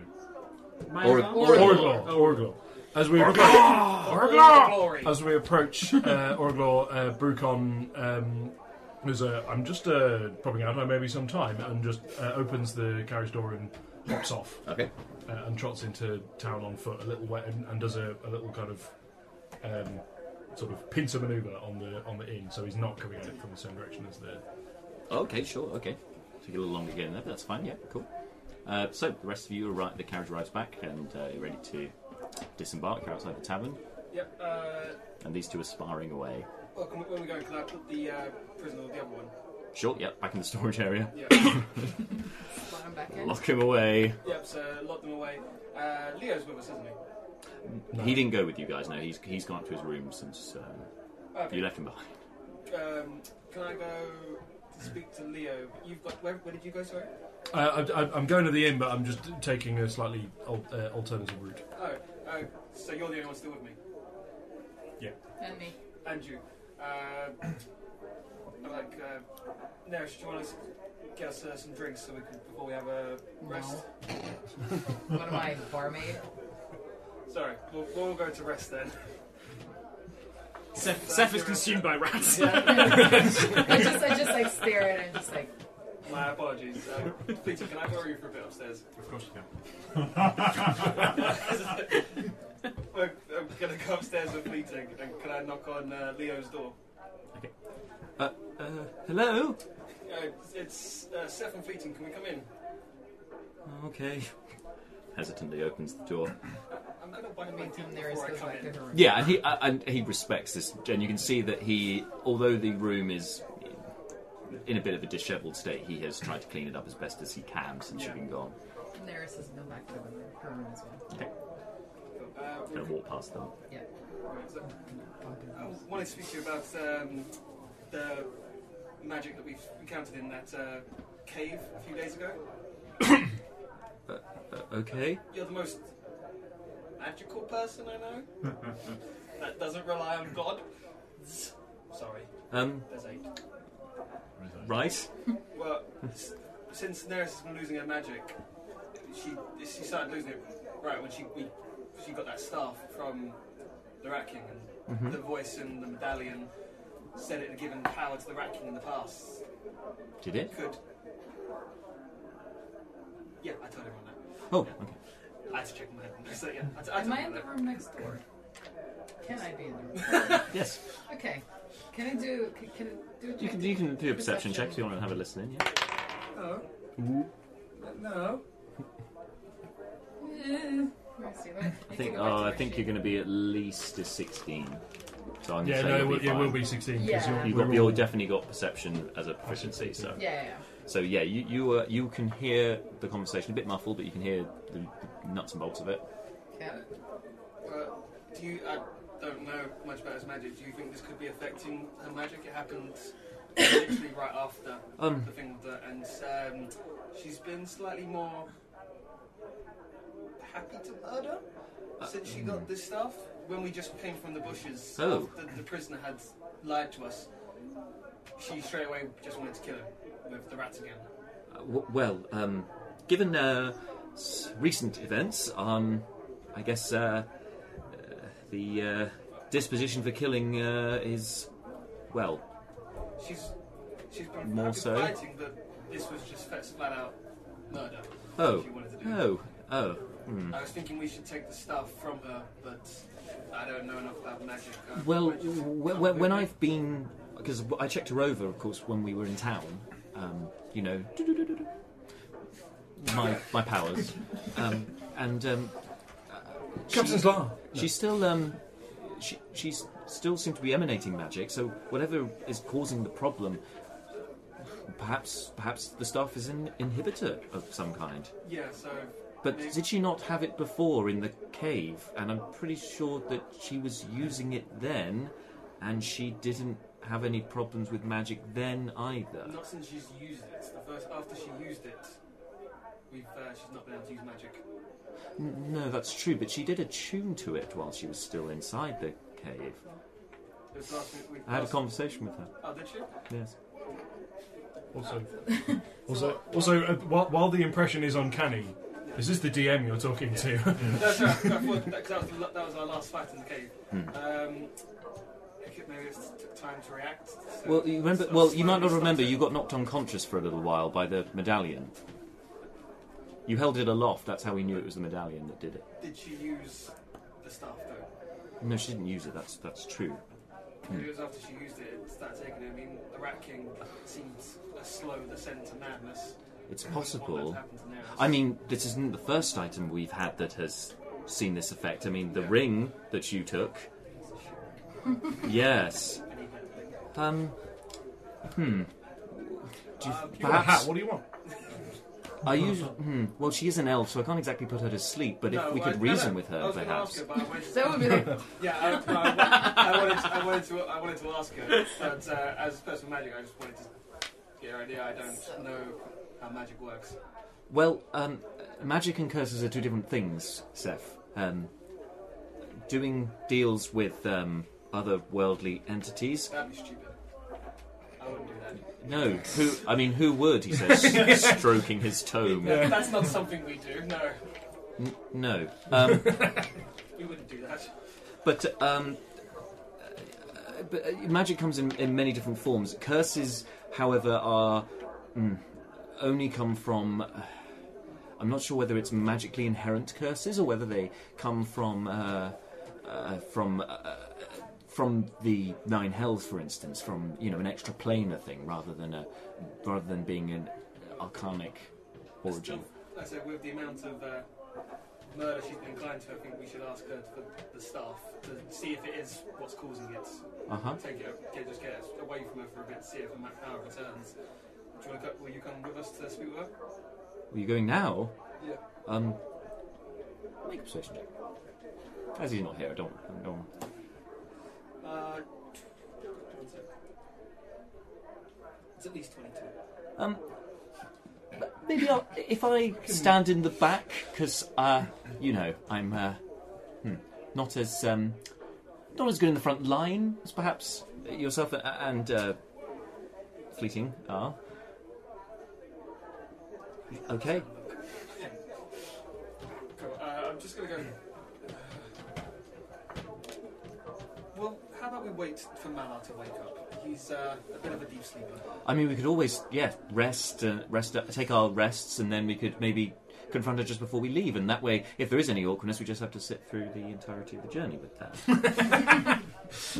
[SPEAKER 3] Or- Myragl?
[SPEAKER 2] Oraglor.
[SPEAKER 3] Oraglor.
[SPEAKER 2] Oraglor. As we
[SPEAKER 3] Oraglor.
[SPEAKER 2] approach,
[SPEAKER 3] Oraglor! Glory.
[SPEAKER 2] As we approach uh, Oraglor, uh, Brucon um, was a. I'm just uh, popping out. I may be some time, and just uh, opens the carriage door and hops off.
[SPEAKER 1] Okay.
[SPEAKER 2] Uh, and trots into town on foot, a little wet, and, and does a, a little kind of um, sort of pincer maneuver on the on the inn, so he's not coming at it from the same direction as the.
[SPEAKER 1] Okay, sure, okay. Took a little longer getting there, but that's fine, yeah, cool. Uh, so, the rest of you arrive, the carriage arrives back, and uh, you're ready to disembark. You're outside the tavern,
[SPEAKER 5] Yep. Uh,
[SPEAKER 1] and these two are sparring away.
[SPEAKER 5] well, can we, when we go, can I put the uh, prisoner with the other one?
[SPEAKER 1] Sure, yep, back in the storage area.
[SPEAKER 5] Yeah.
[SPEAKER 6] back
[SPEAKER 1] Lock him away.
[SPEAKER 5] Yep. So lock them away. Uh, Leo's with us, isn't he?
[SPEAKER 1] He didn't go with you guys, no, he's, he's gone up to his room since um,
[SPEAKER 5] Okay.
[SPEAKER 1] you left him behind.
[SPEAKER 5] Um, can I go to speak to Leo? You've got where, where did you go? Sorry.
[SPEAKER 2] Uh, I, I, I'm going to the inn, but I'm just taking a slightly al- uh, alternative route.
[SPEAKER 5] Oh, oh, so you're the only one still with me.
[SPEAKER 2] Yeah.
[SPEAKER 4] And me.
[SPEAKER 5] And you. Uh, I'm like, uh, Naresh, do you want to get us uh, some drinks so we can before we have a rest?
[SPEAKER 6] What am I, barmaid?
[SPEAKER 5] Sorry, we'll, we'll go to rest then.
[SPEAKER 3] Seth, Seth is consumed by rats.
[SPEAKER 6] I just, I just like stare and I'm just like,
[SPEAKER 5] My apologies. Uh, Peter, can I borrow you for a bit upstairs? Of course you
[SPEAKER 7] can.
[SPEAKER 5] Look, I'm gonna go upstairs with Fleeting, and can I knock on uh, Leo's door?
[SPEAKER 1] Uh, uh, hello?
[SPEAKER 5] Uh, it's uh, Seth and Fleeting. Can we come in?
[SPEAKER 1] Okay. Hesitantly opens the door.
[SPEAKER 5] I'm gonna wipe my teeth
[SPEAKER 6] there is
[SPEAKER 5] before I
[SPEAKER 6] goes
[SPEAKER 5] come
[SPEAKER 6] back
[SPEAKER 5] in.
[SPEAKER 6] to her room.
[SPEAKER 1] Yeah, and he uh, and he respects this, and you can see that he, although the room is in a bit of a dishevelled state, he has tried to clean it up as best as he can since you've been gone.
[SPEAKER 6] Daenerys has been back to the room, her room as well.
[SPEAKER 1] Okay.
[SPEAKER 5] Uh,
[SPEAKER 1] Kind of walk past them.
[SPEAKER 6] Yeah.
[SPEAKER 5] Right, so- I wanted to speak to you about um, the magic that we've encountered in that uh, cave a few days ago.
[SPEAKER 1] Uh, uh, okay.
[SPEAKER 5] You're the most magical person I know. that doesn't rely on God. Sorry.
[SPEAKER 1] Um.
[SPEAKER 5] There's eight.
[SPEAKER 1] Right.
[SPEAKER 5] Well, s- since Daenerys has been losing her magic, she she started losing it right when she we, she got that staff from the Rat King and
[SPEAKER 1] Mhm.
[SPEAKER 5] the voice and the medallion said it had given power to the Rat King in the past.
[SPEAKER 1] Did it?
[SPEAKER 5] Could. Yeah, I told everyone that.
[SPEAKER 1] Oh.
[SPEAKER 5] Yeah.
[SPEAKER 1] Okay.
[SPEAKER 5] I had to check my head. So yeah, I t- I
[SPEAKER 6] Am
[SPEAKER 5] told
[SPEAKER 6] I in
[SPEAKER 5] everyone
[SPEAKER 6] the
[SPEAKER 5] that.
[SPEAKER 6] room next door? Can I be in the room?
[SPEAKER 1] Yes.
[SPEAKER 6] Okay. Can I do? Can, can I do? a
[SPEAKER 1] You
[SPEAKER 6] check
[SPEAKER 1] can
[SPEAKER 6] to-
[SPEAKER 1] you can do a perception check if you want to have a listen in. Yeah.
[SPEAKER 5] No. No.
[SPEAKER 6] Let me see, what-
[SPEAKER 1] I think
[SPEAKER 6] uh,
[SPEAKER 1] oh, I think you're going to be at least a sixteen. So I'm gonna
[SPEAKER 2] Yeah,
[SPEAKER 1] say
[SPEAKER 2] no,
[SPEAKER 1] you'll
[SPEAKER 2] it will-
[SPEAKER 1] be
[SPEAKER 2] it will
[SPEAKER 1] fine.
[SPEAKER 2] be 16, 'cause Yeah. you're-
[SPEAKER 1] You've
[SPEAKER 2] we're
[SPEAKER 1] got, you've
[SPEAKER 2] all-
[SPEAKER 1] definitely got perception as a proficiency. So
[SPEAKER 6] Yeah, yeah, yeah.
[SPEAKER 1] So yeah, you you uh, you can hear the conversation a bit muffled, but you can hear the, the nuts and bolts of it.
[SPEAKER 6] Yeah.
[SPEAKER 5] Uh, do you? I don't know much about his magic. Do you think this could be affecting her magic? It happened literally right after
[SPEAKER 1] Um.
[SPEAKER 5] the thing with her, and um, she's been slightly more happy to murder
[SPEAKER 1] Uh,
[SPEAKER 5] since she got this stuff. When we just came from the bushes,
[SPEAKER 1] mm. Oh.
[SPEAKER 5] after the prisoner had lied to us. She straight away just wanted to kill him with the rats again.
[SPEAKER 1] Uh, w- well, um, given uh, s- recent events, um, I guess uh, uh, the uh, disposition for killing uh, is well.
[SPEAKER 5] She's she's been
[SPEAKER 1] More
[SPEAKER 5] I've been
[SPEAKER 1] so?
[SPEAKER 5] fighting, but this was just flat flat out murder.
[SPEAKER 1] Oh,
[SPEAKER 5] She wanted to do.
[SPEAKER 1] oh, oh. Hmm.
[SPEAKER 5] I was thinking we should take the stuff from her, but I don't know enough about magic. Uh,
[SPEAKER 1] Well, when, when I've been, because I checked her over, of course, when we were in town. Um, you know, my my powers, um, and um, uh,
[SPEAKER 2] Captain's law.
[SPEAKER 1] She's still um, she she's still seems to be emanating magic. So whatever is causing the problem, perhaps perhaps the stuff is an inhibitor of some kind.
[SPEAKER 5] yeah, so
[SPEAKER 1] But
[SPEAKER 5] maybe-
[SPEAKER 1] did she not have it before in the cave? And I'm pretty sure that she was using it then, and she didn't have any problems with magic then either.
[SPEAKER 5] Not since she's used it. The first after she used it, we've uh, she's not been able to use magic.
[SPEAKER 1] N- no, that's true, but she did attune to it while she was still inside the cave.
[SPEAKER 5] It was last week. week
[SPEAKER 1] I had a
[SPEAKER 5] last-
[SPEAKER 1] conversation with her.
[SPEAKER 5] Oh, did she?
[SPEAKER 1] Yes.
[SPEAKER 2] Also, also, also uh, while, while the impression is uncanny, is this the DM you're talking to?
[SPEAKER 5] No, sorry, I thought that, 'cause that, was, the la- that was our last fight in the cave.
[SPEAKER 1] Hmm.
[SPEAKER 5] Um, I think maybe it's took time to react. so-
[SPEAKER 1] Well, you remember?
[SPEAKER 5] so-
[SPEAKER 1] Well, you might not
[SPEAKER 5] so-
[SPEAKER 1] remember. You got knocked unconscious for a little while by the medallion. You held it aloft. That's how we knew it was the medallion that did it.
[SPEAKER 5] Did she use the staff though?
[SPEAKER 1] No, she didn't use it. That's that's true. Hmm.
[SPEAKER 5] Maybe it was after she used it, it started taking it. I mean, the Rat King seems a slow descent to madness.
[SPEAKER 1] It's
[SPEAKER 5] I wouldn't want that to
[SPEAKER 1] possible.
[SPEAKER 5] happen to Nerys.
[SPEAKER 1] I mean, this isn't the first item we've had that has seen this effect. I mean, the ring that you took. yes. Um. Hmm. Do you,
[SPEAKER 5] Uh,
[SPEAKER 2] You want a hat, what do you want?
[SPEAKER 1] Are you? Hmm. Well, she is an elf, so I can't exactly put her to sleep. But if
[SPEAKER 5] No,
[SPEAKER 1] we
[SPEAKER 5] I-
[SPEAKER 1] could
[SPEAKER 5] no, no,
[SPEAKER 1] reason with
[SPEAKER 5] I
[SPEAKER 1] her,
[SPEAKER 5] was gonna
[SPEAKER 1] perhaps.
[SPEAKER 5] ask her, but I waited-
[SPEAKER 6] That would be like-
[SPEAKER 5] yeah, I, I, I, wanted to, I wanted to, I wanted to ask her, but uh, as a person of magic, I just wanted to get her idea. I don't know how magic works.
[SPEAKER 1] Well, um, magic and curses are two different things, Seth. Um, doing deals with um, other worldly entities.
[SPEAKER 5] That'd be stupid. I wouldn't do that.
[SPEAKER 1] No, who? I mean, who would? He says, stroking his tome.
[SPEAKER 5] No, That's not something we do. No,
[SPEAKER 1] N- no. Um,
[SPEAKER 5] we wouldn't do that.
[SPEAKER 1] But um, uh, but uh, magic comes in, in many different forms. Curses, however, are mm, only come from. Uh, I'm not sure whether it's magically inherent curses or whether they come from uh, uh, from. Uh, from the nine hells, for instance, from you know an extra planar thing, rather than a rather than being an arcanic origin.
[SPEAKER 5] I say with the amount of uh, murder she's been inclined to, I think we should ask her for the staff to see if it is what's causing it.
[SPEAKER 1] Uh-huh.
[SPEAKER 5] Take it, get, just get it away from her for a bit, see if her power returns. Do you wanna co- will you come with us to speak with her?
[SPEAKER 1] Are you going now?
[SPEAKER 5] Yeah.
[SPEAKER 1] Um. Make a persuasion check. As he's not here, I don't. I don't
[SPEAKER 5] Uh, one sec. It's at least twenty-two.
[SPEAKER 1] Um, maybe I'll, if I stand in the back, because uh, you know I'm uh, hmm, not as um, not as good in the front line as perhaps yourself a- and uh, fleeting are. Okay.
[SPEAKER 5] Cool. Uh, I'm just gonna go. Well, how about we wait for Malar to wake up? He's uh, a bit of a deep sleeper.
[SPEAKER 1] I mean, we could always yeah rest uh, rest uh, take our rests, and then we could maybe confront her just before we leave, and that way, if there is any awkwardness, we just have to sit through the entirety of the journey with that.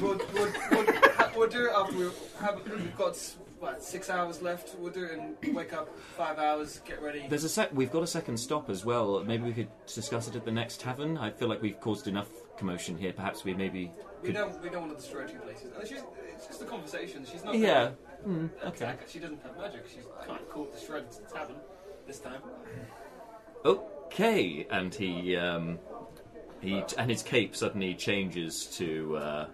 [SPEAKER 5] we'll, we'll, we'll, ha- we'll do it after we have, we've got what six hours left. We'll do it and wake up five hours, get ready.
[SPEAKER 1] There's a sec. We've got a second stop as well. Maybe we could discuss it at the next tavern. I feel like we've caused enough commotion here. Perhaps we maybe
[SPEAKER 5] we
[SPEAKER 1] could.
[SPEAKER 5] don't we don't want to destroy two places. And she's, it's just a conversation. She's not.
[SPEAKER 1] Yeah.
[SPEAKER 5] Gonna
[SPEAKER 1] Mm,
[SPEAKER 5] attack. She doesn't have magic. She can't call destroyed to the tavern this time.
[SPEAKER 1] Okay, and he um, he and his cape suddenly changes to uh,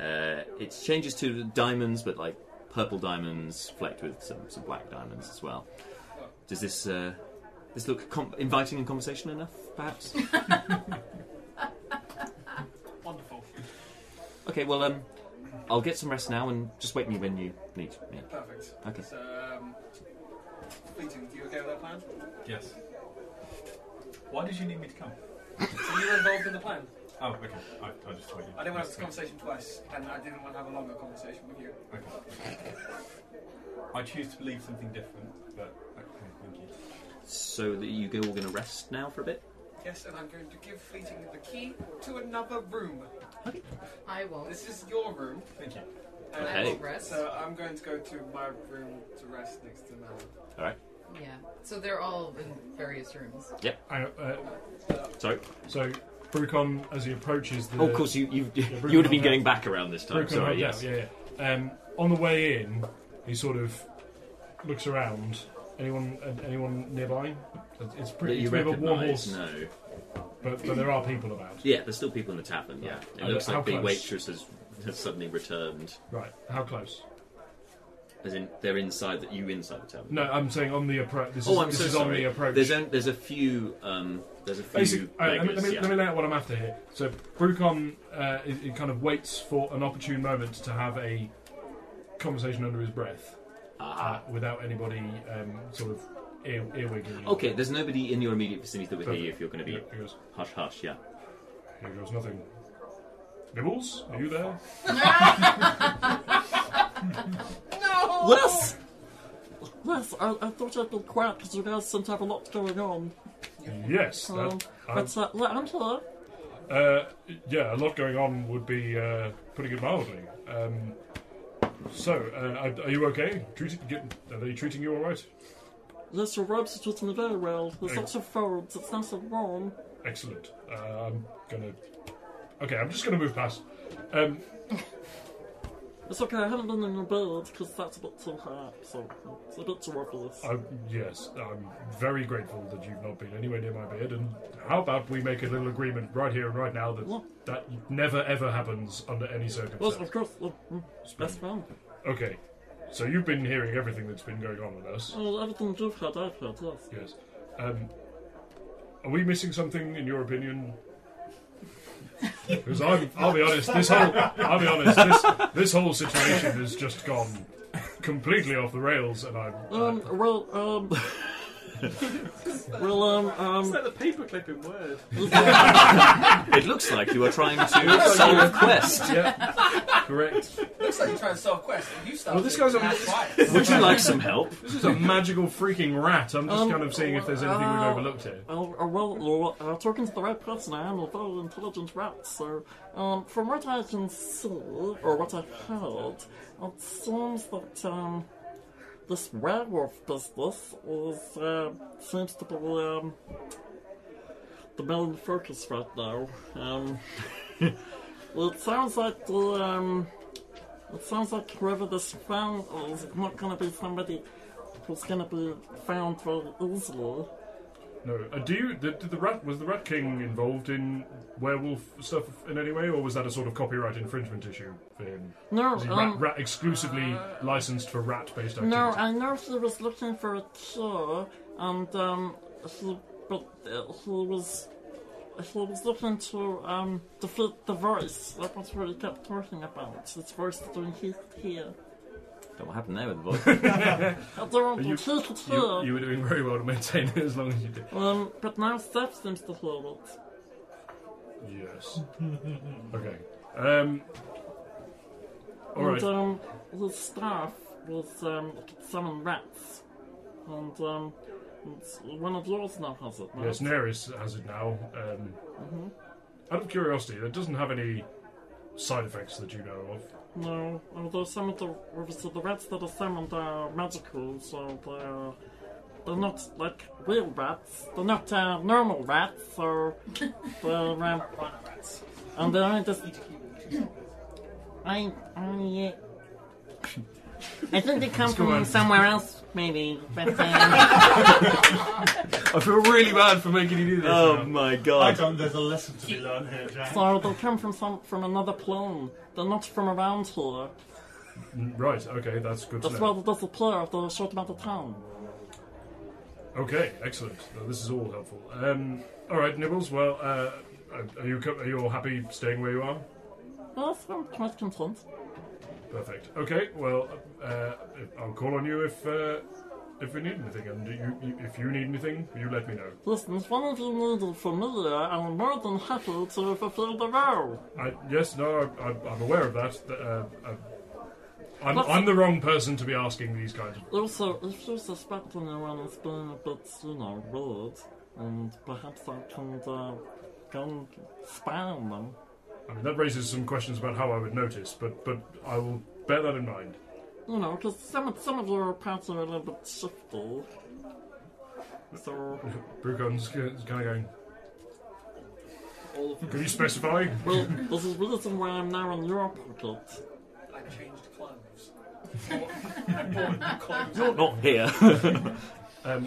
[SPEAKER 1] uh, it changes to diamonds, but like purple diamonds flecked with some, some black diamonds as well. Does this uh, this look com- inviting and conversation enough? Perhaps.
[SPEAKER 5] Wonderful.
[SPEAKER 1] okay. Well, um, I'll get some rest now and just wake me when you need me.
[SPEAKER 5] Perfect.
[SPEAKER 1] Okay.
[SPEAKER 5] So, um, Fleeting, do you okay with that plan?
[SPEAKER 9] Yes. Why did you need me to come?
[SPEAKER 5] So you were involved in the plan.
[SPEAKER 9] Oh, okay. I, I just thought you.
[SPEAKER 5] I didn't want to have this conversation twice, and I didn't want to have a longer conversation with you.
[SPEAKER 9] I choose to believe something different, but okay, thank you.
[SPEAKER 1] So that you all going to rest now for a bit.
[SPEAKER 5] Yes, and I'm going to give Fleeting the key to another room.
[SPEAKER 6] I won't.
[SPEAKER 5] This is your room.
[SPEAKER 9] Thank you.
[SPEAKER 5] And
[SPEAKER 1] Okay.
[SPEAKER 6] I will rest.
[SPEAKER 5] So I'm going to go to my room to rest next to Mal.
[SPEAKER 1] All right.
[SPEAKER 6] Yeah. So they're all in various rooms.
[SPEAKER 1] Yep.
[SPEAKER 2] I, uh,
[SPEAKER 1] Sorry.
[SPEAKER 2] So, Brucon, as he approaches the.
[SPEAKER 1] Oh, of course, you you
[SPEAKER 2] Yeah,
[SPEAKER 1] you
[SPEAKER 2] Brucon
[SPEAKER 1] would have been
[SPEAKER 2] hung
[SPEAKER 1] going
[SPEAKER 2] out.
[SPEAKER 1] back around this time.
[SPEAKER 2] Brucon
[SPEAKER 1] Sorry.
[SPEAKER 2] hung
[SPEAKER 1] Yes.
[SPEAKER 2] out, Yeah, yeah. Um, on the way in, he sort of looks around. Anyone uh, anyone nearby? It's pretty.
[SPEAKER 1] That you
[SPEAKER 2] it's a bit of a warm
[SPEAKER 1] recognise?
[SPEAKER 2] horse.
[SPEAKER 1] No.
[SPEAKER 2] But, but there are people about.
[SPEAKER 1] Yeah, there's still people in the tavern. Yeah,
[SPEAKER 2] Right.
[SPEAKER 1] it
[SPEAKER 2] And
[SPEAKER 1] looks
[SPEAKER 2] how
[SPEAKER 1] like the
[SPEAKER 2] close?
[SPEAKER 1] waitress has, has suddenly returned.
[SPEAKER 2] Right, how close?
[SPEAKER 1] As in, they're inside. That you inside the tavern.
[SPEAKER 2] No, I'm saying on the approach. This is,
[SPEAKER 1] oh, I'm
[SPEAKER 2] this
[SPEAKER 1] so
[SPEAKER 2] is
[SPEAKER 1] sorry.
[SPEAKER 2] on the approach.
[SPEAKER 1] There's only, there's a few. Um, there's a few.
[SPEAKER 2] Basically, all right, let, me,
[SPEAKER 1] beggars,
[SPEAKER 2] let, me,
[SPEAKER 1] yeah.
[SPEAKER 2] let me lay out what I'm after here. So, Brucon uh, it, it kind of waits for an opportune moment to have a conversation under his breath uh, without anybody um, sort of ear, earwigging.
[SPEAKER 1] Okay, there's nobody in your immediate vicinity that would hear you if you're going to be
[SPEAKER 2] Yeah, here goes.
[SPEAKER 1] hush hush. Yeah.
[SPEAKER 2] Here goes nothing. Nibbles, are you there?
[SPEAKER 12] No! Yes! Yes, I, I thought I'd been quiet because you guys seem to have a lot going on.
[SPEAKER 2] Yes, that-
[SPEAKER 12] Um, but uh, yeah, I'm here.
[SPEAKER 2] Uh, yeah, a lot going on would be uh, putting it mildly. Um, so, uh, are- are you okay? Treat, get, are they treating you all right?
[SPEAKER 12] Yes, your robes are treating me very well. There's
[SPEAKER 2] Hey.
[SPEAKER 12] lots of robes, it's nice and warm.
[SPEAKER 2] Excellent. Uh, I'm gonna. Okay, I'm just gonna move past. Um,
[SPEAKER 12] It's okay, I haven't been in your bed because that's a bit too hot, so it's a bit too obvious.
[SPEAKER 2] I, Oh, yes, I'm very grateful that you've not been anywhere near my beard. And how about we make a little agreement right here and right now that that never ever happens under any
[SPEAKER 12] Yes,
[SPEAKER 2] circumstance?
[SPEAKER 12] of course, uh, mm, best friend.
[SPEAKER 2] Okay, so you've been hearing everything that's been going on with us.
[SPEAKER 12] Oh, everything you've had, I've had, yes.
[SPEAKER 2] Yes. Um, are we missing something in your opinion? Because I'm, I'll be honest, this whole I'll be honest, this this whole situation has just gone completely off the rails, and I'm
[SPEAKER 12] Um, well, um. well, um, um.
[SPEAKER 3] It's like the paperclip in Word.
[SPEAKER 1] it looks like you are trying to
[SPEAKER 3] Looks like
[SPEAKER 1] solve
[SPEAKER 3] you-
[SPEAKER 1] a quest.
[SPEAKER 2] Yeah, correct.
[SPEAKER 5] Looks like you're trying to solve quests. You start.
[SPEAKER 2] Well, this guy's a.
[SPEAKER 1] Would you like some help?
[SPEAKER 2] This is a magical freaking rat. I'm just
[SPEAKER 12] Um,
[SPEAKER 2] kind of seeing if there's anything we've overlooked here.
[SPEAKER 12] Oh, oh, well, you're uh, talking to the right person. I am a very intelligent rat, so um, from what I can see, or what I've heard, it seems that um, this werewolf business is, uh, seems to be um, the main focus right now. Um, it sounds like the. Um, it sounds like whoever this found is not going to be somebody who's going to be found very easily.
[SPEAKER 2] No, uh, do you? Did, did the rat was the rat king involved in werewolf stuff in any way, or was that a sort of copyright infringement issue for him?
[SPEAKER 12] No,
[SPEAKER 2] Was he
[SPEAKER 12] um, uh,
[SPEAKER 2] rat, rat exclusively licensed for rat-based activity.
[SPEAKER 12] No, I know he was looking for a cure, and um, he but uh, he was he was looking to um defeat the voice. That was what he kept talking about. His voice doing his here.
[SPEAKER 1] Don't what happened there with the
[SPEAKER 12] I
[SPEAKER 1] voice?
[SPEAKER 12] don't want
[SPEAKER 2] You-
[SPEAKER 12] to take it
[SPEAKER 2] You,
[SPEAKER 12] here.
[SPEAKER 2] you were doing very well to maintain it as long as you did.
[SPEAKER 12] Um, but now Steph seems to hear it.
[SPEAKER 2] Yes. okay. Um. All right.
[SPEAKER 12] And um, his staff was um summon rats, and um, it's- one of yours now has it. Right?
[SPEAKER 2] Yes, Neris has it now. Um,
[SPEAKER 12] Mm-hmm.
[SPEAKER 2] Out of curiosity, that doesn't have any side effects that you know of.
[SPEAKER 12] No, although some of the obviously the rats that are summoned are magical, so they're they're not like real rats. They're not uh, normal rats, so they're um, and they're only just. I I. I think they come
[SPEAKER 1] Let's go
[SPEAKER 12] from
[SPEAKER 1] on.
[SPEAKER 12] somewhere else, maybe. But, um,
[SPEAKER 2] I feel really bad for making you do this.
[SPEAKER 1] Oh
[SPEAKER 2] now.
[SPEAKER 1] my god!
[SPEAKER 10] I don't. There's a lesson to be learned here, Jack.
[SPEAKER 12] so they come from some from another plane. They're not from around here.
[SPEAKER 2] Mm, Right. Okay, that's good.
[SPEAKER 12] That's
[SPEAKER 2] to
[SPEAKER 12] why
[SPEAKER 2] know.
[SPEAKER 12] they disappear after a short amount of time.
[SPEAKER 2] Okay, excellent. Now, this is all helpful. Um, all right, Nibbles. Well, uh, are you co- are you all happy staying where you are?
[SPEAKER 12] Yes, I'm quite content.
[SPEAKER 2] Perfect. Okay. Well, uh, I'll call on you if uh, if we need anything, and you, you, if you need anything, you let me know.
[SPEAKER 12] Listen, if one of you needed from me, I'm more than happy to fulfill the role.
[SPEAKER 2] I, yes, no, I, I, I'm aware of that. Th- Uh, I, I'm,
[SPEAKER 12] What's-
[SPEAKER 2] I'm the wrong person to be asking these kinds of.
[SPEAKER 12] Also, if you suspect anyone is being a bit, you know, weird, and perhaps I can uh, go and spy on them.
[SPEAKER 2] I mean, that raises some questions about how I would notice, but but I will bear that in mind.
[SPEAKER 12] You know, because some, of- some of your parts are a little bit shifty. So,
[SPEAKER 2] Brucon's kind of going.
[SPEAKER 5] All of
[SPEAKER 2] Can you specify?
[SPEAKER 12] well, this is the reason why I'm now in your pocket.
[SPEAKER 5] I changed clothes.
[SPEAKER 1] Not here.
[SPEAKER 2] um,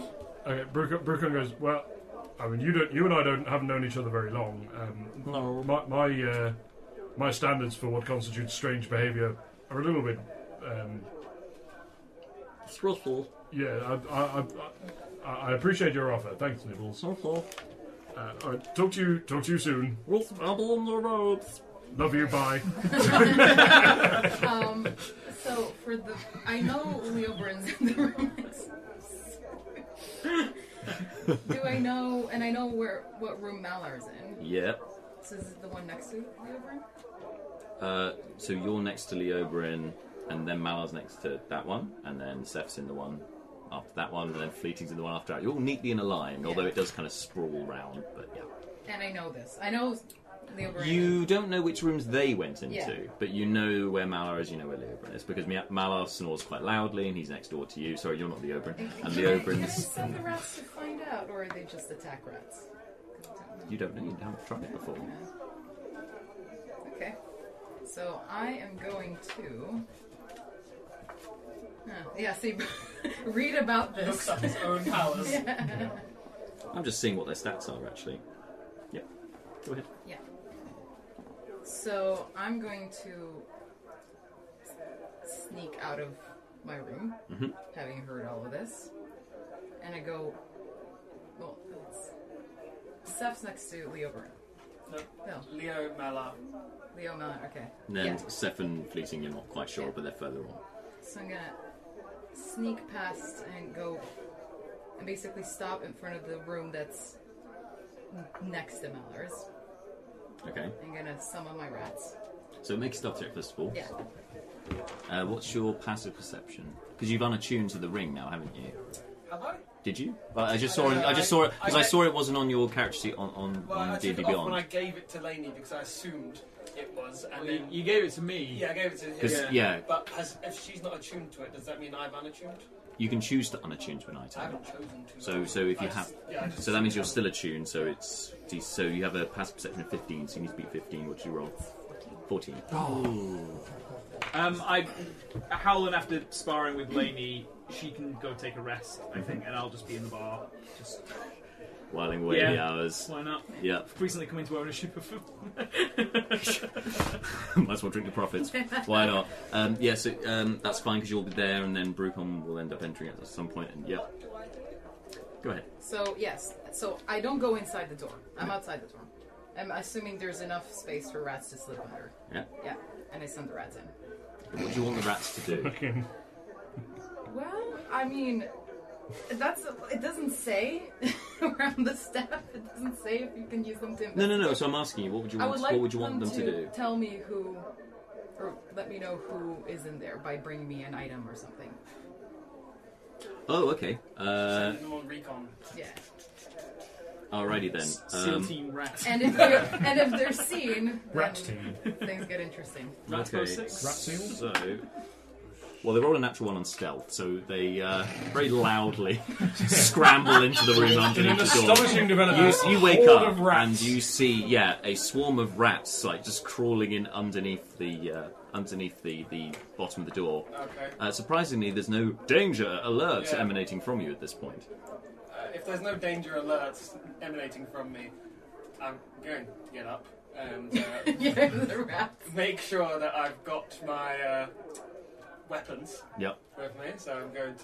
[SPEAKER 2] okay, Brucon goes, well, I mean, you don't. You and I don't have known each other very long. Um, no. My my, uh, my standards for what constitutes strange behaviour are a little bit. Um,
[SPEAKER 12] Stressful.
[SPEAKER 2] Yeah, I, I, I, I appreciate your offer. Thanks, Nibbles.
[SPEAKER 12] Okay.
[SPEAKER 2] Uh, all right. Talk to you. Talk to you soon.
[SPEAKER 12] We'll on the roads.
[SPEAKER 2] Love you. Bye.
[SPEAKER 4] um, so for the, I know Leo Burns in the room. is- Do I know? And I know where what room Malar's in.
[SPEAKER 1] Yep.
[SPEAKER 4] So is it the one next to Leo Burns?
[SPEAKER 1] Uh, so you're next to Leo Brin, and then Malar's next to that one, and then Seth's in the one after that one, and then Fleeting's in the one after that. You're all neatly in a line, although it does kind of sprawl round, but yeah.
[SPEAKER 4] And I know this. I know Leo Burns.
[SPEAKER 1] You don't know which rooms they went into,
[SPEAKER 4] Yeah.
[SPEAKER 1] but you know where Malar is, you know where Leobrin is, because Ma- Malar snores quite loudly and he's next door to you. Sorry, you're not Leobrin. And
[SPEAKER 4] Can I
[SPEAKER 1] Leobrin's.
[SPEAKER 4] send the rats to find out, or are they just attack rats?
[SPEAKER 1] You don't know, you haven't tried it before.
[SPEAKER 4] Okay. So I am going to. Huh, Yeah, see, read about this.
[SPEAKER 5] Looks up his own powers.
[SPEAKER 4] yeah.
[SPEAKER 1] I'm just seeing what their stats are, actually. Yeah. Go ahead.
[SPEAKER 4] Yeah. So I'm going to sneak out of my room,
[SPEAKER 1] Mhm.
[SPEAKER 4] having heard all of this, and I go. Well, it's, Steph's next to Leo Burn.
[SPEAKER 5] No,
[SPEAKER 4] No.
[SPEAKER 5] Leo Mala.
[SPEAKER 4] Leo Mellon, okay.
[SPEAKER 1] And then
[SPEAKER 4] Yeah.
[SPEAKER 1] Seth and Fleeting, you're not quite sure, but they're further on.
[SPEAKER 4] So I'm gonna sneak past and go and basically stop in front of the room that's n- next to Mellor's.
[SPEAKER 1] Okay.
[SPEAKER 4] I'm gonna summon my rats.
[SPEAKER 1] So make a stealth check first of all.
[SPEAKER 4] Yeah.
[SPEAKER 1] Uh, what's your passive perception? Because you've unattuned to the ring now, haven't you?
[SPEAKER 5] Have I?
[SPEAKER 1] Did you? Well, I just saw.
[SPEAKER 5] I don't
[SPEAKER 1] it,
[SPEAKER 5] know,
[SPEAKER 1] I just
[SPEAKER 5] I-
[SPEAKER 1] saw it because I,
[SPEAKER 5] I-
[SPEAKER 1] saw it wasn't on your character sheet on on,
[SPEAKER 5] Well, I
[SPEAKER 1] on
[SPEAKER 5] took
[SPEAKER 1] D&D
[SPEAKER 5] it off when I
[SPEAKER 1] Beyond.
[SPEAKER 5] gave it to Laney because I assumed it was, and
[SPEAKER 3] Well, you-
[SPEAKER 5] then
[SPEAKER 3] you gave it to me.
[SPEAKER 5] Yeah, I gave it to him.
[SPEAKER 1] 'Cause- yeah.
[SPEAKER 5] But has, if she's not attuned to it, does that mean I've unattuned?
[SPEAKER 1] You can choose to unattune to an
[SPEAKER 5] I
[SPEAKER 1] item.
[SPEAKER 5] haven't chosen to.
[SPEAKER 1] So so if
[SPEAKER 5] I
[SPEAKER 1] you
[SPEAKER 5] just-
[SPEAKER 1] have,
[SPEAKER 5] yeah, I just-
[SPEAKER 1] so that means you're still attuned. So it's so you have a passive perception of 15. So you need to beat 15. What do you roll? 14. Oh.
[SPEAKER 3] Um, I, Howlin, after sparring with Lainey, she can go take a rest, I think, and I'll just be in the bar. Just
[SPEAKER 1] Whiling away
[SPEAKER 3] Yeah,
[SPEAKER 1] the hours.
[SPEAKER 3] Why not?
[SPEAKER 1] Yeah.
[SPEAKER 3] Recently come into ownership of.
[SPEAKER 1] Might as well drink the profits. Why not? Um, yeah, so um, that's fine because you'll be there, and then Brucon will end up entering it at some point. And yeah, go ahead.
[SPEAKER 4] So yes, so I don't go inside the door. I'm outside the door. I'm assuming there's enough space for rats to slip under.
[SPEAKER 1] Yeah.
[SPEAKER 4] Yeah, and I send the rats in.
[SPEAKER 1] What do you want the rats to do?
[SPEAKER 4] Well, I mean, that's it doesn't say around the step. It doesn't say if you can use them to.
[SPEAKER 1] No, no, no. So I'm asking you, what would you
[SPEAKER 4] I
[SPEAKER 1] want?
[SPEAKER 4] would like
[SPEAKER 1] what would you want them to, do?
[SPEAKER 4] Tell me who, or let me know who is in there by bringing me an item or something.
[SPEAKER 1] Oh, okay. Uh,
[SPEAKER 5] Send them on recon.
[SPEAKER 4] Yeah.
[SPEAKER 1] alrighty then. Um,
[SPEAKER 3] rats.
[SPEAKER 4] And if they're and if they're seen,
[SPEAKER 1] Rat
[SPEAKER 4] then things get interesting.
[SPEAKER 1] okay. So, well, they roll a natural one on stealth, so they uh, very loudly scramble into the room
[SPEAKER 2] In
[SPEAKER 1] underneath
[SPEAKER 2] an
[SPEAKER 1] the door.
[SPEAKER 2] astonishing development,
[SPEAKER 1] You,
[SPEAKER 2] a
[SPEAKER 1] you wake
[SPEAKER 2] horde
[SPEAKER 1] up
[SPEAKER 2] of
[SPEAKER 1] and
[SPEAKER 2] rats.
[SPEAKER 1] you see, yeah, a swarm of rats like just crawling in underneath the uh, underneath the, the bottom of the door.
[SPEAKER 5] Okay.
[SPEAKER 1] Uh, surprisingly, there's no danger alerts
[SPEAKER 5] Yeah.
[SPEAKER 1] emanating from you at this point.
[SPEAKER 5] Uh, if there's no danger alerts emanating from me, I'm going to get up and uh,
[SPEAKER 4] Yeah, the rats.
[SPEAKER 5] make sure that I've got my uh, weapons
[SPEAKER 1] Yep.
[SPEAKER 5] with me. So I'm going to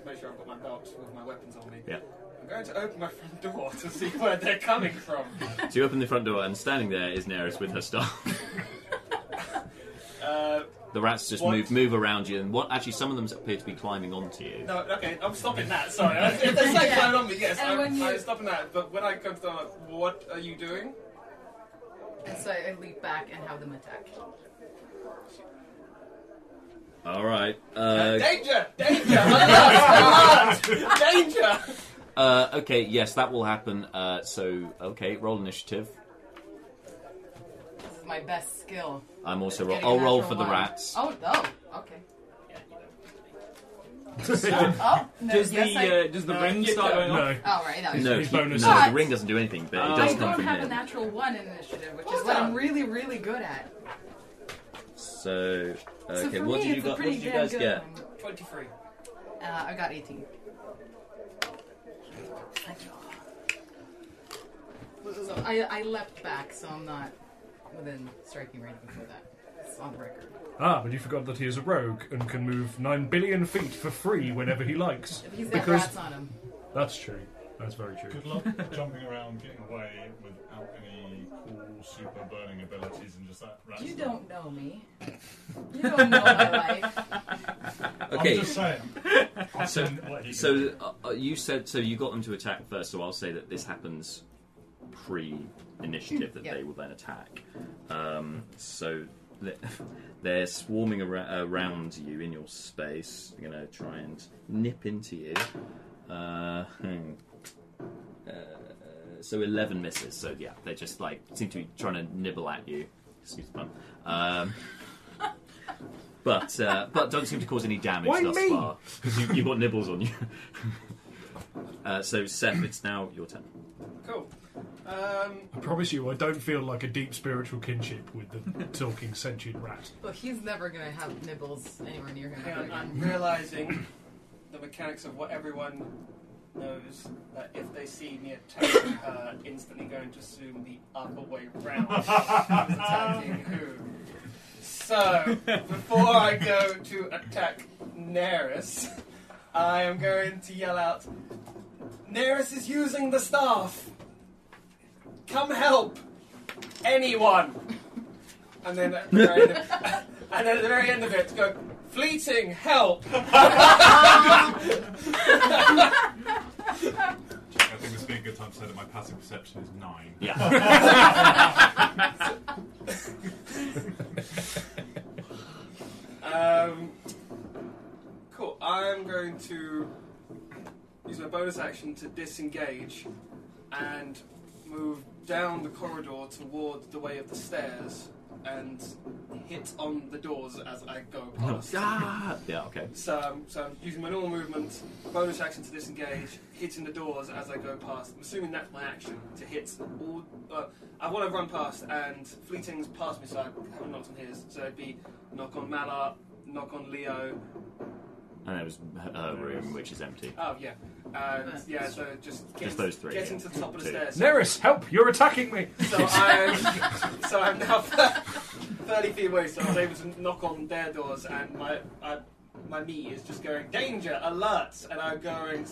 [SPEAKER 5] to make sure I've got my belt with my weapons on me.
[SPEAKER 1] Yep.
[SPEAKER 5] I'm going to open my front door to see where they're coming from.
[SPEAKER 1] So you open the front door, and standing there is Neris with her staff.
[SPEAKER 5] Uh,
[SPEAKER 1] The rats just
[SPEAKER 5] What?
[SPEAKER 1] move move around you, and what actually some of them appear to be climbing onto you.
[SPEAKER 5] No, okay, I'm stopping that. Sorry, if there's no
[SPEAKER 4] Yeah.
[SPEAKER 5] clown on me, yes,
[SPEAKER 4] And
[SPEAKER 5] I'm,
[SPEAKER 4] when you-
[SPEAKER 5] I'm stopping that. But when I come to, them, I'm like, what are you doing?
[SPEAKER 4] And so I leap back and have them attack.
[SPEAKER 1] All right.
[SPEAKER 5] Uh,
[SPEAKER 1] Uh,
[SPEAKER 5] danger! Danger!
[SPEAKER 4] Ah!
[SPEAKER 5] Alert! Alert! danger!
[SPEAKER 1] uh, okay. Yes, that will happen. Uh, so, okay, roll initiative.
[SPEAKER 4] This is my best skill.
[SPEAKER 1] I'm also
[SPEAKER 4] It's
[SPEAKER 1] roll.
[SPEAKER 4] getting
[SPEAKER 1] I'll
[SPEAKER 4] a
[SPEAKER 1] roll
[SPEAKER 4] natural
[SPEAKER 1] for the
[SPEAKER 4] one.
[SPEAKER 1] rats.
[SPEAKER 4] Oh no! Okay.
[SPEAKER 3] oh,
[SPEAKER 4] no,
[SPEAKER 3] does
[SPEAKER 4] yes,
[SPEAKER 3] the
[SPEAKER 4] I-
[SPEAKER 3] uh, does the
[SPEAKER 4] No,
[SPEAKER 3] ring
[SPEAKER 4] you
[SPEAKER 3] start
[SPEAKER 4] don't.
[SPEAKER 3] going off?
[SPEAKER 4] Oh, right, no.
[SPEAKER 1] No,
[SPEAKER 4] He's
[SPEAKER 1] he-
[SPEAKER 4] bonus.
[SPEAKER 1] no, the
[SPEAKER 4] But-
[SPEAKER 1] ring doesn't do anything,
[SPEAKER 3] Uh,
[SPEAKER 1] but it
[SPEAKER 4] I
[SPEAKER 1] does come
[SPEAKER 4] don't
[SPEAKER 1] from
[SPEAKER 4] have a
[SPEAKER 1] him.
[SPEAKER 4] natural one in initiative, which
[SPEAKER 5] Well
[SPEAKER 4] is what
[SPEAKER 5] done.
[SPEAKER 4] I'm really, really good at.
[SPEAKER 1] So, okay,
[SPEAKER 4] for
[SPEAKER 1] what
[SPEAKER 4] me,
[SPEAKER 1] did
[SPEAKER 4] it's
[SPEAKER 1] you
[SPEAKER 4] a
[SPEAKER 1] got? What
[SPEAKER 4] pretty
[SPEAKER 1] did you
[SPEAKER 4] damn
[SPEAKER 1] guys
[SPEAKER 4] good
[SPEAKER 1] get?
[SPEAKER 4] one.
[SPEAKER 5] 23.
[SPEAKER 4] Uh, I got 18. So I, I leapt back, so I'm not within striking range before that. It's on the record.
[SPEAKER 2] Ah, but you forgot that he is a rogue and can move 9 billion feet for free whenever he likes.
[SPEAKER 4] He's got rats on him.
[SPEAKER 2] That's true. That's very true.
[SPEAKER 7] Good luck jumping around, getting away without any cool super burning abilities and just that. rat
[SPEAKER 4] You
[SPEAKER 7] stuff.
[SPEAKER 4] don't know me. You don't know my life.
[SPEAKER 1] Okay.
[SPEAKER 7] I'm just saying. I'll
[SPEAKER 1] so,
[SPEAKER 7] send what he
[SPEAKER 1] so uh, uh, you said so you got them to attack first. So I'll say that this happens pre-initiative that
[SPEAKER 4] Yeah.
[SPEAKER 1] they will then attack. Um, so th- they're swarming ar- around you in your space. They're going to try and nip into you. Uh, hmm. Uh, so eleven misses. So yeah, they're just like seem to be trying to nibble at you. Excuse the pun. Um, but uh, but don't seem to cause any damage
[SPEAKER 2] Why
[SPEAKER 1] thus
[SPEAKER 2] me?
[SPEAKER 1] far because you, you've got nibbles on you. uh, so Seth, it's now your turn.
[SPEAKER 5] Cool. Um,
[SPEAKER 2] I promise you, I don't feel like a deep spiritual kinship with the talking sentient rat.
[SPEAKER 4] But he's never gonna have nibbles anywhere near him.
[SPEAKER 5] Hang
[SPEAKER 4] ever
[SPEAKER 5] on,
[SPEAKER 4] again.
[SPEAKER 5] I'm realizing the mechanics of what everyone knows that if they see me attacking her, instantly going to assume the other way round. who's attacking who. So, before I go to attack Neris, I am going to yell out Neris is using the staff! Come help! Anyone! And then at the very end of, and then at the very end of it, go, Fleeting help!
[SPEAKER 9] I think this would be a good time to say that my passive perception is nine. Uh,
[SPEAKER 5] um, cool. I'm going to use my bonus action to disengage and move down the corridor toward the way of the stairs and hit on the doors as I go past.
[SPEAKER 1] Ah, yeah, okay.
[SPEAKER 5] So, um, so I'm using my normal movement, bonus action to disengage, hitting the doors as I go past. I'm assuming that's my action to hit all. Uh, I want to run past, and Fleeting's past me, so I haven't knocked on his. So it'd be knock on Malar, knock on Leo.
[SPEAKER 1] And there was uh, a room which is empty.
[SPEAKER 5] Oh yeah, and yeah. So just getting,
[SPEAKER 1] those three,
[SPEAKER 5] Getting
[SPEAKER 1] yeah.
[SPEAKER 5] to the top of the
[SPEAKER 1] Two.
[SPEAKER 5] stairs.
[SPEAKER 2] Neris, help! You're attacking me!
[SPEAKER 5] So I'm, so I'm now 30 feet away, so I was able to knock on their doors, and my I, my me is just going, Danger, alert! And I'm going,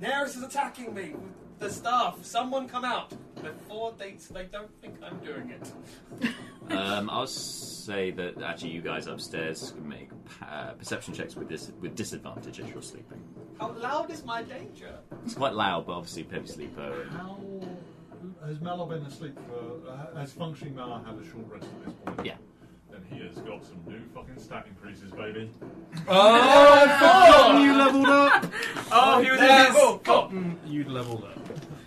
[SPEAKER 5] Nerys is attacking me! The staff, someone come out! Before they, they don't think I'm doing it.
[SPEAKER 1] Um, I'll say that actually you guys upstairs can make uh, perception checks with this with disadvantage as you're sleeping.
[SPEAKER 5] How loud is my danger?
[SPEAKER 1] It's quite loud, but obviously Pip sleeper.
[SPEAKER 7] How has Malor been asleep for? Uh, has functioning Malor had a short rest at this point?
[SPEAKER 1] Yeah.
[SPEAKER 7] Then he has got some new fucking stat increases, baby.
[SPEAKER 2] Oh, I've forgotten you leveled up!
[SPEAKER 8] Oh, he was in
[SPEAKER 2] I've
[SPEAKER 8] his-
[SPEAKER 2] forgotten you'd leveled up.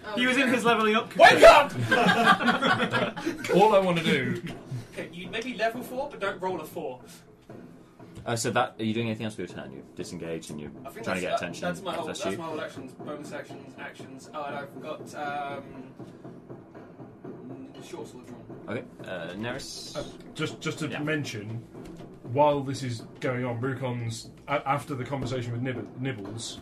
[SPEAKER 4] Oh,
[SPEAKER 8] He was in his leveling up.
[SPEAKER 5] Wake up!
[SPEAKER 2] All I want to do.
[SPEAKER 5] Okay, you maybe level 4, but don't roll a 4.
[SPEAKER 1] Uh, so that are you doing anything else for your turn? You've disengaged and you're
[SPEAKER 5] I think
[SPEAKER 1] trying to
[SPEAKER 5] that's,
[SPEAKER 1] get
[SPEAKER 5] that-
[SPEAKER 1] attention.
[SPEAKER 5] That's my whole,
[SPEAKER 1] That's
[SPEAKER 5] that's,
[SPEAKER 1] you.
[SPEAKER 5] my whole actions, bonus actions, actions. Oh, and I've got um, short sword drawn.
[SPEAKER 1] Okay, uh, Neris.
[SPEAKER 5] Oh.
[SPEAKER 2] Just, just to mention, while this is going on, Brucon's a- after the conversation with Nib- Nibbles,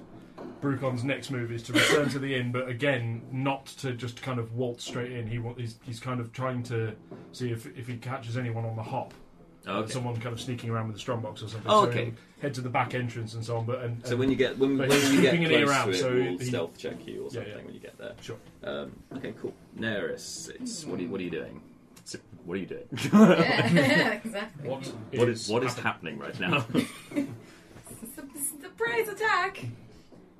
[SPEAKER 2] Brucon's next move is to return to the inn, but again, not to just kind of waltz straight in. He wa- he's, he's kind of trying to see if if he catches anyone on the hop.
[SPEAKER 1] Okay.
[SPEAKER 2] Someone kind of sneaking around with a strumbox or something.
[SPEAKER 1] Oh,
[SPEAKER 2] so
[SPEAKER 1] okay.
[SPEAKER 2] he'll head to the back entrance and so on. But and,
[SPEAKER 1] So
[SPEAKER 2] and-
[SPEAKER 1] when you get when,
[SPEAKER 2] but
[SPEAKER 1] when
[SPEAKER 2] he's
[SPEAKER 1] you get
[SPEAKER 2] keeping
[SPEAKER 1] close
[SPEAKER 2] an ear out,
[SPEAKER 1] to it,
[SPEAKER 2] so
[SPEAKER 1] we'll
[SPEAKER 2] he-
[SPEAKER 1] stealth check you or
[SPEAKER 2] Yeah,
[SPEAKER 1] something
[SPEAKER 2] yeah.
[SPEAKER 1] when you get there.
[SPEAKER 2] Sure.
[SPEAKER 1] Um, okay, cool. Neris, it's what are you, what are you doing? So- What are you doing?
[SPEAKER 4] Yeah, exactly.
[SPEAKER 1] What,
[SPEAKER 4] What
[SPEAKER 1] what
[SPEAKER 2] is
[SPEAKER 1] is what is happening right now?
[SPEAKER 4] It's a- it's a Surprise attack!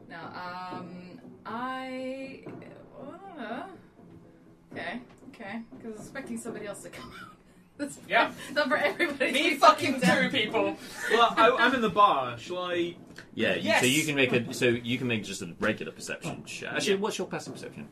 [SPEAKER 4] No, um, I. Uh, okay, okay. Because I was expecting somebody else to come out. That's
[SPEAKER 3] Yeah.
[SPEAKER 4] Not for everybody. to
[SPEAKER 5] Me
[SPEAKER 4] be
[SPEAKER 5] fucking
[SPEAKER 4] down.
[SPEAKER 5] two people.
[SPEAKER 3] Well, I, I'm in the bar. Shall I?
[SPEAKER 1] yeah. you- So
[SPEAKER 3] Yes!
[SPEAKER 1] you can make a so you can make just a regular perception check. Actually, what's your passive perception?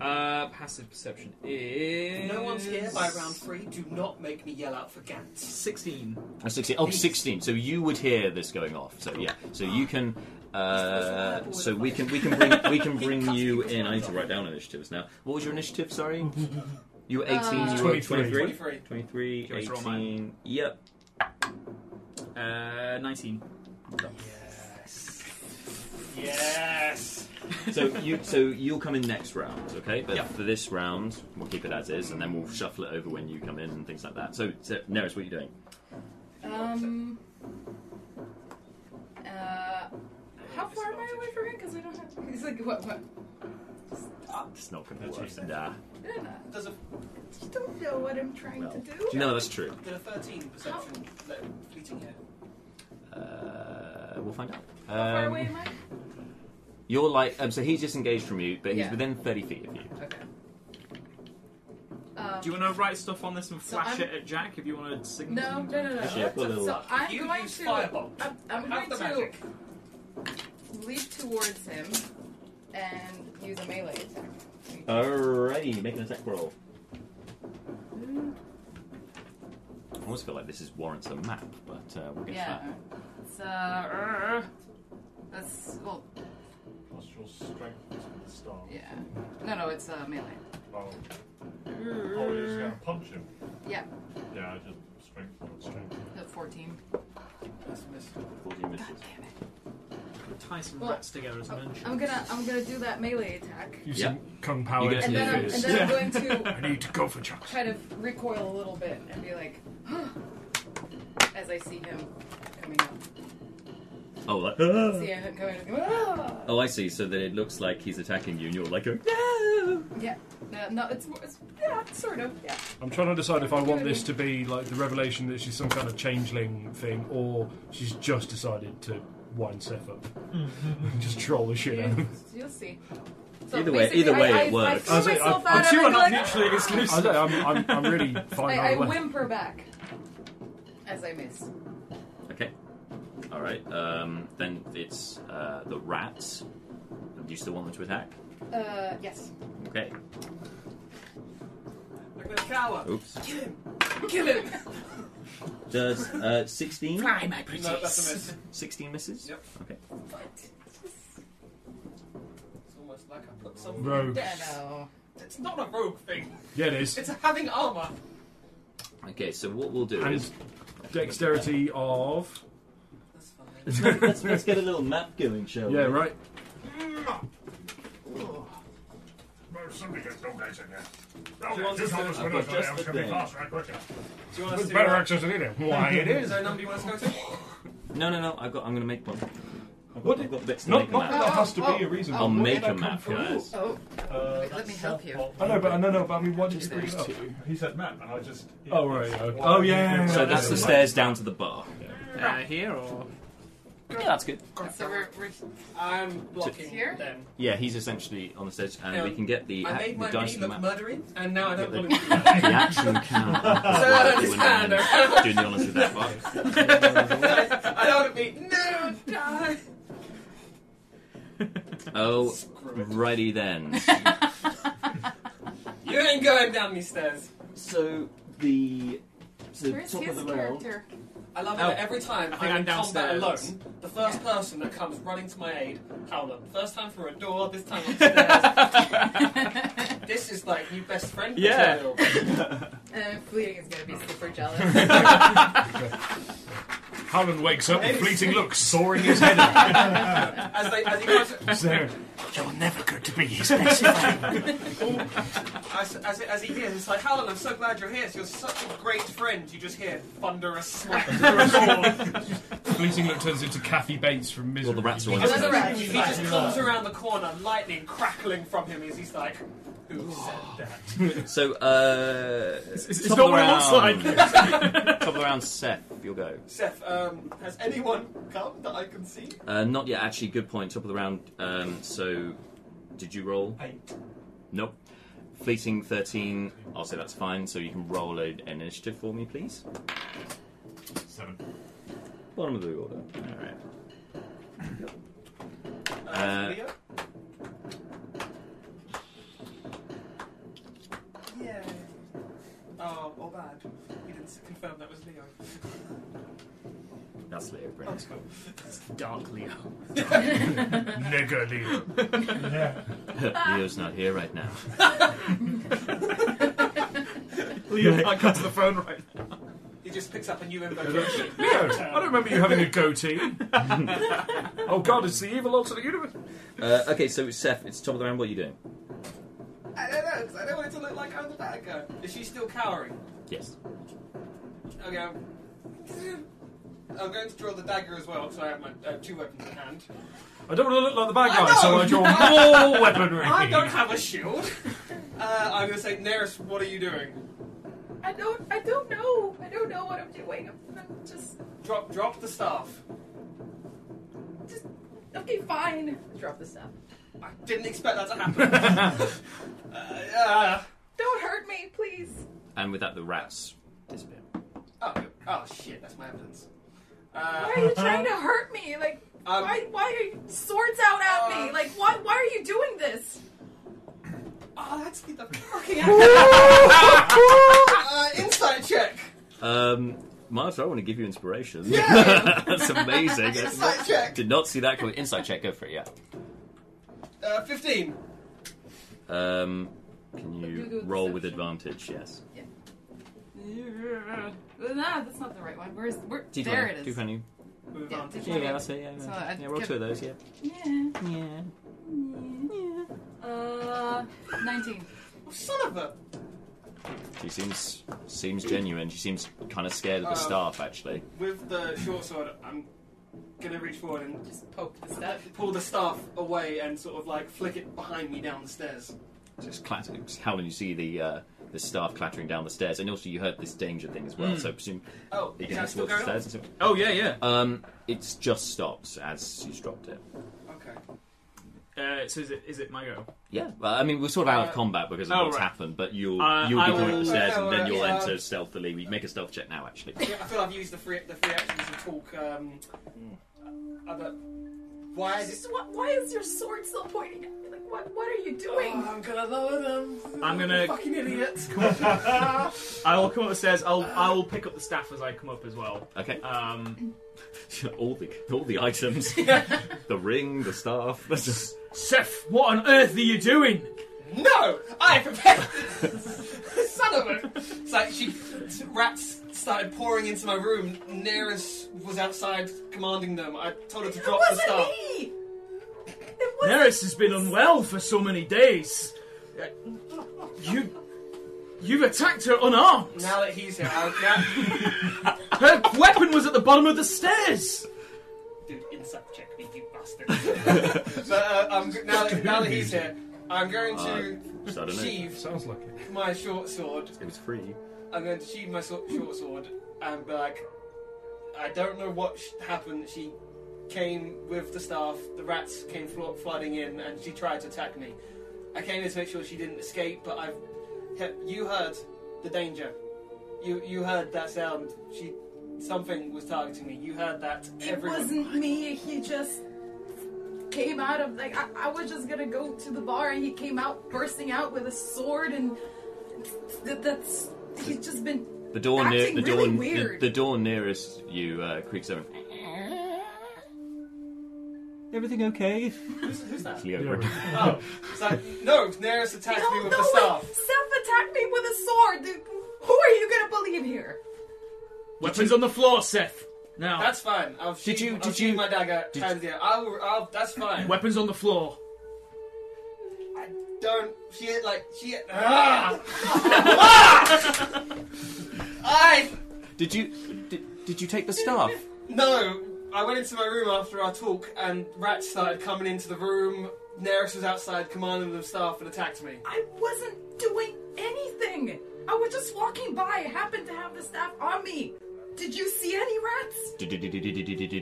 [SPEAKER 3] Uh, passive perception is.
[SPEAKER 5] No one's here by round three. Do not make me yell out for Gantz.
[SPEAKER 3] 16.
[SPEAKER 1] Oh, 16. Oh, 16. So you would hear this going off. So yeah. So you can. Uh, so we can we can bring we can bring you in. I need to write down initiatives now. What was your initiative? Sorry. You were 18.
[SPEAKER 4] Uh,
[SPEAKER 1] you were
[SPEAKER 2] 23.
[SPEAKER 1] 23. 23.
[SPEAKER 5] 23.
[SPEAKER 3] Do you want me to roll
[SPEAKER 1] 18. Yep.
[SPEAKER 3] Uh, 19.
[SPEAKER 5] Yes.
[SPEAKER 3] Yes.
[SPEAKER 1] So you so you'll come in next round, okay? But for this round, we'll keep it as is, and then we'll shuffle it over when you come in and things like that. So, so Neris, what are you doing?
[SPEAKER 4] Um. Uh, how far am I away from it? Because I don't have. It's like what? What?
[SPEAKER 1] Ah, It's not going to work. Nah.
[SPEAKER 4] Yeah, nah. Does a, you don't know what I'm trying to do.
[SPEAKER 1] No, that's true.
[SPEAKER 5] Did a 13 perception let fleeting here?
[SPEAKER 1] Uh, we'll find out.
[SPEAKER 4] How
[SPEAKER 1] Um,
[SPEAKER 4] far away am I?
[SPEAKER 1] You're like um, so he's disengaged from you, but he's
[SPEAKER 4] Yeah.
[SPEAKER 1] within thirty feet of you.
[SPEAKER 4] Okay. Um,
[SPEAKER 8] Do you want to write stuff on this and
[SPEAKER 4] So
[SPEAKER 8] flash
[SPEAKER 4] I'm-
[SPEAKER 8] it at Jack if you want to signal?
[SPEAKER 4] No, no, no, no.
[SPEAKER 8] Actually, I've got a
[SPEAKER 4] so,
[SPEAKER 8] little-
[SPEAKER 4] so I'm
[SPEAKER 5] You
[SPEAKER 4] going
[SPEAKER 5] use
[SPEAKER 4] to.
[SPEAKER 5] firebolt.
[SPEAKER 4] I'm, I'm
[SPEAKER 5] Have
[SPEAKER 4] going
[SPEAKER 5] the
[SPEAKER 4] to
[SPEAKER 5] magic.
[SPEAKER 4] leap towards him and use a melee attack.
[SPEAKER 1] Alrighty, make an attack roll. I almost feel like this is warrants a map, but uh, we'll get
[SPEAKER 4] Yeah.
[SPEAKER 1] to
[SPEAKER 4] It's, uh, that's well,
[SPEAKER 10] Plus your strength is with the star.
[SPEAKER 4] yeah. No, no, it's uh, melee.
[SPEAKER 10] Oh. Oh, he's going to punch him.
[SPEAKER 4] Yeah,
[SPEAKER 7] Yeah, I just strength. Strength.
[SPEAKER 4] the 14.
[SPEAKER 5] That's a miss.
[SPEAKER 1] that. 14 misses.
[SPEAKER 8] Tie some
[SPEAKER 4] Well,
[SPEAKER 8] rats together as a bunch.
[SPEAKER 4] I'm gonna, I'm gonna do that melee attack.
[SPEAKER 2] You see Kung
[SPEAKER 8] You
[SPEAKER 2] Pao
[SPEAKER 8] get
[SPEAKER 2] in
[SPEAKER 8] to
[SPEAKER 2] the
[SPEAKER 8] do
[SPEAKER 2] face.
[SPEAKER 8] this.
[SPEAKER 4] And then I'm going to
[SPEAKER 2] I need to go for Chuck.
[SPEAKER 4] kind of recoil a little bit and be like, as I see him coming up.
[SPEAKER 1] Oh, like,
[SPEAKER 4] See him coming up.
[SPEAKER 1] oh, I see. So that it looks like he's attacking you, and you're like, a,
[SPEAKER 4] Yeah. No, no, it's, more- it's yeah, sort of. Yeah.
[SPEAKER 2] I'm trying to decide if I want this to be like the revelation that she's some kind of changeling thing, or she's just decided to wind Seth up, just troll the shit out of him.
[SPEAKER 4] You'll see.
[SPEAKER 1] Either way-
[SPEAKER 4] basically,
[SPEAKER 1] either way,
[SPEAKER 4] I,
[SPEAKER 1] it
[SPEAKER 4] I,
[SPEAKER 1] works.
[SPEAKER 4] I
[SPEAKER 2] I
[SPEAKER 4] threw
[SPEAKER 2] say,
[SPEAKER 4] myself
[SPEAKER 2] I-
[SPEAKER 4] out of it.
[SPEAKER 2] I'm
[SPEAKER 4] like,
[SPEAKER 2] mutually exclusive. I am I'm, I'm really fine.
[SPEAKER 4] I, I
[SPEAKER 2] either way.
[SPEAKER 4] whimper back as I miss.
[SPEAKER 1] okay, all right. Um, then it's uh, the rats. Do you still want them to attack?
[SPEAKER 4] Uh, yes.
[SPEAKER 1] Okay.
[SPEAKER 5] Look at the cower.
[SPEAKER 1] Oops.
[SPEAKER 5] Kill him.
[SPEAKER 4] Kill him.
[SPEAKER 1] Does uh, 16?
[SPEAKER 4] Fly, my pretties.
[SPEAKER 5] No, that's a miss.
[SPEAKER 1] 16 misses?
[SPEAKER 5] Yep.
[SPEAKER 1] Okay.
[SPEAKER 5] It's almost like I put some
[SPEAKER 2] Rogue.
[SPEAKER 5] Yeah,
[SPEAKER 4] no.
[SPEAKER 5] It's not a rogue thing.
[SPEAKER 2] Yeah, it is.
[SPEAKER 5] It's having armor.
[SPEAKER 1] Okay, so what we'll do
[SPEAKER 2] And
[SPEAKER 1] is.
[SPEAKER 2] dexterity of
[SPEAKER 5] That's fine.
[SPEAKER 1] let's, let's get a little map going, shall
[SPEAKER 2] yeah,
[SPEAKER 1] we?
[SPEAKER 2] right.
[SPEAKER 10] Well, somebody gets no guys in there.
[SPEAKER 11] Oh,
[SPEAKER 5] Do you want
[SPEAKER 10] Okay, just
[SPEAKER 5] us to-
[SPEAKER 10] hold us
[SPEAKER 1] I've
[SPEAKER 10] when
[SPEAKER 1] got
[SPEAKER 10] I thought I
[SPEAKER 1] just the
[SPEAKER 10] was going to be
[SPEAKER 1] thing.
[SPEAKER 10] faster and quicker.
[SPEAKER 5] Do you want us
[SPEAKER 10] With
[SPEAKER 5] to?
[SPEAKER 10] better
[SPEAKER 5] uh,
[SPEAKER 10] access than either. Why it
[SPEAKER 5] Is
[SPEAKER 10] is.
[SPEAKER 5] there a number you want us to go to?
[SPEAKER 1] No, no, no. I've got. I'm going to make one. I've
[SPEAKER 10] What
[SPEAKER 1] got, I've got bits to
[SPEAKER 10] Not,
[SPEAKER 1] make a
[SPEAKER 10] not
[SPEAKER 1] map.
[SPEAKER 10] that there has to
[SPEAKER 4] Oh,
[SPEAKER 10] be a
[SPEAKER 4] oh,
[SPEAKER 10] reason.
[SPEAKER 4] oh.
[SPEAKER 1] I'll
[SPEAKER 10] Where
[SPEAKER 1] make
[SPEAKER 10] did that
[SPEAKER 1] a
[SPEAKER 10] come
[SPEAKER 1] map,
[SPEAKER 10] from?
[SPEAKER 1] guys.
[SPEAKER 4] Oh,
[SPEAKER 10] Uh,
[SPEAKER 4] Wait, let
[SPEAKER 10] that's
[SPEAKER 4] me help you.
[SPEAKER 10] self-help. I know, but I know, no, but I mean, why did you
[SPEAKER 4] Just
[SPEAKER 10] bring it
[SPEAKER 4] those
[SPEAKER 10] up?
[SPEAKER 8] two.
[SPEAKER 10] He said map, and I just.
[SPEAKER 2] Oh, right, okay.
[SPEAKER 10] Why
[SPEAKER 2] Oh, yeah,
[SPEAKER 10] did you-
[SPEAKER 2] yeah,
[SPEAKER 1] So that's the
[SPEAKER 10] Yeah.
[SPEAKER 1] stairs down to the bar.
[SPEAKER 8] Uh, here or
[SPEAKER 1] Yeah, that's good.
[SPEAKER 4] so we're, we're
[SPEAKER 5] I'm blocking
[SPEAKER 4] Here?
[SPEAKER 5] them.
[SPEAKER 1] Yeah, he's essentially on the stage, and we
[SPEAKER 5] Um,
[SPEAKER 1] can get the,
[SPEAKER 5] I
[SPEAKER 1] ac-
[SPEAKER 5] made
[SPEAKER 1] the
[SPEAKER 5] my
[SPEAKER 1] dice
[SPEAKER 5] knee
[SPEAKER 1] and
[SPEAKER 5] look
[SPEAKER 1] map.
[SPEAKER 5] murdering, and now I don't
[SPEAKER 1] Get
[SPEAKER 5] want to.
[SPEAKER 1] the action count.
[SPEAKER 5] Turn his
[SPEAKER 1] When
[SPEAKER 5] hand
[SPEAKER 1] I'm doing the honours with that one.
[SPEAKER 5] I don't want to be. No, die.
[SPEAKER 1] Oh,
[SPEAKER 5] Screw it.
[SPEAKER 1] righty then.
[SPEAKER 5] You ain't going down these stairs.
[SPEAKER 1] So the so
[SPEAKER 4] where's
[SPEAKER 1] top of
[SPEAKER 4] his
[SPEAKER 1] the round.
[SPEAKER 4] character?
[SPEAKER 5] I love it
[SPEAKER 8] Oh.
[SPEAKER 5] that every time
[SPEAKER 8] I
[SPEAKER 5] I'm,
[SPEAKER 8] think I'm
[SPEAKER 5] in combat
[SPEAKER 8] downstairs.
[SPEAKER 5] alone, the first person that comes running to my aid, Howland. First time through a door, this time upstairs. this is like new best friend
[SPEAKER 8] Yeah.
[SPEAKER 5] material.
[SPEAKER 4] Uh, Fleeting is gonna be super jealous.
[SPEAKER 2] Howland wakes up with fleeting looks, soaring his head up.
[SPEAKER 5] As they, as he goes,
[SPEAKER 2] There.
[SPEAKER 10] You're never going to be his best friend.
[SPEAKER 5] as, as, as he hears, it's like, Howland, I'm so glad you're here. So you're such a great friend. You just hear thunderous slap.
[SPEAKER 2] fleeting look turns into Kathy Bates from Misery.
[SPEAKER 1] Well, the rats are on
[SPEAKER 5] And
[SPEAKER 1] his
[SPEAKER 5] as
[SPEAKER 4] Another
[SPEAKER 1] head.
[SPEAKER 4] rat.
[SPEAKER 5] he, he just comes around the corner, lightning crackling from him as he's like, Who said that?
[SPEAKER 1] So uh, it's,
[SPEAKER 8] it's not what it looks
[SPEAKER 1] top of the round, Seth, you'll go.
[SPEAKER 5] Seth, um, has anyone come that I can see?
[SPEAKER 1] Uh, not yet, actually. Good point. Top of the round. Um, so, did you roll?
[SPEAKER 5] Eight.
[SPEAKER 1] Nope. Fleeting 13. I'll say that's fine. So you can roll an an initiative for me, please.
[SPEAKER 9] Seven.
[SPEAKER 1] Bottom of the order. All right.
[SPEAKER 5] Uh,
[SPEAKER 1] Uh,
[SPEAKER 5] Leo? Yeah. Oh, or bad. We didn't s- confirm that was Leo.
[SPEAKER 1] That's Leo.
[SPEAKER 5] Oh,
[SPEAKER 1] Brilliant.
[SPEAKER 5] it's cool.
[SPEAKER 8] Dark Leo.
[SPEAKER 2] Nigger Leo.
[SPEAKER 10] yeah.
[SPEAKER 1] Leo's not here right now.
[SPEAKER 8] Leo can't cut to the phone right now.
[SPEAKER 5] He just picks up a new
[SPEAKER 2] I don't,
[SPEAKER 5] invocation.
[SPEAKER 2] no, I don't remember you having a goatee. oh God, it's the evil odds of the universe.
[SPEAKER 1] Uh, okay, so Seth, it's top of the round. What are you doing?
[SPEAKER 5] I don't know. 'cause I don't want it to look like I'm the bad guy. Is she still cowering?
[SPEAKER 1] Yes.
[SPEAKER 5] Okay. I'm, I'm going to draw the dagger as well, so I have my I have two weapons in hand.
[SPEAKER 2] I don't want to look like the bad guy,
[SPEAKER 5] know.
[SPEAKER 2] so I draw more weaponry.
[SPEAKER 5] I don't have a shield. Uh, I'm going to say, Neris, what are you doing?
[SPEAKER 4] I don't. I don't know. I don't know what I'm doing. I'm, I'm just.
[SPEAKER 5] Drop, drop the staff.
[SPEAKER 4] Okay, fine. Drop the stuff.
[SPEAKER 5] I didn't expect that to happen. uh, yeah.
[SPEAKER 4] Don't hurt me, please.
[SPEAKER 1] And with that, the rats disappear.
[SPEAKER 5] Oh, oh shit, that's my evidence. Uh,
[SPEAKER 4] Why are you trying to hurt me? Like,
[SPEAKER 5] Um, uh,
[SPEAKER 4] why? Why are you swords out at me? Like, why? Why are you doing this?
[SPEAKER 5] Oh, that's the fucking. uh, insight check.
[SPEAKER 1] Um, Marta, I want to give you inspiration.
[SPEAKER 5] Yeah.
[SPEAKER 1] That's amazing.
[SPEAKER 5] Insight check.
[SPEAKER 1] Did not see that coming. Insight check. Go for it. Yeah.
[SPEAKER 5] Uh, Fifteen.
[SPEAKER 1] Um, can
[SPEAKER 4] Do
[SPEAKER 1] you
[SPEAKER 4] the
[SPEAKER 1] roll with advantage? Yes.
[SPEAKER 4] Yeah. Nah, that's not the right one. Where's where?
[SPEAKER 1] D20,
[SPEAKER 4] There it is.
[SPEAKER 1] D20.
[SPEAKER 4] Yeah,
[SPEAKER 5] Advantage.
[SPEAKER 4] D20.
[SPEAKER 1] Yeah, that's it, yeah,
[SPEAKER 4] So
[SPEAKER 1] yeah.
[SPEAKER 4] I'd
[SPEAKER 1] Yeah, roll
[SPEAKER 4] give-
[SPEAKER 1] two of those, yeah.
[SPEAKER 4] Yeah.
[SPEAKER 1] Yeah.
[SPEAKER 4] Yeah. Uh, nineteen.
[SPEAKER 5] Oh, son of a.
[SPEAKER 1] She seems seems genuine. She seems kind of scared of the
[SPEAKER 5] Um,
[SPEAKER 1] staff, actually.
[SPEAKER 5] With the short sword, I'm gonna reach forward and
[SPEAKER 4] just poke the staff.
[SPEAKER 5] Pull the staff away and sort of like flick it behind me down the stairs.
[SPEAKER 1] Just clattering. Just howling. You see the uh, the staff clattering down the stairs, and also you heard this danger thing as well.
[SPEAKER 5] Mm.
[SPEAKER 1] So I presume
[SPEAKER 5] Oh,
[SPEAKER 1] you
[SPEAKER 5] is
[SPEAKER 1] head
[SPEAKER 5] that still
[SPEAKER 1] towards
[SPEAKER 5] going on?
[SPEAKER 1] the stairs and so-
[SPEAKER 3] Oh, yeah, yeah.
[SPEAKER 1] Um, it's just stops as she's dropped it.
[SPEAKER 5] Okay.
[SPEAKER 3] Uh, so is it is it my go?
[SPEAKER 1] Yeah, well, I mean we're sort of out of
[SPEAKER 3] Uh,
[SPEAKER 1] combat because of
[SPEAKER 3] oh,
[SPEAKER 1] what's
[SPEAKER 3] right.
[SPEAKER 1] happened, but you'll
[SPEAKER 3] Uh,
[SPEAKER 1] you'll be
[SPEAKER 3] I
[SPEAKER 1] going up
[SPEAKER 3] will-
[SPEAKER 1] the stairs
[SPEAKER 5] uh,
[SPEAKER 1] and then you'll
[SPEAKER 5] uh,
[SPEAKER 1] enter stealthily. We make a stealth check now, actually.
[SPEAKER 5] I feel I've used the free the free actions to talk. Um, other. Why? Is it...
[SPEAKER 4] Just, what, why is your sword still pointing at me? Like, what? What are you doing?
[SPEAKER 5] Oh, I'm gonna lower them.
[SPEAKER 3] I'm gonna-
[SPEAKER 5] Fucking idiot.
[SPEAKER 3] I will come up the stairs. I'll I will pick up the staff as I come up as well.
[SPEAKER 1] Okay.
[SPEAKER 3] Um,
[SPEAKER 1] all the all the items, the ring, the staff. That's just
[SPEAKER 3] Seth, what on earth are you doing?
[SPEAKER 5] No, I prepared. Son of a. It's like she rats started pouring into my room. Neris was outside commanding them. I told her to drop the
[SPEAKER 4] it
[SPEAKER 5] staff.
[SPEAKER 4] wasn't me.
[SPEAKER 3] Neris has been unwell for so many days. Uh, You you've attacked her unarmed.
[SPEAKER 5] Now that he's here, I'll now,
[SPEAKER 3] Her weapon was at the bottom of the stairs.
[SPEAKER 5] dude, insight check me, you bastard. but uh, I'm, g- now, that, now that he's here, I'm going to
[SPEAKER 1] Uh, so I don't know.
[SPEAKER 5] sheave
[SPEAKER 2] Sounds like it.
[SPEAKER 5] my short sword.
[SPEAKER 1] it was free.
[SPEAKER 5] I'm going to sheave my so- short sword and be like, I don't know what sh- happened. She came with the staff. The rats came flo- flooding in, and she tried to attack me. I came here to make sure she didn't escape, but I've he- you heard the danger. You you heard that sound. She something was targeting me. You heard that.
[SPEAKER 4] It
[SPEAKER 5] Everyone.
[SPEAKER 4] wasn't me. He just came out of like I, I was just gonna go to the bar, and he came out bursting out with a sword, and th- that's he's just been
[SPEAKER 1] The door near
[SPEAKER 4] acting
[SPEAKER 1] the
[SPEAKER 4] really
[SPEAKER 1] door
[SPEAKER 4] weird.
[SPEAKER 1] the, the door nearest you uh, creaks open. Everything okay?
[SPEAKER 5] Who's, who's that?
[SPEAKER 1] Leo Grimm.
[SPEAKER 5] Oh, it's like, no, Daenerys attacked me
[SPEAKER 4] don't
[SPEAKER 5] with
[SPEAKER 4] know
[SPEAKER 5] the
[SPEAKER 4] it.
[SPEAKER 5] staff.
[SPEAKER 4] Self attacked me with a sword. Dude, Who are you gonna believe here?
[SPEAKER 3] Weapons on the floor, Seth. Now
[SPEAKER 5] That's fine. I'll shoot,
[SPEAKER 1] you-
[SPEAKER 5] I'll
[SPEAKER 1] did
[SPEAKER 5] shoot
[SPEAKER 1] you-
[SPEAKER 5] my dagger.
[SPEAKER 1] did-
[SPEAKER 5] hands down. I'll, I'll, that's fine.
[SPEAKER 3] weapons on the floor.
[SPEAKER 5] I don't. She like she. Ah! I
[SPEAKER 1] Did you did, did you take the staff?
[SPEAKER 5] no. I went into my room after our talk, and rats started coming into the room. Neris was outside commanding them staff and attacked me.
[SPEAKER 4] I wasn't doing anything. I was just walking by. I happened to have the staff on me. Did you see any rats?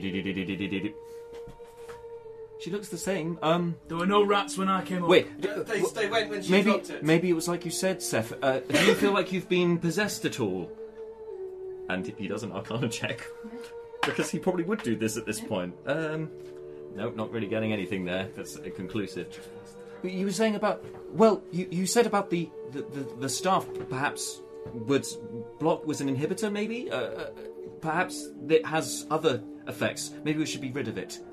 [SPEAKER 1] She looks the same. Um,
[SPEAKER 3] There were no rats when I came up.
[SPEAKER 1] wait.
[SPEAKER 5] They, they, they went when she
[SPEAKER 1] Maybe
[SPEAKER 5] dropped it.
[SPEAKER 1] maybe it was like you said, Seth. Uh, do you feel like you've been possessed at all? And he does an Arcana check because he probably would do this at this point. Um, nope, not really getting anything there. That's conclusive. You were saying about well, you, you said about the the, the, the staff perhaps would block was an inhibitor maybe. Uh, uh, perhaps it has other effects. Maybe we should be rid of it.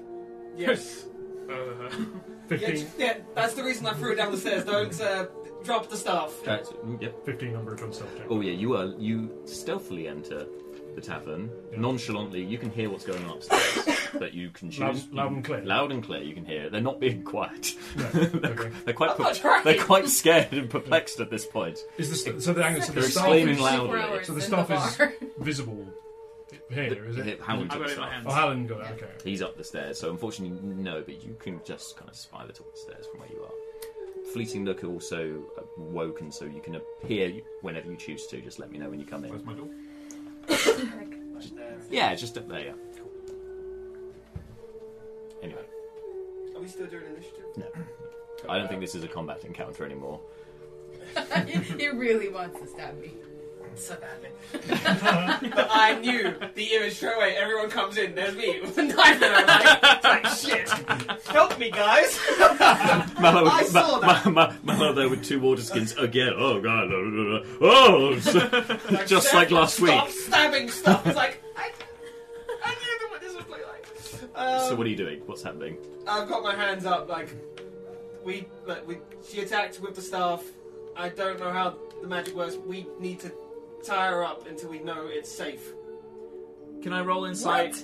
[SPEAKER 5] Yes.
[SPEAKER 2] Uh,
[SPEAKER 5] Yeah,
[SPEAKER 2] 15,
[SPEAKER 5] j- yeah, that's the reason I threw it down the stairs. Don't uh, drop the staff.
[SPEAKER 1] Uh, yep.
[SPEAKER 2] 15 number of gun self check.
[SPEAKER 1] Oh yeah, you are you stealthily enter the tavern nonchalantly. You can hear what's going on upstairs, but you can choose
[SPEAKER 2] Loud-
[SPEAKER 1] you
[SPEAKER 2] loud
[SPEAKER 1] can-
[SPEAKER 2] and clear.
[SPEAKER 1] Loud and clear. You can hear. it. They're not being quiet. they're, they're quite.
[SPEAKER 2] I'm not
[SPEAKER 1] perp-
[SPEAKER 2] trying.
[SPEAKER 1] they're quite scared and perplexed at this point.
[SPEAKER 2] Is the st- so the hang on, so the
[SPEAKER 1] they're
[SPEAKER 2] staff
[SPEAKER 1] exclaiming
[SPEAKER 2] is,
[SPEAKER 1] loudly.
[SPEAKER 2] So the staff is visible here, is it?
[SPEAKER 1] Howland
[SPEAKER 2] I
[SPEAKER 1] took the
[SPEAKER 2] got it in my
[SPEAKER 1] staff.
[SPEAKER 2] hands. Oh, Howland got it. Okay.
[SPEAKER 1] He's up the stairs, so unfortunately, no, but you can just kind of spy the top of the stairs from where you are. Fleeting look also uh, woken, so you can appear whenever you choose to. Just let me know when you come in. Where's my door? yeah, just up there, yeah. Anyway,
[SPEAKER 5] Are we still doing initiative?
[SPEAKER 1] no. I don't think this is a combat encounter anymore.
[SPEAKER 4] he really wants to stab me.
[SPEAKER 5] So badly. but I knew the image straight away. Everyone comes in. There's me with a knife, and I'm like, like shit. Help me, guys.
[SPEAKER 1] Mallow,
[SPEAKER 5] I saw that.
[SPEAKER 1] Mallow there with two water skins again. Oh god! no, no, no. Oh, it's- just like last week.
[SPEAKER 5] Stop stabbing stuff. It's like I, I knew what this would play like. Um,
[SPEAKER 1] So what are you doing? What's happening?
[SPEAKER 5] I've got my hands up. Like we, like we, she attacked with the staff. I don't know how the magic works. We need to tie her up until we know it's safe.
[SPEAKER 8] Can I roll insight?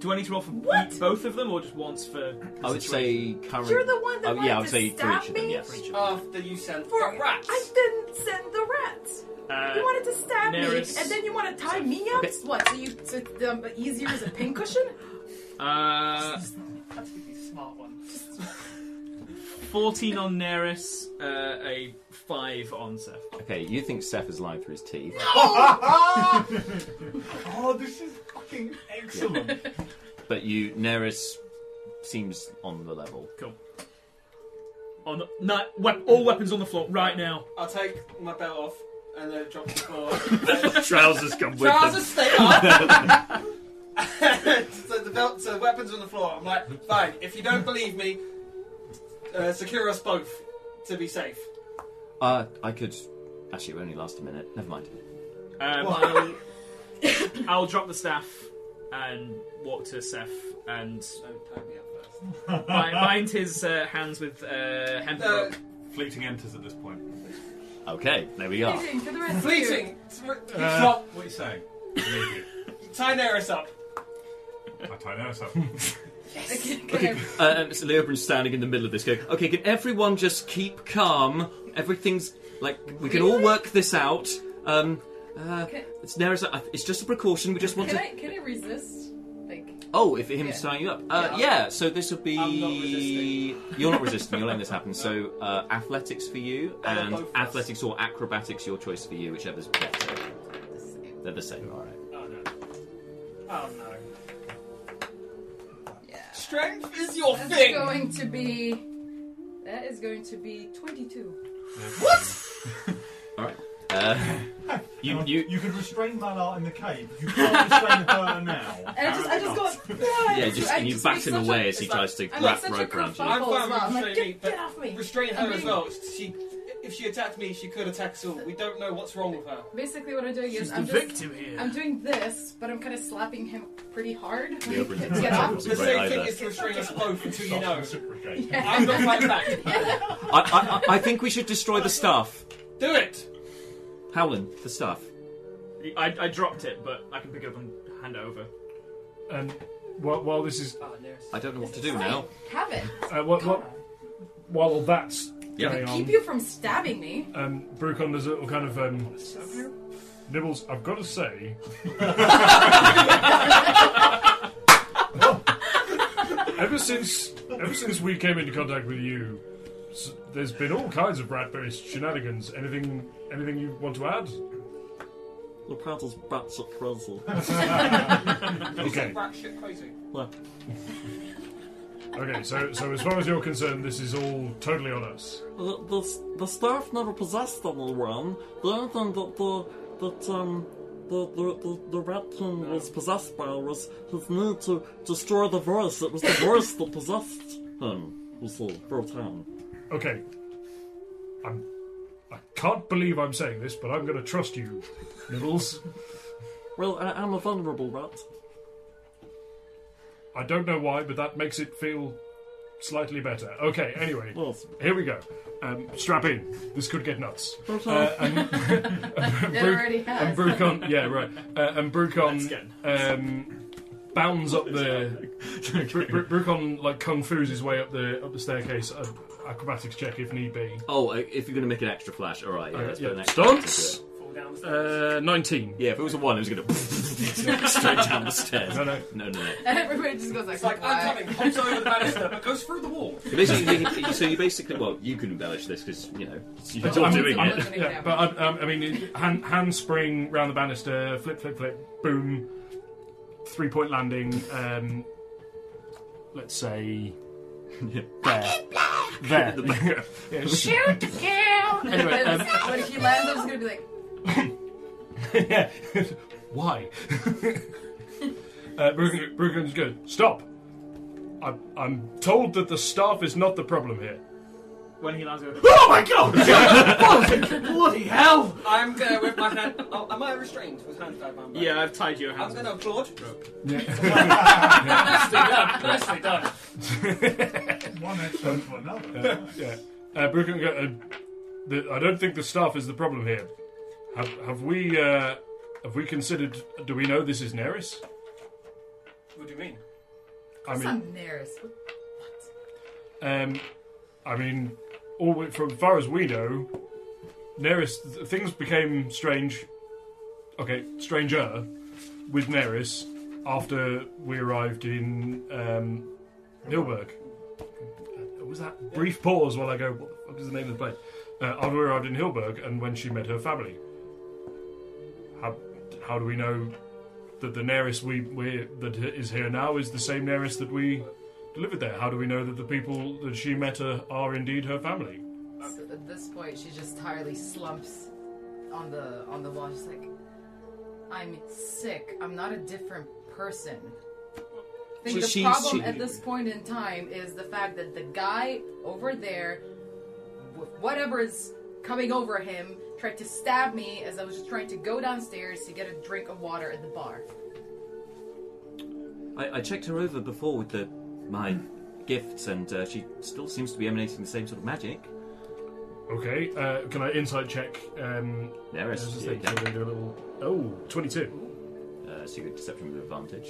[SPEAKER 8] Do I need to roll for both of them or just once for?
[SPEAKER 1] I would say current.
[SPEAKER 8] You're the one that
[SPEAKER 1] oh, yeah,
[SPEAKER 8] wanted
[SPEAKER 1] I would
[SPEAKER 8] to
[SPEAKER 1] say for
[SPEAKER 8] stab
[SPEAKER 1] each of them.
[SPEAKER 8] me?
[SPEAKER 1] Yes.
[SPEAKER 5] After you sent the rats.
[SPEAKER 4] I didn't send the rats.
[SPEAKER 8] Uh,
[SPEAKER 4] you wanted to stab
[SPEAKER 8] Nereus-
[SPEAKER 4] me, and then you want to tie me up.
[SPEAKER 8] Okay.
[SPEAKER 4] What? So you so, um, easier as a pincushion?
[SPEAKER 8] Uh,
[SPEAKER 5] Absolutely smart one.
[SPEAKER 8] fourteen on Neris, uh, a five on Seth.
[SPEAKER 1] Okay, you think Seth is lying through his teeth?
[SPEAKER 10] oh, this is fucking excellent.
[SPEAKER 1] But you, Neris, seems on the level.
[SPEAKER 8] Cool. On the, no, wep- all weapons on the floor right now.
[SPEAKER 5] I'll take my belt off and then drop the floor.
[SPEAKER 1] Trousers come with
[SPEAKER 5] Trousers
[SPEAKER 1] them.
[SPEAKER 5] stay on. so the belt, so the weapons on the floor. I'm like, fine. If you don't believe me, uh, secure us both to be safe.
[SPEAKER 1] Uh, I could. Actually, it only last a minute. Never mind.
[SPEAKER 8] Um, I'll, I'll drop the staff and walk to Seth and. I bind his uh, hands with uh, hemp
[SPEAKER 5] No.
[SPEAKER 8] rope.
[SPEAKER 9] Fleeting enters at this point.
[SPEAKER 1] Okay, there we are.
[SPEAKER 4] Fleeting, for the rescue.
[SPEAKER 5] Fleeting.
[SPEAKER 9] Uh,
[SPEAKER 5] Stop.
[SPEAKER 9] What are you saying?
[SPEAKER 5] Tie Neris up.
[SPEAKER 9] I tie Neris up.
[SPEAKER 1] Okay, uh, so Leobrin's standing in the middle of this going, okay, can everyone just keep calm? Everything's, like, we can all work this out. Um, uh,
[SPEAKER 4] Can-
[SPEAKER 1] it's, Neris, I- it's just a precaution, we just want
[SPEAKER 4] Can
[SPEAKER 1] to...
[SPEAKER 4] I can I resist? Like
[SPEAKER 1] Oh, if him
[SPEAKER 4] Yeah.
[SPEAKER 1] tying you up. Uh, yeah.
[SPEAKER 4] Yeah.
[SPEAKER 1] so this would be. You're not resisting. You're letting this happen. So uh, athletics for you,
[SPEAKER 5] Oh, they're
[SPEAKER 1] and
[SPEAKER 5] both
[SPEAKER 1] athletics or acrobatics, your choice for you, whichever's better. They're the same. All right.
[SPEAKER 5] Oh no. Oh no. Strength is your
[SPEAKER 4] that's
[SPEAKER 5] thing.
[SPEAKER 4] going to be that is going to be twenty two.
[SPEAKER 1] All right. Uh, you you
[SPEAKER 10] You could restrain Malar in the cave. You can't restrain her now.
[SPEAKER 4] And I just I just go
[SPEAKER 1] yeah, just
[SPEAKER 4] I
[SPEAKER 1] and you
[SPEAKER 4] just
[SPEAKER 1] back
[SPEAKER 4] make
[SPEAKER 1] him
[SPEAKER 4] such
[SPEAKER 1] away
[SPEAKER 4] a-
[SPEAKER 1] as he
[SPEAKER 4] it's like-
[SPEAKER 1] tries to
[SPEAKER 4] I make
[SPEAKER 1] wrap
[SPEAKER 4] such a
[SPEAKER 1] rope around you.
[SPEAKER 5] I'm fine
[SPEAKER 4] Well, I'm
[SPEAKER 5] with
[SPEAKER 4] like,
[SPEAKER 5] restraining me,
[SPEAKER 4] get-
[SPEAKER 5] but
[SPEAKER 4] get off me.
[SPEAKER 5] restrain
[SPEAKER 4] I
[SPEAKER 5] her as
[SPEAKER 4] mean-
[SPEAKER 5] well. She, if she attacked me, she could attack us all. We don't know what's wrong with her.
[SPEAKER 4] Basically, what I'm doing is
[SPEAKER 5] She's
[SPEAKER 4] I'm
[SPEAKER 5] the
[SPEAKER 4] just
[SPEAKER 5] victim here.
[SPEAKER 4] I'm doing this, but I'm kind of slapping him pretty hard.
[SPEAKER 1] Yeah, but it's
[SPEAKER 4] Get
[SPEAKER 1] not
[SPEAKER 4] off.
[SPEAKER 1] possible.
[SPEAKER 5] The
[SPEAKER 1] Right,
[SPEAKER 5] same thing
[SPEAKER 1] either.
[SPEAKER 5] is to restrain us both until you know.
[SPEAKER 4] Yeah.
[SPEAKER 5] I'm not like that.
[SPEAKER 1] I, I, I think we should destroy the staff.
[SPEAKER 5] Do it.
[SPEAKER 1] Howland, the staff.
[SPEAKER 8] I, I dropped it, but I can pick it up and hand it over.
[SPEAKER 2] And while, while this is
[SPEAKER 1] I don't know what to do now.
[SPEAKER 4] Have it.
[SPEAKER 2] uh, what, what, while all that's
[SPEAKER 1] Yeah.
[SPEAKER 2] going
[SPEAKER 5] Um,
[SPEAKER 4] Keep
[SPEAKER 2] on,
[SPEAKER 4] you from stabbing me.
[SPEAKER 2] um, Brucon does a little kind of um, nibbles. I've got to say, ever since ever since we came into contact with you, s- there's been all kinds of rat-based shenanigans. Anything anything you want to add?
[SPEAKER 12] Your paddle's batshit crazy.
[SPEAKER 2] Okay.
[SPEAKER 5] Rat shit crazy.
[SPEAKER 2] Okay, so so as far as you're concerned, this is all totally on us.
[SPEAKER 12] The, the, the staff never possessed anyone. The only thing that the that um the the, the, the rat king was possessed by was his need to destroy the voice. It was the voice that possessed
[SPEAKER 1] Hmm.
[SPEAKER 12] him. You see, Rotan.
[SPEAKER 2] Okay. I'm. I can't believe I'm saying this, but I'm going to trust you, Nibbles.
[SPEAKER 12] Well, I, I'm a vulnerable rat.
[SPEAKER 2] I don't know why, but that makes it feel slightly better. Okay, anyway, here we go. Um, strap in. This could get nuts.
[SPEAKER 4] Brutal.
[SPEAKER 2] Uh, and, and
[SPEAKER 4] It
[SPEAKER 2] Bru-
[SPEAKER 4] already has.
[SPEAKER 2] And Brucon, yeah, right. Uh, and Brucon um, bounds up the. Bru- Bru- Brucon like kung fu's his way up the up the staircase. Uh, acrobatics check if need be.
[SPEAKER 1] Oh, uh, if you're going to make an extra flash, all right. Yeah, let's
[SPEAKER 2] Okay, Uh, yeah.
[SPEAKER 1] put an extra
[SPEAKER 2] Stunts?
[SPEAKER 1] flash
[SPEAKER 2] Uh, 19.
[SPEAKER 1] Yeah, if it was a 1, it was going to straight down the stairs.
[SPEAKER 2] No, no.
[SPEAKER 1] No, no, no.
[SPEAKER 4] And everybody just goes like,
[SPEAKER 5] It's like uncommon, hops over the banister, but goes through the wall.
[SPEAKER 1] You basically- you can- so you basically, well, you can embellish this because, you know, you're
[SPEAKER 2] I'm-
[SPEAKER 1] doing
[SPEAKER 2] I'm-
[SPEAKER 1] it.
[SPEAKER 2] Yeah, but I, um, I mean, it- hand, handspring round the banister, flip, flip, flip, boom, three point landing. Um, let's say there, there. Yeah.
[SPEAKER 4] Shoot the kill!
[SPEAKER 2] Anyway, um,
[SPEAKER 4] but if he lands, I'm just gonna be like,
[SPEAKER 2] yeah. Why? uh, Bruggen- Bruggen's good. Stop. I, I'm told that the staff is not the problem here.
[SPEAKER 8] When he lands over.
[SPEAKER 2] Oh my god!
[SPEAKER 8] Bloody hell!
[SPEAKER 5] I'm gonna whip my hand. Oh, am I restrained with hand tied behind my back?
[SPEAKER 8] Yeah, I've tied your hands.
[SPEAKER 5] I'm gonna applaud.
[SPEAKER 2] Nicely
[SPEAKER 5] done, nicely done.
[SPEAKER 7] One expert for another.
[SPEAKER 2] yeah. Uh, Brooklyn, go- uh, the, I don't think the staff is the problem here. Have, have we uh, have we considered? Do we know this is Neris?
[SPEAKER 5] What do you mean?
[SPEAKER 2] I mean,
[SPEAKER 4] I'm Neris.
[SPEAKER 2] um, I mean, all we, from as far as we know, Neris th- things became strange. Okay, stranger with Neris after we arrived in um, Nilberg. Uh, Was that brief pause while I go? What the fuck is the name of the place? Uh, after we arrived in Hilberg, and when she met her family. How how do we know that the Neris we we that is here now is the same Neris that we delivered there? How do we know that the people that she met her are indeed her family?
[SPEAKER 6] So at this point, she just entirely slumps on the on the wall. She's like, "I'm sick. I'm not a different person."
[SPEAKER 4] I think
[SPEAKER 1] She-
[SPEAKER 4] the
[SPEAKER 1] she-
[SPEAKER 4] problem
[SPEAKER 1] she-
[SPEAKER 4] at this point in time is the fact that the guy over there, wh- whatever's coming over him, tried to stab me as I was just trying to go downstairs to get a drink of water at the bar.
[SPEAKER 1] I, I checked her over before with the my gifts, and uh, she still seems to be emanating the same sort of magic.
[SPEAKER 2] Okay, uh, can I insight check? Um,
[SPEAKER 1] There is,
[SPEAKER 2] just
[SPEAKER 1] yeah,
[SPEAKER 2] think,
[SPEAKER 1] you
[SPEAKER 2] so
[SPEAKER 1] can.
[SPEAKER 2] we do a little. Oh, 22.
[SPEAKER 1] Uh, secret deception with advantage.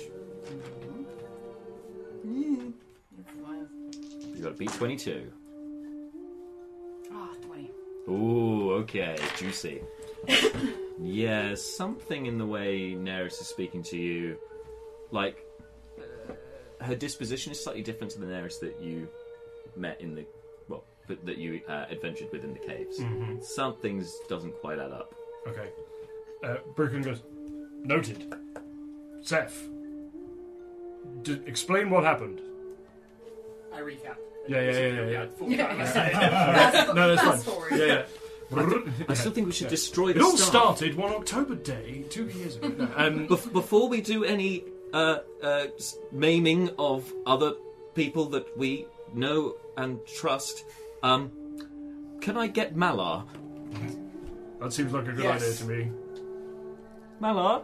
[SPEAKER 1] You got to beat twenty-two.
[SPEAKER 4] Ah, 20.
[SPEAKER 1] Ooh, okay, juicy. yeah, something in the way Neris is speaking to you, like uh, her disposition is slightly different to the Neris that you met in the well, that that you uh, adventured with in the caves.
[SPEAKER 2] Mhm.
[SPEAKER 1] Something's doesn't quite add up.
[SPEAKER 2] Okay. Uh, Brooklyn goes, Noted. Seth, d- explain what happened.
[SPEAKER 5] I recap.
[SPEAKER 2] Yeah, yeah, yeah, yeah, yeah.
[SPEAKER 5] Full time.
[SPEAKER 2] Yeah. no, that's
[SPEAKER 5] Fast
[SPEAKER 2] fine.
[SPEAKER 5] forward.
[SPEAKER 2] Yeah, yeah.
[SPEAKER 1] I still think we should destroy
[SPEAKER 2] It
[SPEAKER 1] the
[SPEAKER 2] all
[SPEAKER 1] star.
[SPEAKER 2] started one October day two years ago. No, um,
[SPEAKER 1] Bef- before we do any uh, uh, s- maiming of other people that we know and trust, um, can I get Malar?
[SPEAKER 2] That seems like a good
[SPEAKER 1] Yes.
[SPEAKER 2] idea to me.
[SPEAKER 1] Malar?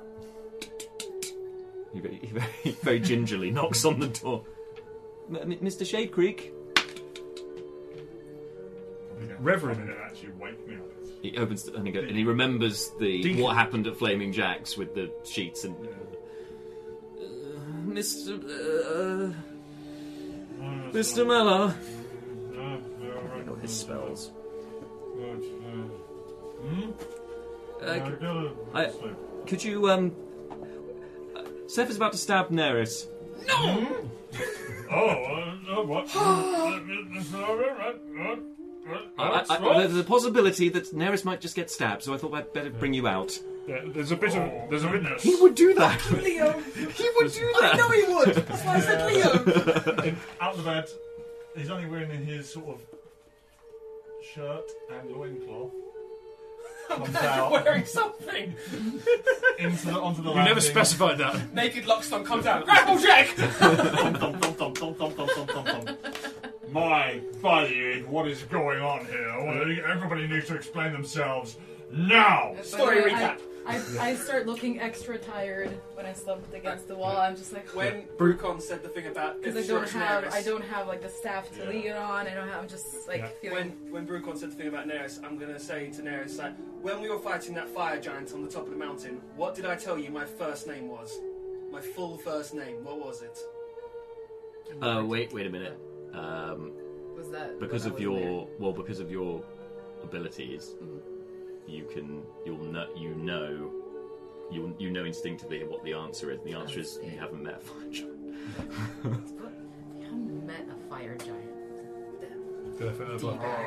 [SPEAKER 1] He very, he very, he very gingerly knocks on the door. M- M- Mr. Shade Creek?
[SPEAKER 2] Reverend.
[SPEAKER 7] It actually wake me up.
[SPEAKER 1] He opens the, and, he go, and he remembers the
[SPEAKER 7] Deacon.
[SPEAKER 1] what happened at Flaming Jack's with the sheets and. Mr. Uh, Mr. Mellor. I know his spells. Uh, c- I- could you, um. uh, Seth is about to stab Neris.
[SPEAKER 2] Hmm?
[SPEAKER 7] Oh, uh, no, what?
[SPEAKER 1] Oh, I- I- I- there's a possibility that Neris might just get stabbed, so I thought I'd better bring you out.
[SPEAKER 2] Yeah, there's a bit of there's a bit.
[SPEAKER 1] He would do that!
[SPEAKER 5] Leo, he
[SPEAKER 1] would do
[SPEAKER 5] I
[SPEAKER 1] that.
[SPEAKER 5] know he would. That's why I said Leo.
[SPEAKER 7] Out the bed. He's only wearing his sort of shirt and loincloth. Comes out
[SPEAKER 5] Wearing something.
[SPEAKER 7] into the, onto the
[SPEAKER 2] You
[SPEAKER 7] landing.
[SPEAKER 2] never specified that.
[SPEAKER 5] Naked Lockstone comes out. Grapple Jack.
[SPEAKER 7] Dum, dum, dum, dum, dum, dum, dum, dum, dum, dum. My buddy, what is going on here? Well, Everybody needs to explain themselves now.
[SPEAKER 4] But
[SPEAKER 5] Story
[SPEAKER 4] I-
[SPEAKER 5] recap.
[SPEAKER 4] I, I start looking extra tired when I slumped against the wall. I'm just like
[SPEAKER 5] When Brucon said the thing about
[SPEAKER 4] because I don't have
[SPEAKER 5] Nerys-
[SPEAKER 4] I don't have like the staff to
[SPEAKER 5] Yeah.
[SPEAKER 4] lean on. I don't have I'm just like feeling.
[SPEAKER 5] When when Brucon said the thing about Neris, I'm gonna say to Neris that when we were fighting that fire giant on the top of the mountain, what did I tell you my first name was? My full first name, what was it?
[SPEAKER 1] Uh, wait, wait a minute. Um,
[SPEAKER 4] Was that- was
[SPEAKER 1] because
[SPEAKER 4] that
[SPEAKER 1] of
[SPEAKER 4] wasn't
[SPEAKER 1] your well? Because of your abilities,
[SPEAKER 4] Mm-hmm.
[SPEAKER 1] you can you'll know you know you you know instinctively what the answer is. The answer is you haven't met a fire giant.
[SPEAKER 6] I met a fire giant.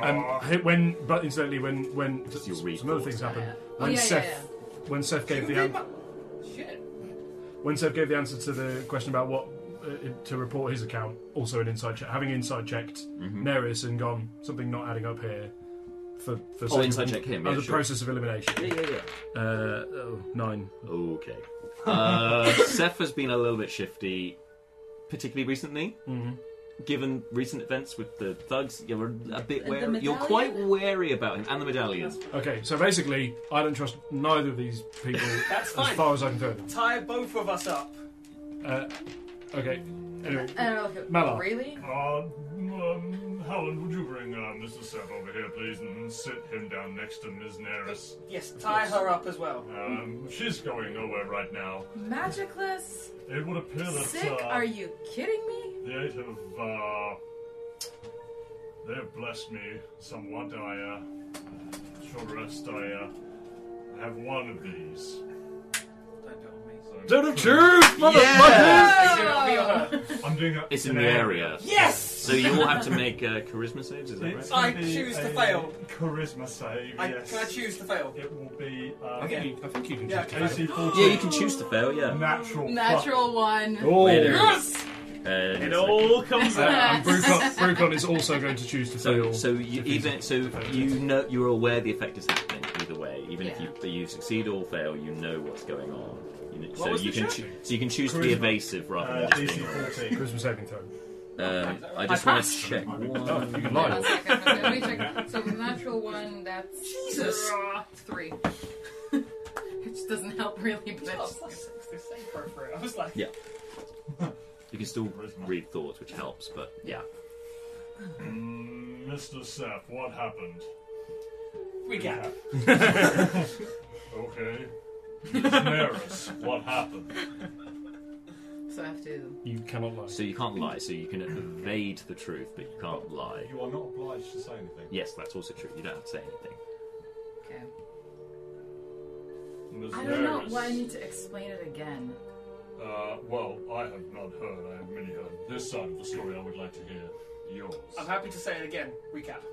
[SPEAKER 2] Um, hi- when, but incidentally, when when some other things happened.
[SPEAKER 6] Oh,
[SPEAKER 2] When
[SPEAKER 6] yeah, yeah,
[SPEAKER 2] Seth,
[SPEAKER 6] yeah.
[SPEAKER 2] when Seth gave the an-
[SPEAKER 5] Shit.
[SPEAKER 2] when Seth gave the answer to the question about what uh, to report his account, also an inside check, having inside checked
[SPEAKER 1] Mhm.
[SPEAKER 2] Neris and gone something not adding up here. For, for
[SPEAKER 1] Oh,
[SPEAKER 2] sake of-
[SPEAKER 1] inside check him,
[SPEAKER 2] as
[SPEAKER 1] yeah,
[SPEAKER 2] a
[SPEAKER 1] sure.
[SPEAKER 2] process of elimination.
[SPEAKER 1] Yeah, yeah,
[SPEAKER 2] yeah. Uh, oh, nine.
[SPEAKER 1] Okay. uh, Seth has been a little bit shifty, particularly recently.
[SPEAKER 2] Mhm.
[SPEAKER 1] Given recent events with the thugs, you're a bit
[SPEAKER 2] And the
[SPEAKER 1] wary. You're
[SPEAKER 2] medallion?
[SPEAKER 1] quite wary about him and the medallions.
[SPEAKER 2] Okay, so basically, I don't trust neither of these people
[SPEAKER 5] That's
[SPEAKER 2] as
[SPEAKER 5] fine.
[SPEAKER 2] far as I can throw them.
[SPEAKER 5] Tie both of us up.
[SPEAKER 2] Uh, okay. Anyway,
[SPEAKER 4] Uh, okay,
[SPEAKER 2] Mallard.
[SPEAKER 4] really?
[SPEAKER 7] Uh, um, Helen, would you bring uh, Mr. Sepp over here, please, and sit him down next to Ms. Neris?
[SPEAKER 5] Yes, tie her up as well.
[SPEAKER 7] Um, she's going nowhere right now.
[SPEAKER 4] Magicless.
[SPEAKER 7] It would appear that
[SPEAKER 4] Sick?
[SPEAKER 7] uh,
[SPEAKER 4] Are you kidding me?
[SPEAKER 7] They have, uh, they have blessed me somewhat. I, uh, short rest, I, uh, have one of these.
[SPEAKER 2] Don't intrude, motherfuckers!
[SPEAKER 7] I'm doing a,
[SPEAKER 1] It's in
[SPEAKER 7] an
[SPEAKER 1] the area.
[SPEAKER 5] Yes!
[SPEAKER 1] So you all have to make uh, charisma saves, is that
[SPEAKER 7] It's
[SPEAKER 1] right?
[SPEAKER 5] I
[SPEAKER 7] gonna be
[SPEAKER 5] choose to
[SPEAKER 7] a
[SPEAKER 5] fail.
[SPEAKER 7] Charisma save.
[SPEAKER 5] I-
[SPEAKER 7] yes.
[SPEAKER 5] can I choose to fail?
[SPEAKER 7] It will be. Uh,
[SPEAKER 5] I think you- I think you can
[SPEAKER 7] yeah,
[SPEAKER 5] choose to
[SPEAKER 7] AC
[SPEAKER 5] fail.
[SPEAKER 7] 14.
[SPEAKER 1] Yeah, you can choose to fail, yeah.
[SPEAKER 5] Oh,
[SPEAKER 7] Natural.
[SPEAKER 4] Natural one.
[SPEAKER 2] Oh.
[SPEAKER 1] Wait, there
[SPEAKER 2] Yes!
[SPEAKER 1] Uh,
[SPEAKER 2] It
[SPEAKER 8] all comes
[SPEAKER 2] out. And Brucon, Brucon is also going to choose to
[SPEAKER 1] So,
[SPEAKER 2] fail.
[SPEAKER 1] so you even so you know you're aware the effect is happening either way. Even
[SPEAKER 8] Yeah.
[SPEAKER 1] if you you succeed or fail, you know what's going on. You know,
[SPEAKER 2] What
[SPEAKER 1] so
[SPEAKER 2] was
[SPEAKER 1] you
[SPEAKER 2] the
[SPEAKER 1] can
[SPEAKER 2] check?
[SPEAKER 1] choo- so you can choose to be
[SPEAKER 2] Charisma.
[SPEAKER 1] evasive rather than
[SPEAKER 2] Uh,
[SPEAKER 1] just
[SPEAKER 2] DC
[SPEAKER 1] being honest.
[SPEAKER 2] 14. Charisma saving throw.
[SPEAKER 1] Um, I
[SPEAKER 2] I
[SPEAKER 1] just want to
[SPEAKER 2] passed.
[SPEAKER 1] check.
[SPEAKER 2] Oh, you
[SPEAKER 1] one-
[SPEAKER 2] can lie.
[SPEAKER 4] One second, one second, let me check. So natural one, that's
[SPEAKER 5] Jesus.
[SPEAKER 4] three. Which doesn't help really, but
[SPEAKER 5] Oh, plus six, the same for- for- I was like,
[SPEAKER 1] Yeah. You can still read thoughts, which helps, but yeah.
[SPEAKER 7] Mm, Mr. Seth, what happened?
[SPEAKER 5] We got it.
[SPEAKER 7] okay. Ms. Neris, what happened?
[SPEAKER 6] So I have to.
[SPEAKER 2] You cannot lie.
[SPEAKER 1] So you can't lie. So you can evade the truth, but you can't lie.
[SPEAKER 9] You are not obliged to say anything.
[SPEAKER 1] Yes, that's also true. You don't have to say anything.
[SPEAKER 4] Okay.
[SPEAKER 7] Ms.
[SPEAKER 4] I don't know
[SPEAKER 7] Neris,
[SPEAKER 4] why I need to explain it again.
[SPEAKER 7] Uh, well, I have not heard. I have merely heard this side of the story. I would like to hear yours.
[SPEAKER 5] I'm happy to say it again. Recap.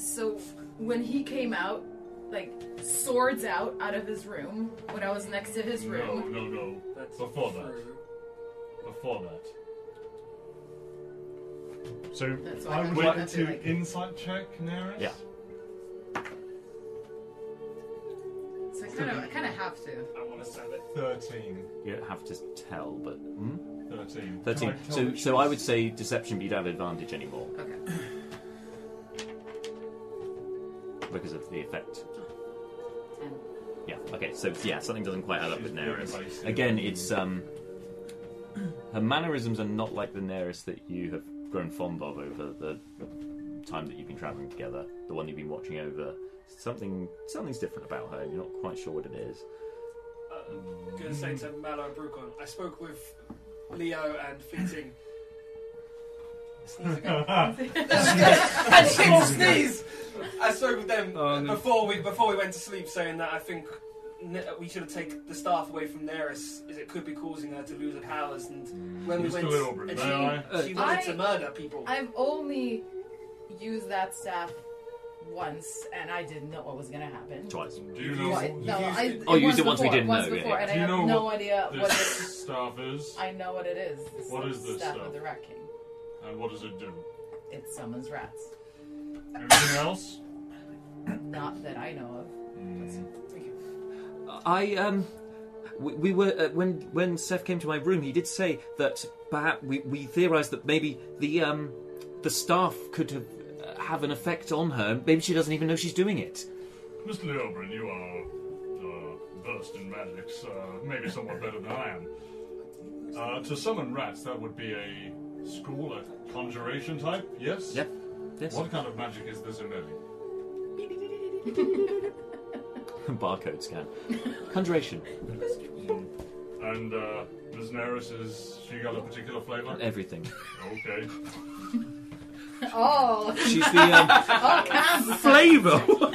[SPEAKER 4] So when he came out, like swords out out of his room when I was next to his
[SPEAKER 7] No,
[SPEAKER 4] room.
[SPEAKER 7] no, no. Before that. Before that.
[SPEAKER 2] So
[SPEAKER 9] I would like to insight check Neris.
[SPEAKER 1] Yeah.
[SPEAKER 4] So I kind of, I kind of have to.
[SPEAKER 5] I want to sell it.
[SPEAKER 9] 13.
[SPEAKER 1] You don't have to tell, but hmm?
[SPEAKER 9] 13.
[SPEAKER 1] thirteen.
[SPEAKER 9] Can I tell
[SPEAKER 1] So,
[SPEAKER 9] the
[SPEAKER 1] so I would say deception, but you don't have advantage anymore
[SPEAKER 4] Okay.
[SPEAKER 1] because of the effect.
[SPEAKER 4] Ten.
[SPEAKER 1] Yeah. Okay. So yeah, something doesn't quite add up with
[SPEAKER 9] She's
[SPEAKER 1] Neris.
[SPEAKER 9] being
[SPEAKER 1] Again,
[SPEAKER 9] evasive.
[SPEAKER 1] it's um, her mannerisms are not like the Neris that you have grown fond of over the time that you've been traveling together. The one you've been watching over. Something, something's different about her, and you're not quite sure what it is.
[SPEAKER 5] I'm gonna say to Mallow and Brucon, I spoke with Leo and Fleeting. Sneeze again. I didn't sneeze. I spoke with them before we before we went to sleep, saying that I think ne- we should have taken the staff away from Neris, as it could be causing her to lose her powers. And when we
[SPEAKER 7] Mr.
[SPEAKER 5] went,
[SPEAKER 7] Wilbur,
[SPEAKER 5] and
[SPEAKER 7] may I?
[SPEAKER 1] uh,
[SPEAKER 5] she, she wanted to murder people.
[SPEAKER 4] I've only used that staff once, and I didn't know what was going to happen.
[SPEAKER 1] Twice.
[SPEAKER 7] Do you know?
[SPEAKER 4] Twice. No, I,
[SPEAKER 1] Oh, you used it
[SPEAKER 4] before,
[SPEAKER 1] once we didn't
[SPEAKER 4] once
[SPEAKER 1] know, yeah,
[SPEAKER 4] Before,
[SPEAKER 1] yeah.
[SPEAKER 4] and
[SPEAKER 7] Do
[SPEAKER 4] I
[SPEAKER 7] you
[SPEAKER 4] have
[SPEAKER 7] know
[SPEAKER 4] no
[SPEAKER 7] what
[SPEAKER 4] idea
[SPEAKER 7] this
[SPEAKER 4] what it,
[SPEAKER 7] staff is?
[SPEAKER 4] I know what it is. It's
[SPEAKER 7] What
[SPEAKER 4] the
[SPEAKER 7] is this
[SPEAKER 4] staff
[SPEAKER 7] stuff?
[SPEAKER 4] of the Rat King?
[SPEAKER 7] And what does it do?
[SPEAKER 4] It summons rats.
[SPEAKER 7] Anything else?
[SPEAKER 4] Not that I know
[SPEAKER 7] Hmm.
[SPEAKER 1] I um, we, we were uh, when when Seth came to my room, he did say that perhaps we, we theorized that maybe the um, the staff could have uh, have an effect on her. Maybe she doesn't even know she's doing it.
[SPEAKER 4] of.
[SPEAKER 7] Mr. Leobrin, you are uh, versed in magics, uh, maybe somewhat better than I am. Uh, to summon rats, that would be a school, a conjuration type, yes? Yep.
[SPEAKER 1] Yes.
[SPEAKER 7] What kind of magic is this, O'Malley?
[SPEAKER 1] Barcode scan. Conjuration.
[SPEAKER 7] Mm. And uh, Ms. Neris, is she got a particular flavour?
[SPEAKER 1] Everything.
[SPEAKER 7] Okay.
[SPEAKER 4] Oh.
[SPEAKER 1] She's the, um,
[SPEAKER 4] All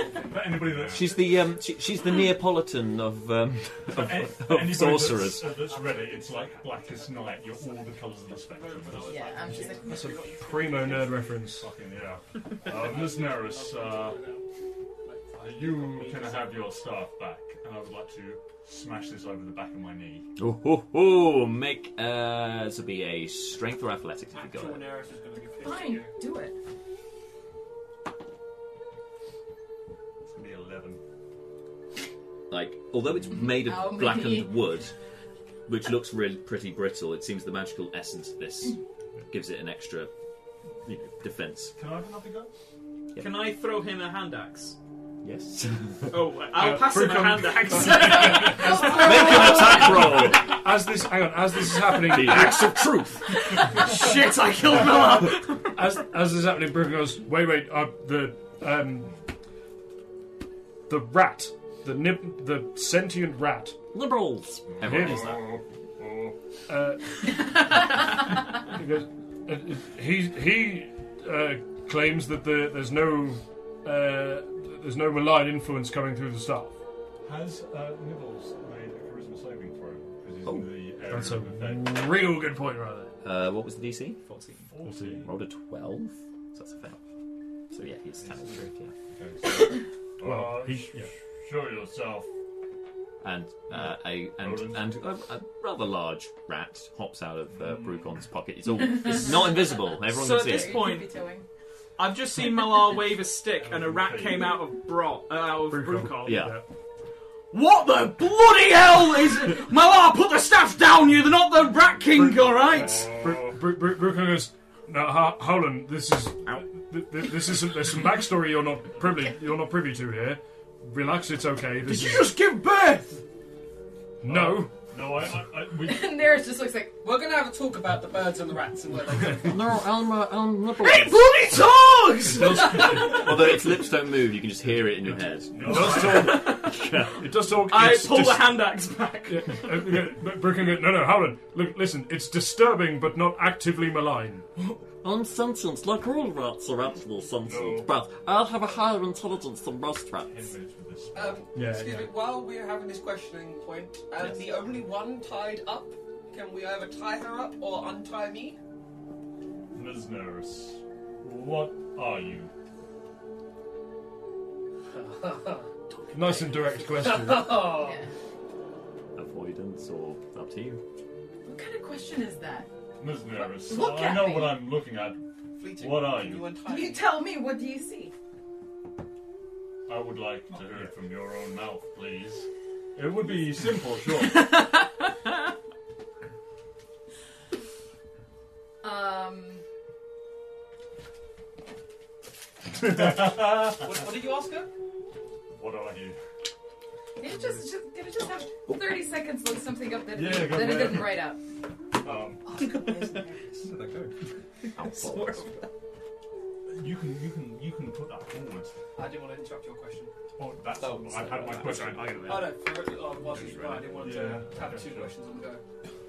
[SPEAKER 4] kinds of
[SPEAKER 7] anybody that
[SPEAKER 1] She's the um, she, she's the Neapolitan of um, of,
[SPEAKER 7] Any-
[SPEAKER 1] of
[SPEAKER 7] anybody
[SPEAKER 1] sorcerers.
[SPEAKER 7] That's, that's ready. It's like blackest night. You're all the colours of the spectrum.
[SPEAKER 4] Yeah, I'm just like-
[SPEAKER 7] That's a
[SPEAKER 5] "Mm."
[SPEAKER 2] primo nerd reference.
[SPEAKER 7] Fucking yeah. Uh, Miss Neris, uh, you can have your staff back, and I would like to smash this over the back of my knee.
[SPEAKER 1] Oh, ho, ho. make uh, this would be a strength or athletics if you got
[SPEAKER 5] Actual
[SPEAKER 1] it.
[SPEAKER 5] Neris is going to be pissed at
[SPEAKER 4] Fine,
[SPEAKER 5] you.
[SPEAKER 4] do it.
[SPEAKER 7] It's gonna be eleven.
[SPEAKER 1] Like, although it's made of
[SPEAKER 4] How many?
[SPEAKER 1] blackened wood, which looks really pretty brittle, it seems the magical essence of this gives it an extra you know, defense.
[SPEAKER 7] Can I have another go?
[SPEAKER 8] Can I throw him a hand axe?
[SPEAKER 1] Yes.
[SPEAKER 8] Oh, I'll
[SPEAKER 2] Uh,
[SPEAKER 8] pass him a
[SPEAKER 2] pre-com-
[SPEAKER 8] hand axe.
[SPEAKER 1] roll.
[SPEAKER 2] As this, hang on, as this is happening,
[SPEAKER 1] The axe of truth.
[SPEAKER 8] Shit, I killed Miller.
[SPEAKER 2] as as this is happening, Brooke goes, "Wait, wait, uh, the um, the rat, the nib, the sentient rat,
[SPEAKER 12] Liberals.
[SPEAKER 1] Everyone
[SPEAKER 2] Him.
[SPEAKER 1] is that.
[SPEAKER 2] Uh, he goes, uh, uh, he he uh, claims that the, there's no uh, there's no malign influence coming through the staff.
[SPEAKER 7] Has uh, Nibbles made a charisma saving throw? Because he's
[SPEAKER 1] Oh,
[SPEAKER 7] in the area
[SPEAKER 2] That's a
[SPEAKER 7] of effect.
[SPEAKER 2] real good point, rather.
[SPEAKER 1] Uh, what was the DC?
[SPEAKER 8] 14.
[SPEAKER 7] 40.
[SPEAKER 1] Rolled a twelve, so that's a fail. So yeah, he's telling the truth. Yeah.
[SPEAKER 7] Okay, so,
[SPEAKER 2] Well,
[SPEAKER 7] uh,
[SPEAKER 2] he-
[SPEAKER 7] sh-
[SPEAKER 2] yeah.
[SPEAKER 7] Show yourself.
[SPEAKER 1] and uh, a and,
[SPEAKER 7] Roland.
[SPEAKER 1] and a, a rather large rat hops out of
[SPEAKER 7] Hmm.
[SPEAKER 1] uh, Brucon's pocket. It's all it's not invisible. Everyone
[SPEAKER 8] So
[SPEAKER 1] can see
[SPEAKER 8] at this
[SPEAKER 1] it.
[SPEAKER 8] point- I've just seen Malar wave a stick and a rat came out of Bro, uh, out of
[SPEAKER 2] Brucon.
[SPEAKER 8] Brucon.
[SPEAKER 1] Yeah.
[SPEAKER 8] What the bloody hell is Malar? Put the staff down! You're not the rat king, all right?
[SPEAKER 2] Bru- Bru- Bru- Brucon goes, "No, Ho- Howland, this is th- th- this isn't. There's some backstory you're not privy you're not privy to here. Relax, it's okay. This
[SPEAKER 8] Did you
[SPEAKER 2] is
[SPEAKER 8] just give birth?
[SPEAKER 2] no."
[SPEAKER 7] No, I. I, I we,
[SPEAKER 4] And Neris just looks like,
[SPEAKER 5] We're going to have a talk about the birds and the rats and where they go.
[SPEAKER 12] No, Elmer, um, liberals.
[SPEAKER 8] Hey, bloody togs!
[SPEAKER 1] Although its lips don't move, you can just hear it in your head.
[SPEAKER 2] It does talk. It does talk.
[SPEAKER 8] I
[SPEAKER 2] it's
[SPEAKER 8] pull
[SPEAKER 2] dis-
[SPEAKER 8] the hand axe back.
[SPEAKER 2] Yeah, uh, yeah, but Brooke can go, no, no, Howland, look, listen, it's disturbing but not actively malign.
[SPEAKER 12] I'm sentient, like all rats are actually sentient,
[SPEAKER 7] No.
[SPEAKER 12] but I have a higher intelligence than most rats.
[SPEAKER 7] Henry with this.
[SPEAKER 5] Um,
[SPEAKER 2] Yeah,
[SPEAKER 5] excuse
[SPEAKER 2] yeah.
[SPEAKER 5] me, while we're having this questioning point, and the only one tied up, can we either tie her up or untie me?
[SPEAKER 7] Ms. Neris, what are you?
[SPEAKER 2] Nice and direct question.
[SPEAKER 5] Oh,
[SPEAKER 4] yeah.
[SPEAKER 1] Avoidance or up to you.
[SPEAKER 4] What kind of question is that?
[SPEAKER 7] Ms. Neris,
[SPEAKER 4] Look
[SPEAKER 7] I
[SPEAKER 4] at
[SPEAKER 7] know
[SPEAKER 4] me.
[SPEAKER 7] what I'm looking at.
[SPEAKER 5] fleeting.
[SPEAKER 7] What are
[SPEAKER 5] Can
[SPEAKER 7] you?
[SPEAKER 5] untie
[SPEAKER 4] You
[SPEAKER 5] me?
[SPEAKER 4] tell me, what do you see?
[SPEAKER 7] I would like to hear it from your own mouth, please. Oh, It would be simple, sure.
[SPEAKER 4] Um,
[SPEAKER 5] what, what did you ask her?
[SPEAKER 7] what are you?
[SPEAKER 4] did it just, just, did it just have 30 seconds look something up that,
[SPEAKER 7] Yeah, go
[SPEAKER 4] that it
[SPEAKER 7] ahead.
[SPEAKER 4] didn't write up?
[SPEAKER 7] Um,
[SPEAKER 4] Oh,
[SPEAKER 7] you can, you can, you can put that forward.
[SPEAKER 5] I didn't want to interrupt your question.
[SPEAKER 7] Oh, that's.
[SPEAKER 5] Oh,
[SPEAKER 7] I've had my question. I,
[SPEAKER 5] Oh no, for, oh, while she's right, I didn't want to
[SPEAKER 7] Yeah,
[SPEAKER 5] have
[SPEAKER 7] okay,
[SPEAKER 5] two
[SPEAKER 7] sure.
[SPEAKER 5] questions on the go.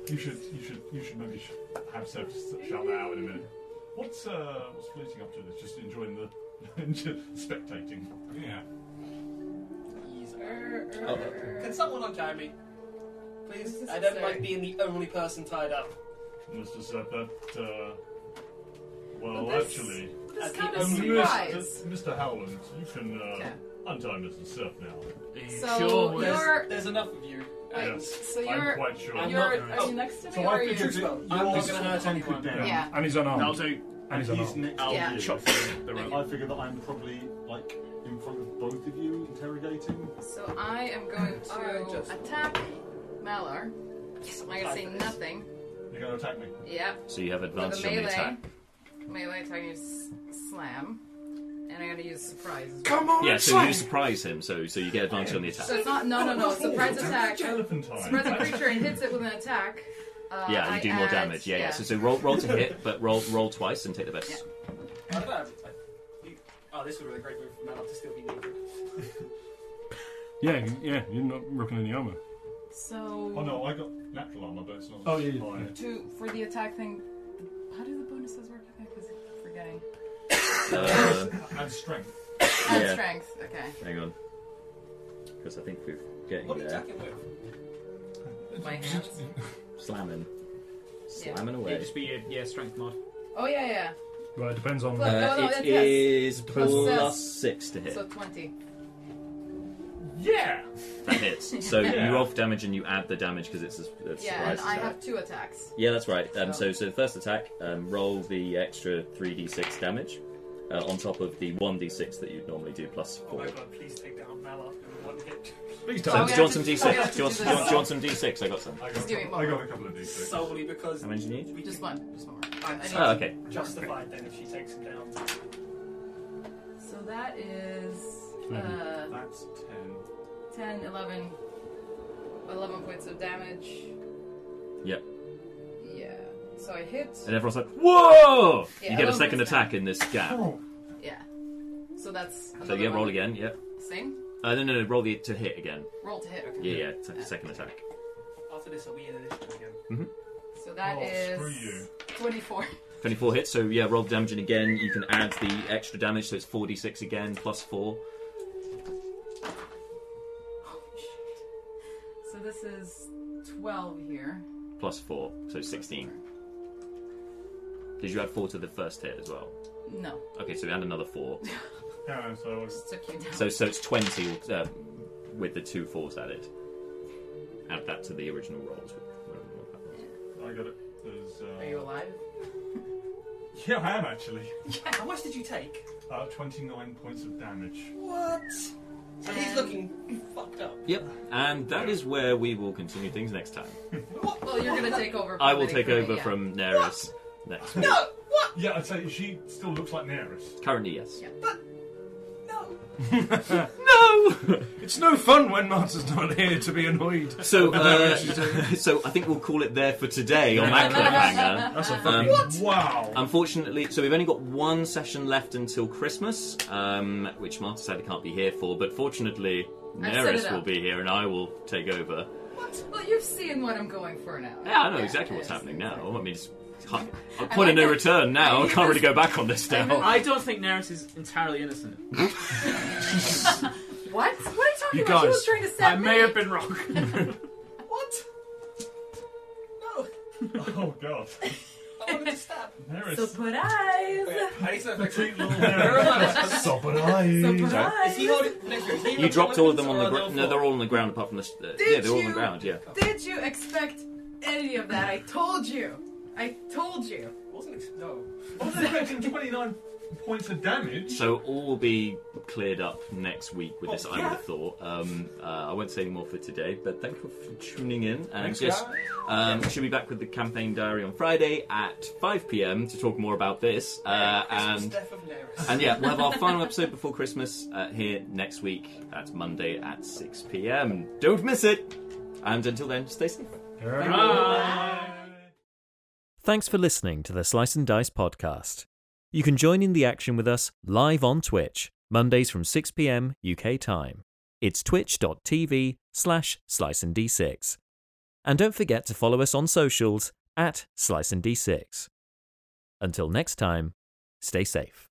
[SPEAKER 7] you should, you should, you should maybe sh- have Seth s- shout that out in a minute. What's uh, what's floating up to this? Just enjoying the, spectating.
[SPEAKER 9] Yeah.
[SPEAKER 5] He's-
[SPEAKER 4] Oh.
[SPEAKER 5] Can someone untie me? Please?
[SPEAKER 4] This is
[SPEAKER 5] I don't
[SPEAKER 4] absurd.
[SPEAKER 5] like being the only person tied up.
[SPEAKER 7] Mr. Seth, that. Uh, well,
[SPEAKER 4] Well, that's-
[SPEAKER 7] actually,
[SPEAKER 4] This
[SPEAKER 5] At
[SPEAKER 4] kind
[SPEAKER 5] the
[SPEAKER 4] of
[SPEAKER 5] only-
[SPEAKER 4] surprise.
[SPEAKER 7] Mr. Mr. Howland, you can uh,
[SPEAKER 4] Okay.
[SPEAKER 7] untie Mr. Seth now.
[SPEAKER 4] So
[SPEAKER 8] sure
[SPEAKER 4] you're.
[SPEAKER 5] There's enough of you.
[SPEAKER 4] Wait,
[SPEAKER 7] Yes,
[SPEAKER 4] so you're.
[SPEAKER 7] I'm quite sure.
[SPEAKER 5] I'm
[SPEAKER 4] you're
[SPEAKER 5] not-
[SPEAKER 4] are you next to me
[SPEAKER 10] So
[SPEAKER 4] or
[SPEAKER 10] I
[SPEAKER 4] are you?
[SPEAKER 10] figured
[SPEAKER 5] You're
[SPEAKER 10] that
[SPEAKER 5] not
[SPEAKER 10] you're
[SPEAKER 5] gonna
[SPEAKER 10] six
[SPEAKER 5] hurt
[SPEAKER 10] foot
[SPEAKER 5] anyone.
[SPEAKER 10] down,
[SPEAKER 4] Yeah.
[SPEAKER 2] And he's unarmed.
[SPEAKER 8] That'll do.
[SPEAKER 2] and
[SPEAKER 10] and
[SPEAKER 2] he's unarmed.
[SPEAKER 10] he's next
[SPEAKER 8] I'll
[SPEAKER 4] Yeah.
[SPEAKER 10] to you.
[SPEAKER 8] chop through the rope.
[SPEAKER 10] I figure that I'm probably like in front of both of you interrogating.
[SPEAKER 4] So I am going
[SPEAKER 5] I
[SPEAKER 4] to
[SPEAKER 5] just-
[SPEAKER 4] attack Malar. I'm not gonna say
[SPEAKER 5] Attack.
[SPEAKER 4] nothing.
[SPEAKER 7] You're going to attack me.
[SPEAKER 4] Yep.
[SPEAKER 1] So you have
[SPEAKER 4] With
[SPEAKER 1] advantage
[SPEAKER 4] a
[SPEAKER 1] on the
[SPEAKER 4] melee.
[SPEAKER 1] attack.
[SPEAKER 4] Melee attack you s- slam.
[SPEAKER 6] And I gotta use surprise.
[SPEAKER 1] yeah, so you surprise him, so so you get advantage on the attack.
[SPEAKER 4] So it's not no no no surprise attack.
[SPEAKER 7] Elephant
[SPEAKER 4] Surprise a creature and hits it with an attack. Uh,
[SPEAKER 1] yeah,
[SPEAKER 4] I
[SPEAKER 1] you do more
[SPEAKER 4] add-
[SPEAKER 1] damage. Yeah, yeah. So, so roll roll to hit, but roll roll twice and take the best.
[SPEAKER 5] I don't know. I- you- Oh, this would have been a great move for Manup to still be needed.
[SPEAKER 2] Yeah, you- yeah, you're not rocking any armour.
[SPEAKER 4] So.
[SPEAKER 7] Oh no, I got natural armor, but it's not.
[SPEAKER 2] Oh, yeah, yeah,
[SPEAKER 7] mine.
[SPEAKER 2] yeah.
[SPEAKER 4] To, for the attack thing, how do the bonuses work? I think I keep forgetting.
[SPEAKER 1] Uh,
[SPEAKER 7] and strength.
[SPEAKER 4] Add
[SPEAKER 1] yeah.
[SPEAKER 4] strength. Okay.
[SPEAKER 1] Hang on, because I think we're getting
[SPEAKER 4] What are you
[SPEAKER 1] there.
[SPEAKER 4] attacking
[SPEAKER 5] with?
[SPEAKER 6] My hands.
[SPEAKER 1] Slamming,
[SPEAKER 6] Yeah.
[SPEAKER 1] slamming
[SPEAKER 8] It'd
[SPEAKER 1] away.
[SPEAKER 8] just be a yeah, strength mod.
[SPEAKER 4] Oh yeah yeah.
[SPEAKER 2] Well, it depends on.
[SPEAKER 4] Plus- no, no,
[SPEAKER 1] Uh,
[SPEAKER 4] it
[SPEAKER 1] it
[SPEAKER 4] is.
[SPEAKER 1] is
[SPEAKER 4] Plus
[SPEAKER 1] plus
[SPEAKER 4] this.
[SPEAKER 1] six to hit.
[SPEAKER 4] So twenty.
[SPEAKER 8] Yeah.
[SPEAKER 1] That hits. So
[SPEAKER 4] Yeah.
[SPEAKER 1] you roll for damage and you add the damage because it's a, s- a
[SPEAKER 4] Yeah,
[SPEAKER 1] surprise
[SPEAKER 4] and I
[SPEAKER 1] attack.
[SPEAKER 4] have two attacks.
[SPEAKER 1] Yeah, that's right. Um, so, so the first attack, um, roll the extra 3d6 damage uh, on top of the 1d6 that you'd normally do plus
[SPEAKER 5] Oh
[SPEAKER 1] 4.
[SPEAKER 5] my god, please take down Manup in one hit.
[SPEAKER 2] Please
[SPEAKER 1] So, do you want some d6? Do you want, do you want- do you want some d6? I got some.
[SPEAKER 4] Just do it more.
[SPEAKER 5] Solely because.
[SPEAKER 1] How many do you need?
[SPEAKER 5] we
[SPEAKER 4] Just one. Just one more.
[SPEAKER 5] I'm
[SPEAKER 4] I need-
[SPEAKER 1] Oh, okay.
[SPEAKER 5] Justified then if she takes him down.
[SPEAKER 4] So that is uh,
[SPEAKER 5] Eleven. That's
[SPEAKER 4] 10, 11, 11 points of damage.
[SPEAKER 1] Yep.
[SPEAKER 4] Yeah. So I hit.
[SPEAKER 1] And everyone's like,
[SPEAKER 4] Yeah,
[SPEAKER 1] whoa! you get a
[SPEAKER 4] everyone
[SPEAKER 1] second
[SPEAKER 4] goes
[SPEAKER 1] attack in this gap.
[SPEAKER 4] Oh.
[SPEAKER 5] Oh.
[SPEAKER 4] Yeah. So that's.
[SPEAKER 1] So,
[SPEAKER 4] another
[SPEAKER 1] yeah, roll
[SPEAKER 4] one.
[SPEAKER 1] again, yep.
[SPEAKER 4] Same.
[SPEAKER 1] Uh, no, no, no, roll the to hit again.
[SPEAKER 4] Roll to hit. Okay.
[SPEAKER 1] Yeah, yeah, t- second attack.
[SPEAKER 5] After this, I'll be in initiative again.
[SPEAKER 1] Mm-hmm.
[SPEAKER 4] So that
[SPEAKER 5] Oh,
[SPEAKER 4] is
[SPEAKER 5] screw you.
[SPEAKER 4] 24.
[SPEAKER 1] 24 hits, so yeah, roll the damage, and again, you can add the extra damage, so it's 4d6 again, plus 4.
[SPEAKER 4] So this is 12 here.
[SPEAKER 1] plus four, so sixteen. Did you add four to the first hit as well?
[SPEAKER 4] No.
[SPEAKER 1] Okay, so we add another four.
[SPEAKER 7] Yeah, so
[SPEAKER 4] Took you down.
[SPEAKER 1] so so it's twenty uh, with the two fours added. Add that to the original rolls.
[SPEAKER 7] I got it. There's, uh,
[SPEAKER 6] Are you alive?
[SPEAKER 7] Yeah, I am actually.
[SPEAKER 5] How much did you take?
[SPEAKER 7] Uh, 29 points of damage.
[SPEAKER 5] What? So he's looking fucked up.
[SPEAKER 1] Yep, and that is where we will continue things next time.
[SPEAKER 4] Well, you're going to take over.
[SPEAKER 1] I
[SPEAKER 4] from
[SPEAKER 1] will
[SPEAKER 4] Lady
[SPEAKER 1] take
[SPEAKER 4] Crane,
[SPEAKER 1] over
[SPEAKER 4] yeah.
[SPEAKER 1] from Nereus next. week.
[SPEAKER 5] No! What?
[SPEAKER 7] Yeah, I'd say she still looks like Nerys.
[SPEAKER 1] Currently, yes.
[SPEAKER 2] no! it's no fun when Marta's not here to be annoyed.
[SPEAKER 1] So,
[SPEAKER 2] about
[SPEAKER 1] uh,
[SPEAKER 2] what she's doing.
[SPEAKER 1] so I think we'll call it there for today on that cliffhanger.
[SPEAKER 2] That's a
[SPEAKER 1] Um,
[SPEAKER 2] fucking wow.
[SPEAKER 1] Unfortunately, so we've only got one session left until Christmas, um, which Marta sadly can't be here for. But fortunately,
[SPEAKER 4] I've set it
[SPEAKER 1] Neris
[SPEAKER 4] up.
[SPEAKER 1] will be here, and I will take over.
[SPEAKER 4] What? Well, you've seen what I'm going for now.
[SPEAKER 1] Yeah, I know exactly what's happening now. I mean, it's I-
[SPEAKER 4] I
[SPEAKER 1] I'm point
[SPEAKER 4] like
[SPEAKER 1] of no
[SPEAKER 4] that.
[SPEAKER 1] return now. I can't really go back on this now.
[SPEAKER 8] I don't think Nereus is entirely innocent.
[SPEAKER 4] What? What are you talking about? he was trying to set
[SPEAKER 8] I
[SPEAKER 4] me. Oh,
[SPEAKER 8] may have been wrong.
[SPEAKER 5] What? No!
[SPEAKER 7] Oh god.
[SPEAKER 5] I wanted to stab.
[SPEAKER 7] Nerys.
[SPEAKER 4] Surprise!
[SPEAKER 5] I need some extra.
[SPEAKER 1] Sorry.
[SPEAKER 5] Is he holding. Next is he
[SPEAKER 1] You dropped all of them on the
[SPEAKER 5] holding
[SPEAKER 1] ground. No, they're all on the ground apart from the. Uh,
[SPEAKER 4] Did
[SPEAKER 1] yeah, they're all on the
[SPEAKER 4] you-
[SPEAKER 1] ground. Yeah.
[SPEAKER 4] Did you expect any of that? I told you. I told you.
[SPEAKER 5] Wasn't ex- No.
[SPEAKER 7] I was expecting 29 points of damage.
[SPEAKER 1] So all will be cleared up next week with this. I
[SPEAKER 7] Oh,
[SPEAKER 1] would
[SPEAKER 7] yeah.
[SPEAKER 1] have thought. Um, uh, I won't say any more for today, but thank you for tuning in. And
[SPEAKER 7] Thanks,
[SPEAKER 1] just um, she'll be back with the campaign diary on Friday at 5 p.m. to talk more about this. Uh,
[SPEAKER 5] Christmas
[SPEAKER 1] and
[SPEAKER 5] death of Nerys.
[SPEAKER 1] and yeah, we'll have our final episode before Christmas uh, here next week. That's Monday at 6 p.m. Don't miss it. And until then, stay safe.
[SPEAKER 13] Thanks for listening to the Slice and Dice podcast. You can join in the action with us live on Twitch, Mondays from 6 pm UK time. It's twitch.tv slash slice and d6. And don't forget to follow us on socials at slice and d6. Until next time, stay safe.